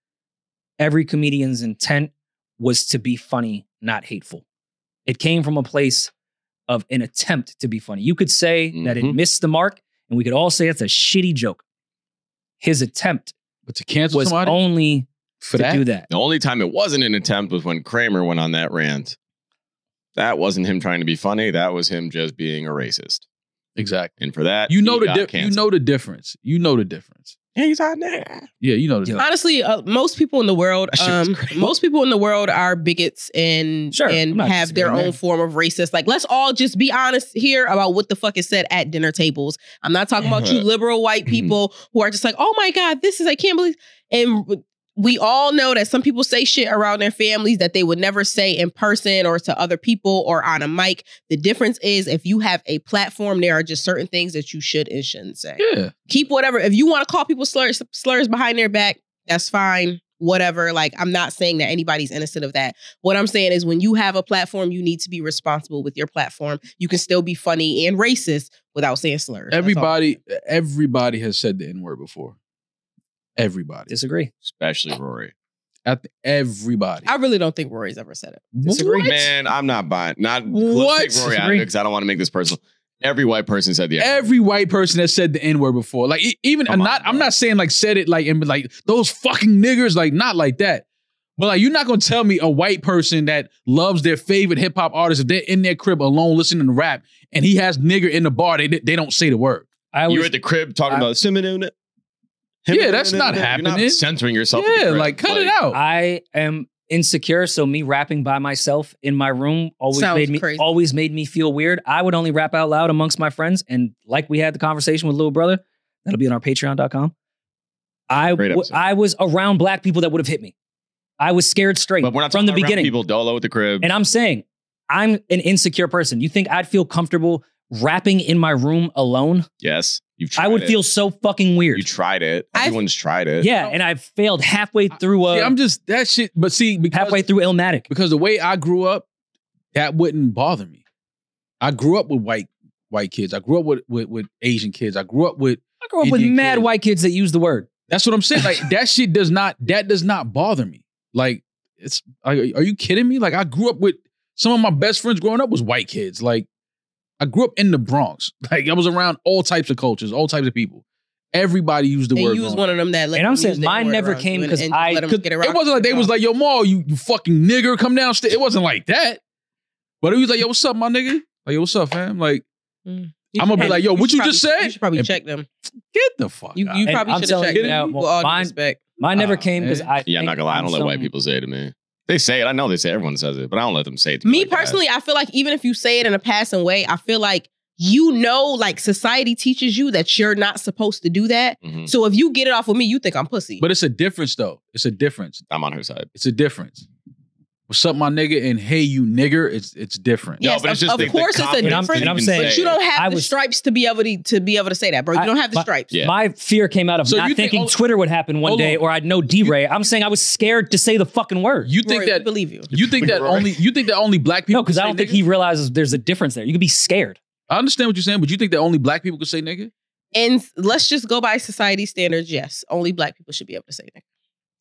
[SPEAKER 4] every comedian's intent was to be funny, not hateful. It came from a place of an attempt to be funny. You could say that it
[SPEAKER 2] Mm-hmm.
[SPEAKER 1] Mhm.
[SPEAKER 4] missed the mark, and we could all say it's a shitty joke. His attempt
[SPEAKER 2] But to cancel
[SPEAKER 4] was
[SPEAKER 2] somebody
[SPEAKER 4] only
[SPEAKER 2] for
[SPEAKER 4] to
[SPEAKER 2] that,
[SPEAKER 4] do that.
[SPEAKER 1] The only time it wasn't an attempt was when Kramer went on that rant. That wasn't him trying to be funny. That was him just being a racist.
[SPEAKER 2] exactly.
[SPEAKER 1] And for that,
[SPEAKER 2] You
[SPEAKER 1] he
[SPEAKER 2] know the
[SPEAKER 1] got
[SPEAKER 2] di- you
[SPEAKER 1] canceled.
[SPEAKER 2] know the difference. You know the difference.
[SPEAKER 1] Yeah, he's on there.
[SPEAKER 2] Yeah, you know the
[SPEAKER 4] Yeah.
[SPEAKER 2] difference.
[SPEAKER 3] Honestly, uh, most people in the world,
[SPEAKER 1] That shit was
[SPEAKER 3] um,
[SPEAKER 1] great.
[SPEAKER 3] most people in the world are bigots and
[SPEAKER 4] Sure, I'm
[SPEAKER 3] and
[SPEAKER 4] not
[SPEAKER 3] have their
[SPEAKER 4] disagreeing
[SPEAKER 3] own
[SPEAKER 4] there.
[SPEAKER 3] form of racist. Like, let's all just be honest here about what the fuck is said at dinner tables. I'm not talking about you
[SPEAKER 4] (laughs)
[SPEAKER 1] Yeah.
[SPEAKER 3] liberal
[SPEAKER 4] Mm-hmm.
[SPEAKER 3] white people who are just like, oh my god, this is I can't believe. And we all know that some people say shit around their families that they would never say in person or to other people or on a mic. The difference is if you have a platform, there are just certain things that you should and shouldn't say
[SPEAKER 2] Yeah,
[SPEAKER 3] keep whatever. If you want to call people slurs slurs behind their back, that's fine. Whatever. Like I'm not saying that anybody's innocent of that. What I'm saying is when you have a platform, you need to be responsible with your platform. You can still be funny and racist without saying slurs. That's all.
[SPEAKER 2] everybody everybody has said the n word before. Everybody,
[SPEAKER 4] Disagree.
[SPEAKER 1] Especially Rory.
[SPEAKER 2] I th- everybody.
[SPEAKER 3] I really don't think Rory's ever said it.
[SPEAKER 4] Disagree.
[SPEAKER 2] What?
[SPEAKER 1] Man, I'm not buying. Not
[SPEAKER 2] What?
[SPEAKER 1] let's take Rory out of it because I don't want to make this personal. Every white person said the N-word.
[SPEAKER 2] Every white person has said the N word before. Like e- even
[SPEAKER 1] Come
[SPEAKER 2] I'm
[SPEAKER 1] on,
[SPEAKER 2] not I'm
[SPEAKER 1] bro.
[SPEAKER 2] not saying like said it like and be like those fucking niggers, like not like that. But like you're not gonna tell me a white person that loves their favorite hip hop artist if they're in their crib alone listening to rap and he has nigger in the bar, they they don't say the word.
[SPEAKER 4] I
[SPEAKER 1] you were
[SPEAKER 4] was
[SPEAKER 1] at the crib talking
[SPEAKER 4] I-
[SPEAKER 1] about Simon.
[SPEAKER 2] Yeah, that's not
[SPEAKER 1] You're
[SPEAKER 2] happening.
[SPEAKER 1] not censoring yourself. at the
[SPEAKER 2] Yeah,
[SPEAKER 1] crib.
[SPEAKER 2] like cut it
[SPEAKER 1] Oh.
[SPEAKER 2] out.
[SPEAKER 4] I am insecure, so me rapping by myself in my room always
[SPEAKER 3] Sounds
[SPEAKER 4] made me
[SPEAKER 3] crazy.
[SPEAKER 4] always made me feel weird. I would only rap out loud amongst my friends, and like we had the conversation with little brother, that'll be on our Patreon.com. I
[SPEAKER 1] Great
[SPEAKER 4] w-
[SPEAKER 1] episode.
[SPEAKER 4] I was around black people that would have hit me. I was scared straight
[SPEAKER 1] But we're not talking
[SPEAKER 4] from the
[SPEAKER 1] about around
[SPEAKER 4] beginning,
[SPEAKER 1] People dolo at the crib.
[SPEAKER 4] and I'm saying I'm an insecure person. You think I'd feel comfortable rapping in my room alone?
[SPEAKER 1] yes, you've. Tried
[SPEAKER 4] I would
[SPEAKER 1] it.
[SPEAKER 4] feel so fucking weird.
[SPEAKER 1] You tried it.
[SPEAKER 3] I-
[SPEAKER 1] Everyone's tried it.
[SPEAKER 4] yeah, and I failed halfway through. Uh,
[SPEAKER 2] See, I'm just that shit. But see, because
[SPEAKER 4] halfway through Illmatic.
[SPEAKER 2] because the way I grew up, that wouldn't bother me. I grew up with white white kids. I grew up with with, with Asian kids. I grew up with
[SPEAKER 4] I grew up with
[SPEAKER 2] Indian
[SPEAKER 4] mad
[SPEAKER 2] kid.
[SPEAKER 4] white kids that use the word.
[SPEAKER 2] That's what I'm saying.
[SPEAKER 3] (laughs)
[SPEAKER 2] Like that shit does not that does not bother me. Like it's like, are you kidding me? Like I grew up with some of my best friends growing up was white kids. Like I grew up in the Bronx. (laughs) Like I was around all types of cultures, all types of people. Everybody used the
[SPEAKER 3] and
[SPEAKER 2] word.
[SPEAKER 3] you was
[SPEAKER 2] growing
[SPEAKER 3] one
[SPEAKER 2] up.
[SPEAKER 3] of them that. Let
[SPEAKER 4] And I'm
[SPEAKER 3] them
[SPEAKER 4] saying
[SPEAKER 3] use that
[SPEAKER 4] mine
[SPEAKER 3] word
[SPEAKER 4] never
[SPEAKER 3] around
[SPEAKER 4] came
[SPEAKER 3] you and-
[SPEAKER 4] 'cause
[SPEAKER 3] and just
[SPEAKER 4] I-
[SPEAKER 3] let 'em
[SPEAKER 2] 'Cause
[SPEAKER 3] get around.
[SPEAKER 2] It wasn't like they was like, yo, Ma, you, you fucking nigger, come downstairs. It wasn't like that. But it was like, yo, what's up, my nigga? Like, yo, what's up, fam? Like,
[SPEAKER 3] You
[SPEAKER 2] I'ma be
[SPEAKER 3] probably-
[SPEAKER 2] like, yo, what
[SPEAKER 3] should
[SPEAKER 2] you just
[SPEAKER 3] probably-
[SPEAKER 2] said?
[SPEAKER 3] You should probably
[SPEAKER 2] And-
[SPEAKER 3] check them.
[SPEAKER 2] get the fuck
[SPEAKER 3] You,
[SPEAKER 2] out.
[SPEAKER 3] you
[SPEAKER 4] And
[SPEAKER 3] probably
[SPEAKER 4] I'm
[SPEAKER 3] should have
[SPEAKER 4] telling
[SPEAKER 3] checked
[SPEAKER 4] you
[SPEAKER 3] them.
[SPEAKER 4] now,
[SPEAKER 3] With all due
[SPEAKER 4] mine-
[SPEAKER 3] respect,
[SPEAKER 4] Mine never
[SPEAKER 2] Ah,
[SPEAKER 4] came because
[SPEAKER 2] man.
[SPEAKER 4] I.
[SPEAKER 1] Yeah, I'm not
[SPEAKER 4] think
[SPEAKER 1] gonna lie. I don't let
[SPEAKER 4] some-
[SPEAKER 1] white people say it to me. They say it. I know they say it. everyone says it, but I don't let them say it to me.
[SPEAKER 3] me
[SPEAKER 1] like that.
[SPEAKER 3] personally, I feel like even if you say it in a passing way, I feel like you know, like society teaches you that you're not supposed to do that.
[SPEAKER 1] Mhm.
[SPEAKER 3] So if you get it off with me, you think I'm pussy.
[SPEAKER 2] Hmm. But it's a difference, though. It's a difference.
[SPEAKER 1] I'm on her side.
[SPEAKER 2] It's a difference. What's up, my nigga? And hey, you nigger. It's it's different.
[SPEAKER 1] Yeah. No,
[SPEAKER 3] yes,
[SPEAKER 1] but it's
[SPEAKER 3] of,
[SPEAKER 1] just
[SPEAKER 3] of
[SPEAKER 1] the- the
[SPEAKER 3] course it's a
[SPEAKER 1] confidence
[SPEAKER 4] And I'm-
[SPEAKER 3] difference.
[SPEAKER 4] and I'm
[SPEAKER 1] you can
[SPEAKER 4] saying-
[SPEAKER 3] but you don't have
[SPEAKER 4] I
[SPEAKER 3] the
[SPEAKER 4] was-
[SPEAKER 3] stripes to be able to, to be able to say that, bro. You
[SPEAKER 4] I-
[SPEAKER 3] don't have the
[SPEAKER 4] my-
[SPEAKER 3] stripes.
[SPEAKER 1] Yeah.
[SPEAKER 4] My fear came out of
[SPEAKER 2] So
[SPEAKER 4] not
[SPEAKER 2] you think-
[SPEAKER 4] thinking
[SPEAKER 2] hold-
[SPEAKER 4] Twitter would happen one
[SPEAKER 2] hold
[SPEAKER 4] day,
[SPEAKER 2] on.
[SPEAKER 4] or I'd know D Ray. I'm saying I was scared to say the fucking word.
[SPEAKER 2] You think
[SPEAKER 3] Rory, we
[SPEAKER 2] that
[SPEAKER 3] believe you.
[SPEAKER 2] you think that
[SPEAKER 1] Rory.
[SPEAKER 2] only you think that only black people?
[SPEAKER 4] no, because
[SPEAKER 2] can
[SPEAKER 4] I
[SPEAKER 2] say
[SPEAKER 4] don't think
[SPEAKER 2] nigger?
[SPEAKER 4] he realizes there's a difference there. You could be scared.
[SPEAKER 2] I understand what you're saying, but you think that only black people could say nigga?
[SPEAKER 3] And let's just go by society standards. Yes, only black people should be able to say that.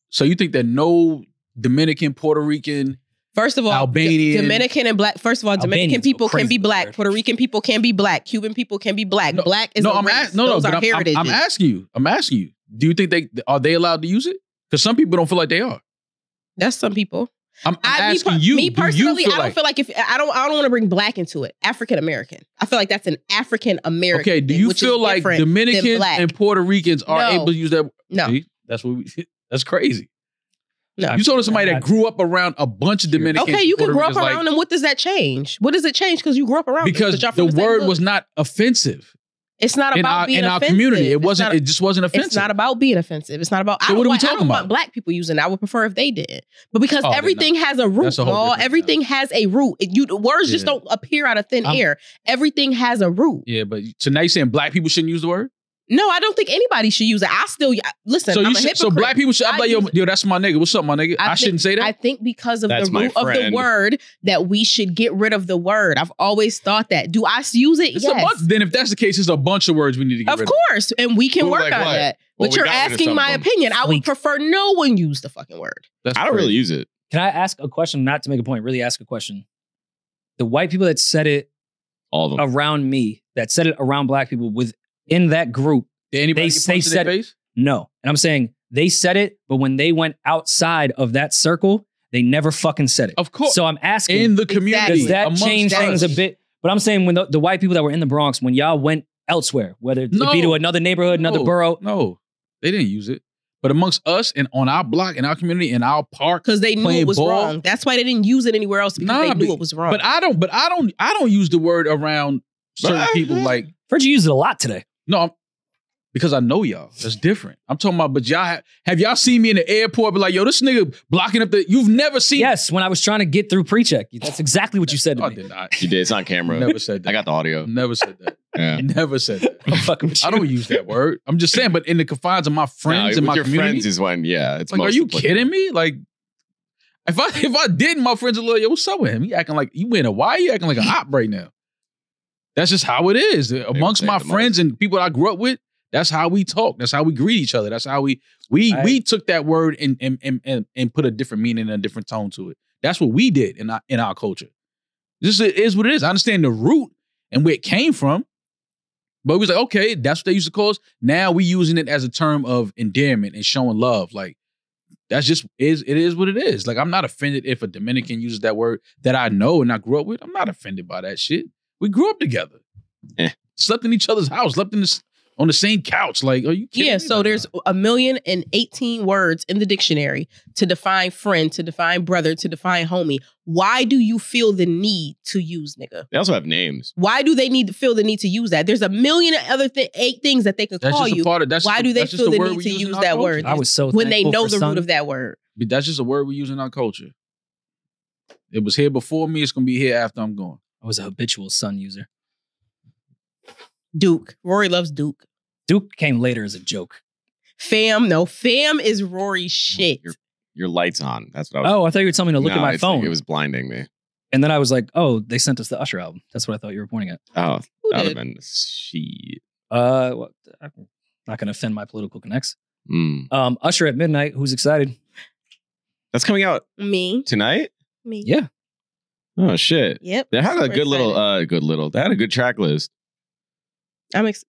[SPEAKER 2] So you think that no Dominican, Puerto Rican,
[SPEAKER 3] First of all,
[SPEAKER 2] Albanian.
[SPEAKER 3] D- Dominican and black. First of all, Dominican
[SPEAKER 4] Albanians go
[SPEAKER 3] people can
[SPEAKER 4] crazy
[SPEAKER 3] be
[SPEAKER 4] over
[SPEAKER 3] black.
[SPEAKER 4] there.
[SPEAKER 3] Puerto Rican people can be black. Cuban people can be black.
[SPEAKER 2] No,
[SPEAKER 3] black is
[SPEAKER 2] no,
[SPEAKER 3] a
[SPEAKER 2] I'm
[SPEAKER 3] race.
[SPEAKER 2] a- no, no,
[SPEAKER 3] Those
[SPEAKER 2] but
[SPEAKER 3] are
[SPEAKER 2] I'm, I'm,
[SPEAKER 3] heritages.
[SPEAKER 2] I'm asking you. I'm asking you. Do you think they are they allowed to use it? Because some people don't feel like they are.
[SPEAKER 3] That's some people.
[SPEAKER 2] I'm, I'm
[SPEAKER 3] I, me,
[SPEAKER 2] asking
[SPEAKER 3] per-
[SPEAKER 2] you.
[SPEAKER 3] me
[SPEAKER 2] do you
[SPEAKER 3] personally,
[SPEAKER 2] feel
[SPEAKER 3] I don't
[SPEAKER 2] like-
[SPEAKER 3] feel like if I don't, I don't want to bring black into it. African American. I feel like that's an African American.
[SPEAKER 2] Okay, do you feel like Dominicans
[SPEAKER 3] black.
[SPEAKER 2] and Puerto Ricans are
[SPEAKER 3] No.
[SPEAKER 2] able to use that?
[SPEAKER 3] No.
[SPEAKER 2] See? that's what we. (laughs) That's crazy.
[SPEAKER 3] No.
[SPEAKER 2] You told us somebody that grew up around a bunch of Dominicans.
[SPEAKER 3] Okay, you can
[SPEAKER 2] Puerto
[SPEAKER 3] grow up
[SPEAKER 2] Ricans, like-
[SPEAKER 3] around them. What does that change? What does it change? Because you grew up around them.
[SPEAKER 2] because
[SPEAKER 3] y'all
[SPEAKER 2] the
[SPEAKER 3] from same
[SPEAKER 2] word
[SPEAKER 3] hood.
[SPEAKER 2] was not offensive.
[SPEAKER 3] It's not
[SPEAKER 2] in
[SPEAKER 3] about
[SPEAKER 2] our
[SPEAKER 3] being
[SPEAKER 2] in our
[SPEAKER 3] offensive.
[SPEAKER 2] community. It
[SPEAKER 3] It's
[SPEAKER 2] wasn't.
[SPEAKER 3] not-
[SPEAKER 2] it just wasn't offensive.
[SPEAKER 3] It's not about being offensive. It's not about. I
[SPEAKER 2] So
[SPEAKER 3] don't
[SPEAKER 2] what are we
[SPEAKER 3] want, I
[SPEAKER 2] talking
[SPEAKER 3] don't
[SPEAKER 2] about?
[SPEAKER 3] want black people using it. I would prefer if they did. But because
[SPEAKER 2] Oh, they're
[SPEAKER 3] everything has a root,
[SPEAKER 2] That's a whole
[SPEAKER 3] y'all.
[SPEAKER 2] different-
[SPEAKER 3] Everything has a root. It- You the words just
[SPEAKER 2] Yeah.
[SPEAKER 3] don't appear out of thin
[SPEAKER 2] I'm-
[SPEAKER 3] air. Everything has a root.
[SPEAKER 2] yeah, but so now you're saying black people shouldn't use the word.
[SPEAKER 3] No, I don't think anybody should use it. I still listen.
[SPEAKER 2] so
[SPEAKER 3] I'm
[SPEAKER 2] you
[SPEAKER 3] a
[SPEAKER 2] should, so
[SPEAKER 3] hypocrite.
[SPEAKER 2] black people should. I'm
[SPEAKER 3] I
[SPEAKER 2] like yo,
[SPEAKER 3] use it.
[SPEAKER 2] yo, that's my nigga. What's up, my nigga? I,
[SPEAKER 3] I think-
[SPEAKER 2] shouldn't say that.
[SPEAKER 3] I think because of
[SPEAKER 1] That's
[SPEAKER 3] the
[SPEAKER 1] my
[SPEAKER 3] root of the
[SPEAKER 1] friend.
[SPEAKER 3] word that we should get rid of the word. I've always thought that. Do I s- use it?
[SPEAKER 2] it's a
[SPEAKER 3] yes.
[SPEAKER 2] bunch. Then if that's the case, it's a bunch of words we need to get
[SPEAKER 3] Of
[SPEAKER 2] rid
[SPEAKER 3] course. And we can
[SPEAKER 1] Who,
[SPEAKER 3] work
[SPEAKER 1] like
[SPEAKER 3] on
[SPEAKER 1] what?
[SPEAKER 3] that.
[SPEAKER 1] Well,
[SPEAKER 3] but
[SPEAKER 1] we
[SPEAKER 3] you're
[SPEAKER 1] got rid of
[SPEAKER 3] asking
[SPEAKER 1] some
[SPEAKER 3] my
[SPEAKER 1] of 'em.
[SPEAKER 3] opinion. I would
[SPEAKER 4] Sleek.
[SPEAKER 3] prefer no one use the fucking word.
[SPEAKER 2] of. That's
[SPEAKER 1] I don't
[SPEAKER 2] crazy.
[SPEAKER 1] really use it.
[SPEAKER 4] Can I ask a question? Not to make a point, really ask a question. The white people that said it
[SPEAKER 1] All of them.
[SPEAKER 4] around me, that said it around black people within that group,
[SPEAKER 2] Did anybody
[SPEAKER 4] They-
[SPEAKER 2] get punched
[SPEAKER 4] they
[SPEAKER 2] in
[SPEAKER 4] said-
[SPEAKER 2] the face?
[SPEAKER 4] no. And I'm saying they said it, but when they went outside of that circle, they never fucking said it.
[SPEAKER 2] Of course.
[SPEAKER 4] So I'm asking,
[SPEAKER 2] in the community.
[SPEAKER 4] does that
[SPEAKER 2] amongst
[SPEAKER 4] change
[SPEAKER 2] us.
[SPEAKER 4] things a bit? But I'm saying when the, the white people that were in the Bronx, when y'all went elsewhere, whether it
[SPEAKER 2] No.
[SPEAKER 4] be to another neighborhood, another
[SPEAKER 2] No.
[SPEAKER 4] borough,
[SPEAKER 2] No, they didn't use it. But amongst us and on our block, in our community, in our park.
[SPEAKER 3] Because they knew
[SPEAKER 2] Playing
[SPEAKER 3] it was
[SPEAKER 2] ball.
[SPEAKER 3] wrong. That's why they didn't use it anywhere else because
[SPEAKER 2] Nah,
[SPEAKER 3] they knew
[SPEAKER 2] but-
[SPEAKER 3] it was wrong.
[SPEAKER 2] But I don't. But I don't. I don't use the word around certain
[SPEAKER 1] But I-
[SPEAKER 2] people. Like
[SPEAKER 4] Virgil used it a lot today.
[SPEAKER 2] no, I'm, because I know y'all. That's different. I'm talking about. But y'all have, have y'all seen me in the airport? Be like, yo, this nigga blocking up the. You've never seen. Oh,
[SPEAKER 4] Yes, when I was trying to get through pre-check, that's exactly what you said
[SPEAKER 2] I
[SPEAKER 4] to me.
[SPEAKER 2] did not.
[SPEAKER 1] You did. It's on camera.
[SPEAKER 2] Never said that.
[SPEAKER 1] I got the audio.
[SPEAKER 2] Never said that.
[SPEAKER 1] Yeah.
[SPEAKER 2] Never said that.
[SPEAKER 1] (laughs)
[SPEAKER 4] I'm fucking with
[SPEAKER 2] I
[SPEAKER 4] you.
[SPEAKER 2] don't use that word. I'm just saying. But in the confines of my
[SPEAKER 1] No,
[SPEAKER 2] friends
[SPEAKER 1] with
[SPEAKER 2] and my
[SPEAKER 1] your
[SPEAKER 2] community,
[SPEAKER 1] friends is when, yeah. It's
[SPEAKER 2] like, are
[SPEAKER 1] most
[SPEAKER 2] you
[SPEAKER 1] applicable.
[SPEAKER 2] kidding me? Like, if I (laughs) if I did, my friends would like, yo, what's up with him? He acting like you in a why you acting
[SPEAKER 1] (laughs)
[SPEAKER 2] like an op right now? That's just how it is amongst
[SPEAKER 1] say
[SPEAKER 2] my
[SPEAKER 1] the
[SPEAKER 2] friends and people I grew up with. That's how we talk. That's how we greet each other. That's how we we
[SPEAKER 4] I-
[SPEAKER 2] we took that word and and and and, and put a different meaning and a different tone to it. That's what we did in our in our culture. This is- is what it is. I understand the root and where it came from. But we was like, okay, that's what they used to call us. Now we using it as a term of endearment and showing love. Like that's just is it is what it is. Like I'm not offended if a Dominican uses that word that I know and I grew up with. I'm not offended by that shit. We grew up together,
[SPEAKER 1] Eh.
[SPEAKER 2] slept in each other's house, slept in this on the same couch. Like, are you kidding?
[SPEAKER 3] yeah,
[SPEAKER 2] me?
[SPEAKER 3] so
[SPEAKER 2] Like,
[SPEAKER 3] there's a million and 18 words in the dictionary to define friend, to define brother, to define homie. Why do you feel the need to use nigga?
[SPEAKER 1] They also have names.
[SPEAKER 3] Why do they need to feel the need to use that? There's a million and other th- eight things that they could
[SPEAKER 2] that's
[SPEAKER 3] call
[SPEAKER 2] just
[SPEAKER 3] you
[SPEAKER 2] a part of that's
[SPEAKER 3] Why
[SPEAKER 2] just-
[SPEAKER 3] do they
[SPEAKER 2] that's just
[SPEAKER 3] feel the
[SPEAKER 2] word
[SPEAKER 3] need
[SPEAKER 2] we
[SPEAKER 3] to
[SPEAKER 2] use in
[SPEAKER 3] use
[SPEAKER 2] our
[SPEAKER 3] that
[SPEAKER 2] culture.
[SPEAKER 3] word?
[SPEAKER 4] I was so
[SPEAKER 3] when they
[SPEAKER 4] thankful
[SPEAKER 3] know
[SPEAKER 4] for
[SPEAKER 3] the
[SPEAKER 4] Sun.
[SPEAKER 3] root of that word.
[SPEAKER 2] But that's just a word we use in our culture. It was here before me. It's gonna be here after I'm gone.
[SPEAKER 4] I was a habitual sun user.
[SPEAKER 3] Duke. Rory loves Duke.
[SPEAKER 4] Duke came later as a joke.
[SPEAKER 3] Fam, no. Fam is Rory's shit.
[SPEAKER 1] Your, your light's on. That's what I was.
[SPEAKER 4] Oh, I thought you were telling me to look
[SPEAKER 1] No,
[SPEAKER 4] at my
[SPEAKER 1] it's-
[SPEAKER 4] phone.
[SPEAKER 1] It was blinding me.
[SPEAKER 4] and then I was like, oh, they sent us the Usher album. That's what I thought you were pointing at.
[SPEAKER 1] Oh,
[SPEAKER 3] Who
[SPEAKER 1] that would have
[SPEAKER 3] did?
[SPEAKER 1] been shit.
[SPEAKER 4] Uh, well, I'm not going to offend my political connects.
[SPEAKER 1] Mm.
[SPEAKER 4] Um, Usher at midnight. Who's excited?
[SPEAKER 1] That's coming out
[SPEAKER 3] Me.
[SPEAKER 1] tonight.
[SPEAKER 3] Me.
[SPEAKER 4] Yeah.
[SPEAKER 1] Oh shit.
[SPEAKER 3] Yep.
[SPEAKER 1] They had a
[SPEAKER 3] Super
[SPEAKER 1] good little,
[SPEAKER 3] excited.
[SPEAKER 1] uh, good little. They had a good track list.
[SPEAKER 3] I'm ex-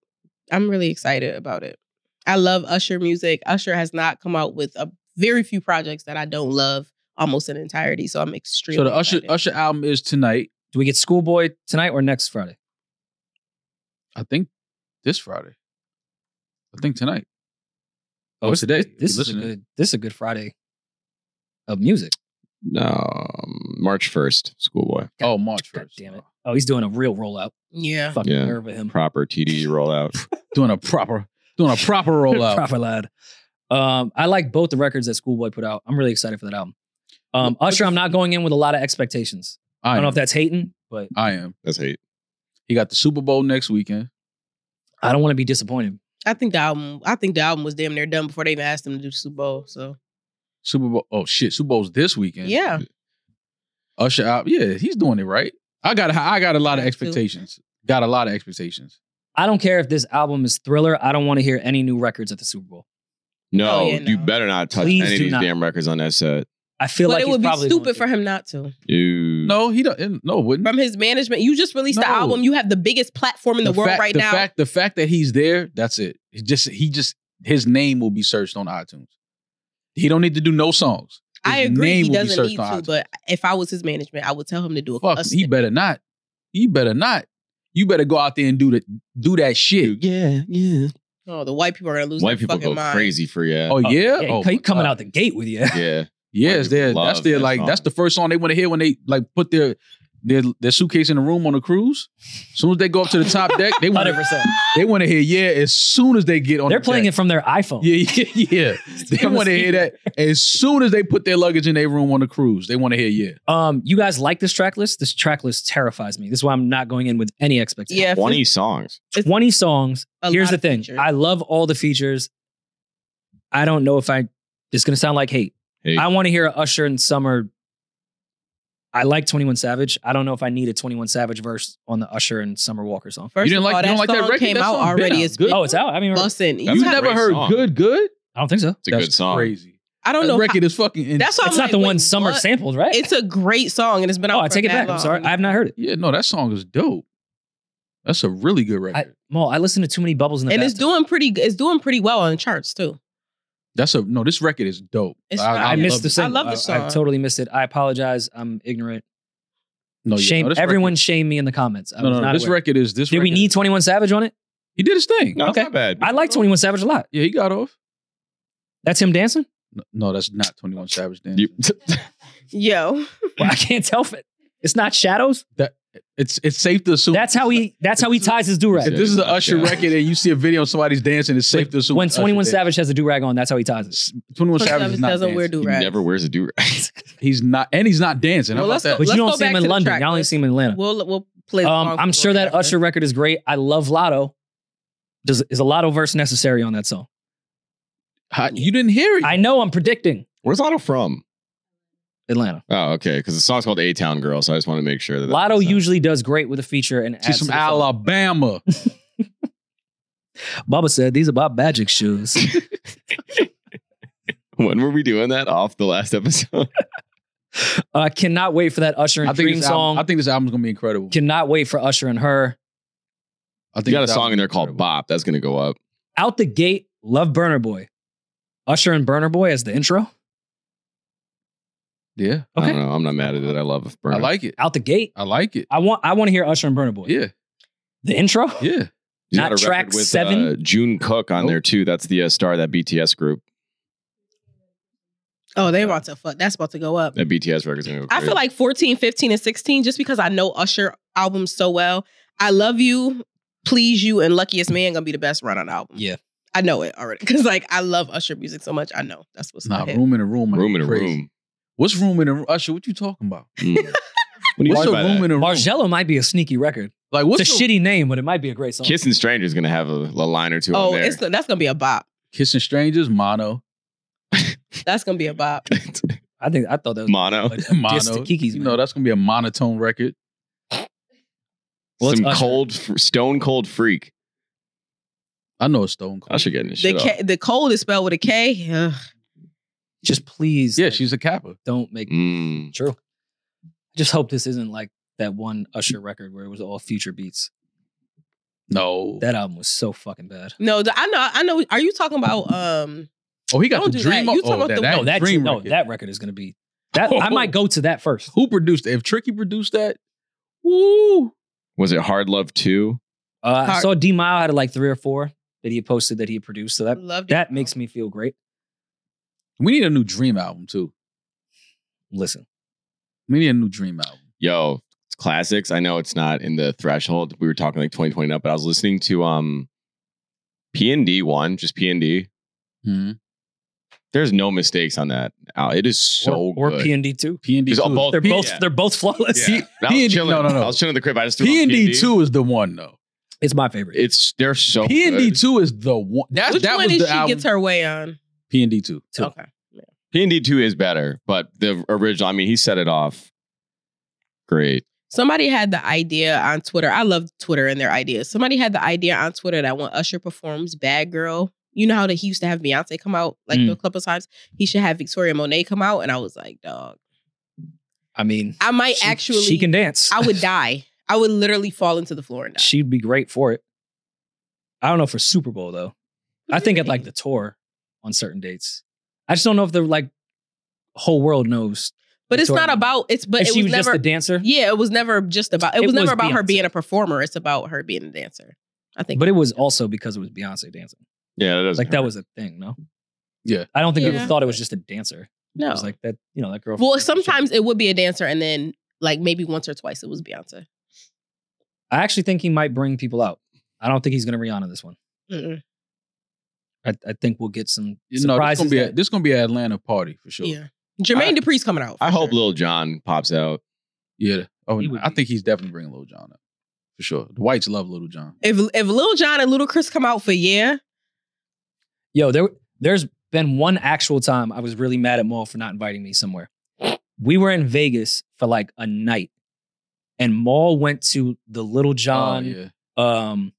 [SPEAKER 3] I'm really excited about it. I love Usher music. Usher has not come out with a very few projects that I don't love almost in entirety. So I'm extremely
[SPEAKER 2] so the Usher
[SPEAKER 3] excited.
[SPEAKER 2] Usher album is tonight.
[SPEAKER 4] Do we get Schoolboy tonight or next Friday?
[SPEAKER 2] I think this Friday. I think tonight.
[SPEAKER 4] Oh,
[SPEAKER 2] it's today.
[SPEAKER 4] This
[SPEAKER 2] You
[SPEAKER 4] is a
[SPEAKER 2] listening.
[SPEAKER 4] good. This is a good Friday of music.
[SPEAKER 1] No, um, March first, Schoolboy
[SPEAKER 2] Oh, March
[SPEAKER 4] God
[SPEAKER 2] first.
[SPEAKER 4] damn it. Oh, he's doing a real rollout.
[SPEAKER 3] Yeah.
[SPEAKER 4] Fucking
[SPEAKER 1] Yeah.
[SPEAKER 4] nerve of him.
[SPEAKER 1] proper TDE rollout.
[SPEAKER 2] Doing a proper, doing a
[SPEAKER 4] (laughs)
[SPEAKER 2] proper rollout.
[SPEAKER 4] Proper lad. Um, I like both the records that Schoolboy put out. I'm really excited for that album. Um,
[SPEAKER 2] What-
[SPEAKER 4] Usher, I'm not going in with a lot of expectations. I
[SPEAKER 2] I,
[SPEAKER 4] don't know
[SPEAKER 2] am.
[SPEAKER 4] if that's hating, but
[SPEAKER 2] I am.
[SPEAKER 1] That's hate.
[SPEAKER 2] He got the Super Bowl next weekend.
[SPEAKER 4] I don't want to be disappointed.
[SPEAKER 3] I think the album I think the album was damn near done before they even asked him to do Super Bowl. So
[SPEAKER 2] Super Bowl. Oh shit, Super Bowl's this weekend.
[SPEAKER 3] yeah.
[SPEAKER 2] Usher out. Yeah, he's doing it right. I got. I got a lot of
[SPEAKER 3] Have to.
[SPEAKER 2] expectations. Got a lot of expectations.
[SPEAKER 4] I don't care if this album is Thriller. I don't want to hear any new records at the Super Bowl.
[SPEAKER 1] No,
[SPEAKER 3] Oh, yeah,
[SPEAKER 1] you
[SPEAKER 3] no.
[SPEAKER 1] better not touch
[SPEAKER 4] Please
[SPEAKER 1] any of
[SPEAKER 4] do
[SPEAKER 1] these
[SPEAKER 4] not.
[SPEAKER 1] damn records on that set.
[SPEAKER 4] I feel
[SPEAKER 3] but
[SPEAKER 4] like
[SPEAKER 3] it
[SPEAKER 4] he's
[SPEAKER 3] would be
[SPEAKER 4] probably going
[SPEAKER 3] stupid
[SPEAKER 4] to.
[SPEAKER 3] for him not to.
[SPEAKER 1] You
[SPEAKER 2] No, he don't. No, it wouldn't.
[SPEAKER 3] From his management, you just released the
[SPEAKER 2] No.
[SPEAKER 3] album. You have the biggest platform in the, world
[SPEAKER 2] fact,
[SPEAKER 3] right
[SPEAKER 2] the
[SPEAKER 3] now.
[SPEAKER 2] Fact, the fact that he's there, that's it. He just he just his name will be searched on iTunes. He don't need to do no songs.
[SPEAKER 3] I
[SPEAKER 2] His
[SPEAKER 3] agree
[SPEAKER 2] name
[SPEAKER 3] he
[SPEAKER 2] will be
[SPEAKER 3] doesn't
[SPEAKER 2] searched
[SPEAKER 3] need
[SPEAKER 2] on
[SPEAKER 3] to,
[SPEAKER 2] iTunes.
[SPEAKER 3] but if I was his management, I would tell him to do a,
[SPEAKER 2] Fuck,
[SPEAKER 3] a
[SPEAKER 2] he better not. He better not. You better go out there and do the do that shit.
[SPEAKER 1] yeah, yeah.
[SPEAKER 3] Oh, the white people are gonna lose
[SPEAKER 1] White
[SPEAKER 3] their
[SPEAKER 1] people
[SPEAKER 3] fucking
[SPEAKER 1] go
[SPEAKER 3] mind.
[SPEAKER 1] crazy for you.
[SPEAKER 2] Oh yeah,
[SPEAKER 4] Yeah,
[SPEAKER 2] oh,
[SPEAKER 4] he coming
[SPEAKER 2] my
[SPEAKER 4] out the gate with you. (laughs)
[SPEAKER 1] yeah.
[SPEAKER 2] Yes,
[SPEAKER 1] White people
[SPEAKER 2] there.
[SPEAKER 1] love
[SPEAKER 2] That's their
[SPEAKER 1] that
[SPEAKER 2] like.
[SPEAKER 1] song.
[SPEAKER 2] That's the first song they want to hear when they like put their their their suitcase in the room on the cruise. As soon as they go up to the top deck,
[SPEAKER 4] (laughs)
[SPEAKER 2] they want
[SPEAKER 4] Hundred
[SPEAKER 2] to
[SPEAKER 4] percent.
[SPEAKER 2] they want to hear yeah. As soon as they get on,
[SPEAKER 4] They're
[SPEAKER 2] the
[SPEAKER 4] playing
[SPEAKER 2] deck.
[SPEAKER 4] it from their
[SPEAKER 2] (laughs)
[SPEAKER 4] iPhone.
[SPEAKER 2] Yeah, yeah, yeah. they
[SPEAKER 4] From the
[SPEAKER 2] want to hear that as soon as they put their luggage in their room on the cruise. They want to hear yeah.
[SPEAKER 4] Um, you guys like this track list? This track list terrifies me. This is why I'm not going in with any expectations.
[SPEAKER 3] Yeah,
[SPEAKER 1] 20 songs.
[SPEAKER 3] It's
[SPEAKER 4] 20 songs.
[SPEAKER 3] a
[SPEAKER 4] Here's
[SPEAKER 3] lot
[SPEAKER 4] the
[SPEAKER 3] of
[SPEAKER 4] thing.
[SPEAKER 3] features.
[SPEAKER 4] I love all the features. I don't know if I it's gonna sound like hate.
[SPEAKER 1] Hey,
[SPEAKER 4] I want to hear Usher and Summer. I like 21 Savage. I don't know if I need a 21 Savage verse on the Usher and Summer Walker song.
[SPEAKER 3] First
[SPEAKER 2] You didn't
[SPEAKER 3] of
[SPEAKER 2] like-
[SPEAKER 3] all,
[SPEAKER 2] you don't like that
[SPEAKER 3] song
[SPEAKER 2] record?
[SPEAKER 3] Came
[SPEAKER 2] That
[SPEAKER 3] out
[SPEAKER 2] song been
[SPEAKER 3] already.
[SPEAKER 2] out.
[SPEAKER 3] It's
[SPEAKER 2] Good.
[SPEAKER 3] been
[SPEAKER 4] Oh, it's out. I mean,
[SPEAKER 3] busting.
[SPEAKER 1] That's
[SPEAKER 3] You
[SPEAKER 2] you
[SPEAKER 1] a
[SPEAKER 3] have-
[SPEAKER 2] never
[SPEAKER 1] great
[SPEAKER 2] heard
[SPEAKER 1] song.
[SPEAKER 2] good good.
[SPEAKER 4] I don't think so.
[SPEAKER 1] it's a good
[SPEAKER 2] That's
[SPEAKER 1] song.
[SPEAKER 2] Crazy.
[SPEAKER 3] I don't
[SPEAKER 2] That
[SPEAKER 3] know.
[SPEAKER 2] record is fucking.
[SPEAKER 3] how-
[SPEAKER 2] in-
[SPEAKER 3] that's why I'm
[SPEAKER 4] it's not
[SPEAKER 3] like,
[SPEAKER 4] the one
[SPEAKER 3] wait,
[SPEAKER 4] Summer
[SPEAKER 3] what?
[SPEAKER 4] sampled, right?
[SPEAKER 3] It's a great song, and it's been out.
[SPEAKER 4] oh, I
[SPEAKER 3] for
[SPEAKER 4] take it
[SPEAKER 3] that
[SPEAKER 4] back. I'm
[SPEAKER 3] long.
[SPEAKER 4] sorry. I have not heard it.
[SPEAKER 2] yeah, no, that song is dope. That's a really good record.
[SPEAKER 4] I, Mo, I listen to too many bubbles in the
[SPEAKER 3] and it's
[SPEAKER 4] bathtub.
[SPEAKER 3] doing pretty. It's doing pretty well on the charts too.
[SPEAKER 2] that's a no. This record is dope.
[SPEAKER 3] It's fire.
[SPEAKER 2] I,
[SPEAKER 4] I
[SPEAKER 3] I
[SPEAKER 4] missed
[SPEAKER 2] love
[SPEAKER 4] the
[SPEAKER 2] it.
[SPEAKER 3] song. I
[SPEAKER 4] single.
[SPEAKER 3] love the
[SPEAKER 4] I
[SPEAKER 3] song.
[SPEAKER 4] totally missed it. I apologize. I'm ignorant.
[SPEAKER 2] No, yeah,
[SPEAKER 4] shame.
[SPEAKER 2] no, this
[SPEAKER 4] everyone
[SPEAKER 2] Record,
[SPEAKER 4] shame me in the comments. I
[SPEAKER 2] no,
[SPEAKER 4] was
[SPEAKER 2] no, no,
[SPEAKER 4] not
[SPEAKER 2] this
[SPEAKER 4] aware.
[SPEAKER 2] record is this.
[SPEAKER 4] Did we
[SPEAKER 2] record-
[SPEAKER 4] need 21 Savage on it?
[SPEAKER 2] He did his thing.
[SPEAKER 1] No, it's
[SPEAKER 4] Okay.
[SPEAKER 1] not bad.
[SPEAKER 4] I like 21 Savage a lot.
[SPEAKER 2] Yeah, he got off.
[SPEAKER 4] That's him dancing?
[SPEAKER 2] No, no, that's not Twenty One Savage. Then
[SPEAKER 1] (laughs) You- (laughs)
[SPEAKER 3] Yo,
[SPEAKER 4] Well, I can't tell if it. It's not shadows.
[SPEAKER 2] it's it's safe to assume
[SPEAKER 4] That's how he that's how he ties his do
[SPEAKER 2] If
[SPEAKER 4] rag.
[SPEAKER 2] this is the Usher
[SPEAKER 1] Yeah.
[SPEAKER 2] record and you see a video of somebody's dancing, it's safe to assume
[SPEAKER 4] When
[SPEAKER 2] it's Usher
[SPEAKER 4] 21
[SPEAKER 2] dancing.
[SPEAKER 4] Savage has a do rag on, that's how he ties it.
[SPEAKER 2] Twenty One
[SPEAKER 3] Prince
[SPEAKER 2] Savage is
[SPEAKER 3] Savage
[SPEAKER 2] not
[SPEAKER 3] doesn't wear
[SPEAKER 2] dancing.
[SPEAKER 3] do
[SPEAKER 1] he
[SPEAKER 3] rags.
[SPEAKER 1] never wears a do rag.
[SPEAKER 2] (laughs) He's not, and he's not dancing. How
[SPEAKER 3] Well,
[SPEAKER 2] about
[SPEAKER 3] let's
[SPEAKER 2] that?
[SPEAKER 4] But you
[SPEAKER 3] Let's
[SPEAKER 4] don't
[SPEAKER 3] go
[SPEAKER 4] see him
[SPEAKER 3] back
[SPEAKER 4] in
[SPEAKER 3] to the
[SPEAKER 4] London.
[SPEAKER 3] track
[SPEAKER 4] Y'all only
[SPEAKER 3] list.
[SPEAKER 4] see him in Atlanta.
[SPEAKER 3] We'll we'll play. the
[SPEAKER 4] Um,
[SPEAKER 3] song
[SPEAKER 4] I'm
[SPEAKER 3] for
[SPEAKER 4] sure
[SPEAKER 3] you
[SPEAKER 4] that
[SPEAKER 3] after.
[SPEAKER 4] Usher record is great. I love Lotto. Does is a Lotto verse necessary on that song?
[SPEAKER 2] How- you didn't hear it.
[SPEAKER 4] I know I'm predicting
[SPEAKER 1] Where's Otto from?
[SPEAKER 4] Atlanta.
[SPEAKER 1] Oh, okay. Because the song's called A Town Girl, so I just want to make sure that. that
[SPEAKER 4] Lotto
[SPEAKER 1] makes sense.
[SPEAKER 4] usually does great with a feature and adds
[SPEAKER 2] She's
[SPEAKER 4] to
[SPEAKER 2] from
[SPEAKER 4] the song. (laughs)
[SPEAKER 2] Alabama.
[SPEAKER 4] Bubba said these are Bob
[SPEAKER 2] (laughs)
[SPEAKER 4] Magic shoes.
[SPEAKER 1] (laughs) When were we doing that off the last (laughs) episode?
[SPEAKER 4] I cannot wait for that Usher
[SPEAKER 2] I
[SPEAKER 4] and
[SPEAKER 2] think
[SPEAKER 4] Dream
[SPEAKER 2] this album,
[SPEAKER 4] song.
[SPEAKER 2] I think this album's gonna be incredible.
[SPEAKER 4] cannot wait for Usher and her.
[SPEAKER 2] I think
[SPEAKER 1] you got a
[SPEAKER 2] this
[SPEAKER 1] song
[SPEAKER 2] album's
[SPEAKER 1] in there called
[SPEAKER 2] incredible.
[SPEAKER 1] Bop. That's gonna go up.
[SPEAKER 4] Out the gate, love Burner Boy. Usher and Burner Boy as the intro.
[SPEAKER 2] Yeah,
[SPEAKER 1] I
[SPEAKER 4] Okay.
[SPEAKER 1] don't know. I'm not mad at it. I love Burn.
[SPEAKER 2] I like it.
[SPEAKER 4] Out the gate.
[SPEAKER 2] I like it.
[SPEAKER 4] I want I want to hear Usher and Burner Boy.
[SPEAKER 2] Yeah,
[SPEAKER 4] The intro?
[SPEAKER 2] yeah.
[SPEAKER 1] He's got
[SPEAKER 4] Not
[SPEAKER 1] a record
[SPEAKER 4] track
[SPEAKER 1] with,
[SPEAKER 4] seven?
[SPEAKER 1] uh, June Cook on
[SPEAKER 2] Nope.
[SPEAKER 1] there too. That's the uh, star of that BTS group.
[SPEAKER 3] Oh, they about to fuck. That's about to go up.
[SPEAKER 1] That BTS record's gonna go.
[SPEAKER 3] I
[SPEAKER 1] crazy.
[SPEAKER 3] feel like 14, 15, and 16, just because I know Usher albums so well. I love you, please you, and luckiest man gonna be the best run on album.
[SPEAKER 4] Yeah.
[SPEAKER 3] I know it already because like I love Usher music so much. I know that's what's
[SPEAKER 2] Nah,
[SPEAKER 3] not
[SPEAKER 2] room in a room. I
[SPEAKER 1] room in
[SPEAKER 2] think
[SPEAKER 1] a
[SPEAKER 2] crazy.
[SPEAKER 1] room.
[SPEAKER 2] What's room in a room? Usher, what you talking about?
[SPEAKER 1] Mm.
[SPEAKER 4] (laughs)
[SPEAKER 1] What do you
[SPEAKER 2] What's a
[SPEAKER 1] mean by
[SPEAKER 2] room
[SPEAKER 1] that?
[SPEAKER 2] in a room?
[SPEAKER 4] Margello might be a sneaky record.
[SPEAKER 2] Like what's
[SPEAKER 4] it's
[SPEAKER 2] a-
[SPEAKER 4] a, shitty name, but it might be a great song.
[SPEAKER 1] Kissing Stranger's gonna have a, a line or two on
[SPEAKER 3] Oh,
[SPEAKER 1] there. (laughs)
[SPEAKER 3] it's that's gonna be a bop.
[SPEAKER 2] Kissing strangers, mono,
[SPEAKER 3] That's gonna be
[SPEAKER 2] (laughs)
[SPEAKER 3] a bop.
[SPEAKER 4] I think I thought that was
[SPEAKER 1] Mono.
[SPEAKER 4] a diss to
[SPEAKER 2] mono.
[SPEAKER 4] Kiki's
[SPEAKER 2] you
[SPEAKER 4] man.
[SPEAKER 2] know that's gonna be a monotone record.
[SPEAKER 4] Well, it's
[SPEAKER 1] Some
[SPEAKER 4] Usher.
[SPEAKER 1] cold, f- stone cold freak.
[SPEAKER 2] I know it's Stone Cold.
[SPEAKER 1] Usher getting his
[SPEAKER 3] The
[SPEAKER 1] shit off.
[SPEAKER 3] K, the cold is spelled with a K. Ugh.
[SPEAKER 4] Just please
[SPEAKER 2] Yeah,
[SPEAKER 4] like,
[SPEAKER 2] she's a Kappa.
[SPEAKER 4] don't make
[SPEAKER 1] Mm.
[SPEAKER 4] true. I just hope this isn't like that one Usher record where it was all future beats.
[SPEAKER 2] No.
[SPEAKER 4] That album was so fucking bad.
[SPEAKER 3] No, the, I know. I know. Are you talking about um?
[SPEAKER 2] oh, he got
[SPEAKER 3] Don't
[SPEAKER 2] the
[SPEAKER 3] do
[SPEAKER 2] dream.
[SPEAKER 3] that. You
[SPEAKER 2] on-
[SPEAKER 3] talking
[SPEAKER 2] oh,
[SPEAKER 3] about the-
[SPEAKER 4] no, that
[SPEAKER 2] dream.
[SPEAKER 4] no,
[SPEAKER 2] record.
[SPEAKER 4] that record is gonna be that I
[SPEAKER 1] (laughs)
[SPEAKER 4] might go to that first.
[SPEAKER 2] Who produced it? If Tricky produced that, woo.
[SPEAKER 1] Was it Hard Love Two?
[SPEAKER 4] Uh, I
[SPEAKER 3] Hard-
[SPEAKER 4] saw D Mile had like three or four that he had posted that he had produced. So that
[SPEAKER 3] Love
[SPEAKER 4] that makes me feel great.
[SPEAKER 2] We need a new Dream album too.
[SPEAKER 4] Listen,
[SPEAKER 2] We need a new Dream album.
[SPEAKER 1] Yo, it's classics. I know it's not in the threshold. We were talking like 2020 up, but I was listening to um P and D one, just P and D. Hmm. There's no mistakes on that. Al- It is so
[SPEAKER 4] or, or
[SPEAKER 1] good.
[SPEAKER 4] P and D too.
[SPEAKER 2] P and D
[SPEAKER 1] Just all
[SPEAKER 2] two.
[SPEAKER 1] both-
[SPEAKER 4] They're
[SPEAKER 1] P-
[SPEAKER 4] both
[SPEAKER 1] yeah.
[SPEAKER 4] they're both flawless.
[SPEAKER 1] Yeah. I was
[SPEAKER 2] P&D
[SPEAKER 1] chilling.
[SPEAKER 2] no, no, no.
[SPEAKER 1] I was chilling in the crib. I just threw on
[SPEAKER 2] P and D
[SPEAKER 1] P&D.
[SPEAKER 2] two is the one though.
[SPEAKER 4] (laughs) It's my favorite.
[SPEAKER 1] It's they're so
[SPEAKER 2] P and D
[SPEAKER 1] good.
[SPEAKER 2] two is the one. That
[SPEAKER 3] Which
[SPEAKER 2] that
[SPEAKER 3] one
[SPEAKER 2] was
[SPEAKER 3] did
[SPEAKER 2] the
[SPEAKER 3] she
[SPEAKER 2] album.
[SPEAKER 3] gets her way on?
[SPEAKER 2] P and D two. Uh,
[SPEAKER 4] Two.
[SPEAKER 3] Okay.
[SPEAKER 1] P and D two is better, but the original. I mean, he set it off. Great.
[SPEAKER 3] Somebody had the idea on Twitter. I love Twitter and their ideas. Somebody had the idea on Twitter that when Usher performs Bad Girl, you know how that he used to have Beyonce come out like
[SPEAKER 4] Mm.
[SPEAKER 3] a couple of times? He should have Victoria Monet come out. And I was like, dog,
[SPEAKER 4] I mean,
[SPEAKER 3] I might
[SPEAKER 4] she-
[SPEAKER 3] actually,
[SPEAKER 4] she can dance.
[SPEAKER 3] I
[SPEAKER 4] (laughs)
[SPEAKER 3] would die. I would literally fall into the floor and die.
[SPEAKER 4] She'd be great for it. I don't know for Super Bowl though. I think I'd like the tour on certain dates. I just don't know if the like whole world knows.
[SPEAKER 3] But it's
[SPEAKER 4] Victoria
[SPEAKER 3] not about, it's, but
[SPEAKER 4] if
[SPEAKER 3] it
[SPEAKER 4] she
[SPEAKER 3] was,
[SPEAKER 4] was, just
[SPEAKER 3] never,
[SPEAKER 4] a dancer.
[SPEAKER 3] yeah, it was never just about, it,
[SPEAKER 4] It
[SPEAKER 3] was,
[SPEAKER 4] was
[SPEAKER 3] never about her
[SPEAKER 4] Beyonce.
[SPEAKER 3] being a performer. It's about her being a dancer. I think.
[SPEAKER 4] But it was also because it was Beyonce dancing.
[SPEAKER 1] Yeah, that doesn't
[SPEAKER 4] Like that
[SPEAKER 1] hurt.
[SPEAKER 4] was a thing, no?
[SPEAKER 2] Yeah.
[SPEAKER 4] I don't think
[SPEAKER 3] Yeah.
[SPEAKER 4] people thought it was just a dancer. It
[SPEAKER 3] no.
[SPEAKER 4] was like that, you know, that girl.
[SPEAKER 3] well, sometimes it would be a dancer and then Like maybe once or twice it was Beyonce.
[SPEAKER 4] I actually think he might bring people out. I don't think he's going to Rihanna this one.
[SPEAKER 3] Mm-mm.
[SPEAKER 4] I, I think we'll get some
[SPEAKER 2] You know, this
[SPEAKER 4] surprises.
[SPEAKER 2] gonna be a,
[SPEAKER 4] that-
[SPEAKER 2] this gonna be an Atlanta party for sure.
[SPEAKER 3] Yeah. Jermaine
[SPEAKER 1] I-
[SPEAKER 3] Dupri's coming out.
[SPEAKER 1] I
[SPEAKER 3] for
[SPEAKER 1] hope
[SPEAKER 3] sure.
[SPEAKER 1] Lil John pops out.
[SPEAKER 2] Yeah. Oh,
[SPEAKER 4] He would
[SPEAKER 2] I
[SPEAKER 4] be.
[SPEAKER 2] think he's definitely bringing Lil John up for sure. The whites love Lil John.
[SPEAKER 3] if if Lil Jon and Ludacris come out for yeah,
[SPEAKER 4] Yo, there, there's been one actual time I was really mad at Maul for not inviting me somewhere. We were in Vegas for like a night, and Maul went to the Little John
[SPEAKER 2] Oh, yeah.
[SPEAKER 4] um,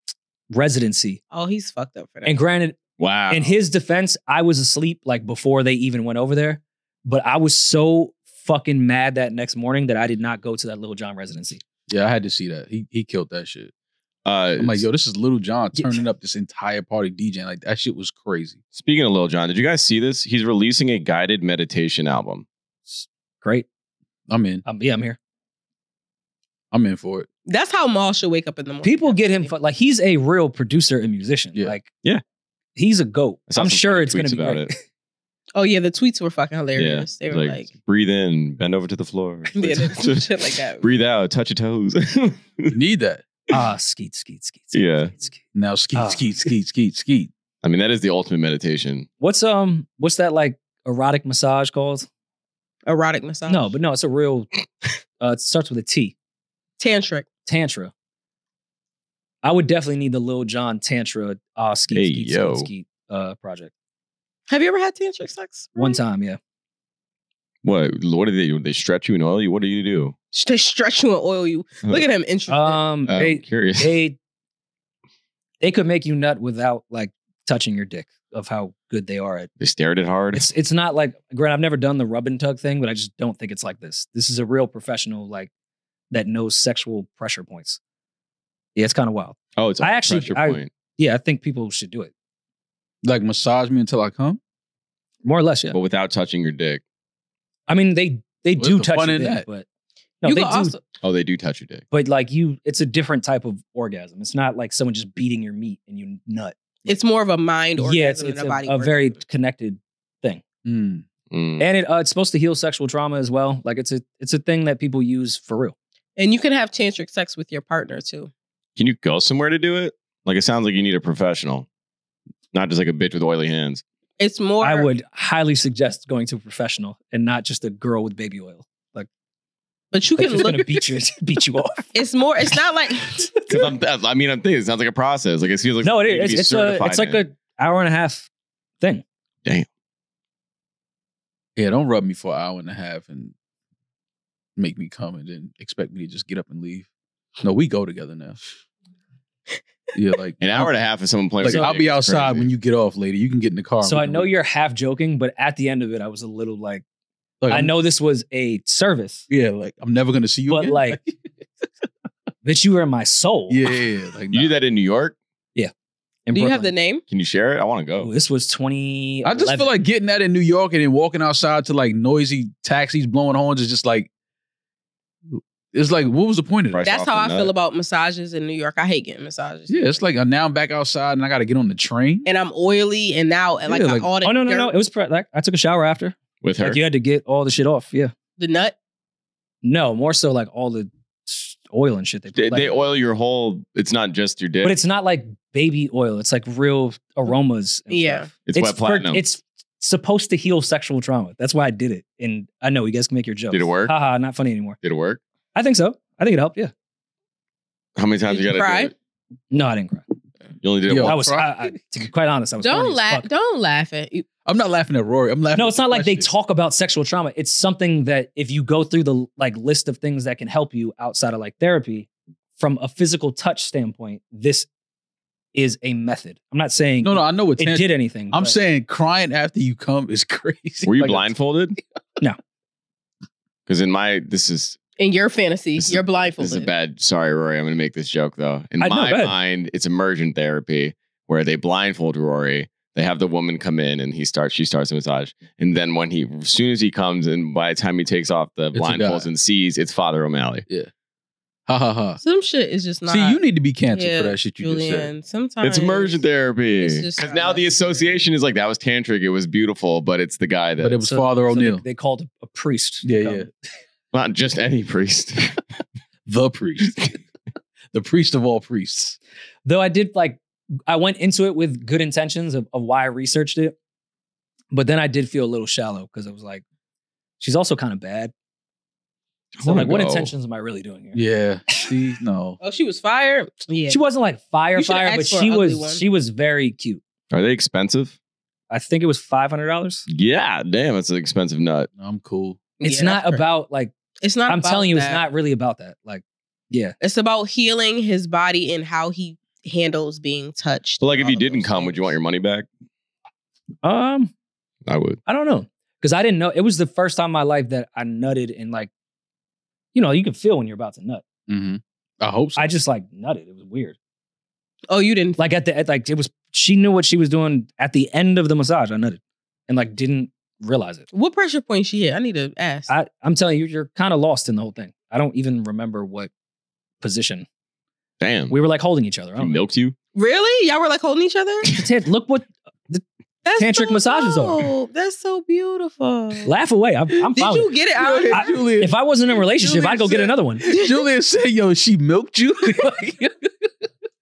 [SPEAKER 4] residency.
[SPEAKER 3] oh he's fucked up for that.
[SPEAKER 4] And granted,
[SPEAKER 1] Wow.
[SPEAKER 4] in his defense, I was asleep like before they even went over there, but I was so fucking mad that next morning that I did not go to that Little John residency.
[SPEAKER 2] Yeah, I had to see that. He he killed that shit.
[SPEAKER 1] uh,
[SPEAKER 2] I'm like, yo, this is Little John
[SPEAKER 4] Yeah.
[SPEAKER 2] turning up this entire party DJing. Like that shit was crazy.
[SPEAKER 1] speaking of Lil John, did you guys see this? He's releasing a guided meditation album.
[SPEAKER 4] Great.
[SPEAKER 2] I'm in.
[SPEAKER 4] Um, yeah, I'm here.
[SPEAKER 2] I'm in for it.
[SPEAKER 3] That's how Maul should wake up in the morning.
[SPEAKER 4] People get him fu- like he's a real producer and musician.
[SPEAKER 2] Yeah.
[SPEAKER 4] Like,
[SPEAKER 1] Yeah.
[SPEAKER 4] he's a goat.
[SPEAKER 1] I saw
[SPEAKER 4] I'm
[SPEAKER 1] some
[SPEAKER 4] sure
[SPEAKER 1] funny
[SPEAKER 4] it's gonna
[SPEAKER 1] tweets
[SPEAKER 4] be
[SPEAKER 1] about
[SPEAKER 4] great.
[SPEAKER 3] Oh yeah, the tweets were fucking hilarious.
[SPEAKER 1] Yeah.
[SPEAKER 3] They were
[SPEAKER 1] Like,
[SPEAKER 3] like,
[SPEAKER 1] breathe in, bend over to the floor.
[SPEAKER 3] Yeah, some shit like
[SPEAKER 1] (laughs)
[SPEAKER 3] that.
[SPEAKER 1] Breathe out, touch your toes. (laughs)
[SPEAKER 2] You need that.
[SPEAKER 4] Ah, skeet, skeet, skeet, skeet.
[SPEAKER 1] yeah.
[SPEAKER 4] skeet, skeet.
[SPEAKER 2] Now skeet,
[SPEAKER 4] Ah.
[SPEAKER 2] skeet, skeet, skeet, skeet.
[SPEAKER 1] I mean, that is the ultimate meditation.
[SPEAKER 4] What's um what's that like erotic massage called?
[SPEAKER 3] erotic massage.
[SPEAKER 4] No, but no, it's a real uh it starts with a T.
[SPEAKER 3] tantric.
[SPEAKER 4] Tantra. I would definitely need the Lil John Tantra ah skeet,
[SPEAKER 1] Hey,
[SPEAKER 4] skeet,
[SPEAKER 1] yo.
[SPEAKER 4] skeet, skeet uh project.
[SPEAKER 3] Have you ever had tantric sex?
[SPEAKER 4] One
[SPEAKER 3] Ryan?
[SPEAKER 4] time, yeah.
[SPEAKER 1] What? What do they do? They stretch you and oil you? What do you do?
[SPEAKER 3] They stretch you and oil you. Look at him interested.
[SPEAKER 4] Um
[SPEAKER 1] I'm (laughs)
[SPEAKER 4] they
[SPEAKER 1] curious.
[SPEAKER 4] they they could make you nut without like touching your dick of how good they are at
[SPEAKER 1] they stared it hard.
[SPEAKER 4] It's it's not like Grant. I've never done the rub and tug thing, but I just don't think it's like this. This is a real professional like that knows sexual pressure points. Yeah, it's kind of wild.
[SPEAKER 1] oh, it's a
[SPEAKER 4] I actually-
[SPEAKER 1] pressure
[SPEAKER 4] I-
[SPEAKER 1] point.
[SPEAKER 4] Yeah, I think people should do it
[SPEAKER 2] Like massage me until I come.
[SPEAKER 4] more or less. Yeah,
[SPEAKER 1] But without touching your dick.
[SPEAKER 4] I mean they they
[SPEAKER 2] What's
[SPEAKER 4] do
[SPEAKER 2] the
[SPEAKER 4] touch
[SPEAKER 2] fun
[SPEAKER 4] your
[SPEAKER 2] in
[SPEAKER 4] dick,
[SPEAKER 2] that?
[SPEAKER 4] but no,
[SPEAKER 3] you
[SPEAKER 4] they
[SPEAKER 3] could
[SPEAKER 4] do.
[SPEAKER 3] also
[SPEAKER 1] Oh, they do touch your dick.
[SPEAKER 4] but like you, it's a different type of orgasm. It's not like someone just beating your meat and you nut.
[SPEAKER 3] it's more of a mind orgasm
[SPEAKER 4] yeah, it's,
[SPEAKER 3] than
[SPEAKER 4] it's
[SPEAKER 3] a
[SPEAKER 4] a,
[SPEAKER 3] body
[SPEAKER 4] a
[SPEAKER 3] orgasm.
[SPEAKER 4] very connected,
[SPEAKER 2] Mm.
[SPEAKER 1] Mm.
[SPEAKER 4] and it uh, it's supposed to heal sexual trauma as well. Like it's a it's a thing that people use for real.
[SPEAKER 3] and you can have tantric sex with your partner too.
[SPEAKER 1] Can you go somewhere to do it? Like, it sounds like you need a professional, not just like a bitch with oily hands.
[SPEAKER 4] (laughs)
[SPEAKER 3] It's more
[SPEAKER 4] I would highly suggest going to a professional and not just a girl with baby oil.
[SPEAKER 3] but you
[SPEAKER 4] Like,
[SPEAKER 3] can
[SPEAKER 4] just
[SPEAKER 3] look
[SPEAKER 4] gonna beat you (laughs) beat you off.
[SPEAKER 3] (laughs) it's more it's not
[SPEAKER 4] (laughs)
[SPEAKER 3] like
[SPEAKER 1] 'Cause I'm- that's- I mean, I'm thinking it sounds like a process. Like, it feels like
[SPEAKER 4] No, it
[SPEAKER 1] you need to
[SPEAKER 4] is.
[SPEAKER 1] be
[SPEAKER 4] It's, it's a
[SPEAKER 1] certified
[SPEAKER 4] it's like
[SPEAKER 1] in it.
[SPEAKER 4] a hour and a half thing.
[SPEAKER 2] Yeah, don't rub me for an hour and a half and make me come and then expect me to just get up and leave. No, we go together now. Yeah, like
[SPEAKER 1] an hour and a half of someone playing.
[SPEAKER 2] Like
[SPEAKER 1] with your
[SPEAKER 2] I'll
[SPEAKER 1] dick
[SPEAKER 2] be
[SPEAKER 1] is
[SPEAKER 2] outside
[SPEAKER 1] crazy.
[SPEAKER 2] when you get off, lady. You can get in the car.
[SPEAKER 4] So
[SPEAKER 2] We
[SPEAKER 4] I
[SPEAKER 2] can
[SPEAKER 4] know
[SPEAKER 2] leave.
[SPEAKER 4] you're half joking, but at the end of it, I was a little like,
[SPEAKER 2] Like,
[SPEAKER 4] I
[SPEAKER 2] I'm-
[SPEAKER 4] know this was a service,
[SPEAKER 2] Yeah, like I'm never gonna see you.
[SPEAKER 4] but
[SPEAKER 2] again.
[SPEAKER 4] like that you were in my soul. (laughs)
[SPEAKER 2] yeah, yeah, yeah, like
[SPEAKER 1] You do that in New York?
[SPEAKER 4] in
[SPEAKER 3] do you have the
[SPEAKER 4] Brooklyn.
[SPEAKER 3] name?
[SPEAKER 1] Can you share it? I want to go.
[SPEAKER 4] Ooh, this was twenty.
[SPEAKER 2] I just feel like getting that in New York and then walking outside to like noisy taxis blowing horns is just like it's like what was the point of that?
[SPEAKER 1] Fresh
[SPEAKER 3] That's
[SPEAKER 1] off
[SPEAKER 3] how
[SPEAKER 1] the
[SPEAKER 3] I
[SPEAKER 1] nut.
[SPEAKER 3] feel about massages in New York. I hate getting massages.
[SPEAKER 2] Yeah, it's like uh, now I'm back outside and I got to get on the train.
[SPEAKER 3] and I'm oily and now and like,
[SPEAKER 2] Yeah,
[SPEAKER 3] I
[SPEAKER 2] like-
[SPEAKER 3] all the
[SPEAKER 4] Oh no no
[SPEAKER 3] dirt,
[SPEAKER 4] no! It was pre- like I took a shower after.
[SPEAKER 1] with her.
[SPEAKER 4] Like you had to get all the shit off. Yeah.
[SPEAKER 3] the nut.
[SPEAKER 4] No, more so like all the s- oil and shit they put.
[SPEAKER 1] They,
[SPEAKER 4] like-
[SPEAKER 1] they oil your whole. It's not just your dick.
[SPEAKER 4] but it's not like baby oil. It's like real aromas. and
[SPEAKER 3] Yeah.
[SPEAKER 4] stuff.
[SPEAKER 1] It's wet
[SPEAKER 4] for-
[SPEAKER 1] platinum.
[SPEAKER 4] it's supposed to heal sexual trauma. That's why I did it. And I know you guys can make your jokes.
[SPEAKER 1] Did it work?
[SPEAKER 4] Haha, not funny anymore.
[SPEAKER 1] Did it work?
[SPEAKER 4] I think so. I think it helped. Yeah.
[SPEAKER 1] How many times
[SPEAKER 3] Did
[SPEAKER 1] you
[SPEAKER 3] you
[SPEAKER 1] got
[SPEAKER 3] cry?
[SPEAKER 1] to do it?
[SPEAKER 4] No, I didn't cry.
[SPEAKER 1] You only did it
[SPEAKER 2] Yo,
[SPEAKER 1] once.
[SPEAKER 4] I was.
[SPEAKER 2] cry?
[SPEAKER 4] I, I, to be quite honest, I was. horny
[SPEAKER 3] Don't
[SPEAKER 4] as
[SPEAKER 3] laugh.
[SPEAKER 4] fuck.
[SPEAKER 3] Don't laugh at you.
[SPEAKER 2] I'm not laughing at Rory. I'm laughing.
[SPEAKER 4] No,
[SPEAKER 2] at
[SPEAKER 4] it's
[SPEAKER 2] the
[SPEAKER 4] not like they
[SPEAKER 2] question.
[SPEAKER 4] talk about sexual trauma. It's something that if you go through the like list of things that can help you outside of like therapy, from a physical touch standpoint, this is a method. I'm not saying
[SPEAKER 2] No, no, I know what
[SPEAKER 4] it
[SPEAKER 2] tan-
[SPEAKER 4] did anything.
[SPEAKER 2] I'm
[SPEAKER 4] but-
[SPEAKER 2] saying crying after you come is (laughs) crazy.
[SPEAKER 1] Were you
[SPEAKER 2] Like,
[SPEAKER 1] blindfolded? (laughs)
[SPEAKER 4] No.
[SPEAKER 1] Because in my this is
[SPEAKER 3] In your fantasy,
[SPEAKER 1] This is-
[SPEAKER 3] you're
[SPEAKER 1] this
[SPEAKER 3] blindfolded.
[SPEAKER 1] is a bad. Sorry, Rory. I'm going to make this joke though. In
[SPEAKER 4] I know,
[SPEAKER 1] my
[SPEAKER 4] go ahead.
[SPEAKER 1] mind, it's immersion therapy where they blindfold Rory. They have the woman come in and he starts. She starts a massage, and then when he, as soon as he comes, and by the time he takes off the
[SPEAKER 2] It's a guy.
[SPEAKER 1] blindfolds and sees, it's Father O'Malley.
[SPEAKER 2] Ha ha ha.
[SPEAKER 3] Some shit is just not.
[SPEAKER 2] See, you need to be canceled
[SPEAKER 3] Yeah,
[SPEAKER 2] for that shit you just said.
[SPEAKER 3] Julian. Sometimes
[SPEAKER 1] It's immersion therapy.
[SPEAKER 3] It's just
[SPEAKER 1] Because
[SPEAKER 3] not
[SPEAKER 1] now the
[SPEAKER 3] that-
[SPEAKER 1] association is like that was tantric. It was beautiful, but it's the guy that.
[SPEAKER 2] But it was Father
[SPEAKER 4] so they-
[SPEAKER 2] O'Neill.
[SPEAKER 4] they, called a priest. to
[SPEAKER 2] Yeah,
[SPEAKER 4] come.
[SPEAKER 2] yeah.
[SPEAKER 1] Not just any priest.
[SPEAKER 2] The
[SPEAKER 4] (laughs)
[SPEAKER 2] priest. the priest of all priests.
[SPEAKER 4] though I did like I went into it with good intentions of, of why I researched it, but then I did feel a little shallow because I was like, she's also kind of bad. So I'm like, what
[SPEAKER 1] Go.
[SPEAKER 4] intentions am I really doing here?
[SPEAKER 2] Yeah.
[SPEAKER 4] (laughs)
[SPEAKER 2] See, no.
[SPEAKER 3] Oh, she was fired. Yeah.
[SPEAKER 4] She wasn't like fire
[SPEAKER 3] You should've
[SPEAKER 4] fire,
[SPEAKER 3] asked
[SPEAKER 4] but
[SPEAKER 3] for an
[SPEAKER 4] she
[SPEAKER 3] ugly
[SPEAKER 4] was
[SPEAKER 3] one.
[SPEAKER 4] she was very cute.
[SPEAKER 1] Are they expensive?
[SPEAKER 4] I think it was five hundred dollars.
[SPEAKER 1] Yeah, damn, it's an expensive nut.
[SPEAKER 2] I'm cool.
[SPEAKER 4] It's
[SPEAKER 3] Yeah,
[SPEAKER 4] not
[SPEAKER 3] that's crazy.
[SPEAKER 4] about like
[SPEAKER 3] It's not.
[SPEAKER 4] I'm
[SPEAKER 3] about
[SPEAKER 4] telling you,
[SPEAKER 3] that.
[SPEAKER 4] it's not really about that. Like, yeah,
[SPEAKER 3] It's about healing his body and how he handles being touched.
[SPEAKER 1] But like, if
[SPEAKER 3] and
[SPEAKER 1] you
[SPEAKER 3] all of
[SPEAKER 1] didn't
[SPEAKER 3] those
[SPEAKER 1] come, would you want your money back?
[SPEAKER 4] um,
[SPEAKER 1] I would.
[SPEAKER 4] I don't know because I didn't know it was the first time in my life that I nutted and like, you know, you can feel when you're about to nut.
[SPEAKER 2] Mm-hmm. I hope so.
[SPEAKER 4] I just like nutted. It was weird.
[SPEAKER 3] things. Oh, you didn't.
[SPEAKER 4] like at the at, like it was she knew what she was doing at the end of the massage. I nutted and like didn't realize it.
[SPEAKER 3] What pressure point she hit? I need to ask.
[SPEAKER 4] I I'm telling you, you're kind of lost in the whole thing. I don't even remember what position
[SPEAKER 1] Damn.
[SPEAKER 4] we were like holding each other. I
[SPEAKER 1] She
[SPEAKER 4] don't know.
[SPEAKER 1] milked you?
[SPEAKER 3] really? Y'all were like holding each other.
[SPEAKER 4] Ted, look what
[SPEAKER 3] That's
[SPEAKER 4] Tantric
[SPEAKER 3] so
[SPEAKER 4] massages are.
[SPEAKER 3] dope. That's so beautiful.
[SPEAKER 4] laugh away. I'm, I'm
[SPEAKER 3] Did
[SPEAKER 4] fine.
[SPEAKER 3] you
[SPEAKER 4] with
[SPEAKER 3] get it out?
[SPEAKER 4] it. I- if I wasn't in a relationship,
[SPEAKER 2] Julian
[SPEAKER 4] I'd go get
[SPEAKER 2] said-
[SPEAKER 4] another one.
[SPEAKER 2] (laughs) Julian said, yo, she milked
[SPEAKER 4] (laughs)
[SPEAKER 2] you.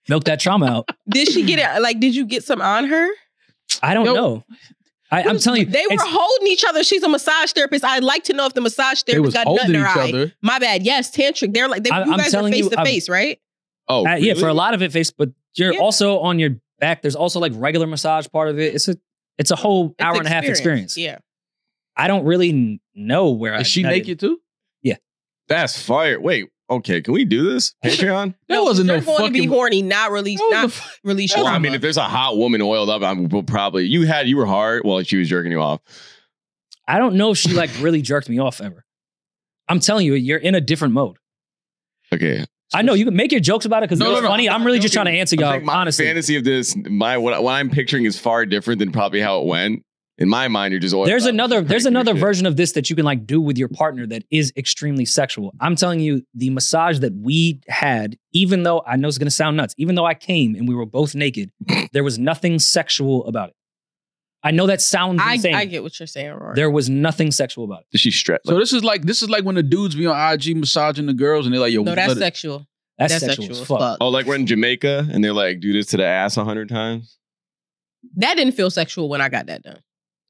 [SPEAKER 4] Milk that trauma out.
[SPEAKER 3] did she get it? Like, did you get some on her?
[SPEAKER 4] I don't
[SPEAKER 2] Yo,
[SPEAKER 4] know. I, I'm telling you,
[SPEAKER 3] they were
[SPEAKER 4] it's-
[SPEAKER 3] holding each other. She's a massage therapist. I'd like to know if the massage
[SPEAKER 2] they
[SPEAKER 3] therapist
[SPEAKER 2] was
[SPEAKER 3] got nut
[SPEAKER 2] holding
[SPEAKER 3] in her
[SPEAKER 2] each
[SPEAKER 3] eye.
[SPEAKER 2] other.
[SPEAKER 3] My bad. Yes, tantric. They're like they,
[SPEAKER 4] I-
[SPEAKER 3] you
[SPEAKER 4] I'm
[SPEAKER 3] guys are
[SPEAKER 4] telling
[SPEAKER 3] face
[SPEAKER 4] you,
[SPEAKER 3] to
[SPEAKER 4] I'm-
[SPEAKER 3] face, right?
[SPEAKER 1] Oh,
[SPEAKER 4] uh, yeah, for a
[SPEAKER 1] really?
[SPEAKER 4] lot of it, face, but you're
[SPEAKER 3] Yeah.
[SPEAKER 4] also on your back. There's also like regular massage part of it. It's a it's a whole
[SPEAKER 3] It's
[SPEAKER 4] hour and a half experience.
[SPEAKER 3] Yeah.
[SPEAKER 4] I don't really n- know where I
[SPEAKER 2] Is she
[SPEAKER 4] nutted.
[SPEAKER 2] naked too?
[SPEAKER 1] That's fire. Wait, okay, can we do (laughs) this? Patreon?
[SPEAKER 2] That
[SPEAKER 3] No,
[SPEAKER 2] wasn't
[SPEAKER 3] you're
[SPEAKER 2] no
[SPEAKER 3] going to be
[SPEAKER 2] fucking.
[SPEAKER 3] horny, not release,
[SPEAKER 2] That was
[SPEAKER 3] not
[SPEAKER 2] the fu-
[SPEAKER 3] release.
[SPEAKER 1] Well, I
[SPEAKER 3] trauma.
[SPEAKER 1] mean, if there's a hot woman oiled up, I'm we'll probably you had you were hard while she was jerking you off.
[SPEAKER 4] I don't know if she like really jerked me off ever. I'm telling you, you're in a different mode.
[SPEAKER 1] Okay,
[SPEAKER 4] I know you can make your jokes about it because
[SPEAKER 2] No,
[SPEAKER 4] it's
[SPEAKER 2] no, no.
[SPEAKER 4] funny. I'm really just
[SPEAKER 1] Okay.
[SPEAKER 4] trying to answer
[SPEAKER 1] I
[SPEAKER 4] y'all.
[SPEAKER 1] think my
[SPEAKER 4] Honestly,
[SPEAKER 1] fantasy of this, my what, what I'm picturing is far different than probably how it went. In my mind, you're just oiled
[SPEAKER 4] there's
[SPEAKER 1] up.
[SPEAKER 4] another
[SPEAKER 1] Just
[SPEAKER 4] there's
[SPEAKER 1] cranking your
[SPEAKER 4] another
[SPEAKER 1] shit.
[SPEAKER 4] version of this that you can like do with your partner that is extremely sexual. I'm telling you, the massage that we had, even though I know it's gonna sound nuts, even though I came and we were both naked, there was nothing sexual about it. I know that sounds
[SPEAKER 3] I,
[SPEAKER 4] insane.
[SPEAKER 3] I get what you're saying, Rory.
[SPEAKER 4] there was nothing sexual about it.
[SPEAKER 1] Does she stretch?
[SPEAKER 2] So this is like this is like when the dudes be on IG massaging the girls and they're like, yo,
[SPEAKER 3] no, that's
[SPEAKER 2] let it-
[SPEAKER 3] sexual.
[SPEAKER 4] That's, sexual, as fuck.
[SPEAKER 1] oh, like we're in Jamaica and they're like, do this to the ass a hundred times.
[SPEAKER 3] That didn't feel sexual when I got that done.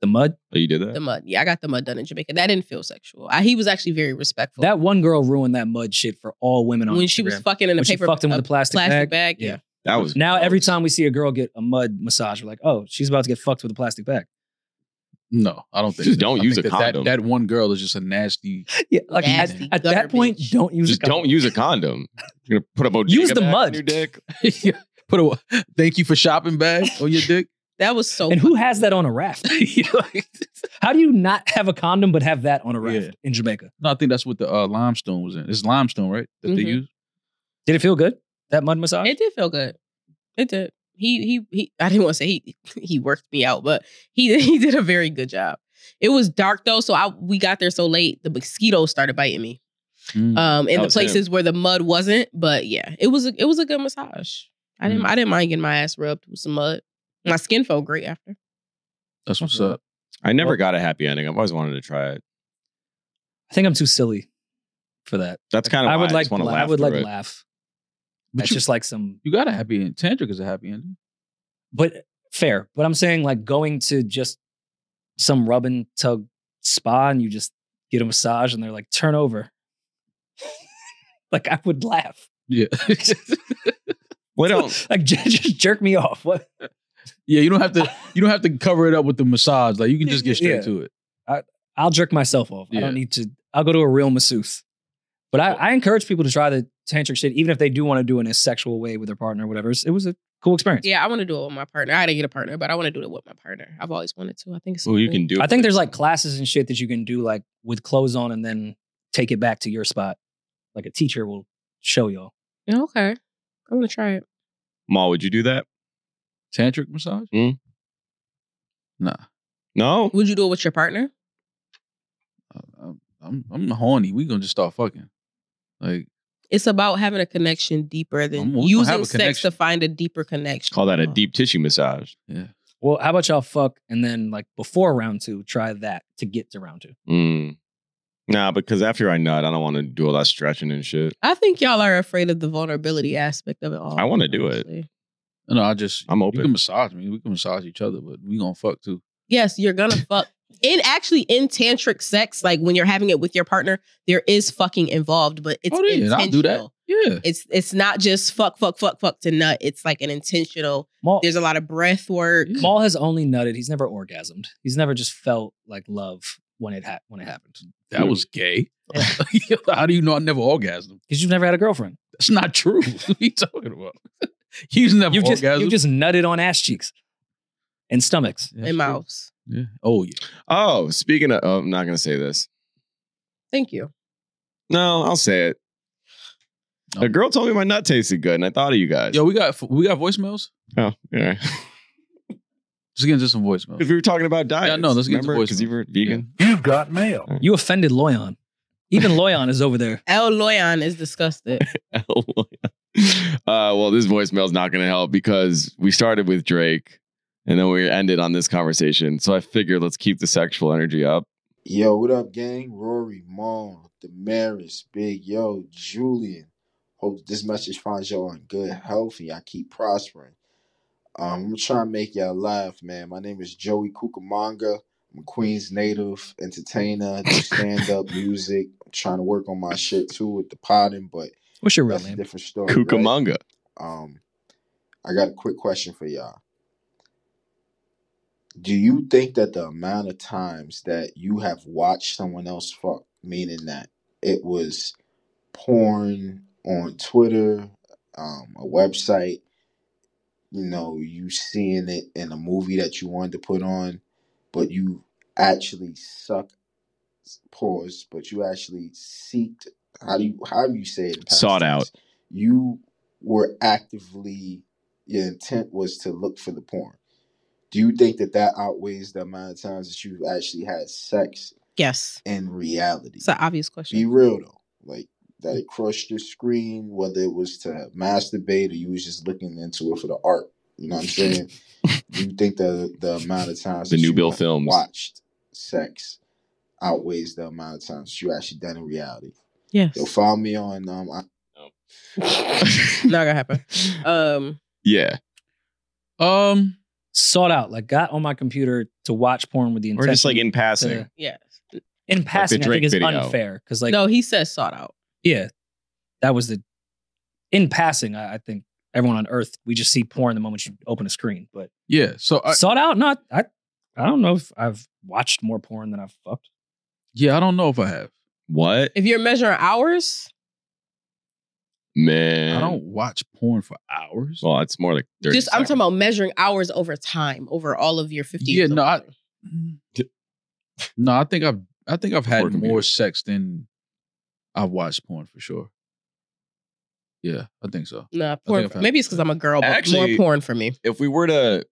[SPEAKER 4] The mud.
[SPEAKER 1] Oh, you did
[SPEAKER 3] The
[SPEAKER 1] that?
[SPEAKER 3] mud. Yeah, I got the mud done in Jamaica. That didn't feel sexual. I, he was actually very respectful.
[SPEAKER 4] That one girl ruined that mud shit for all women on
[SPEAKER 3] when
[SPEAKER 4] Instagram.
[SPEAKER 3] she was fucking in a
[SPEAKER 4] When she
[SPEAKER 3] paper
[SPEAKER 4] fucked him with
[SPEAKER 3] a
[SPEAKER 4] a plastic bag.
[SPEAKER 3] Yeah.
[SPEAKER 4] Yeah.
[SPEAKER 1] That was
[SPEAKER 4] Now every time we see a girl get a mud massage, we're like, oh, she's about to get fucked with a plastic bag.
[SPEAKER 2] no, I don't think.
[SPEAKER 1] Just
[SPEAKER 2] so.
[SPEAKER 1] don't
[SPEAKER 2] I
[SPEAKER 1] use
[SPEAKER 2] think
[SPEAKER 1] a
[SPEAKER 2] that, that-
[SPEAKER 1] condom.
[SPEAKER 2] That, one girl is just a nasty.
[SPEAKER 4] Yeah, like at,
[SPEAKER 3] Nasty
[SPEAKER 4] at
[SPEAKER 3] gutter
[SPEAKER 4] that point,
[SPEAKER 3] bitch.
[SPEAKER 4] don't use
[SPEAKER 1] just
[SPEAKER 4] a condom.
[SPEAKER 1] don't use a condom. You're gonna put a bodega
[SPEAKER 4] Use the
[SPEAKER 1] bag on
[SPEAKER 4] mud.
[SPEAKER 1] your dick.
[SPEAKER 4] (laughs)
[SPEAKER 2] Put a (laughs) thank you for shopping bag on your dick.
[SPEAKER 3] That was so.
[SPEAKER 4] And who has that on a raft? (laughs) How do you not have a condom but have that on a raft
[SPEAKER 2] Yeah.
[SPEAKER 4] in Jamaica?
[SPEAKER 2] No, I think that's what the uh, limestone was in. It's limestone, right? That they
[SPEAKER 3] Mhm.
[SPEAKER 2] use.
[SPEAKER 4] Did it feel good? That mud massage?
[SPEAKER 3] It did feel good. It did. He he he. I didn't want to say he (laughs) he worked me out, but he (laughs) he did a very good job. It was dark though, so I we got there so late. The mosquitoes started biting me.
[SPEAKER 2] Mm.
[SPEAKER 3] Um, in
[SPEAKER 1] That
[SPEAKER 3] the
[SPEAKER 1] was him.
[SPEAKER 3] places where the mud wasn't, but yeah, it was a, it was a good massage. I didn't
[SPEAKER 2] Mm.
[SPEAKER 3] I didn't mind getting my ass rubbed with some mud. My skin felt great after.
[SPEAKER 2] that's what's up.
[SPEAKER 1] I never got a happy ending. I've always wanted to try it.
[SPEAKER 4] I think I'm too silly for that.
[SPEAKER 1] That's kind of
[SPEAKER 4] I would like
[SPEAKER 1] want to
[SPEAKER 4] la-
[SPEAKER 1] laugh.
[SPEAKER 4] I would like
[SPEAKER 1] through it.
[SPEAKER 4] laugh.
[SPEAKER 2] But
[SPEAKER 4] That's
[SPEAKER 2] you,
[SPEAKER 4] just like some
[SPEAKER 2] you got a happy ending. Tantric is a happy ending.
[SPEAKER 4] but fair. But I'm saying like going to just some rub and tug spa and you just get a massage and they're like turn over. (laughs) like I would laugh.
[SPEAKER 2] Yeah. (laughs)
[SPEAKER 1] We don't.
[SPEAKER 4] Like (laughs) j- just jerk me off. What?
[SPEAKER 2] yeah, you don't have to you don't have to cover it up with the massage. Like you can just get straight
[SPEAKER 4] Yeah.
[SPEAKER 2] to it.
[SPEAKER 4] I'll jerk myself off. I
[SPEAKER 2] Yeah.
[SPEAKER 4] don't need to. I'll go to a real masseuse. But I, I encourage people to try the tantric shit, even if they do want to do it in a sexual way with their partner or whatever. It's- It was a cool experience.
[SPEAKER 3] Yeah, I want to do it with my partner. I gotta get a partner, but I want to do it with my partner. I've always wanted to. I think it's
[SPEAKER 1] Well, you
[SPEAKER 3] cool.
[SPEAKER 1] can do.
[SPEAKER 4] I
[SPEAKER 1] it.
[SPEAKER 4] think there's like classes and shit that you can do like with clothes on and then take it back to your spot. Like a teacher will show y'all.
[SPEAKER 3] Yeah, okay. I want to try it.
[SPEAKER 1] Ma, would you do that?
[SPEAKER 2] Tantric massage?
[SPEAKER 1] Mm.
[SPEAKER 2] Nah.
[SPEAKER 1] No.
[SPEAKER 3] Would you do it with your partner?
[SPEAKER 2] Uh, I'm, I'm I'm horny. We gonna just start fucking. Like
[SPEAKER 3] It's about having a connection deeper
[SPEAKER 2] I'm- we
[SPEAKER 3] than
[SPEAKER 2] gonna have
[SPEAKER 3] using
[SPEAKER 2] a
[SPEAKER 3] sex
[SPEAKER 2] connection.
[SPEAKER 3] to find a deeper connection.
[SPEAKER 1] Call that a deep tissue massage.
[SPEAKER 4] Well, how about y'all fuck and then like before round two, try that to get to round two.
[SPEAKER 1] Mm. Nah, because after I nut, I don't want to do all that stretching and shit.
[SPEAKER 3] I think y'all are afraid of the vulnerability aspect of it all.
[SPEAKER 1] I wanna do it.
[SPEAKER 3] honestly.
[SPEAKER 2] No, I just
[SPEAKER 1] I'm
[SPEAKER 2] you
[SPEAKER 1] open.
[SPEAKER 2] can massage me. We can massage each other, but we gonna fuck too.
[SPEAKER 3] Yes, you're gonna fuck. In actually in tantric sex, like when you're having it with your partner, there is fucking involved, but it's
[SPEAKER 2] Oh, yeah, and
[SPEAKER 3] intentional.
[SPEAKER 2] I'll do that. Yeah.
[SPEAKER 3] It's it's not just fuck, fuck, fuck, fuck to nut. It's like an intentional.
[SPEAKER 4] Maul,
[SPEAKER 3] There's a lot of breath work.
[SPEAKER 4] Maul has only nutted. He's never orgasmed. He's never just felt like love when it ha- when it happened.
[SPEAKER 2] That was gay. (laughs) How do you know I never orgasmed?
[SPEAKER 4] Because you've never had a girlfriend.
[SPEAKER 2] That's not true. (laughs) what are you talking about? (laughs) He's never
[SPEAKER 4] You've just,
[SPEAKER 2] orgasmed.
[SPEAKER 4] you've just nutted on ass cheeks and stomachs.
[SPEAKER 2] That's
[SPEAKER 3] and
[SPEAKER 2] true.
[SPEAKER 3] mouths.
[SPEAKER 2] Yeah. Oh yeah.
[SPEAKER 1] Oh, speaking of, oh, I'm not gonna say this.
[SPEAKER 3] Thank you.
[SPEAKER 1] No, I'll say it.
[SPEAKER 2] No.
[SPEAKER 1] A girl told me my nut tasted good, and I thought of you guys.
[SPEAKER 2] Yo, we got we got voicemails.
[SPEAKER 1] Oh, all right.
[SPEAKER 2] Just getting just some
[SPEAKER 1] (laughs) If
[SPEAKER 2] voicemails.
[SPEAKER 1] we were talking about diet,
[SPEAKER 2] no, let's get to
[SPEAKER 1] remember because
[SPEAKER 2] voicemail.
[SPEAKER 1] you were vegan. (laughs)
[SPEAKER 7] You've got mail.
[SPEAKER 4] You offended Loyon. Even Loyon is over there.
[SPEAKER 3] El Loyan is (laughs) disgusted.
[SPEAKER 1] uh, well, this voicemail's not going to help because we started with Drake, and then we ended on this conversation. So I figured let's keep the sexual energy up.
[SPEAKER 8] Yo, what up, gang? Rory, Mom, Damaris, Big Yo, Julian. Hope this message finds y'all in good health and y'all keep prospering. Um, I'm gonna try and make y'all laugh, man. My name is Joey Cucamonga. I'm a Queens native, entertainer, do stand up music. I'm trying to work on my shit too with the potting, but
[SPEAKER 4] What's your real
[SPEAKER 8] that's a
[SPEAKER 4] name?
[SPEAKER 8] different story. Oh, right?
[SPEAKER 1] Cucamonga.
[SPEAKER 8] Um, I got a quick question for y'all. Do you think that the amount of times that you have watched someone else fuck, meaning that it was porn on Twitter, um, a website, you know, you seeing it in a movie that you wanted to put on, but you actually suck pause, but you actually seeked how do you how do you say it? in past
[SPEAKER 1] Sought out.
[SPEAKER 8] tense? You were actively your intent was to look for the porn. Do you think that that outweighs the amount of times that you've actually had sex
[SPEAKER 3] yes.
[SPEAKER 8] in reality?
[SPEAKER 3] It's an obvious
[SPEAKER 8] Be
[SPEAKER 3] question.
[SPEAKER 8] real though, like that it crushed your screen, whether it was to masturbate or you was just looking into it for the art. You know what I'm
[SPEAKER 1] (laughs)
[SPEAKER 8] saying? Do you think the the amount of times
[SPEAKER 1] The
[SPEAKER 8] that
[SPEAKER 1] New
[SPEAKER 8] you
[SPEAKER 1] Bill
[SPEAKER 8] have
[SPEAKER 1] Films.
[SPEAKER 8] watched sex outweighs the amount of times you actually done in reality?
[SPEAKER 3] Yes.
[SPEAKER 8] Yo, follow me on um. I-
[SPEAKER 3] Not
[SPEAKER 2] (laughs)
[SPEAKER 3] gonna happen. Um
[SPEAKER 1] yeah,
[SPEAKER 2] Um,
[SPEAKER 4] Sought out. Like got on my computer to watch porn with the
[SPEAKER 1] or
[SPEAKER 4] intention.
[SPEAKER 1] just like in
[SPEAKER 4] to-
[SPEAKER 1] passing.
[SPEAKER 3] yes.
[SPEAKER 4] in passing, I
[SPEAKER 1] Drake
[SPEAKER 4] think is
[SPEAKER 1] video.
[SPEAKER 4] unfair because like
[SPEAKER 3] no, he says sought out.
[SPEAKER 4] yeah, that was the in passing. I, I think everyone on Earth we just see porn the moment you open a screen, but
[SPEAKER 2] yeah. So
[SPEAKER 1] Uh,
[SPEAKER 2] I,
[SPEAKER 4] sought out. Not I. I don't know if I've watched more porn than I've fucked.
[SPEAKER 2] yeah, I don't know if I have.
[SPEAKER 1] What
[SPEAKER 3] If you're measuring hours,
[SPEAKER 1] man?
[SPEAKER 2] I don't watch porn for hours.
[SPEAKER 1] Well, it's more like thirty.
[SPEAKER 3] just I'm
[SPEAKER 1] seconds.
[SPEAKER 3] talking about measuring hours over time, over all of your 50
[SPEAKER 2] Yeah,
[SPEAKER 3] years.
[SPEAKER 2] no,
[SPEAKER 3] of
[SPEAKER 2] I-
[SPEAKER 3] porn.
[SPEAKER 2] Mm. no, I think I've I think I've had
[SPEAKER 1] Porn computer.
[SPEAKER 2] more sex than I've watched porn for sure. Yeah, I think so.
[SPEAKER 3] Nah,
[SPEAKER 2] I
[SPEAKER 3] porn.
[SPEAKER 2] think I've-
[SPEAKER 3] Maybe it's because I'm a girl, but
[SPEAKER 1] Actually-
[SPEAKER 3] more porn for me.
[SPEAKER 1] if we were to,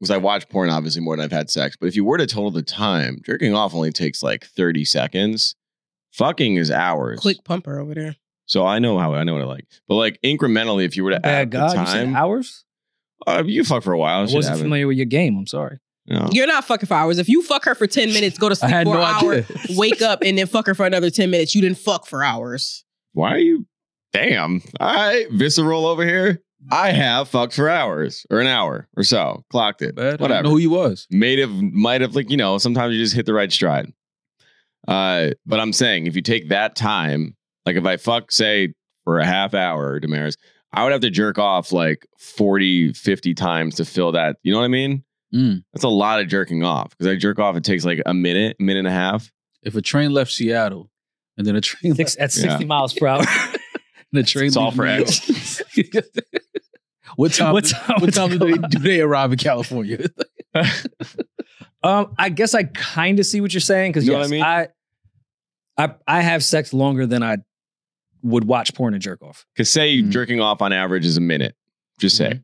[SPEAKER 1] because I watch porn obviously more than I've had sex, but if you were to total the time, jerking off only takes like 30 seconds. Fucking is hours.
[SPEAKER 3] Quick pumper over there.
[SPEAKER 1] So I know how I know what I like. But like incrementally, if you were to add
[SPEAKER 4] Bad God,
[SPEAKER 1] the
[SPEAKER 4] you said
[SPEAKER 1] time,
[SPEAKER 4] hours.
[SPEAKER 1] uh, you fuck for a while.
[SPEAKER 4] I
[SPEAKER 1] It should
[SPEAKER 4] wasn't
[SPEAKER 1] happen.
[SPEAKER 4] familiar with your game. I'm sorry.
[SPEAKER 1] No.
[SPEAKER 3] You're not fucking for hours. If you fuck her
[SPEAKER 2] (laughs)
[SPEAKER 3] for 10 minutes, go to
[SPEAKER 2] I
[SPEAKER 3] sleep
[SPEAKER 2] had
[SPEAKER 3] for
[SPEAKER 2] no
[SPEAKER 3] an hour,
[SPEAKER 2] (laughs) idea.
[SPEAKER 3] wake up, and then fuck her for another 10 minutes. You didn't fuck for hours.
[SPEAKER 1] Why are you? Damn. All right, visceral over here. I have fucked for hours or an hour or so. Clocked it.
[SPEAKER 2] Bad. I didn't
[SPEAKER 1] Whatever.
[SPEAKER 2] know who you was.
[SPEAKER 1] Made of might have like you know. Sometimes you just hit the right stride. Uh, but I'm saying if you take that time, like if I fuck say for a half hour, Damaris, I would have to jerk off like 40, 50 times to fill that. You know what I mean?
[SPEAKER 2] Mm.
[SPEAKER 1] That's a lot of jerking off because I jerk off. It takes like a minute, minute and a half.
[SPEAKER 2] If a train left Seattle and then a train (laughs)
[SPEAKER 4] Six,
[SPEAKER 2] left
[SPEAKER 4] at 60
[SPEAKER 1] Yeah.
[SPEAKER 4] miles per (laughs) hour.
[SPEAKER 2] and the train
[SPEAKER 1] It's all
[SPEAKER 2] leaves
[SPEAKER 1] for
[SPEAKER 2] New York. what time?
[SPEAKER 4] what
[SPEAKER 2] What,
[SPEAKER 4] time?
[SPEAKER 2] time do they, do they arrive in California? (laughs)
[SPEAKER 4] (laughs) Um, I guess I kind of see what you're saying because
[SPEAKER 1] You know what I mean?
[SPEAKER 4] I, I, I have sex longer than I would watch porn and jerk off.
[SPEAKER 1] Because say
[SPEAKER 2] Mhm.
[SPEAKER 1] jerking off on average is a minute. Just say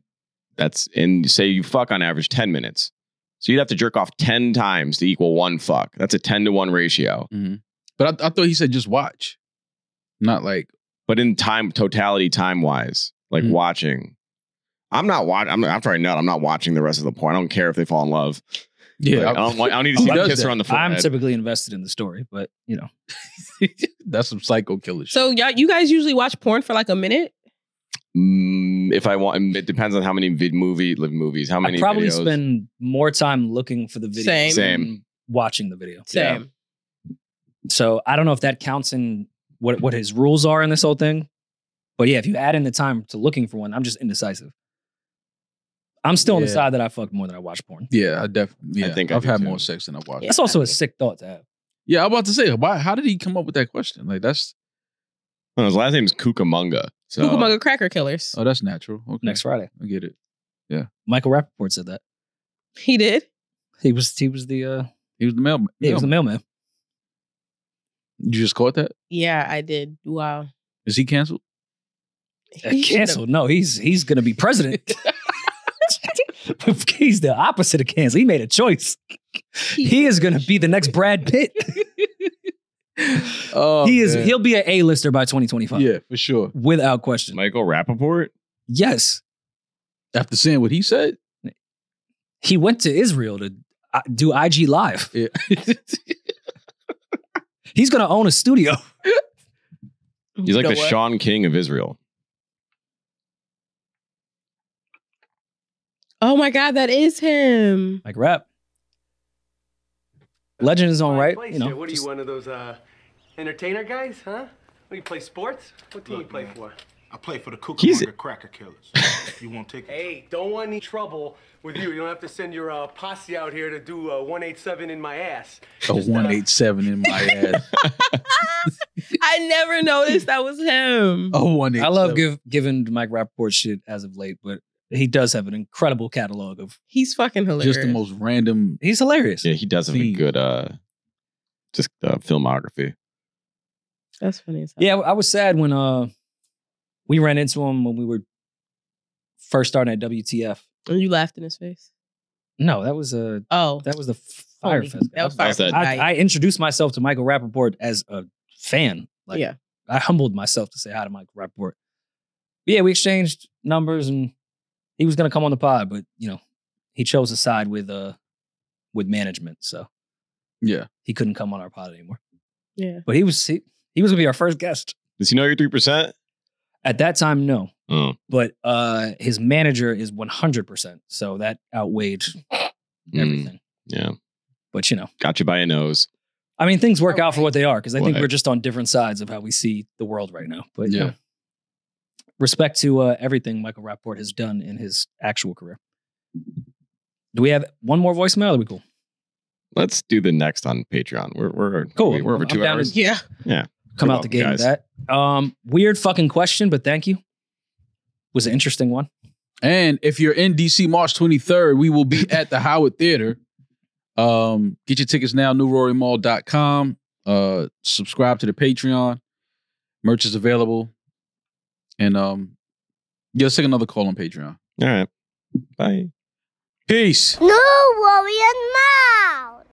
[SPEAKER 1] that's and say you fuck on average ten minutes. So you'd have to jerk off ten times to equal one fuck. That's a ten to one ratio.
[SPEAKER 2] But I, I thought he said just watch, not like
[SPEAKER 1] But in time totality, time wise, like
[SPEAKER 2] Mhm.
[SPEAKER 1] watching. I'm not watching. I'm after I nut. I'm not watching the rest of the porn. I don't care if they fall in love. Like, I,
[SPEAKER 2] Yeah,
[SPEAKER 1] don't,
[SPEAKER 2] (laughs)
[SPEAKER 1] want- I don't need to
[SPEAKER 2] Who
[SPEAKER 1] see the
[SPEAKER 2] does
[SPEAKER 1] kiss
[SPEAKER 2] that?
[SPEAKER 1] her on the
[SPEAKER 4] I'm
[SPEAKER 1] forehead.
[SPEAKER 4] typically invested in the story, but you know,
[SPEAKER 2] that's some psycho killer shit.
[SPEAKER 3] So y'all, you guys usually watch porn for like a minute.
[SPEAKER 1] Mm, if I want, it depends on how many vid movie, live movies, how many
[SPEAKER 4] I probably
[SPEAKER 1] videos.
[SPEAKER 4] spend more time looking for the video
[SPEAKER 3] Same.
[SPEAKER 1] Same.
[SPEAKER 4] than watching the video.
[SPEAKER 3] Same.
[SPEAKER 4] So I don't know if that counts in what what his rules are in this whole thing. But yeah, if you add in the time to looking for one, I'm just indecisive. I'm still on the
[SPEAKER 2] Yeah.
[SPEAKER 4] side that I fucked more than I watched porn.
[SPEAKER 2] yeah, I definitely.
[SPEAKER 1] I
[SPEAKER 2] Yeah,
[SPEAKER 1] think
[SPEAKER 2] I think
[SPEAKER 1] I
[SPEAKER 2] I've
[SPEAKER 1] do
[SPEAKER 2] had
[SPEAKER 1] too.
[SPEAKER 2] more sex than I've watched.
[SPEAKER 3] Yeah.
[SPEAKER 4] That's also a sick thought to have.
[SPEAKER 2] Yeah, I'm about to say why. How did he come up with that question? Like that's
[SPEAKER 1] Well, Oh, his last name is Cucamonga. So
[SPEAKER 3] Cucamonga cracker killers.
[SPEAKER 2] oh, that's natural. Okay,
[SPEAKER 4] Next Friday,
[SPEAKER 2] I get it.
[SPEAKER 4] Michael Rappaport said that
[SPEAKER 3] He did.
[SPEAKER 4] he was he was the uh,
[SPEAKER 2] He was the mail.
[SPEAKER 4] yeah, he was
[SPEAKER 2] (laughs)
[SPEAKER 4] the mailman.
[SPEAKER 2] You just caught that?
[SPEAKER 3] Yeah, I did. Wow.
[SPEAKER 2] Is he
[SPEAKER 4] (sighs)
[SPEAKER 2] canceled?
[SPEAKER 3] He should've-
[SPEAKER 4] canceled? No, he's he's gonna
[SPEAKER 2] (laughs)
[SPEAKER 4] be president. (laughs) he's the opposite of canceled. He made a choice. He is gonna be the next Brad Pitt.
[SPEAKER 2] (laughs) Oh,
[SPEAKER 4] he is.
[SPEAKER 2] man.
[SPEAKER 4] He'll be an A lister by
[SPEAKER 2] (laughs)
[SPEAKER 4] 2025,
[SPEAKER 2] yeah, for sure.
[SPEAKER 4] without question.
[SPEAKER 1] Michael Rappaport?
[SPEAKER 4] yes.
[SPEAKER 2] After seeing what he said,
[SPEAKER 4] he went to Israel to uh, do IG live.
[SPEAKER 2] yeah. (laughs)
[SPEAKER 4] He's gonna own a studio. (laughs)
[SPEAKER 1] He's like
[SPEAKER 3] You know
[SPEAKER 1] the
[SPEAKER 3] what?
[SPEAKER 1] Sean King of Israel.
[SPEAKER 3] Oh my god, that
[SPEAKER 1] (laughs)
[SPEAKER 3] is him. (laughs)
[SPEAKER 4] Like rap. Legend is on right. You know,
[SPEAKER 9] what are
[SPEAKER 4] just-
[SPEAKER 9] you, one of those uh, entertainer guys, huh? What, you play sports? What team you play for?
[SPEAKER 7] I play for the
[SPEAKER 1] He's-
[SPEAKER 7] Cucamonga Cracker
[SPEAKER 4] (laughs)
[SPEAKER 7] Killers. You won't take it?
[SPEAKER 9] Hey, don't want any trouble with you. You don't have to send your uh, posse out here to do uh, 187 in my ass.
[SPEAKER 2] a one eight seven in my ass.
[SPEAKER 3] I never noticed that was him.
[SPEAKER 4] Oh.
[SPEAKER 2] A one eight seven.
[SPEAKER 4] I love give, giving Mike Rappaport shit as of late, but he does have an incredible catalog of.
[SPEAKER 3] He's fucking hilarious.
[SPEAKER 2] just the most random.
[SPEAKER 4] He's hilarious.
[SPEAKER 1] Yeah, he does have a
[SPEAKER 2] Theme.
[SPEAKER 1] good uh just uh, filmography.
[SPEAKER 3] That's funny. As hell.
[SPEAKER 4] Yeah, I was sad when uh we ran into him when we were first starting at WTF.
[SPEAKER 3] And you laughed in his face.
[SPEAKER 4] No, that was a
[SPEAKER 3] Oh,
[SPEAKER 4] that was the
[SPEAKER 3] Homie.
[SPEAKER 4] Firefest.
[SPEAKER 3] That was
[SPEAKER 1] Firefest
[SPEAKER 3] Firefest.
[SPEAKER 4] I,
[SPEAKER 3] night.
[SPEAKER 4] I introduced myself to Michael Rappaport as a fan. Like,
[SPEAKER 3] yeah.
[SPEAKER 4] I humbled myself to say hi to Mike Rapport. But yeah, we exchanged numbers and he was gonna come on the pod, but you know, he chose a side with uh with management, so
[SPEAKER 2] Yeah,
[SPEAKER 4] he couldn't come on our pod anymore.
[SPEAKER 3] Yeah.
[SPEAKER 4] But he was he, he was gonna be our first guest.
[SPEAKER 1] Does he know your three percent?
[SPEAKER 4] At that time, no.
[SPEAKER 1] Oh.
[SPEAKER 4] But uh his manager is one hundred percent. So that outweighed everything.
[SPEAKER 1] Yeah.
[SPEAKER 4] But you know,
[SPEAKER 1] Got you by a nose.
[SPEAKER 4] I mean things work out for what they are because I think
[SPEAKER 1] Right.
[SPEAKER 4] we're just on different sides of how we see the world right now. But yeah.
[SPEAKER 2] Yeah.
[SPEAKER 4] Respect to uh, everything Michael Rapport has done in his actual career. Do we have one more voicemail? Are we cool?
[SPEAKER 1] Let's do the next on Patreon. We're we're
[SPEAKER 4] Cool.
[SPEAKER 1] We're over
[SPEAKER 4] I'm
[SPEAKER 1] two
[SPEAKER 4] down
[SPEAKER 1] hours.
[SPEAKER 4] to
[SPEAKER 3] Yeah.
[SPEAKER 4] come
[SPEAKER 1] You're
[SPEAKER 4] out the
[SPEAKER 1] welcome,
[SPEAKER 4] gate with
[SPEAKER 1] guys.
[SPEAKER 4] that. Um, weird fucking question, but thank you. Was an interesting one.
[SPEAKER 2] and if you're in DC March twenty third, we will be at the Howard Theater. Um, get your tickets now. NewRoryMall.com. Uh, subscribe to the Patreon. Merch is available, and um, yeah, let's take another call on Patreon.
[SPEAKER 1] All right. Bye.
[SPEAKER 2] Peace.
[SPEAKER 5] No worry and mouth.